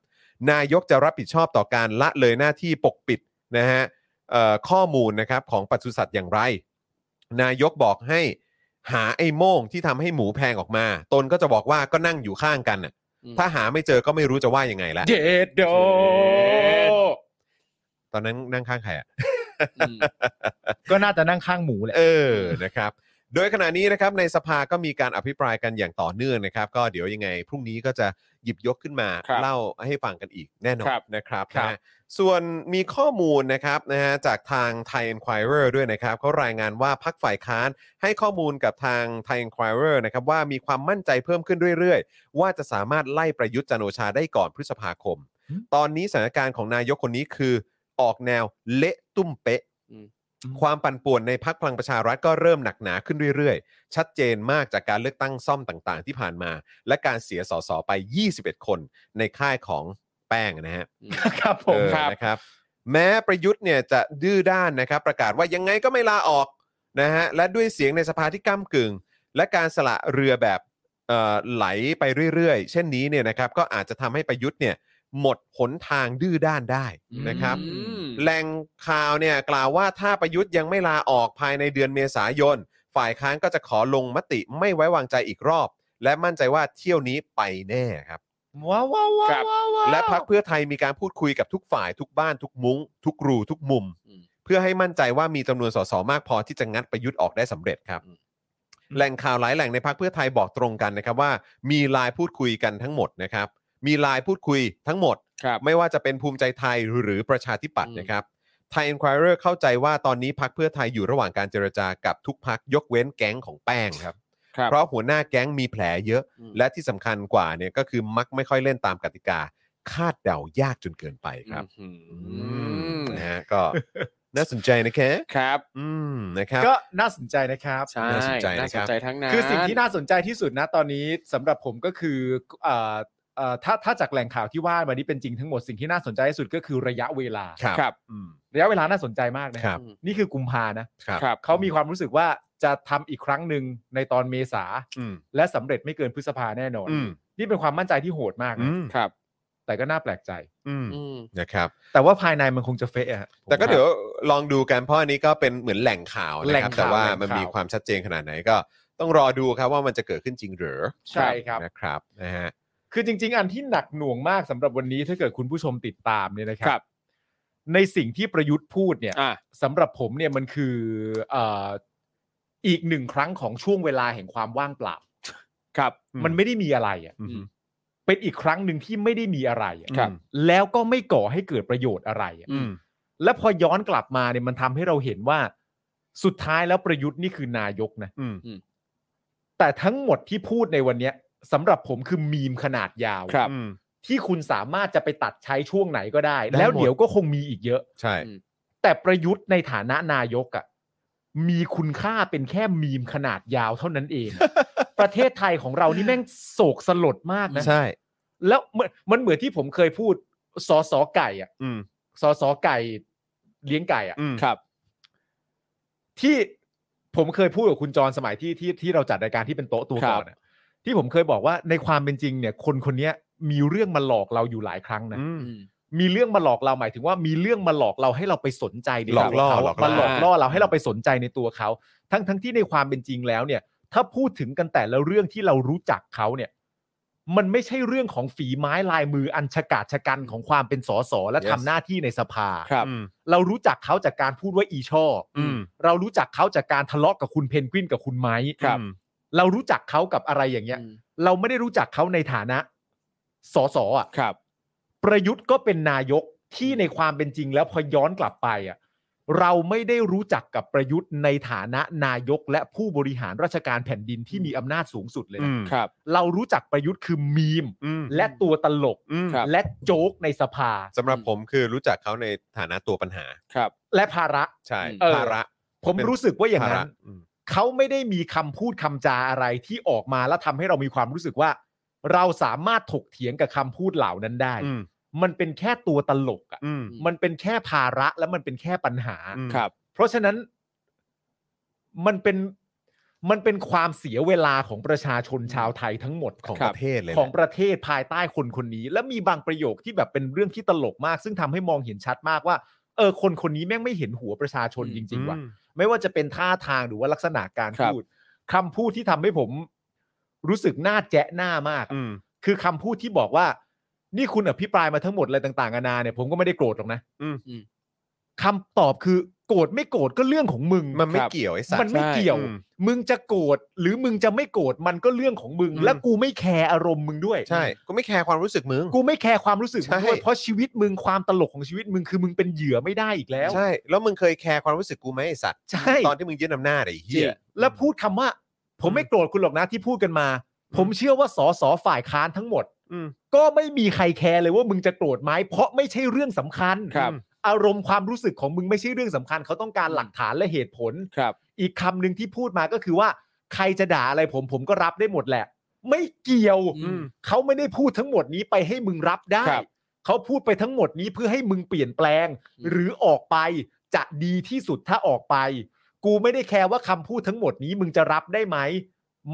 นายกจะรับผิดชอบต่อการละเลยหน้าที่ปกปิดนะฮะเอ่อข้อมูลนะครับของปศุสัตว์อย่างไร นายกบอกให้หาไอ้โม่งที่ทำให้หมูแพงออกมา ตนก็จะบอกว่าก็นั่งอยู่ข้างกันน่ะถ้าหาไม่เจอก็ไม่รู้จะว่ายังไงละ
เยดโด
ตอนนั้นนั่งข้างใครอะ
อืม
ก็น่าจะนั่งข้างหมูแหละ
เออ นะครับ โดยขณะนี้นะครับในสภาก็มีการอภิปรายกันอย่างต่อเนื่องนะครับ ก็เดี๋ยวยังไงพรุ่งนี้ก็จะหยิบยกขึ้นมา
ครับ
เล่าให้ฟังกันอีกแน่นอน
ครับ
นะครับ
ครับ
นะฮะส่วนมีข้อมูลนะครับนะฮะจากทาง Thai Enquirer ด้วยนะครับเขารายงานว่าพักฝ่ายค้านให้ข้อมูลกับทาง Thai Enquirer นะครับว่ามีความมั่นใจเพิ่มขึ้นเรื่อยๆ ว่าจะสามารถไล่ประยุทธ์จันทร์โอชาได้ก่อนพฤษภาคม
หืม
ตอนนี้สถานการณ์ของนายกคนนี้คือออกแนวเละตุ้มเป๊ะ ความปั่นป่วนในพักพลังประชารัฐก็เริ่มหนักหนาขึ้นเรื่อยๆ ชัดเจนมากจากการเลือกตั้งซ่อมต่างๆ ที่ผ่านมา และการเสียสสไป 21 คนในค่ายของแป้งนะฮะ
อืม
ครับผ
เอ
ม
อ
ครับ
นะครับ แม้ประยุทธ์เนี่ยจะดื้อด้านนะครับ ประกาศว่ายังไงก็ไม่ลาออกนะฮะและด้วยเสียงในสภาที่ก้ากึ่ง และการสละเรือแบบเอ่อไหลไปเรื่อยๆ เช่นนี้เนี่ยนะครับก็อาจจะทำให้ประยุทธ์เนี่ยหมดหนทางดื้อด้านได้นะครับ
อืม
แหล่งข่าวเนี่ยกล่าวว่าถ้าประยุทธ์ยังไม่ลาออกภายในเดือนเมษายน ฝ่ายค้านก็จะขอลงมติไม่ไว้วางใจอีกรอบ และมั่นใจว่าเที่ยวนี้ไปแน่ครับ
ว้าวว้าวว้า
ครับ
วว้าวว้าว
และพักเพื่อไทยมีการพูดคุยกับทุกฝ่ายทุกบ้านทุกมุ้ง ทุกรูทุกมุม
อืม
เพื่อให้มั่นใจว่ามีจำนวนสสมากพอที่จะงัดประยุทธ์ออกได้สำเร็จครับ
อืม
อืม
แหล่งข่าวหลายแหล่งในพักเพื่อไทยบอกตรงกันนะครับว่า มีไลน์พูดคุยกันทั้งหมดนะครับ มีไลน์พูดคุยทั้งหมด
ครับ
ไม่ว่าจะเป็นภูมิใจไทยหรือประชาธิปัตย์
อืม
นะครับไทย i อนคว r เ r อร์เข้าใจว่าตอนนี้พักเพื่อไทยอยู่ระหว่างการเจรจากับทุกพักยกเว้นแก๊งของแป้งครับ
ครับ
เพราะหัวหน้าแก๊งมีแผลเยอะ
อืม
และที่สำคัญกว่าเนี่ยก็คือมักไม่ค่อยเล่นตามกติกา คาดเดายากจนเกินไปครับ
อืม
นะฮะ ก็ น่าสนใจนะแค
ครับ
อืมนะครับ
ก็น่าสนใจนะครับ
ใช่
น่าสนใจนะครับ
น่าสนใจทั้งนั้น
คือสิ่งที่น่าสนใจที่สุดนะตอนนี้สำหรับผมก็คือเอ่อเอ่อถ้าถ้าจากแหล่งข่าวที่ว่ามานี้เป็นจริงทั้งหมดสิ่งที่น่าสนใจที่สุดก็คือระยะเวลา
ครับ
ครับ
อืม
ระยะเวลาน่าสนใจมากนะ
ค
ค
รั
รับบ นี่คือกุมภานะ
ครับ
ครับ
เขามีความรู้สึกว่าจะทำอีกครั้งหนึ่งในตอนเมษา
อืม
และสำเร็จไม่เกินพฤษภาแน่นอน
อืม
นี่เป็นความมั่นใจที่โหดมาก
อื
นะ
ม
ครับ
แต่ก็น่าแปลกใจ
อืม
อืม
นะครับ
แต่ว่าภายในมันคงจะเฟะอะฮะ
แต่ก็เดี๋ยวลองดูกันเพราะอันนี้ก็เป็นเหมือนแหล่งข่าว
แหล่
นะ
ง
ครับ
ข่า
แต่
ว
ว่า
แหล่งข่าว
มันมีความชัดเจนขนาดไหนก็ต้องรอดูครับว่ามันจะเกิดขึ้นจริงหรือ
ใช่ครับ
นะครับนะฮะ
คือจริง ๆ อันที่หนักหน่วงมากสำหรับวันนี้ถ้าเกิดคุณผู้ชมติดตามเนี่ยนะค
ครั
รับ ในสิ่งที่ประยุทธ์พูดเนี่ย
อ่ะ
สำหรับผมเนี่ยมันคือเอ่ออีกหนึ่งครั้งของช่วงเวลาแห่งความว่างเปล่า
ครับ
มันไม่ได้มีอะไรอ่ะ
อืม
เป็นอีกครั้งหนึ่งที่ไม่ได้มีอะไรอ่ะ
ครับ
แล้วก็ไม่ก่อให้เกิดประโยชน์อะไรอ่ะ
อืม
และพอย้อนกลับมาเนี่ยมันทำให้เราเห็นว่า สุดท้ายแล้วประยุทธ์นี่คือนายกนะ
อืม
อืม
แต่ทั้งหมดที่พูดในวันเนี้ยสำหรับผมคือมีมขนาดยาว
ครับ
อืม
ที่คุณสามารถจะไปตัดใช้ช่วงไหนก็ได้
ได้หมด
แล้วเดี๋ยวก็คงมีอีกเยอะ
ใช่
อืม
แต่ประยุทธ์ในฐานะนายกอะ่ะมีคุณค่าเป็นแค่มีมขนาดยาวเท่านั้นเอง ประเทศไทยของเรานี่แม่งโศกสลดมากนะ
ใช่
แล้วเหมือนมันเหมือนที่ผมเคยพูดสอสอไก่อะ่ะ
อืม
สอสอไก่เลี้ยงไก่อะ่ะ
อืม
ครับ
ที่ผมเคยพูดกับคุณจรสมัยที่ที่ที่เราจัดรายการที่เป็นโต๊ะตัวก่อนอะที่ผมเคยบอกว่าในความเป็นจริงเนี่ย คนคนเนี้ยมีเรื่องมาหลอกเราอยู่หลายครั้งนะ
อืม
อืม
มีเรื่องมาหลอกเราหมายถึงว่ามีเรื่องมาหลอกเราให้เราไปสนใจใน
หลอกล่อ
ตัวเขา
หลอกล่อ
มาหลอกล่อเราให้เราไปสนใจในตัวเขา ทั้งทั้งที่ในความเป็นจริงแล้วเนี่ย ถ้าพูดถึงกันแต่ละเรื่องที่เรารู้จักเขาเนี่ย มันไม่ใช่เรื่องของฝีไม้ลายมืออันชะกาจชะกันของความเป็นสสและ
Yes
ทำหน้าที่ในสภา
ครับ
อืม
เรารู้จักเขาจากการพูดว่าอีช่ออ
ม
เรารู้จักเขาจากการทะเลาะกับคุณเพนกวินกับคุณไม้
ครับ
อืม
เรารู้จักเขากับอะไรอย่างเงี้ย
อืม
เราไม่ได้รู้จักเขาในฐานะสสอ่ะ
ครับ
ประยุทธ์ก็เป็นนายกที่ในความเป็นจริงแล้วพอย้อนกลับไปอ่ะเราไม่ได้รู้จักกับประยุทธ์ในฐานะนายกและผู้บริหารราชการแผ่นดินที่มีอำนาจสูงสุดเลย
อื
นะ
ม
ครับ
เรารู้จักประยุทธ์คือมีม
อืม
และตัวตลก
อืม
ครับ
และโจ๊กในสภา
สำหรับผมคือรู้จักเขาในฐานะตัวปัญหา
ครับ
และภาระ
ใช่
เออ
ภาระ
ผม
เป็น
รู้สึกว่าอย่าง
ภา
นั้
ระ
น
อืม
เขาไม่ได้มีคำพูดคำจาอะไรที่ออกมาแล้วทำให้เรามีความรู้สึกว่า เราสามารถถกเถียงกับคำพูดเหล่านั้นได้
อืม
มันเป็นแค่ตัวตลกอ่ะ
อืม
มันเป็นแค่ภาระและมันเป็นแค่ปัญหา
อืม
ครับ
เพราะฉะนั้นมันเป็นมันเป็นความเสียเวลาของประชาชนชาวไทยทั้งหมด
ของ
ค
ป
รับ
ระเทศเลยนะ
ของประเทศภายใต้คนคนนี้ และมีบางประโยคที่แบบเป็นเรื่องที่ตลกมาก ซึ่งทำให้มองเห็นชัดมากว่า เออ คนคนนี้แม่งไม่เห็นหัวประชาชน
อืม
จริง ๆ ว่ะ
อืม
ไม่ว่าจะเป็นท่าทางหรือว่าลักษณะการ
ครับ
พูดคำพูดที่ทำให้ผม รู้สึกหน้าแจ๊ะหน้ามากอะ
อืม
คือคำพูดที่บอกว่า นี่คุณอภิปรายมาทั้งหมดอะไรต่างๆนานาเนี่ยผมก็ไม่ได้โกรธหรอกนะ
อืม
คำตอบคือโกรธไม่โกรธก็เรื่องของมึง
มันไม่
ครับ
เกี่ยวไอ้สัต
มัน
ว์
ไม่
ใช่
เกี่ยว
อืม
มึงจะโกรธหรือมึงจะไม่โกรธมันก็เรื่องของมึง
อืม
และกูไม่แคร์อารมณ์มึงด้วย
ใช่กูไม่แคร์ความรู้สึกมึง
กูไม่แคร์ความรู้สึกมึงด้วย
ใช่
เพราะชีวิตมึงความตลกของชีวิตมึงคือมึงเป็นเหยื่อไม่ได้อีกแล้ว
ใช่ แล้วมึงเคยแคร์ความรู้สึกกูไหมไอ้สัตว์
ใช่
ตอนที่มึงยึดอำนาจไอ้เหี้
จริง
ย
แล้วพูดคำว่า ผมไม่โกรธคุณหรอกนะที่พูดกันมา ผมเชื่อว่าสสฝ่ายค้านทั้งหมด
อืม
ก็ไม่มีใครแคร์เลยว่ามึงจะโกรธไหมเพราะไม่ใช่เรื่องสำคัญ
ครับ
อารมณ์ความรู้สึกของมึงไม่ใช่เรื่องสำคัญ เขาต้องการหลักฐานและเหตุผล
ครับ
อีกคำหนึ่งที่พูดมาก็คือว่า ใครจะด่าอะไรผมผมก็รับได้หมดแหละ ไม่เกี่ยว
อืม
เขาไม่ได้พูดทั้งหมดนี้ไปให้มึงรับได้
ครับ
เขาพูดไปทั้งหมดนี้เพื่อให้มึงเปลี่ยนแปลง
อืม
หรือออกไปจะดีที่สุดถ้าออกไป กูไม่ได้แคร์ว่าคำพูดทั้งหมดนี้มึงจะรับได้ไหม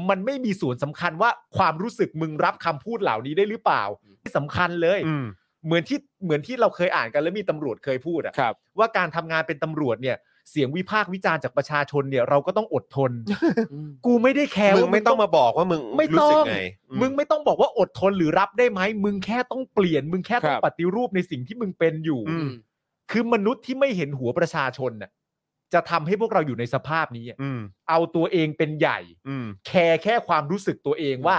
มันไม่มีส่วนสำคัญว่าความรู้สึกมึงรับคำพูดเหล่านี้ได้หรือเปล่าไม่สำคัญเลย
อืม
เหมือนที่เหมือนที่เราเคยอ่านกันแล้วมีตำรวจเคยพูดอะ
ครับ
ว่าการทำงานเป็นตำรวจเนี่ย เสียงวิพากษ์วิจารณ์จากประชาชนเนี่ยเราก็ต้องอด ทน กูไม่ได้แคร์
มึง
ว่า
ไม่ต้องมาบอกว่ามึง
ไม่
รู้
ต้
สึก
อง
ไงอื
มึงไม่ต้องบอกว่าอดทนหรือรับได้ไหมมึงแค่ต้องเปลี่ยน มึงแค่ต้อ
ค
ง
รับ
ปฏิรูปในสิ่งที่มึงเป็นอยู่
อืม
คือมนุษย์ที่ไม่เห็นหัวประชาชนน่ะ จะทำให้พวกเราอยู่ในสภาพนี้อะ
อืม
เอาตัวเองเป็นใหญ่
อืม
แคร์แค่ความรู้สึกตัวเองว่า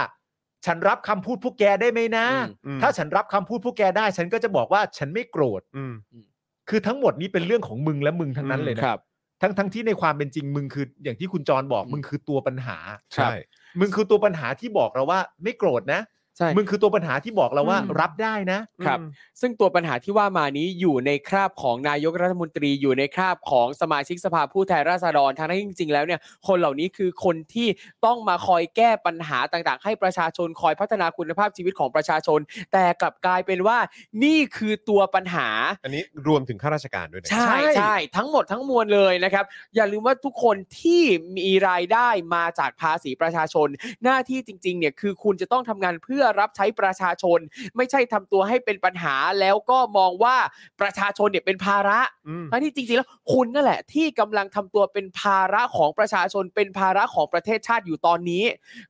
ฉันรับคำพูดพวกแกได้ไหมนะ
อืม
ถ้าฉันรับคำพูดพวกแกได้ ฉันก็จะบอกว่าฉันไม่โกรธ
อืม
คือทั้งหมดนี้เป็นเรื่องของมึงและมึงทั้งนั้นเลย
ค
นะ
รับ
ทั้งทั้งที่ในความเป็นจริงมึงคือ อย่างที่คุณจรบอก
อืม
มึงคือตัวปัญหา
ใช่
มึงคือตัวปัญหาที่บอกเราว่า ไม่โกรธนะ
ใช่
มึงคือตัวปัญหาที่บอกเราว่า
อืม
รับได้นะ
ครับ ซึ่งตัวปัญหาที่ว่ามานี้อยู่ในคราบของนายกรัฐมนตรีอยู่ในคราบของสมาชิกสภาผู้แทนราษฎรทั้งนั้นจริงๆแล้วเนี่ยคนเหล่านี้คือคนที่ต้องมาคอยแก้ปัญหาต่างๆ ให้ประชาชนคอยพัฒนาคุณภาพชีวิตของประชาชน แต่กลับกลายเป็นว่านี่คือตัวปัญหา
อันนี้รวมถึงข้าราชการด้วยนะ
ใช่ใช่ทั้งหมดทั้งมวลเลยนะครับ อย่าลืมว่าทุกคนที่มีรายได้มาจากภาษีประชาชน หน้าที่จริงๆเนี่ยคือคุณจะต้องทำงานเพื่อรับใช้ประชาชน ไม่ใช่ทำตัวให้เป็นปัญหาแล้วก็มองว่าประชาชนเนี่ยเป็นภาระ
อืม
ทั้งที่จริงๆแล้วคุณนั่นแหละที่กำลังทำตัวเป็นภาระของประชาชน เป็นภาระของประเทศชาติอยู่ตอนนี้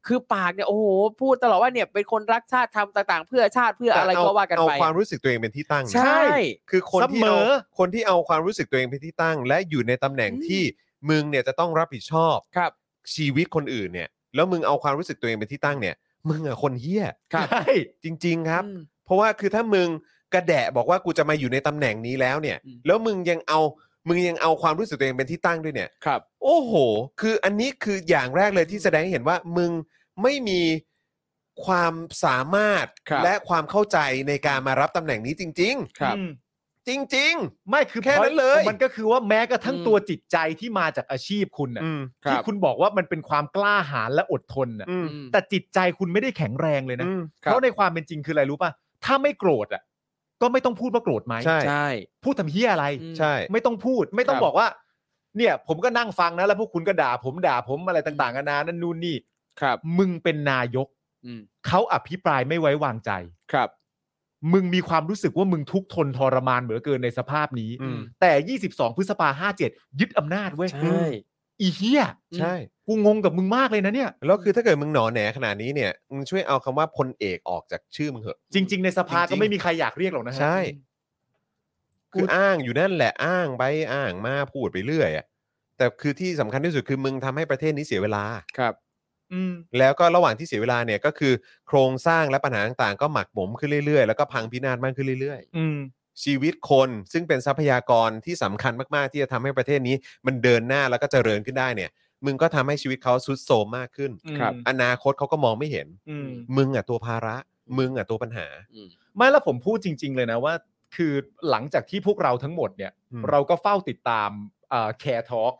คือปากเนี่ยโอ้โหพูดตลอดว่าเนี่ยเป็นคนรักชาติทำต่างๆ เพื่อชาติเพื่ออะไรก็ว่ากัน
เอา
ไป
ความรู้สึกตัวเองเป็นที่ตั้งนะ
ใช่
คือคนที่เอา
เสมอ
คนที่เอาความรู้สึกตัวเองเป็นที่ตั้ง และอยู่ในตำแหน่ง
อืม
ที่มึงเนี่ยจะต้องรับผิดชอบ
ครับ
ชีวิตคนอื่นเนี่ย แล้วมึงเอาความรู้สึกตัวเองเป็นที่ตั้งเนี่ย มึงอะคนเหี้ย
ครับ
ใช่
จริง ๆ ครับ
อืม
เพราะว่าคือถ้ามึงกระแดะบอกว่ากูจะมาอยู่ในตำแหน่งนี้แล้วเนี่ย
อืม
แล้วมึงยังเอามึงยังเอาความรู้สึกตัวเองเป็นที่ตั้งด้วยเนี่ย
ครับ
โอ้โห คืออันนี้คืออย่างแรกเลยที่แสดงให้เห็นว่ามึงไม่มีความสามารถ
ครับ
และความเข้าใจในการมารับตำแหน่งนี้จริง
ครับ
อืม
ๆ จริง
ไม่คือ
แค่นั้นเลย
มันก็คือว่าแม้กระทั่ง
อืม
ตัวจิตใจที่มาจากอาชีพคุณ
ๆ
น่ะ
อืม
ครั
ที่
บ
คุณบอกว่ามันเป็นความกล้าหาญและอดทนน่ะ
อืม
อืม
แต่จิตใจคุณไม่ได้แข็งแรงเลยนะ
อืม
ครับ
เพราะในความเป็นจริงคืออะไรรู้ป่ะ ถ้าไม่โกรธอ่ะ ก็ไม่ต้องพูดว่าโกรธไหม
ใช่
ใช่
พูดทำเฮียอะไร
อืม
ใช่
ไม่ต้องพูด ไม่ต้อง
ครับ
บอกว่า เนี่ย ผมก็นั่งฟังนะ แล้วพวกคุณก็ด่า ผมด่าผมอะไรต่างๆนานานั่นนู่นนี่
ครับ
มึงเป็นนายก
อืม
เขาอภิปรายไม่ไว้วางใจ
ครับ
มึงมีความรู้สึกว่ามึงทุกข์ทนทรมานเหลือเกินในสภาพนี้
อืม
แต่ 22 พฤษภา57 ยึดอำนาจเว้ย
ใช่
อีเฮีย
ใช่
กูงงกับมึงมากเลยนะเนี่ย
แล้วคือถ้าเกิดมึงหนอแหนขนาดนี้เนี่ยมึงช่วยเอาคำว่าพลเอกออกจากชื่อมึงเถอะ
จริง ๆ ในสภา
จริ
ก็
งๆ
ไม่มีใครอยากเรียกหรอกนะฮะ
ใช่ คืออ้างอยู่นั่นแหละอ้างไปอ้างมาพูดไปเรื่อยอะแต่คือที่สำคัญที่สุดคือมึงทำให้ประเทศนี้เสียเวลา
ครับ
อืม
แล้วก็ระหว่างที่เสียเวลาเนี่ยก็คือโครงสร้างและปัญหาต่างๆ ก็หมักหมมขึ้นเรื่อยๆ แล้วก็พังพินาศมากขึ้นเรื่อย
อืม
ๆ ชีวิตคนซึ่งเป็นทรัพยากรที่สำคัญมากๆ ที่จะทำให้ประเทศนี้ มันเดินหน้าแล้วก็เจริญขึ้นได้เนี่ย มึงก็ทำให้ชีวิตเขาสุดโทรมมากขึ้น
ครับ
อนาคตเขาก็มองไม่เห็น
อืม
มึงอ่ะตัวภาระ มึงอ่ะตัวปัญหา
อืม
ไม่แล้วผมพูดจริง ๆ เลยนะว่า คือหลังจากที่พวกเราทั้งหมดเนี่ย
อืม
เราก็เฝ้าติดตามแคร์ทอล์ก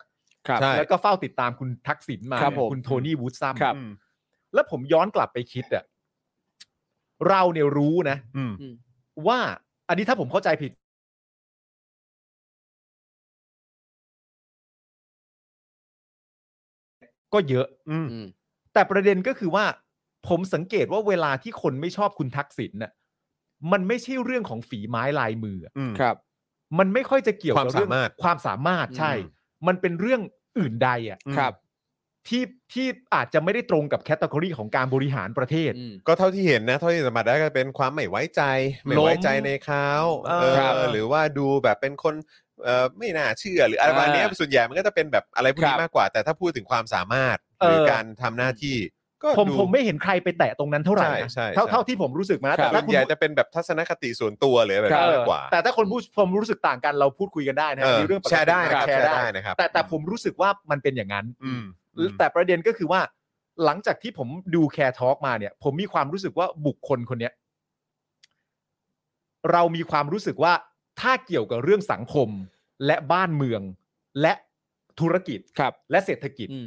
ครับ
ใช่
แล้วก็เฝ้าติดตามคุณทักษิณมา
ครับผม
ณโทนี่วูดซัม
ครับ
อืม
แล้วผมย้อนกลับไปคิดอะเราเนี่ยรู้นะ
อืม
ว่า อันนี้ถ้าผมเข้าใจผิด ก็เยอะ
อืม
อืม
แต่ประเด็นก็คือว่า ผมสังเกตว่าเวลาที่คนไม่ชอบคุณทักษิณน่ะมันไม่ใช่เรื่องของฝีไม้ลายมืออะ
อืม
ครับ
มันไม่ค่อยจะเกี่ยว
ความ
กับเรื่อง
สามารถ
ความสามารถใช่
อืม
มันเป็นเรื่องอื่นใดอ่ะ
อืม
ครับ
ที่ที่อาจจะไม่ได้ตรงกับแคตตา o r y ของการบริหารประเทศ
อืม
ก็เท่าที่เห็นนะ เท่าที่สัมผัสได้ก็เป็นความไม่ไว้ใจไม่ไว้ใจในเขา
เออ
เออ
ครับ
หรือว่าดูแบบเป็นคนเอ่อไม่น่าเชื่อหรืออะไรประมาณเนี้ย
อ่า
ส่วนใหญ่มันก็จะเป็นแบบอะไรพวก
ครั
นี้
บ
มากกว่า แต่ถ้าพูดถึงความสามารถหรือการทำหน้าที่ ก็
ผม
ดู
ผมไม่เห็นใครไปแตะตรงนั้นเท่าไหร่
ใช่
นะ
ใช่
เท่า
ใช่
เท่าที่ผมรู้สึกมานะแต่
ส่ว
ถ้า
น
คุณ
ใหญ่จะเป็นแบบทัศนคติส่วนตัวหรือแบบ
ครั
นั้น
บ
มากกว่า
แต่ถ้าคนผู้ชมรู้สึกต่างกันเราพูดคุยกันได้นะ
เออ
มีเรื่องปกติ
แชร์ได้นะครับแช
แชร์
ร์
ได้
ได้นะครับ
แต่แต่ผมรู้สึกว่ามันเป็นอย่างนั้น
อืม
แต่ประเด็นก็คือว่า หลังจากที่ผมดูแคร์ทอล์กมาเนี่ย ผมมีความรู้สึกว่าบุคคลคนเนี้ยเรามีความรู้สึกว่าถ้าเกี่ยวกับเรื่องสังคมและบ้านเมืองและธุรกิจ
ครับ
และเศรษฐกิจ
อืม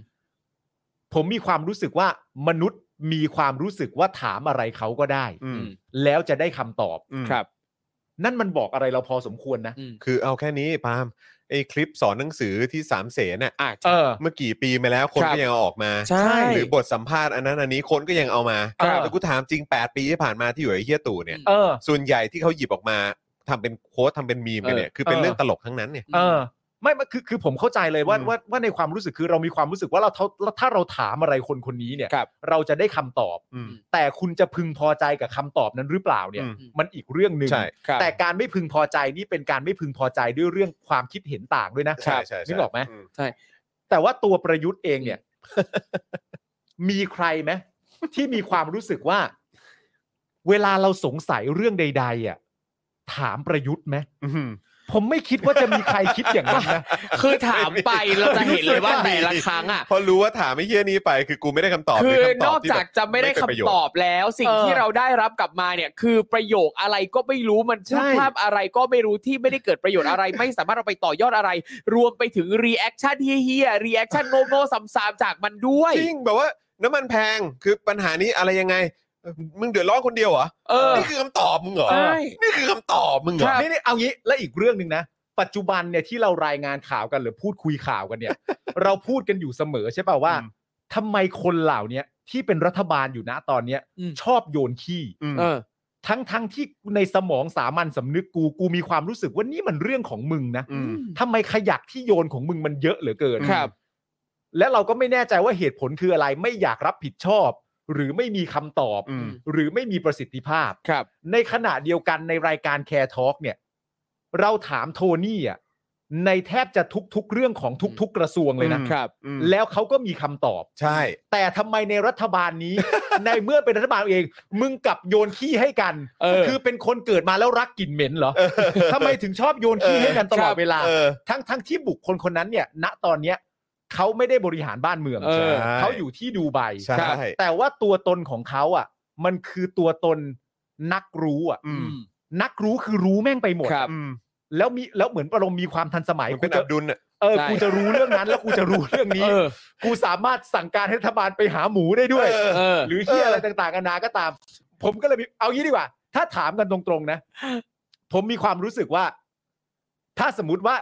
ผมมีความรู้สึกว่ามนุษย์มีความรู้สึกว่าถามอะไรเขาก็ได้
อืม
แล้วจะได้คำตอบ
อืม
ครับ
นั่นมันบอกอะไรเราพอสมควรนะ
อืม
คือเอาแค่นี้ปาล์มไอ้คลิปสอนหนังสือที่สามเสนน่ะ
อ่ะ
เออ
เมื่อกี่ปีมาแล้วคน
ครับ
ก็ยังเอาออกมา
ใช่
หรือบทสัมภาษณ์อันนั้นอันนี้คนก็ยังเอามา
ครับ
แต่กูถามจริง 8 ปีที่ผ่านมาที่อยู่ไอ้เฮียตู่เนี่ย
เออ
ส่วนใหญ่ที่เขาหยิบออกมาทำเป็นโค้ดทำเป็นมีมกันเนี่ย คือเป็นเรื่องตลกทั้งนั้นเนี่ย
เออ ไม่ไม่คือคือผมเข้าใจเลยว่า
อืม
ว่าว่าในความรู้สึกคือเรามีความรู้สึกว่าเราเท่าถ้าเราถามอะไรคนคนนี้เนี่ย
ครับ
เราจะได้คำตอบ
อืม
แต่คุณจะพึงพอใจกับคำตอบนั้นหรือเปล่าเนี่ย
อืม
มันอีกเรื่องหนึ่ง
ใช่
ครับ
แต่การไม่พึงพอใจนี่เป็นการไม่พึงพอใจด้วยเรื่องความคิดเห็นต่างด้วยนะ
ใช่ใช่ใช่
นึกออกไหม
ม
แต่ว่าตัวประยุทธ์เองเนี่ย มีใครไหมที่มีความรู้สึกว่า เวลาเราสงสัยเรื่องใด ๆอ่ะถามประยุทธ์ไหม
อืม
ผมไม่คิดว่าจะมีใครคิดอย่างนั้นนะ
คือถามไปเราจะเห็นเลยว่าแต่ละครั้งอ่ะ
พอรู้ว่าถามไอ้เหี้ยนี้ไป คือกูไม่ได้คำตอบห
คื
รือ คำตอ
นอบ ก
ที่
จา
แบ
ก
บ
จะไม่ได้คำตอบแล้ว สิ่ง
เออ
ที่เราได้รับกลับมาเนี่ย คือประโยคอะไรก็ไม่รู้มัน
ใช่
ภาพอะไรก็ไม่รู้ที่ไม่ได้เกิดประโยชน์อะไร ไม่สามารถเอาไปต่อยอดอะไร รวมไปถึงรีแอคชั่นเฮียๆรีแอคชั่นโง่ๆซ้ำๆจากมันด้วย
จริงแบบว่าน้ำมันแพงคือปัญหานี้อะไรยังไงเออมึงเดือดร้อนคนเดียวเหรอ
เออ
นี่คือคำตอบมึงเหรอ
ใช่
นี่คือคำตอบมึงเหรอ
ครับ
นี่นี่เอางี้และอีกเรื่องหนึ่งนะ ปัจจุบันเนี่ยที่เรารายงานข่าวกันหรือพูดคุยข่าวกันเนี่ย เราพูดกันอยู่เสมอใช่ป่าว่าทำไมคนเหล่าเนี้ยที่เป็นรัฐบาลอยู่นะตอนเนี้ย
อืม
ชอบโยนขี้
อืม
เออ
ทั้งทั้งที่ในสมองสามัญสำนึกกูกูมีความรู้สึกว่านี่มันเรื่องของมึงนะ
อืม
ทำไมขยะที่โยนของมึงมันเยอะเหลือเกิน
ครับ
และเราก็ไม่แน่ใจว่าเหตุผลคืออะไรไม่อยากรับผิดชอบ หรือไม่มีคำตอบ
อืม
หรือไม่มีประสิทธิภาพ
ครับ
ในขณะเดียวกันในรายการแคร์ทอล์กเนี่ย เราถามโทนี่อ่ะในแทบจะทุกๆ เรื่องของทุกๆ กระทรวงเลยนะ
อืม
ครับ
อืม
แล้วเขาก็มีคำตอบ
ใช่
แต่ทำไมในรัฐบาล นี้ ในเมื่อเป็นรัฐบาลเอง มึงกลับโยนขี้ให้กัน
เออ
คือเป็นคนเกิดมาแล้วรักกลิ่นเหม็นเหรอทำไมถึงชอบโยนขี้ให้กันตลอดเวลา
เออ
ทั้งทั้งที่บุคคลคนนั้นเนี่ย ณตอนเนี้ยเขาไม่ได้บริหารบ้านเมือง
เออ
เขาอยู่ที่ดูไบ
ใช่
แต่ว่าตัวตนของเขาอ่ะ มันคือตัวตนนักรู้อ่ะ
อืม
นักรู้คือรู้แม่งไปหมด
ครับ
อืม
แล้วมีแล้วเหมือนประลมมีความทันสมัย
มัน
กู
เป็นอั
จะ
บดุลอ่ะ
เออ
ใช่
กูจะรู้เรื่องนั้น แล้วกูจะรู้เรื่องนี้
เออ
กูสามารถสั่งการให้รัฐบาลไปหาหมูได้ด้วย
เออ
เออ
หรือที่อะไรต่างๆกันานาก็ตาม ผมก็เลยมีเอางี้ดีกว่า ถ้าถามกันตรงๆนะ ผมมีความรู้สึกว่า ถ้าสมมติว่า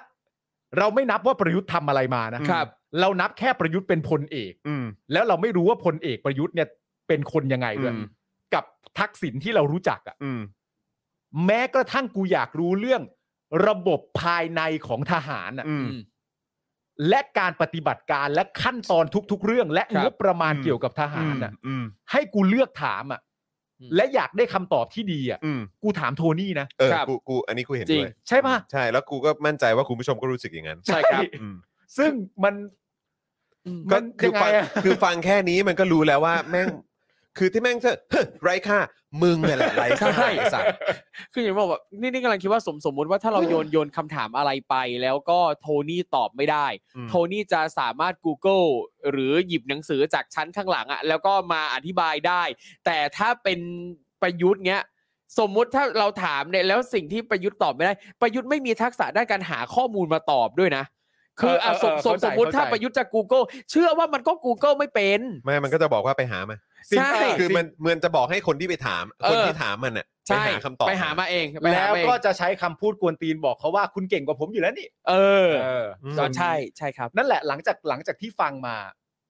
เราไม่นับว่าประยุทธ์ทำอะไรมานะครับ เรานับแค่ประยุทธ์เป็นพลเอก
อืม
แล้วเราไม่รู้ว่าพลเอกประยุทธ์เนี่ย เป็นคนยังไงด้วย
อืม
กับทักษิณที่เรารู้จักอ่ะ
อืม
แม้กระทั่งกูอยากรู้เรื่องระบบภายในของทหารน่ะ
อืม
และการปฏิบัติการและขั้นตอนทุกๆ เรื่อง และ
ครับ
งบประมาณ
อืม
เกี่ยวกับทหารน่ะ
อืม
ให้กูเลือกถามอ่ะและอยากได้คำตอบที่ดีอ่ะ
อืม
กูถามโทนี่นะ
เออ
ครับ
กูกูอันนี้กูเห็น
จริ
ด้
ง
วย
ใช่ปะ
ใช่แล้วกูก็มั่นใจว่าคุณผู้ชมก็รู้สึกอย่างนั้น
ใช่ครับ
อืม
ซึ่งมัน
ก็
มัน
คือ
ยังไง
ฟัง
อ่ะ
คือฟังแค่นี้มันก็รู้แล้วว่าแม่ง คือที่แม่งเธอ ไรค่ามึงเนี่ยแหละไรค่า
ใช่
ไอ้สัตว์
คืออย่างที่บอกว่านี่นี่กำลังคิดว่าสมสมมติว่าถ้าเราโยนโยนคำถามอะไรไป แล้วก็โทนี่ตอบไม่ได้
อืม
โทนี่จะสามารถ Google หรือหยิบหนังสือจากชั้นข้างหลังอะแล้วก็มาอธิบายได้ แต่ถ้าเป็นประยุทธ์เงี้ย สมมุติถ้าเราถามเนี่ยแล้วสิ่งที่ประยุทธ์ตอบไม่ได้ ประยุทธ์ไม่มีทักษะด้านการหาข้อมูลมาตอบด้วยนะ คืออ่ะ
เออ
ส
เออ
ม
เออ
สม
เข้าใจ
สมมติถ้า
เข้าใจ
ประยุทธ์จะ Google เชื่อว่ามันก็ Google ไม่เป็น
ไม่มันก็จะบอกว่าไปหามา
ใช่
คือมันเหมือนจะบอกให้คนที่ไปถาม
เอ
ค
อ
นที่ถามมันน่ะไป
ใช่
หาคำตอบ
ไปหามาเองไปหา
แล้ว
มาเอง
ก็จะใช้คำพูดกวนตีนบอกเขาว่าคุณเก่งกว่าผมอยู่แล้วนี่
เออ
เออ
อืม
ก็ใช่ใช่ครับ
นั่นแหละหลังจากหลังจากที่ฟังมา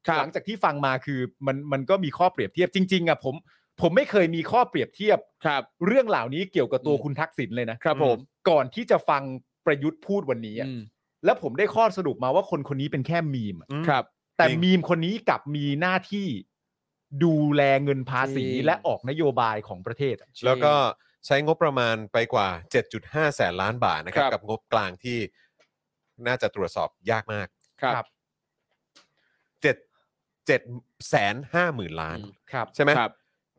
ครับ
หลังจากที่ฟังมาคือมันมันก็มีข้อเปรียบเทียบจริงๆอ่ะผมผมไม่เคยมีข้อเปรียบเทียบ
ครับ
เรื่องเหล่านี้เกี่ยวกับตัวคุณทักษิณเลยนะครับ
ผม
ก่อนที่จะฟังประยุทธ์พูดวันนี้อะ
อืม
แล้วผมได้ข้อสรุปมาว่าคนคนนี้เป็นแค่มีมอะ
อืม
ครับ
แต่
จริง
มีมคนนี้กลับมีหน้าที่ดูแลเงินภาษี
จริง
และออกนโยบายของประเทศอะ
แล้วก็ใช้งบประมาณไปกว่า 7.5 แสนล้านบาทนะครับ
ครั
กั
บ
บงบกลางที่น่าจะตรวจสอบยากมาก
ครับ
ครับ
7 7แสนห้าหมื่นล้าน
อืม
ครับ
ใช่ไหม
ครับ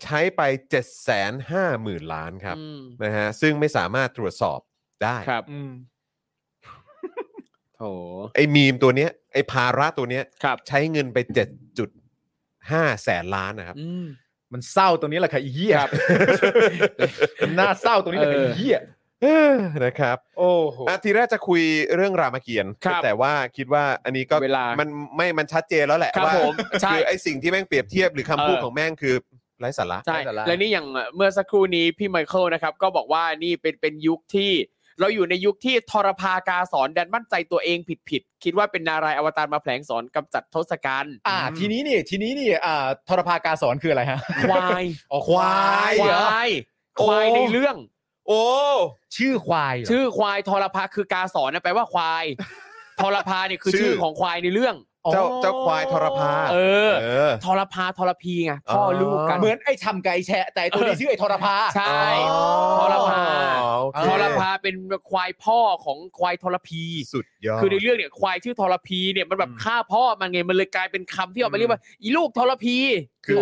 ใช้ไป 7 5 0 0 0 0 ล้านครับ
อืม
นะฮะซึ่งไม่สามารถตรวจสอบได้
ครับ
อืม
โถ
ไอ้มีมตัวเนี้ยไอ้ภาระตัวเนี้ย
ครับ
ใช้เงินไป 7.5 แสนล้านนะครับ
อืม
มันเศร้าตรงนี้แหละค่ะอีเหี้ย
ครับ
มันน่าเศร้าตรงนี้แหละค่ะอีเหี้ย
เออนะครับ
โอ้โห
อ่ะทีแรกจะคุยเรื่องรามเกียรติ์
ครับ
แต่ว่าคิดว่าอันนี้ก็
เวลามั
นไม่มันชัดเจนแล้วแหละ
ครับ
ว่า
ผมใช่
คือไอ้สิ่งที่แม่งเปรียบเทียบหรือคำพูด
เออ
ของแม่งคือไร้สาระ
ใช่
ได้แต่ละ
และนี่อย่างเมื่อสักครู่นี้พี่ไมเคิลนะครับ ก็บอกว่านี่เป็นเป็นยุคที่ เราอยู่ในยุคที่ทรพากาสอนดันมั่นใจตัวเองผิดผิดๆคิดว่าเป็นนารายณ์อวตารมาแผลงสอนกำจัดทศกัณฐ์
อ่า ทีนี้นี่ทีนี้นี่อ่าทรพากาสอนคืออะไรฮะ
ควาย
อ๋อควาย
ค
เหรอ
วาย
โอ้
ควายในเรื่อง
โอ้
ชื่อควายเหรอ
ชื่อควายทรพาคือกาสอนนะแปลว่าควาย ทรพาเนี่ยคือ
ชื่อ
ชื่อของควายในเรื่อง
เจ้าเจ้าควายทรพา
เออ
เออ
ทรพาทรพีไงพ่ออ
อ
ลูกกัน
เหมือนไอ้ทำกับไอ้แฉะแต่ไอ้ตัวนี้ชื่อไอ้ทรพา
ใช่
อ๋อ
ทรพา
โอเค
ทรพาเป็นควายพ่อของควายทรพี
สุดยอด
คือในเรื่องเนี่ยควายชื่อทรพีเนี่ยมันแบบ
อืม
ฆ่าพ่อมันไงมันเลยกลายเป็นคำที่ออกมาเรียกว่าอีลูกทรพี
คือ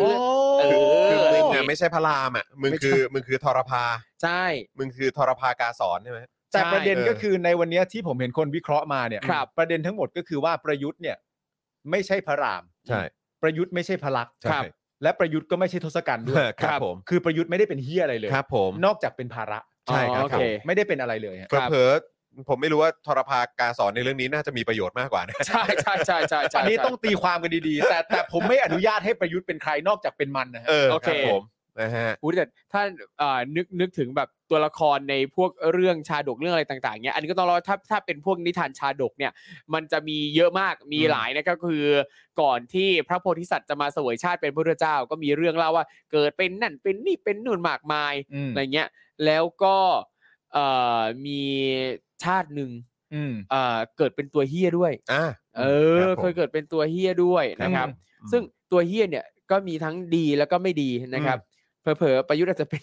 เอ
คือ
อ
คือมึงอะไม่ใช่พระรามอ่ะมึงคือมึงคือทรพา
ใช่
มึงคือทรพากาสอนใช่ไหม
แต่
ใช่
ประเด็น
เออ
ก็คือในวันเนี้ยที่ผมเห็นคนวิเคราะห์มาเนี่ย
ครับ
ประเด็นทั้งหมดก็คือว่าประยุทธ์เนี่ย ไม่ใช่พระราม
ใช่
ประยุทธ์ไม่ใช่พระลักษณ์
ใช่
ครับ
และประยุทธ์ก็ไม่ใช่ทศกัณฐ์ด้วย
ครับผม
คือประยุทธ์ไม่ได้เป็นเฮียอะไรเลย
ครับผม
นอกจากเป็นภาระ
ใช่ครับ
อ๋อโอเค
ไม่ได้เป็นอะไรเลยฮะ
ครับ
เผลอๆผมไม่รู้ว่าทรพากาสอนในเรื่องนี้น่าจะมีประโยชน์มากกว่านะ
ใช่ใช่ใช่ใช่ใช่
อันนี้ต้องตีความกันดีๆ แต่แต่ผมไม่อนุญาตให้ประยุทธ์เป็นใครนอกจากเป็นมันนะฮะ
เออ
โอ
ค
เค
รับผมนะฮะ
อุ๊ยแต่ถ้าเอ่อนึกนึกถึงแบบตัวละครในพวกเรื่องชาดกเรื่องอะไรต่างๆเนี้ยอันนี้ก็ต้องรอถ้าถ้าเป็นพวกนิทานชาดกเนี่ย มันจะมีเยอะมากมี
อืม
หลายนะก็คือ ก่อนที่พระโพธิสัตว์จะมาเสวยชาติเป็นพระพุทธเจ้า ก็มีเรื่องเล่าว่าเกิดเป็นนั่นเป็นนี่เป็นนู่นมากมาย
อืม
อะไรเงี้ยแล้วก็เอ่อมีชาติหนึ่ง
อืม
เอ่อเกิดเป็นตัวเฮี้ยด้วย
อ่ะ
เอ
ครั
อ
ผ
บ
ม
เคยเกิดเป็นตัวเฮี้ยด้วยนะครับ
ครับ
ซึ่งตัวเฮี้ยเนี่ยก็มีทั้งดีแล้วก็ไม่ดีนะครับ เผลอๆประยุทธ์อาจจะเป็น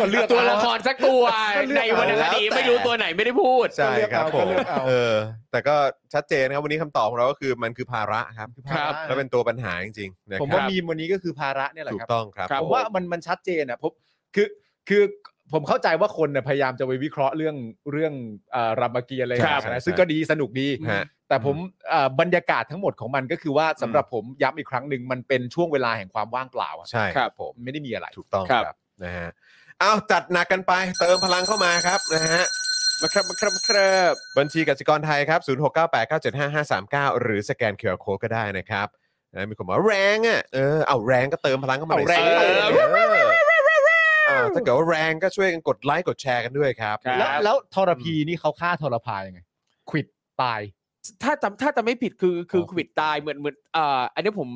ก็ เลือก
ตัวละ
เอา
ครสักตัว
ก็ เลือก
ในวรรณคดี
เอาแล้วแต่
ไม่รู้ตัวไหนไม่ได้พูด
ใช่ครับ
ก็
ผม
เลือกเอาก็เลือกเอา
เออ แต่ก็ชัดเจนนะครับวันนี้คำตอบของเราก็คือมันคือภาระครับ
ครับ
แล้วเป็นตัวปัญหาจริงๆนะ
ผม
ค
ว่า
รับ
มีมวันนี้ก็คือภาระเนี่ยแหละ
ถู
ค
ก
รับ
ต้องครับ
ครับ
ผมว่ามันมันชัดเจนอะผมคือคือผมเข้าใจว่าคนน่ะพยายามจะไปวิเคราะห์เรื่องเรื่องเอ่อรามเกียรติอะไร
ครับ
ต่างๆนะซึ่งก็ดีสนุกดี
ฮะ
แต่ผมเอ่อบรรยากาศทั้งหมดของมันก็คือว่าสำหรับผมย้ำอีกครั้งหนึ่งมันเป็นช่วงเวลาแห่งความว่างเปล่าอะ
ใช่
ครับ
ผม
ไม่ได้มีอะไร
ถูกต้องค
ครั
รับบ นะฮะเอาจัดหนักกันไปเติมพลังเข้ามาครับนะฮะ
มาครับมาครับมาครับ
บัญชีกสิกรไทยครับ 0698975539 หรือสแกนเคอร์โคก็ได้นะครับนะมีคนบอกว่าแรงอ่ะ เออ เอาแรงก็เติมพลังเข้ามาหน่อยสิ
เอาแรง
เออเออถ้าเกิดว่าแรงก็ช่วยกันกดไลค์กดแชร์กันด้วยครับ
แล้วแล้วทรพีนี่เขาฆ่าทรพายังไงควิดตาย
ถ้าจำถ้าจำไม่ผิดคือคือควิดตายเหมือนเหมือนเอ่ออันนี้ผม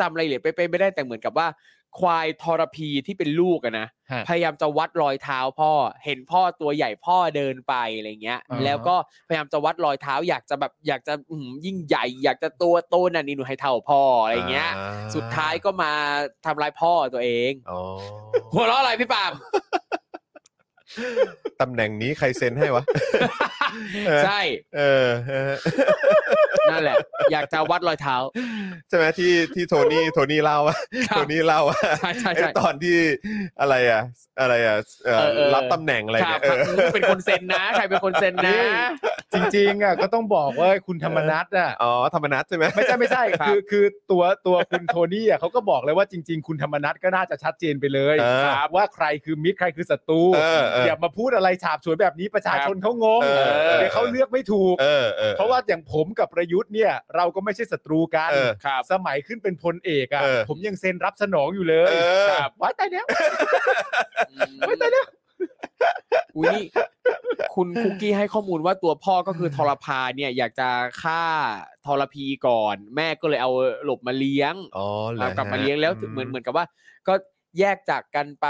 จำอะไรายละเอียดไปๆไม่ได้แต่เหมือนกับว่า ควายทรพีที่เป็นลูกอะนะ
ฮะ
พยายามจะวัดรอยเท้าพ่อ เห็นพ่อตัวใหญ่พ่อเดินไปอะไรเงี้ย
อ่าฮะ
แล้วก็พยายามจะวัดรอยเท้า อยากจะแบบอยากจะอื้อหือยิ่งใหญ่ อยากจะตัวโตนั่นนี่หนูให้เท่าพ่ออะไรเงี้ย สุดท้ายก็มาทำร้ายพ่อตัวเอง
อ๋อ
หัวเราะอะไรพี่ปาล์ม
ตำแหน่งนี้ใครเซ็นให้วะ เออ
ใช่
เออเออ
นั่นแหละ อยากจะวัดรอยเท้า
ใช่ไหมที่ที่โทนี่โทนี่เล่าว่า
ครับ
โทนี่เล่าว่า
ใช่ใช่
ไอ้
ใช่
ตอนที่อะไรอ่ะ อะไรอ่ะเอ่อรับตำแหน่งอะไร
ครั
เนี่ยเอ
บ
อ
ครับเป็นคนเซ็นนะ ใครเป็นคนเซ็นนะ
จริงๆอ่ะก็ต้องบอกว่าคุณธรรมนัทอ่ะ
อ๋อธรรมนัทใช่ไหม
ไม่ใช่ไม่ใช่
ครับ
คือคือตัวตัวคุณโทนี่อ่ะเขาก็บอกเลยว่าจริง ๆ คุณธรรมนัทก็น่าจะชัดเจนไปเลย
เออ
ครับว่าใครคือมิตรใครคือศัตรู
เออเอออย่
ามาพูดอะไรฉาบฉวยแบบนี้ประชาชนเขางง
เออเออ
เดี๋ยวเขาเลือกไม่ถูก
เออออ
เพราะว่าอย่างผมกับประยุทธ์เนี่ย เราก็ไม่ใช่ศัตรูกัน
เออ
ครับ
สมัยขึ้นเป็นพลเอกอ่ะ
เออ
ผมยังเซ็นรับสนองอยู่เลย
เออ
ครับว้ายตายแล้ว
ไม่แต่เนี่ยอุ้ยนี่คุณคุกกี้ให้ข้อมูลว่าตัวพ่อก็คือทรพาเนี่ย อยากจะฆ่าทรพีก่อน แม่ก็เลยเอาหลบมาเลี้ยง
อ๋อหร
เอา
ฮะ
กลับมาเลี้ยงแล้วถึงเหมือนเหมือนกับว่า ก็แยกจากกันไป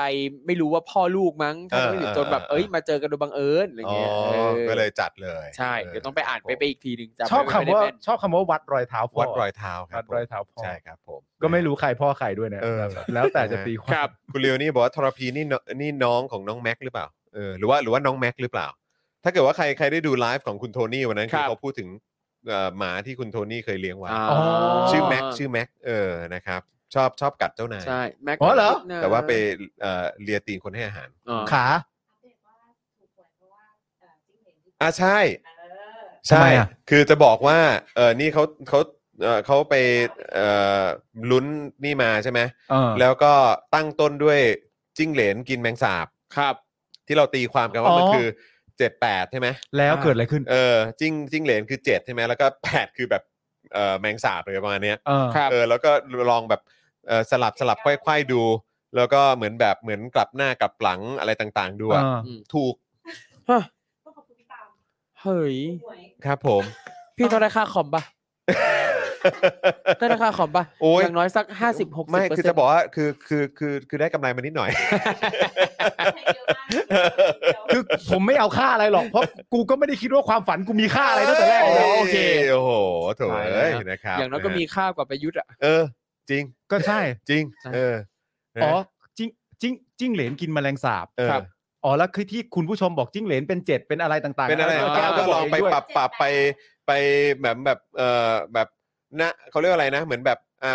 ไม่รู้ว่าพ่อลูกมั้งถ้าไม่หรือจนแบบเอ้ยมาเจอกันโดยบังเอิญอะไร
อ๋อ
เงี้ยเออ
ก็เลยจัดเลย
ใช่ เดี๋ยวต้องไปอ่านไปไปอีกทีหนึ่งจำ
ชอบ
ไม่
คำ
ค่ยได้
ว่า
แม่น
ชอบคำว่าวัดรอยเท้าพ่อ
วัดรอยเท้าครั
วั
บ
ดรอยเท้าพ่อ
ใช่ครับผม
ก็ไม่รู้ใครพ่อใครด้วยนะ
เออ
แล้วแต่จะ
นะฮะ
ตีความ
คุณเลียวนี่บอกว่าทรพีนี่น้องนี่น้องของน้องแม็กหรือเปล่าเออหรือว่าหรือว่าน้องแม็กหรือเปล่า ถ้าเกิดว่าใครใครได้ดูไลฟ์ของคุณโทนี่วันนั้น
ค
คื
รั
อบ เขาพูดถึงเอ่อหมาที่คุณโทนี่เคยเลี้ยงไว้
อ่า
อ๋อ
ชื่อแม็กชื่อแม็กเออนะครับชอบชอบกัดเจ้านาย
ใช่แม็ก
อ๋อเหรอ
แต่ว่าไปเอ่อเลียตีนคนให้อาหาร
อ่า
ขา
อ่ะใช่
ทำ
ใช่
ไมอ่ะ
คือจะบอกว่า เออนี่เขาเขาเออเขาไป เออลุ้นนี่มาใช่ไหม
เออ
แล้วก็ตั้งต้นด้วยจิ้งเหลนกินแมงสาบ
ครับ
ที่เราตีความกันว่ามัน
อ๋อ
คือเจ็ดแปดใช่ไหม
แล้วเกิดอะไรขึ้น
เออจิ้งจิ้งเหลนคือเจ็ดใช่ไหมแล้วก็แปดคือแบบเออแมงสาบเลยประมาณเนี้ย
เออ
ครับ
เออแล้วก็ลองแบบเออสลับสลับไขว้ๆดู แล้วก็เหมือนแบบเหมือนกลับหน้ากลับหลังอะไรต่างๆ ดู
เอ
อะ
อ
ถูก
เฮ้ย
ครับผม
พี่ต้องได้ค่าคอมปะ ได้ราคาคอมปะ
โอ้ย
อย่างน้อยสักห้าสิบหกสิบ
ไม่
เปอร์
คือ
เซ็น
จะ
ต์
บอกว่าคือคือคือคือได้กำไรมานิดหน่อย
คือผมไม่เอาค่าอะไรหรอก เพราะกูก็ไม่ได้คิดว่าความฝันกูมีค่าอะไรตั้งแต่แรก
เ
เลย
โอเค
โอ้โหโถ
ตายแล้
เอ้ยว นะครับ
อย่างน้อยก็มีข้าวกว่าประยุทธ์อ่ะ
เออ จริง
ก็ใช่
จริง
ใช่
เออนะ
อ๋อจิ้งจิ้งจิ้งเหลนกินแมลงสาบ
เออ
ครับ
อ๋อแล้วคือที่คุณผู้ชมบอกจิ้งเหลนเป็นเจ็ดเป็นอะไรต่างๆ
เป็นอะไร
เออ
ก็ก็ลองไป
ด้วย
ปรับปรับไปไปแบบแบบเออแบบนะเขาเรียกว่าอะไรนะ เหมือนแบบอ่า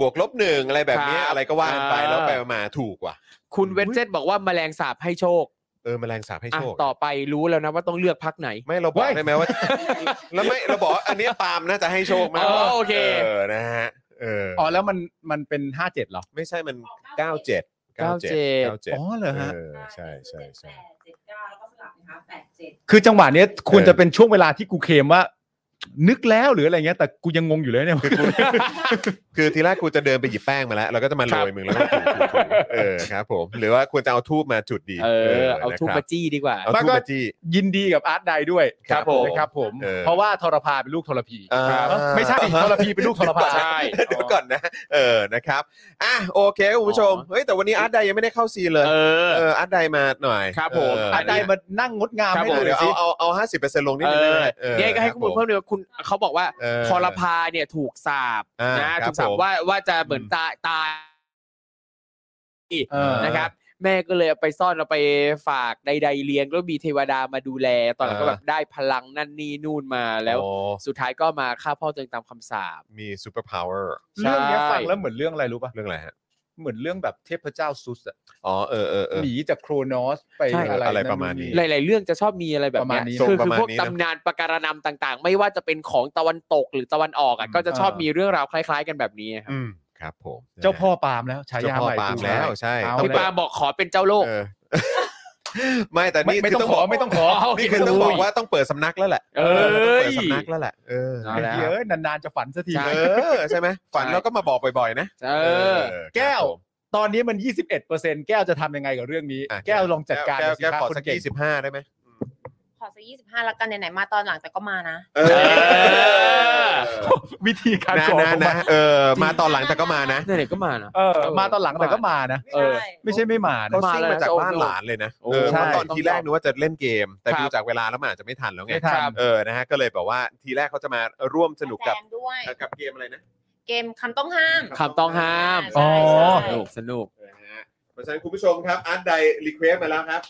บวกลบหนึ่งอะไรแบบเนี้ย
ครับ
อะไรก็ว่ากันไป
อ่า
แล้วไปมาถูกว่ะ
คุณเวนเจตบอกว่าแมลงสาบให้โชค
เออแมลงสาบให้
อ่ะ
โชค
ต่อไปรู้แล้วนะว่าต้องเลือกพักไหน
ไม่เราบอก
เว้ย
ได้ไหมว่า แล้วไม่เราบอกว่าอันเนี้ยปาล์มน่าจะให้โชคมากกว่า
อ๋อโอเค
เออนะฮะเออ
อ๋อแล้วมันมันเป็นห้าเจ็ดหรอ
ไม่ใช่มัน 97
97
97
อ๋อเหรอฮะ
เออใช่ใช่ใช่
เจ็ดเก้าแล้วก็สลับนะคะแปดเจ็ด
คือจังหวะเนี้ยควร
เออ
จะเป็นช่วงเวลาที่กูเคลมว่า นึกแล้วหรืออะไรเงี้ยแต่กูยังงงอยู่เลยเนี่ย
คือทีแรกกูจะเดินไปหยิบแป้งมาแล้วเราก็จะมาโรยมึงแล้วก็ถูถูถูเออครับผมหรือว่าควรจะเอาทูบมาจุดดี
เออ เอาทุบ
นะค
มา
รับ
จี้ดีกว่า
เอาทูบมาจี้
ยินดีกับอาร์ตไดด้วย
ครับผม
นะครับผม
เออ
เพราะว่าทรพาเป็นลูกทรพี
เออ
ไม่ใช่ทรพีเป็นลูกทรพา
ใช่
เดี๋ยวก่อนนะเออนะครับอ่ะโอเคคุณผู้ชมเฮ้ยแต่วันนี้อาร์ตไดยังไม่ได้เข้าซีนเลย
เออ
เอออาร์ตไดมาหน่อย
ครับผม
เ
อาร์ตไดมานั่งงดงาม
ครับ
ให้
ผม
ดู
เดี๋ยว
สิ
เอาเอาเอาห้าสิบเปอร์เซ็นต์ลงนิด
เอ
นึง
อ
ได้ไหมออ
เนี่ยก็ให้ข้อมูล
ครับผ
เพิ่มเลยว่าคุณเขาบอกว่า
เออ
ทรพาเนี่ยถูกสาบ
อ่าน
นะครับ ถูกสาบ
ผม
ว่าว่าจะเหมือนตายตาย
เออ
นะครับ แม่ก็เลยเอาไปซ่อนเอาไปฝากใดๆเลี้ยงแล้วมีเทวดามาดูแล ตอนหลังก็แบบได้พลังนั่นนี่นู่นมาแล้ว
โอ้
สุดท้ายก็มาฆ่าพ่อตัวเองตามคำสาป
มีซูเปอร์พาวเวอร์
ใช่
เรื่องเนี้ยฟังแล้วเหมือนเรื่องอะไรรู้ป่ะ
เรื่องอะไรฮะ
เหมือนเรื่องแบบเทพเจ้าซุสอะ
อ๋อเออเออเออ
หนีจากโครนอสไป
ใช่
อะไร
อะไรประมาณนี้
หลาย ๆ เรื่องจะชอบมีอะไรแบบ
ประมาณ
เนี้ย
นี้
ส่ง
คือ
ป
คือ
ระมาณ
พวก
นี้นะ
ตำนานปะการนำต่าง ๆ ไม่ว่าจะเป็นของตะวันตกหรือตะวันออกอ่ะก็จะชอบมีเรื่องราวคล้าย ๆ กันแบบนี้ครับ
อืมครับผม
เจ้าพ่อปาล์มแล้วฉายา
เจ้าพ่อ
ใหม่
ปาล์ม
กู
แล้วใช่
เอา
ต้
พี่
ง
แล้
ปาว บอกขอเป็นเจ้าโลก
เออ ไม่แต่
ไม่
นี่
ไม่
คื
ต้องขอไม่ต้องขอ
นี่คือต้องบอกว่าต้องเปิดสำนักแล้วแหละ
เอ้ย
ต้องเปิดสำนักแล้วแหละเออ
เอาแล้ว
เยอะนานๆจะฝันสักที
ใช่
เออใช่ไหมฝันแล้วก็มาบอกบ่อยๆนะ
เออ
แก้ว ตอนนี้มัน 21%แก้วจะทำยังไงกับเรื่องนี้
ครับผมะ
แก้วลองจัดการ
แก้ว
หน่ยสิ
แก้ว
ครับ
ขอ
คน
สัก
เก่ง
ยี่สิบห้าได้ไหม
ขอสักยี่สิบห้าละกันไหนๆมาตอนหลังแต่ก็มานะ
เออ
วิธีการ
นะ
ข
นะ
อของมั
นะ
น
เออมาตอนหลังแต่ก็มานะ
นั่นแหละก็มานะ
เออมาตอนหลังแต่ก็มานะ
เออ
ไม่ใช่ไม่มานะ
เขาซิ่งมาจากบ้านหลานเลยนะ
โอ้
เออ
ใช่
เพราะตอนทีแรกนึกว่าจะเล่นเกม แต่
ครับ
ดูจากเวลาแล้วมันอาจจะไม่ทันแล้วไง
ไม่ทัน
ครับ
เออนะฮะก็เลยแบบว่าทีแรกเขาจะมาร่วมสนุกกับ
แจมด้วย
กับเกมอะไรนะ
เกมคำต้องห้าม
คำต้องห้าม
อ๋อ
สนุกสนุก
นะฮะเพราะฉะนั้นคุณผู้ชมครับอาร์ตไดรีเควสมาแล้วครับ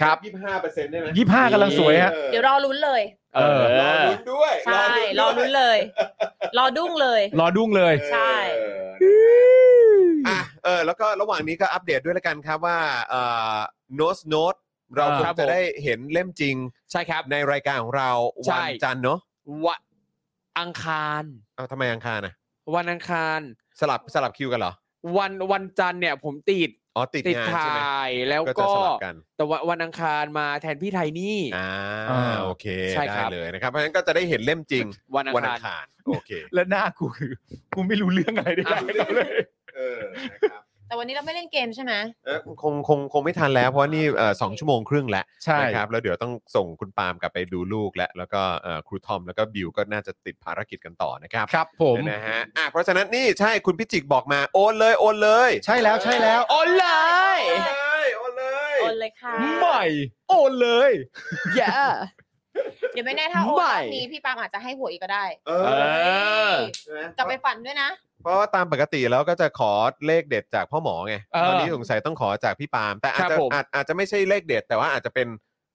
ครับ
ยี่สิบห้าเปอร์เซ็นต์ได้ไหม
ยี่ห้ากำลังสวยฮะ
ออ
เดี๋ยวรอลุ้นเลย
เออ
เอ
รอลุ้นด้วย
ใช่ รอลุ้นเลย รอดุ้งเลย
รอดุ้งเลย
ใช่
เอออ่ะเออแล้วก็ระหว่างนี้ก็อัปเดตด้วยแล้วกันครับว่าเอ่อโน้ตโน้ตเราค
ครั
ง
บผม
จะได้เห็นเล่มจริง
ใช่ครับ
ในรายการของเรา
ใช่
วันจันทร์เนาะ
วะอังคาร
เอาทำไมอังคารนะ
วันอังคาร
สลับสลับคิวกันเหรอ
วันวันจันทร์เนี่ยผมติด
อ๋อติด
ติด
งาน
ถ่
ใช่ไหม
ายแล้ว
จะ
ก็
สลับกัน
แต่วันวันอังคารมาแทนพี่ไทนี่
อ่า
อ่า
โอเค
ใช่ค
ได้
รับ
เลยนะครับเพราะฉะนั้นก็จะได้เห็นเล่มจริง
วันอัง
วันอั
คาร
งคารโอเค
และหน้ากูคือกูไม่รู้เรื่องอะไรได้
อ่ะ
เลย
เออนะครับ
แต่วันนี้เราไม่เล่นเกมใช่ไหม
เอ้ยคงคงคงไม่ทันแล้วเพราะว่านี่เอ่อสองชั่วโมงครึ่งแล้ว
ใช่
นะครับแล้วเดี๋ยวต้องส่งคุณปาล์มกลับไปดูลูกและแล้วก็เอ่อครูทอมแล้วก็บิวก็น่าจะติดภารกิจกันต่อนะครับ
ครับผม
นะฮะอ่ะเพราะฉะนั้นนี่ใช่คุณพิจิกบอกมาโอนเลยโอนเลย
ใช่แล้วใช่แล้ว
ออนไลน์
โอนเลยโอนเลย
โอนเลยค่ะ
ใหม่ โอนเลย
อ ย่า
เดี๋ยวไม่แน่ถ้าโอน
ไม่
รอบนี้พี่ปาล์มอาจจะให้หวยอีกก็ได้
เอ
เอ
อ
อ
ใช่ไหม
กลับไปฝันด้วยนะ
เพราะว่าตามปกติแล้วก็จะขอเลขเด็ดจากพ่อหมอไง
เออ
วันนี้สงสัยต้องขอจากพี่ปาล์มแต่อาจ
ครั
จะ
บผม
อาจอาจจะไม่ใช่เลขเด็ด แต่ว่าอาจจะเป็น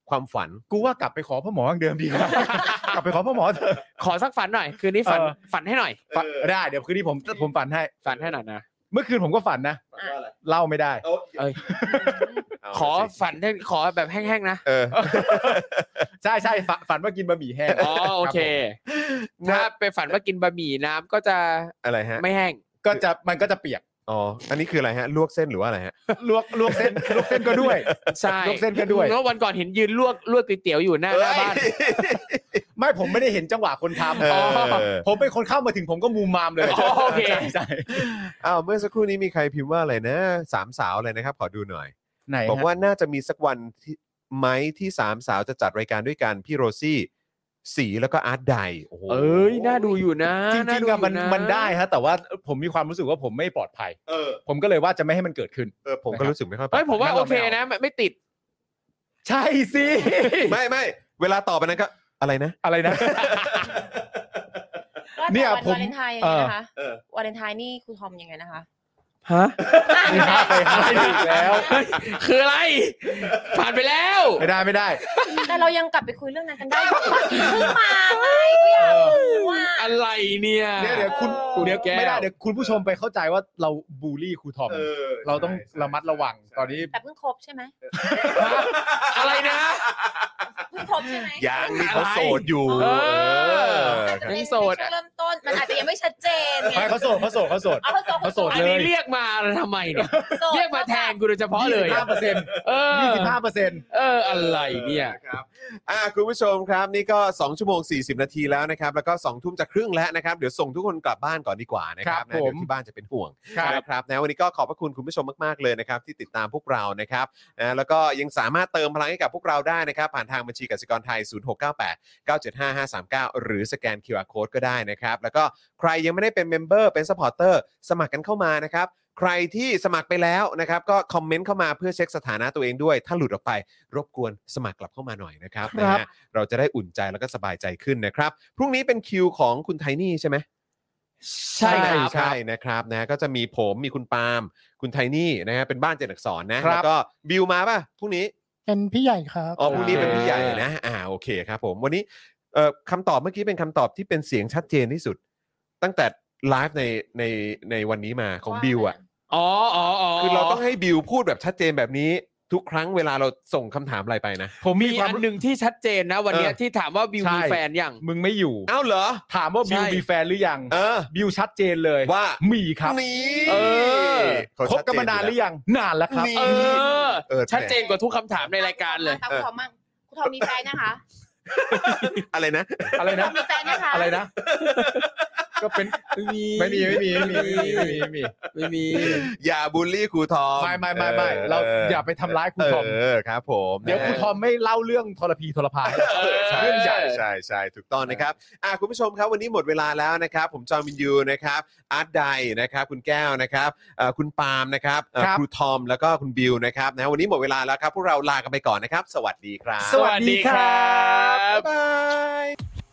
ความฝัน
กูว่ากลับไปขอพ่อหมออย่างเดิมดีกว่า กลับไปขอพ่อหมอเถอะ
ขอสักฝันหน่อย คืนนี้ฝัน
เออ
ฝันให้หน่อย
ฝัน
ได้เดี๋ยวคืนนี้ผมผมฝันให้
ฝันให้หน่อยนะ
เมื่อคืนผมก็ฝันนะ
ฝันว่าอะไร
เล่าไม่ได้
เอ้ย
เอ้ย
เอา
ขอ
สิ
ฝันให้ขอแบบแห้งๆนะ
เออ
ใช่ใช่ฝันฝันว่ากินบะหมี่แห้ง
อ๋อโอเค ถ้าไปฝันว่ากินบะหมี่น้ำก็จะ
อะไรฮะ
ไม่แห้ง
ก็จะมันก็จะเปียก
อ๋อ อันนี้คืออะไรฮะ ลวกเส้นหรือว่าอะไรฮะ
ลวกลวกเส้นลวกเส้นก็ด้วย
ใช่
ลวกเส้นก็ด้วย
แล้ววันก่อนเห็นยืนลวกลวกก๋วยเตี๋ยวอยู่หน้าหน้าบ้าน
ไม่ผมไม่ได้เห็นจังหวะคนท
เออ
ำผมเป็นคนเข้ามาถึงผมก็มูมามเลย
อ๋อโอเค
ใช่ใช่
อ้าวเมื่อสักครู่นี้มีใครพิมพ์ว่าอะไรนะ สามสาวเลยนะครับ ขอดูหน่อย
ไหน
บอก
ฮะ
ว่าน่าจะมีสักวันที่ไหมที่สามสาวจะจัดรายการด้วยกัน พี่โรซี่ สีแล้วก็อาร์ตไดโอ้โห
เอ้ยน่าดูอยู่นะ
จริงๆ
า
อะมัน
อยู่ะ
มันได้ฮะแต่ว่าผมมีความรู้สึกว่าผมไม่ปลอดภัย
เออ
ผมก็เลยว่าจะไม่ให้มันเกิดขึ้น
เออผมก็รู้สึกไม่ค่อยปลอด
เอ้ยผมว่า
งั้น
โอ
เรา
เค
ไม่เอา
นะไม่ไม่ติด
ใช่สิ
ไม่ไม่เวลาตอบไปนั้นก็ อะไรนะ
อะไรนะ
ว่าแต่
เนี่ย
วัน
ผม
วาเลนไทน์
เออ
นะคะ
เออ
วาเลนไทน์นี่ครูทอมยังไงนะคะ
ฮะ
ไม่ได้ไปหาอีกแล้ว
คืออะไร ผ่านไปแล้ว
ไม่ได้ไม่ได้
แต่เรายังกลับไปคุยเรื่องนั้นกันได้อยู่ปะเพิ่งมาไงก็อยากรู้ว่า
อะไรเนี่ย
เดี๋ยวเดี๋ยวคุณ
ครู
เดี๋ยว
แก้ว
ไม่ได้เดี๋ยวคุณผู้ชมไปเข้าใจว่าเราบูลลี่ครูทอม
เออ
เราต้อง
ใช่ใช่
ระมัดระวัง
ใช่
ตอนนี้
แต่เพิ่งครบใช่ไหม
อะไรนะ
เพิ่งครบใช่ไหม
ยังนี่เขาโสดอยู่
เออ
เออ
มันเป็น
ยังโสดอะ
ช่วงเริ่มต้นมันอาจจะยังไม่ชัดเจนไง
ไม่เขาโสดเขาโสดเขาโสด
เอาเขาโสด
เขาโสด
อันนี้เรียกมาทำไมเนี่ย
โสด
เรียกมาแทนกูโดยเฉพาะเลย
ห้าเปอร์เซ็นต์
เออ
ยี่สิบห้าเปอร์เซ็นต์
เออ อะไรเนี่ย
ครับ
อ่ะคุณผู้ชมครับนี่ก็ 2 ชั่วโมง 40 นาทีแล้วนะครับ แล้วก็ 2 ทุ่มจะครึ่งแล้วนะครับ เดี๋ยวส่งทุกคนกลับบ้านก่อนดีกว่านะครับ
ครับ
นะเดี๋ยว
ผม
ที่บ้านจะเป็นห่วง
ครับ
นะครับนะวันนี้ก็ขอบพระคุณคุณผู้ชมมาก ๆ เลยนะครับ ที่ติดตามพวกเรานะครับนะแล้วก็ยังสามารถเติมพลังให้กับพวกเราได้นะครับ ผ่านทางบัญชีกสิกรไทย 0698 975539 หรือสแกน QR Code ก็ได้นะครับ แล้วก็ใครยังไม่ได้เป็นเมมเบอร์เป็นสปอร์เตอร์สมัครกันเข้ามานะครับ ใครที่สมัครไปแล้วนะครับ ก็คอมเมนต์เข้ามาเพื่อเช็คสถานะตัวเองด้วย ถ้าหลุดออกไป รบกวนสมัครกลับเข้ามาหน่อยนะครับ
ครับ
นะฮะเราจะได้อุ่นใจแล้วก็สบายใจขึ้นนะครับ พรุ่งนี้เป็นคิวของคุณไทนี่ใช่ไหม
ใช่ครับ
ใช่นะครับนะก็จะมีผมมีคุณปาล์มคุณไทนี่นะฮะเป็นบ้านเจนอักสอนนะครับ แล้วก็บิวมาป่ะพรุ่งนี้
เป็นพี่ใหญ่ครับ
อ๋อพรุ่งนี้
โอเค
เป็นพี่ใหญ่นะอ่าโอเคครับผมวันนี้เอ่อคำตอบเมื่อกี้เป็นคำตอบที่เป็นเสียงชัดเจนที่สุด ตั้งแต่ไลฟ์ในในในวันนี้มาของบิวอ่ะ
อ๋ออ๋ออ๋อ
คือเราต้องให้บิวพูดแบบชัดเจนแบบนี้ ทุกครั้งเวลาเราส่งคำถามอะไรไปนะ
ผมมี
มี
ความ
อัน
รู้
หนึ่งที่ชัดเจนนะ วันเนี้ย
เออ
ที่ถามว่าบิว
ใช่
มีแฟนยัง
มึงไม่อยู่
อ้าวเหรอ
ถามว่าบิว
ใช่
มีแฟนหรือยัง
เออ
บิวชัดเจนเลย
ว่า
มีครับ
นี่
เออ
เข
คบกันมานานหรือยัง นานแล้วครับ
นี่
เออ
เออ
ชัดเจนกว่าทุกคำถามในรายการเลย
ตามครูทอมมั่งครูทอมมีแฟนนะคะ
อะไรนะ
อะไร
ครูท
นะ
อมมีแฟนนะคะ
อะไรนะ ก็เป็นไม่มีไม่มีไม่มีไม่มีไม่มี
ไม่มี
อย่าบูลลี่ครูทอม
ไม่ไม่ไม่ไม่
ออ
เราอย่าไปทำร้ายครูทอม
เออครับ ผม
เดี๋ยวครูทอมไม่เล่าเรื่องทรพีทรพาย
เออใช่
เรื่องใหญ่
ใช่ใช่ใช่ถูกต้องนะครับอ่ะคุณผู้ชมครับวันนี้หมดเวลาแล้วนะครับ ผมจอห์นวินยูนะครับอาร์ตไดนะครับ คุณแก้วนะครับเอ่อคุณปาล์มนะครับเอ่อ
ครับ
ครูทอมแล้วก็คุณบิวนะครับนะวันนี้หมดเวลาแล้วครับ พวกเราลากันไปก่อนนะครับ สวัสดีครับ
สวัสดีครับ
บาย